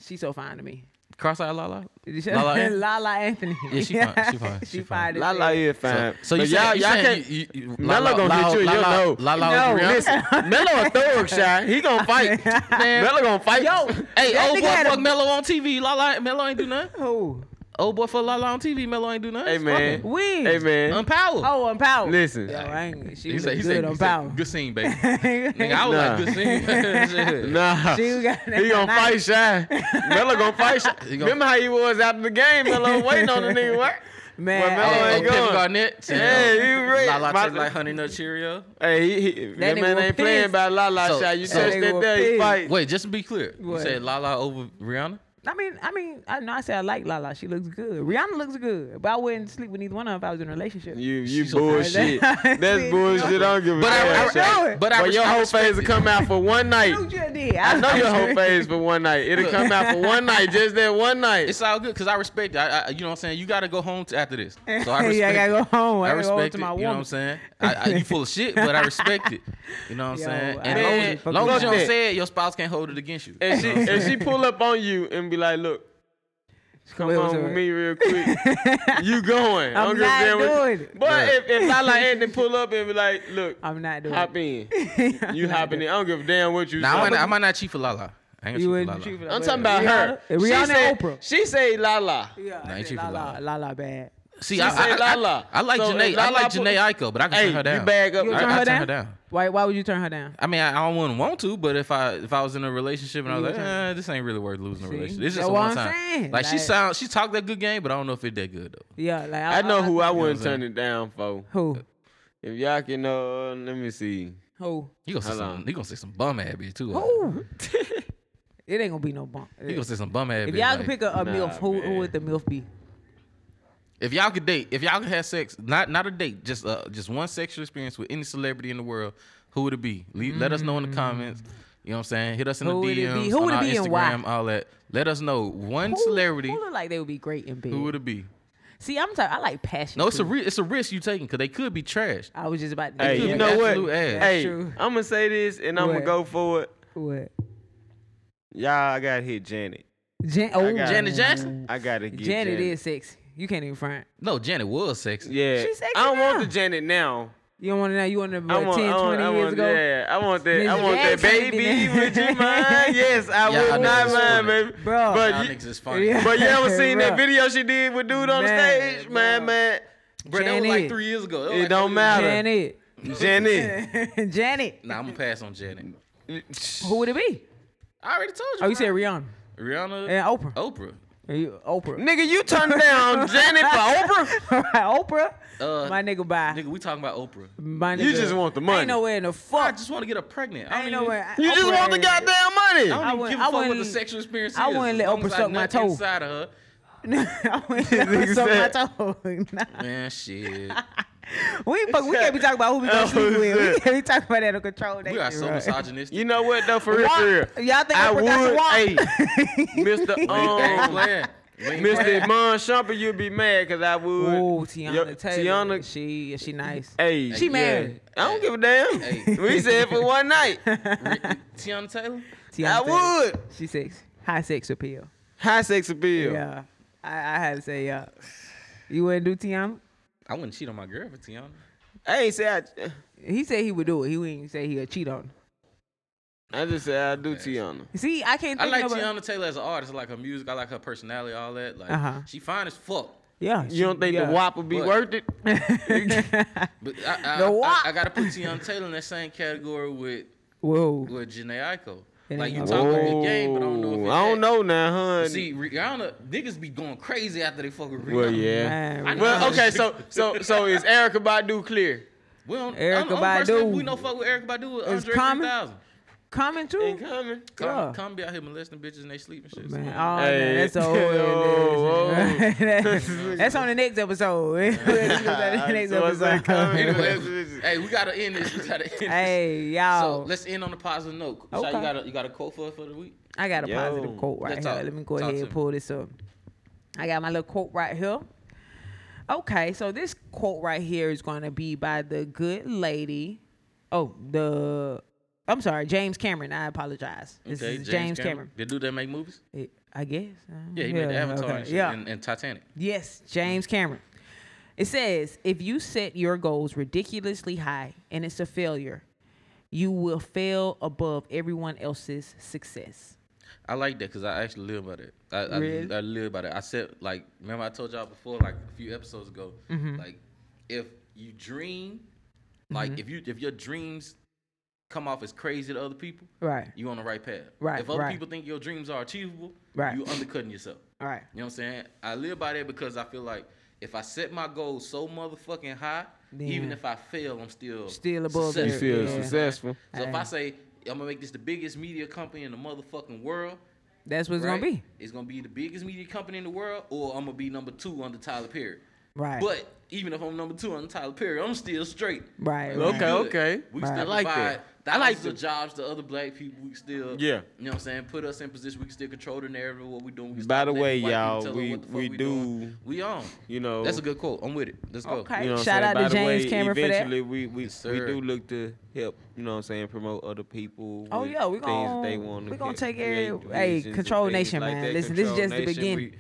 Speaker 4: she's so fine to me.
Speaker 7: Cross-eyed Lala. Lala.
Speaker 4: Lala,
Speaker 7: Ann?
Speaker 4: Anthony.
Speaker 7: Yeah, she fine. She fine.
Speaker 4: She
Speaker 7: She
Speaker 4: fine.
Speaker 7: fine.
Speaker 4: as
Speaker 2: Lala
Speaker 4: hell.
Speaker 2: is fine.
Speaker 7: So you
Speaker 2: But y'all,
Speaker 7: saying,
Speaker 2: y'all
Speaker 7: you
Speaker 2: can't.
Speaker 7: saying you, you,
Speaker 2: Mello gonna get you in your
Speaker 7: Lala,
Speaker 2: nose.
Speaker 7: Lala,
Speaker 4: No,
Speaker 7: Lala,
Speaker 2: Listen, Mello a thorough shot. He gonna fight.
Speaker 7: Man.
Speaker 2: Mello gonna fight.
Speaker 4: Yo,
Speaker 7: Hey,
Speaker 4: That
Speaker 7: old
Speaker 4: nigga
Speaker 7: boy
Speaker 4: had a-
Speaker 7: fuck Mello on TV. Lala, Mello ain't do nothing.
Speaker 4: Who?
Speaker 7: Old boy fuck Lala on TV. Mello ain't do nothing.
Speaker 2: Hey
Speaker 7: Fuck
Speaker 2: man.
Speaker 7: him.
Speaker 4: When?
Speaker 2: Hey man.
Speaker 7: Unpower.
Speaker 4: Oh, on power.
Speaker 2: Listen.
Speaker 4: Yo, I ain't, she
Speaker 7: He
Speaker 4: was
Speaker 7: said,
Speaker 4: good
Speaker 7: he said, he
Speaker 4: on
Speaker 7: said,
Speaker 4: power.
Speaker 7: good scene, baby. Nigga, I was
Speaker 2: Nah.
Speaker 7: like, good scene. Shit.
Speaker 2: Nah.
Speaker 4: She got that
Speaker 2: he gonna fight
Speaker 4: nice.
Speaker 2: Shy. Mello gonna fight Shy.
Speaker 7: He gonna-
Speaker 2: Remember how he was after the game? Mello waiting on the nigga. What?
Speaker 4: Man,
Speaker 2: Well, Melo
Speaker 7: Oh,
Speaker 2: ain't
Speaker 7: oh,
Speaker 4: hey,
Speaker 2: good.
Speaker 7: Kevin
Speaker 2: going.
Speaker 7: Garnett.
Speaker 2: Yeah, you right.
Speaker 7: Lala
Speaker 2: My-
Speaker 7: tastes like Honey Nut Cheerio.
Speaker 2: Hey, he, he, that
Speaker 4: nigga
Speaker 2: man
Speaker 4: was
Speaker 2: ain't playing
Speaker 4: pissed.
Speaker 2: about Lala
Speaker 7: So-
Speaker 2: Shy. You
Speaker 7: so-
Speaker 2: touch
Speaker 4: That nigga
Speaker 2: that
Speaker 4: was
Speaker 2: day, he
Speaker 4: pissed.
Speaker 2: fight.
Speaker 7: Wait, just to be clear,
Speaker 4: What?
Speaker 7: you said Lala over Rihanna?
Speaker 4: I mean, I mean, I know I said I like Lala. She looks good. Rihanna looks good, but I wouldn't sleep with either one of them if I was in a relationship.
Speaker 2: You you
Speaker 7: She's a-
Speaker 2: bullshit. That's
Speaker 4: See,
Speaker 2: bullshit. I don't give a
Speaker 7: But I,
Speaker 2: damn.
Speaker 7: I,
Speaker 2: Shy.
Speaker 4: know it.
Speaker 7: but I,
Speaker 2: But your
Speaker 7: I
Speaker 2: whole
Speaker 7: respect
Speaker 2: face will
Speaker 7: it.
Speaker 2: come out for one night.
Speaker 4: Dude, you did.
Speaker 2: I know your whole face for one night. It'll come out for one night, just that one night.
Speaker 7: It's all good because I respect it. I, I, you know what I'm saying? You got to go home to, after this. So I respect
Speaker 4: yeah, I gotta go
Speaker 7: it.
Speaker 4: home. I,
Speaker 7: I
Speaker 4: gotta go home
Speaker 7: respect
Speaker 4: to
Speaker 7: it.
Speaker 4: my
Speaker 7: you
Speaker 4: woman.
Speaker 7: know what I'm saying? I, I, you full of shit, but I respect it. You know what I'm
Speaker 4: Yo,
Speaker 7: saying?
Speaker 4: I
Speaker 7: And
Speaker 2: Man,
Speaker 7: long as-
Speaker 2: fuck
Speaker 7: long as you
Speaker 2: that.
Speaker 7: don't say it, your spouse can't hold it against you.
Speaker 2: And she
Speaker 7: You know what I'm
Speaker 2: and she pull up on you and be like, "Look, come
Speaker 4: Wait, what's
Speaker 2: on
Speaker 4: up?
Speaker 2: with me real quick. you going?
Speaker 4: I'm
Speaker 2: give a
Speaker 4: not
Speaker 2: damn what you-"
Speaker 4: doing it.
Speaker 2: But if if Lala Anthony pull up and be like, "Look,
Speaker 4: I'm not doing
Speaker 2: hop
Speaker 4: it.
Speaker 2: in, you hopping in. I don't give a damn what you."
Speaker 7: Nah, I
Speaker 2: say.
Speaker 7: might, not- I might not cheat for Lala. I ain't
Speaker 4: You
Speaker 7: gonna
Speaker 4: wouldn't
Speaker 7: cheat for Lala.
Speaker 2: I'm talking about her.
Speaker 4: Rihanna-
Speaker 2: she
Speaker 4: Rihanna
Speaker 2: say,
Speaker 4: and Oprah.
Speaker 2: She say Lala.
Speaker 4: Yeah, I
Speaker 7: Nah, ain't
Speaker 4: said
Speaker 7: cheap for
Speaker 4: Lala,
Speaker 7: Lala.
Speaker 4: Lala bad.
Speaker 7: See, I,
Speaker 2: say
Speaker 7: I,
Speaker 2: Lala.
Speaker 7: I, I like
Speaker 2: So if
Speaker 7: Janae. I
Speaker 2: Lala
Speaker 7: like
Speaker 2: put-
Speaker 7: Janae Aiko, but I can
Speaker 2: Hey,
Speaker 7: turn her down.
Speaker 2: you bag up.
Speaker 4: You
Speaker 7: Oh, I-
Speaker 4: turn,
Speaker 7: I
Speaker 4: her,
Speaker 7: turn
Speaker 4: down?
Speaker 7: her down.
Speaker 4: Why? Why would you turn her down?
Speaker 7: I mean, I, I wouldn't want to, but if I if I was in a relationship and I was
Speaker 4: You
Speaker 7: like,
Speaker 4: would
Speaker 7: eh, this ain't really worth losing a
Speaker 4: See?
Speaker 7: relationship. It's
Speaker 4: That's
Speaker 7: just a
Speaker 4: what
Speaker 7: one
Speaker 4: I'm
Speaker 7: time.
Speaker 4: saying.
Speaker 7: Like, she
Speaker 4: Like-
Speaker 7: sound, she talked that good game, but I don't know if it that good though.
Speaker 4: Yeah, like
Speaker 2: I know who I wouldn't
Speaker 7: You know what I'm
Speaker 2: turn it down for.
Speaker 4: Who?
Speaker 2: If y'all can know, let me see.
Speaker 4: Who?
Speaker 7: You gonna say
Speaker 2: Hold
Speaker 7: some,
Speaker 2: on.
Speaker 7: you gonna say some bum ass bitch too.
Speaker 4: Who? it ain't gonna be no bump.
Speaker 7: You gonna say some bum ass bitch.
Speaker 4: If y'all
Speaker 7: like,
Speaker 4: could pick a, a
Speaker 2: Nah,
Speaker 4: milf, who, who
Speaker 2: man.
Speaker 4: would the milf be?
Speaker 7: if y'all could date, if y'all could have sex, not not a date, just uh, just one sexual experience with any celebrity in the world, who would it be? Le- Let us know in the comments. You know what I'm saying? Hit us in
Speaker 4: Mm. Who
Speaker 7: the
Speaker 4: would it be?
Speaker 7: DMs,
Speaker 4: Who
Speaker 7: on
Speaker 4: would it
Speaker 7: our
Speaker 4: be
Speaker 7: Instagram,
Speaker 4: and why?
Speaker 7: all that. Let us know one
Speaker 4: Who-
Speaker 7: celebrity.
Speaker 4: Who look like they would be great in bed?
Speaker 7: Who would it be?
Speaker 4: See, I'm talking. I like passion.
Speaker 7: No, it's a
Speaker 4: too.
Speaker 7: re- it's a risk you taking because they could be trashed.
Speaker 4: I was just about to.
Speaker 2: Hey,
Speaker 7: could
Speaker 2: you
Speaker 7: be
Speaker 2: know what?
Speaker 7: absolute ass.
Speaker 2: Hey,
Speaker 4: true.
Speaker 2: I'm gonna say this and I'm
Speaker 4: What?
Speaker 2: gonna go for it.
Speaker 4: what?
Speaker 2: Y'all, I gotta hit Janet.
Speaker 4: Jan- oh,
Speaker 2: got-
Speaker 7: Janet Jackson?
Speaker 2: I gotta get
Speaker 4: Janet, is sexy. You can't even front.
Speaker 7: No, Janet was sexy.
Speaker 2: Yeah,
Speaker 4: She's sexy
Speaker 2: I don't want
Speaker 4: now.
Speaker 2: the Janet now.
Speaker 4: You don't want to know. You want to
Speaker 2: I
Speaker 4: about
Speaker 2: want,
Speaker 4: 10,
Speaker 2: I want,
Speaker 4: 20
Speaker 2: I
Speaker 4: years
Speaker 2: want,
Speaker 4: ago.
Speaker 2: yeah, I want that. I
Speaker 4: Miss
Speaker 2: want that
Speaker 4: Jackson
Speaker 2: baby.
Speaker 4: did
Speaker 2: Would you
Speaker 4: that.
Speaker 2: mind? Yes, I
Speaker 7: Y'all
Speaker 2: would not
Speaker 7: niggas
Speaker 2: mind,
Speaker 7: funny.
Speaker 2: baby.
Speaker 4: Bro.
Speaker 7: Y'all
Speaker 2: But you,
Speaker 7: niggas is funny.
Speaker 4: Yeah.
Speaker 2: but you ever seen that
Speaker 4: Bruh.
Speaker 2: video she did with dude on the
Speaker 4: Man,
Speaker 2: stage, man,
Speaker 4: bruh.
Speaker 2: man?
Speaker 7: Bro, that was like
Speaker 4: Janet.
Speaker 7: three years ago. That was
Speaker 2: It
Speaker 7: like
Speaker 2: don't
Speaker 7: three-
Speaker 2: matter.
Speaker 4: Janet.
Speaker 2: Janet.
Speaker 4: Janet.
Speaker 7: Nah, I'm gonna pass on Janet.
Speaker 4: Who would it be?
Speaker 7: I already told you.
Speaker 4: Oh, you said
Speaker 7: bro.
Speaker 4: Rihanna
Speaker 7: Rihanna
Speaker 4: and Oprah.
Speaker 2: Oh.
Speaker 7: Oprah.
Speaker 4: Are you- Oprah.
Speaker 2: Nigga, you turned down Janet for Oprah?
Speaker 4: Oprah.
Speaker 7: Uh,
Speaker 4: my nigga, bye.
Speaker 7: Nigga, we talking about Oprah.
Speaker 4: my nigga.
Speaker 2: You just want the
Speaker 4: I
Speaker 2: money.
Speaker 4: ain't nowhere in the
Speaker 7: I
Speaker 4: fuck.
Speaker 7: just want to get her pregnant.
Speaker 4: I
Speaker 7: I,
Speaker 4: ain't
Speaker 7: don't
Speaker 4: know
Speaker 7: even-
Speaker 4: where.
Speaker 2: You just
Speaker 4: Oprah
Speaker 2: want the
Speaker 4: ain't-
Speaker 2: goddamn money.
Speaker 7: I
Speaker 4: I
Speaker 7: don't even
Speaker 4: wouldn't-
Speaker 7: give
Speaker 4: I
Speaker 7: a fuck what the
Speaker 4: wouldn't-
Speaker 7: sexual experience
Speaker 4: I
Speaker 7: is.
Speaker 4: wouldn't let
Speaker 7: As long
Speaker 4: Oprah
Speaker 7: as I
Speaker 4: suck my
Speaker 7: nut
Speaker 4: toe.
Speaker 7: Inside of
Speaker 4: I went
Speaker 2: Nigga
Speaker 4: so my
Speaker 2: said-
Speaker 4: toe. Nah.
Speaker 7: her. Man, shit.
Speaker 4: We ain't fuck. We can't be talking about who we gonna
Speaker 2: Oh,
Speaker 4: sleep with. We
Speaker 2: shit.
Speaker 4: can't be talking about that on control. That
Speaker 7: We are
Speaker 4: shit,
Speaker 7: so
Speaker 4: right.
Speaker 7: misogynistic.
Speaker 2: You know what though, for real,
Speaker 4: Why-
Speaker 2: for real.
Speaker 4: Y'all think
Speaker 2: I
Speaker 4: Oprah got
Speaker 2: would, hey, Mr.
Speaker 7: We ain't
Speaker 2: Um,
Speaker 7: playing. We ain't playing.
Speaker 2: Mr. Mon Shumper, you'd be mad because I would.
Speaker 4: Oh, Tiana
Speaker 2: Yo,
Speaker 4: Taylor.
Speaker 2: Tiana,
Speaker 4: She she nice.
Speaker 2: hey,
Speaker 4: She
Speaker 2: yeah.
Speaker 4: married.
Speaker 2: I don't give a damn.
Speaker 7: Hey.
Speaker 2: We said for one night,
Speaker 7: Tiana Taylor?
Speaker 4: Tiana Taylor.
Speaker 2: I would.
Speaker 4: She sexy. High sex appeal.
Speaker 2: High sex appeal.
Speaker 4: Yeah. I, I had to say yeah. You wouldn't do Tiana?
Speaker 7: I wouldn't cheat on my girl for Tiana.
Speaker 2: I ain't say I.
Speaker 4: He said he would do it. He wouldn't say he'd cheat on.
Speaker 2: I just said I do Tiana.
Speaker 4: her. See, I can't
Speaker 7: I
Speaker 4: think
Speaker 7: like
Speaker 4: of a-
Speaker 7: Tiana Taylor as an artist. I like her music. I like her personality, all that. Like,
Speaker 4: Uh-huh.
Speaker 7: she fine as fuck.
Speaker 4: Yeah. she-
Speaker 2: You don't think
Speaker 4: yeah.
Speaker 2: the WAP would be
Speaker 7: What?
Speaker 2: worth it?
Speaker 7: But I, I,
Speaker 4: The
Speaker 7: I-
Speaker 4: what?
Speaker 7: I, gotta put Tiana Taylor in that same category with
Speaker 4: Whoa.
Speaker 7: with Janae Aiko.
Speaker 4: It
Speaker 7: Like you
Speaker 4: ain't Oh,
Speaker 7: talk
Speaker 4: gonna
Speaker 7: about your game, but I don't know if
Speaker 2: Whoa,
Speaker 7: it's
Speaker 2: I don't
Speaker 7: that.
Speaker 2: know now, hun.
Speaker 7: See, Rihanna niggas be going crazy after they fuck with Rihanna.
Speaker 2: well, yeah.
Speaker 4: Man,
Speaker 7: I know
Speaker 2: Well,
Speaker 7: how
Speaker 2: okay,
Speaker 7: this-
Speaker 2: so so so is Erica Badu clear?
Speaker 7: We don't,
Speaker 4: Erykah
Speaker 7: Erica Badu.
Speaker 4: Badu.
Speaker 7: We know fuck with Erica Badu.
Speaker 4: It's
Speaker 7: Is Andre
Speaker 4: common.
Speaker 7: 3000.
Speaker 4: Coming too.
Speaker 2: Ain't coming.
Speaker 7: Come,
Speaker 4: Yeah.
Speaker 7: come be out here molesting bitches and they sleep and shit.
Speaker 4: Man,
Speaker 7: Man,
Speaker 4: oh,
Speaker 2: Hey.
Speaker 4: man, that's so
Speaker 2: Oh, oh.
Speaker 4: that's on the next episode. that's on the next
Speaker 2: So it's like
Speaker 4: episode.
Speaker 2: coming.
Speaker 7: anyway, hey, we gotta end this. We gotta end this.
Speaker 4: Hey,
Speaker 7: So
Speaker 4: y'all.
Speaker 7: let's end on a positive note. So you
Speaker 4: Okay.
Speaker 7: got a you got a quote for us for the week?
Speaker 4: I got a
Speaker 2: Yo.
Speaker 4: positive quote right
Speaker 7: Let's
Speaker 4: here.
Speaker 7: talk.
Speaker 4: Let me go
Speaker 7: Talk
Speaker 4: ahead
Speaker 7: to
Speaker 4: and
Speaker 7: me.
Speaker 4: pull this up. I got my little quote right here. Okay, so this quote right here is going to be by the good lady. Oh, the I'm sorry, James Cameron. I apologize. This is James, Cameron.
Speaker 7: The dude that make movies?
Speaker 4: It- I guess. Uh,
Speaker 7: Yeah, he made the Avatar
Speaker 4: okay.
Speaker 7: and, shit,
Speaker 4: Yeah.
Speaker 7: and, and Titanic.
Speaker 4: Yes, James Cameron. It says if you set your goals ridiculously high and it's a failure, you will fail above everyone else's success.
Speaker 7: I like that because I actually live by that. I,
Speaker 4: Really?
Speaker 7: I, I live by that. I said like, remember I told y'all before, like a few episodes ago,
Speaker 4: Mm-hmm.
Speaker 7: like if you dream, like
Speaker 4: Mm-hmm.
Speaker 7: if you if your dreams come off as crazy to other people,
Speaker 4: Right.
Speaker 7: you on the right path.
Speaker 4: Right,
Speaker 7: If other
Speaker 4: right.
Speaker 7: people think your dreams are achievable,
Speaker 4: Right.
Speaker 7: you undercutting yourself.
Speaker 4: All right.
Speaker 7: You know what I'm saying? I live by that because I feel like if I set my goals so motherfucking high, even
Speaker 4: Then-
Speaker 7: if I fail, I'm still
Speaker 4: Still above
Speaker 7: successful.
Speaker 2: You
Speaker 4: Yeah.
Speaker 2: feel
Speaker 4: Yeah.
Speaker 2: successful.
Speaker 7: So if I
Speaker 4: Hey.
Speaker 7: say I'm gonna make this the biggest media company in the motherfucking world,
Speaker 4: That's what it's
Speaker 7: right?
Speaker 4: gonna be.
Speaker 7: It's gonna be the biggest media company in the world, or I'm gonna be number two under Tyler Perry.
Speaker 4: Right.
Speaker 7: But even if I'm number two under Tyler Perry, I'm still straight.
Speaker 4: Right,
Speaker 7: we
Speaker 4: right.
Speaker 2: Okay,
Speaker 7: good.
Speaker 2: okay.
Speaker 7: We
Speaker 4: Right.
Speaker 7: still
Speaker 4: I
Speaker 7: like
Speaker 2: like
Speaker 7: that.
Speaker 2: that.
Speaker 7: I
Speaker 2: I like
Speaker 7: like the jobs to other black people. We still,
Speaker 2: Yeah.
Speaker 7: you know what I'm saying? Put us in position. We can still control the narrative. What we doing? We can
Speaker 2: By
Speaker 7: stop
Speaker 2: the
Speaker 7: letting
Speaker 2: way,
Speaker 7: white people
Speaker 2: y'all,
Speaker 7: tell us
Speaker 2: we-
Speaker 7: what the fuck
Speaker 2: we
Speaker 7: doing.
Speaker 2: do-
Speaker 7: We on.
Speaker 2: You know.
Speaker 7: That's a good quote. I'm with it. Let's go.
Speaker 4: Okay.
Speaker 2: You know what I'm
Speaker 4: Shout
Speaker 2: saying?
Speaker 4: out to
Speaker 2: By the
Speaker 4: James
Speaker 2: way,
Speaker 4: Cameron for that.
Speaker 2: eventually we we,
Speaker 7: Yes,
Speaker 2: we
Speaker 7: sir.
Speaker 2: do look to help, you know what I'm saying, promote other people.
Speaker 4: Oh,
Speaker 2: with
Speaker 4: yeah, we
Speaker 2: things
Speaker 4: gon-
Speaker 2: they want
Speaker 4: we gon' take every-
Speaker 2: care.
Speaker 4: hey, Control Nation, man. Listen, this is just the beginning.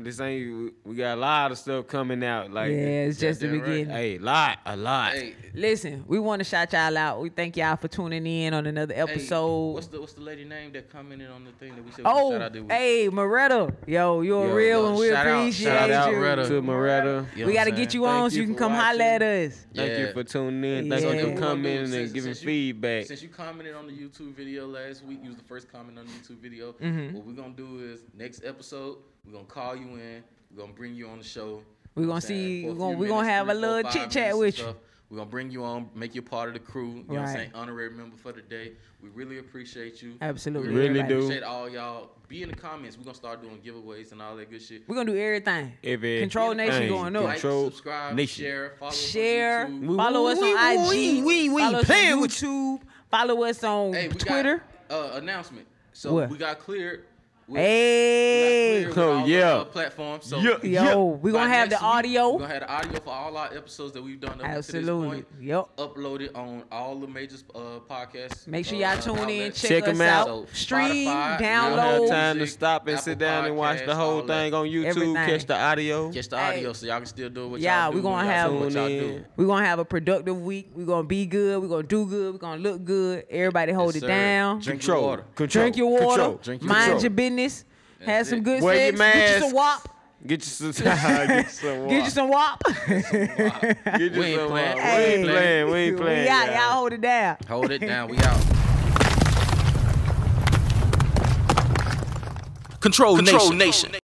Speaker 2: this ain't we got a lot of stuff coming out like
Speaker 4: yeah, it's just the
Speaker 7: Goddamn right.
Speaker 4: beginning.
Speaker 2: Hey, lot, a lot.
Speaker 7: Hey,
Speaker 4: Listen, we want to shout y'all out. We thank y'all for tuning in on another
Speaker 7: hey,
Speaker 4: episode.
Speaker 7: what's the what's the lady name that commented on the thing that we said? we
Speaker 4: oh,
Speaker 7: shout out to?
Speaker 4: hey, Moretta. Yo, you're
Speaker 2: Yo,
Speaker 4: real
Speaker 2: yo,
Speaker 4: and we
Speaker 7: shout out-
Speaker 4: appreciate
Speaker 7: shout out
Speaker 4: you.
Speaker 7: Moretta.
Speaker 2: to Moretta.
Speaker 7: You know
Speaker 4: we
Speaker 7: what
Speaker 4: got to get
Speaker 7: I'm saying?
Speaker 4: you
Speaker 2: Thank
Speaker 4: on so
Speaker 2: you
Speaker 4: you can
Speaker 2: for
Speaker 4: come holler at
Speaker 2: watching.
Speaker 4: us.
Speaker 2: Thank
Speaker 7: Yeah.
Speaker 2: you for tuning in.
Speaker 4: Yeah.
Speaker 2: Thank
Speaker 4: So
Speaker 2: you
Speaker 4: you
Speaker 2: for
Speaker 4: gonna
Speaker 2: coming
Speaker 7: do-
Speaker 2: and
Speaker 7: since-
Speaker 2: giving
Speaker 7: since you-
Speaker 2: feedback.
Speaker 7: Since you commented on the YouTube video last week, you was the first comment on the YouTube video.
Speaker 4: Mm-hmm.
Speaker 7: What we're gonna do is next episode, we're gonna call you in, we're gonna bring you on the show.
Speaker 4: We
Speaker 7: You know
Speaker 4: gonna
Speaker 7: what I'm
Speaker 4: see-
Speaker 7: saying? For a
Speaker 4: we gonna-
Speaker 7: few
Speaker 4: we gonna
Speaker 7: minutes,
Speaker 4: have
Speaker 7: three,
Speaker 4: a
Speaker 7: four,
Speaker 4: little
Speaker 7: five
Speaker 4: chit-chat
Speaker 7: minutes and
Speaker 4: with you.
Speaker 7: stuff. We're gonna bring you on, make you part of the crew, you know what I'm
Speaker 4: Right.
Speaker 7: saying? Honorary member for the day. We really appreciate you.
Speaker 4: Absolutely.
Speaker 7: We
Speaker 2: Really do.
Speaker 7: appreciate all y'all. Be in the comments. We're gonna start doing giveaways and all that good shit.
Speaker 4: We're going to do everything.
Speaker 2: Every-
Speaker 4: Control Nation
Speaker 2: Hey,
Speaker 4: going up.
Speaker 7: Like,
Speaker 2: Control
Speaker 7: subscribe,
Speaker 2: Nation.
Speaker 7: share, follow us on
Speaker 4: share,
Speaker 7: YouTube.
Speaker 4: follow us
Speaker 8: we-
Speaker 4: on
Speaker 8: we-
Speaker 4: IG,
Speaker 8: we- we
Speaker 4: follow us on
Speaker 8: playing with
Speaker 4: YouTube, follow us on
Speaker 7: Hey, we
Speaker 4: Twitter.
Speaker 7: got, uh, announcement. So
Speaker 4: What?
Speaker 7: we got cleared. with-
Speaker 4: hey,
Speaker 7: Clear with
Speaker 2: Oh,
Speaker 7: all the,
Speaker 2: yeah.
Speaker 7: uh, platforms. So
Speaker 2: Yeah.
Speaker 4: yo, we
Speaker 7: by
Speaker 4: gonna have the
Speaker 7: next week,
Speaker 4: audio.
Speaker 7: We're gonna have the audio for all our episodes that we've done up
Speaker 4: Absolutely.
Speaker 7: to this point.
Speaker 4: Yep.
Speaker 7: Uploaded on all the major uh, podcasts.
Speaker 4: Make sure
Speaker 7: uh,
Speaker 4: y'all tune in,
Speaker 7: outlets.
Speaker 4: check,
Speaker 2: Check 'em
Speaker 4: us
Speaker 2: out.
Speaker 4: out,
Speaker 7: So,
Speaker 4: stream,
Speaker 7: Spotify,
Speaker 2: you don't have
Speaker 7: Download.
Speaker 4: download.
Speaker 2: time to
Speaker 7: music,
Speaker 2: stop and sit
Speaker 7: Apple
Speaker 2: down and watch the
Speaker 7: Podcasts,
Speaker 2: whole
Speaker 7: all that.
Speaker 2: thing on YouTube.
Speaker 4: Everything.
Speaker 2: Catch the audio.
Speaker 7: Catch the
Speaker 4: Hey.
Speaker 7: audio so y'all can still do what
Speaker 4: Yeah,
Speaker 7: y'all do.
Speaker 4: we gonna
Speaker 7: y'all
Speaker 4: have-
Speaker 7: do what y'all
Speaker 2: Tune
Speaker 7: do.
Speaker 2: in.
Speaker 4: We're gonna have a productive week. We're gonna be good. We're gonna do good. We're gonna look good. Everybody hold
Speaker 7: Yes,
Speaker 4: it
Speaker 7: sir.
Speaker 4: down.
Speaker 7: Drink
Speaker 2: Control.
Speaker 7: your water.
Speaker 2: Control.
Speaker 4: Drink your water.
Speaker 2: Control. Drink your
Speaker 4: Mind
Speaker 2: control.
Speaker 4: your business. have
Speaker 7: That's
Speaker 4: some
Speaker 7: it.
Speaker 4: good
Speaker 2: Wear your
Speaker 4: sex. Get you some
Speaker 2: mask.
Speaker 4: wop.
Speaker 2: Get you some. get some.
Speaker 4: Get you some wop.
Speaker 2: Get you
Speaker 7: We ain't
Speaker 2: some.
Speaker 7: playing.
Speaker 2: We
Speaker 7: Hey.
Speaker 2: ain't playing. We ain't playing.
Speaker 4: Yeah,
Speaker 2: y'all.
Speaker 4: y'all hold it down.
Speaker 7: Hold it down. We out.
Speaker 1: Control, Nation.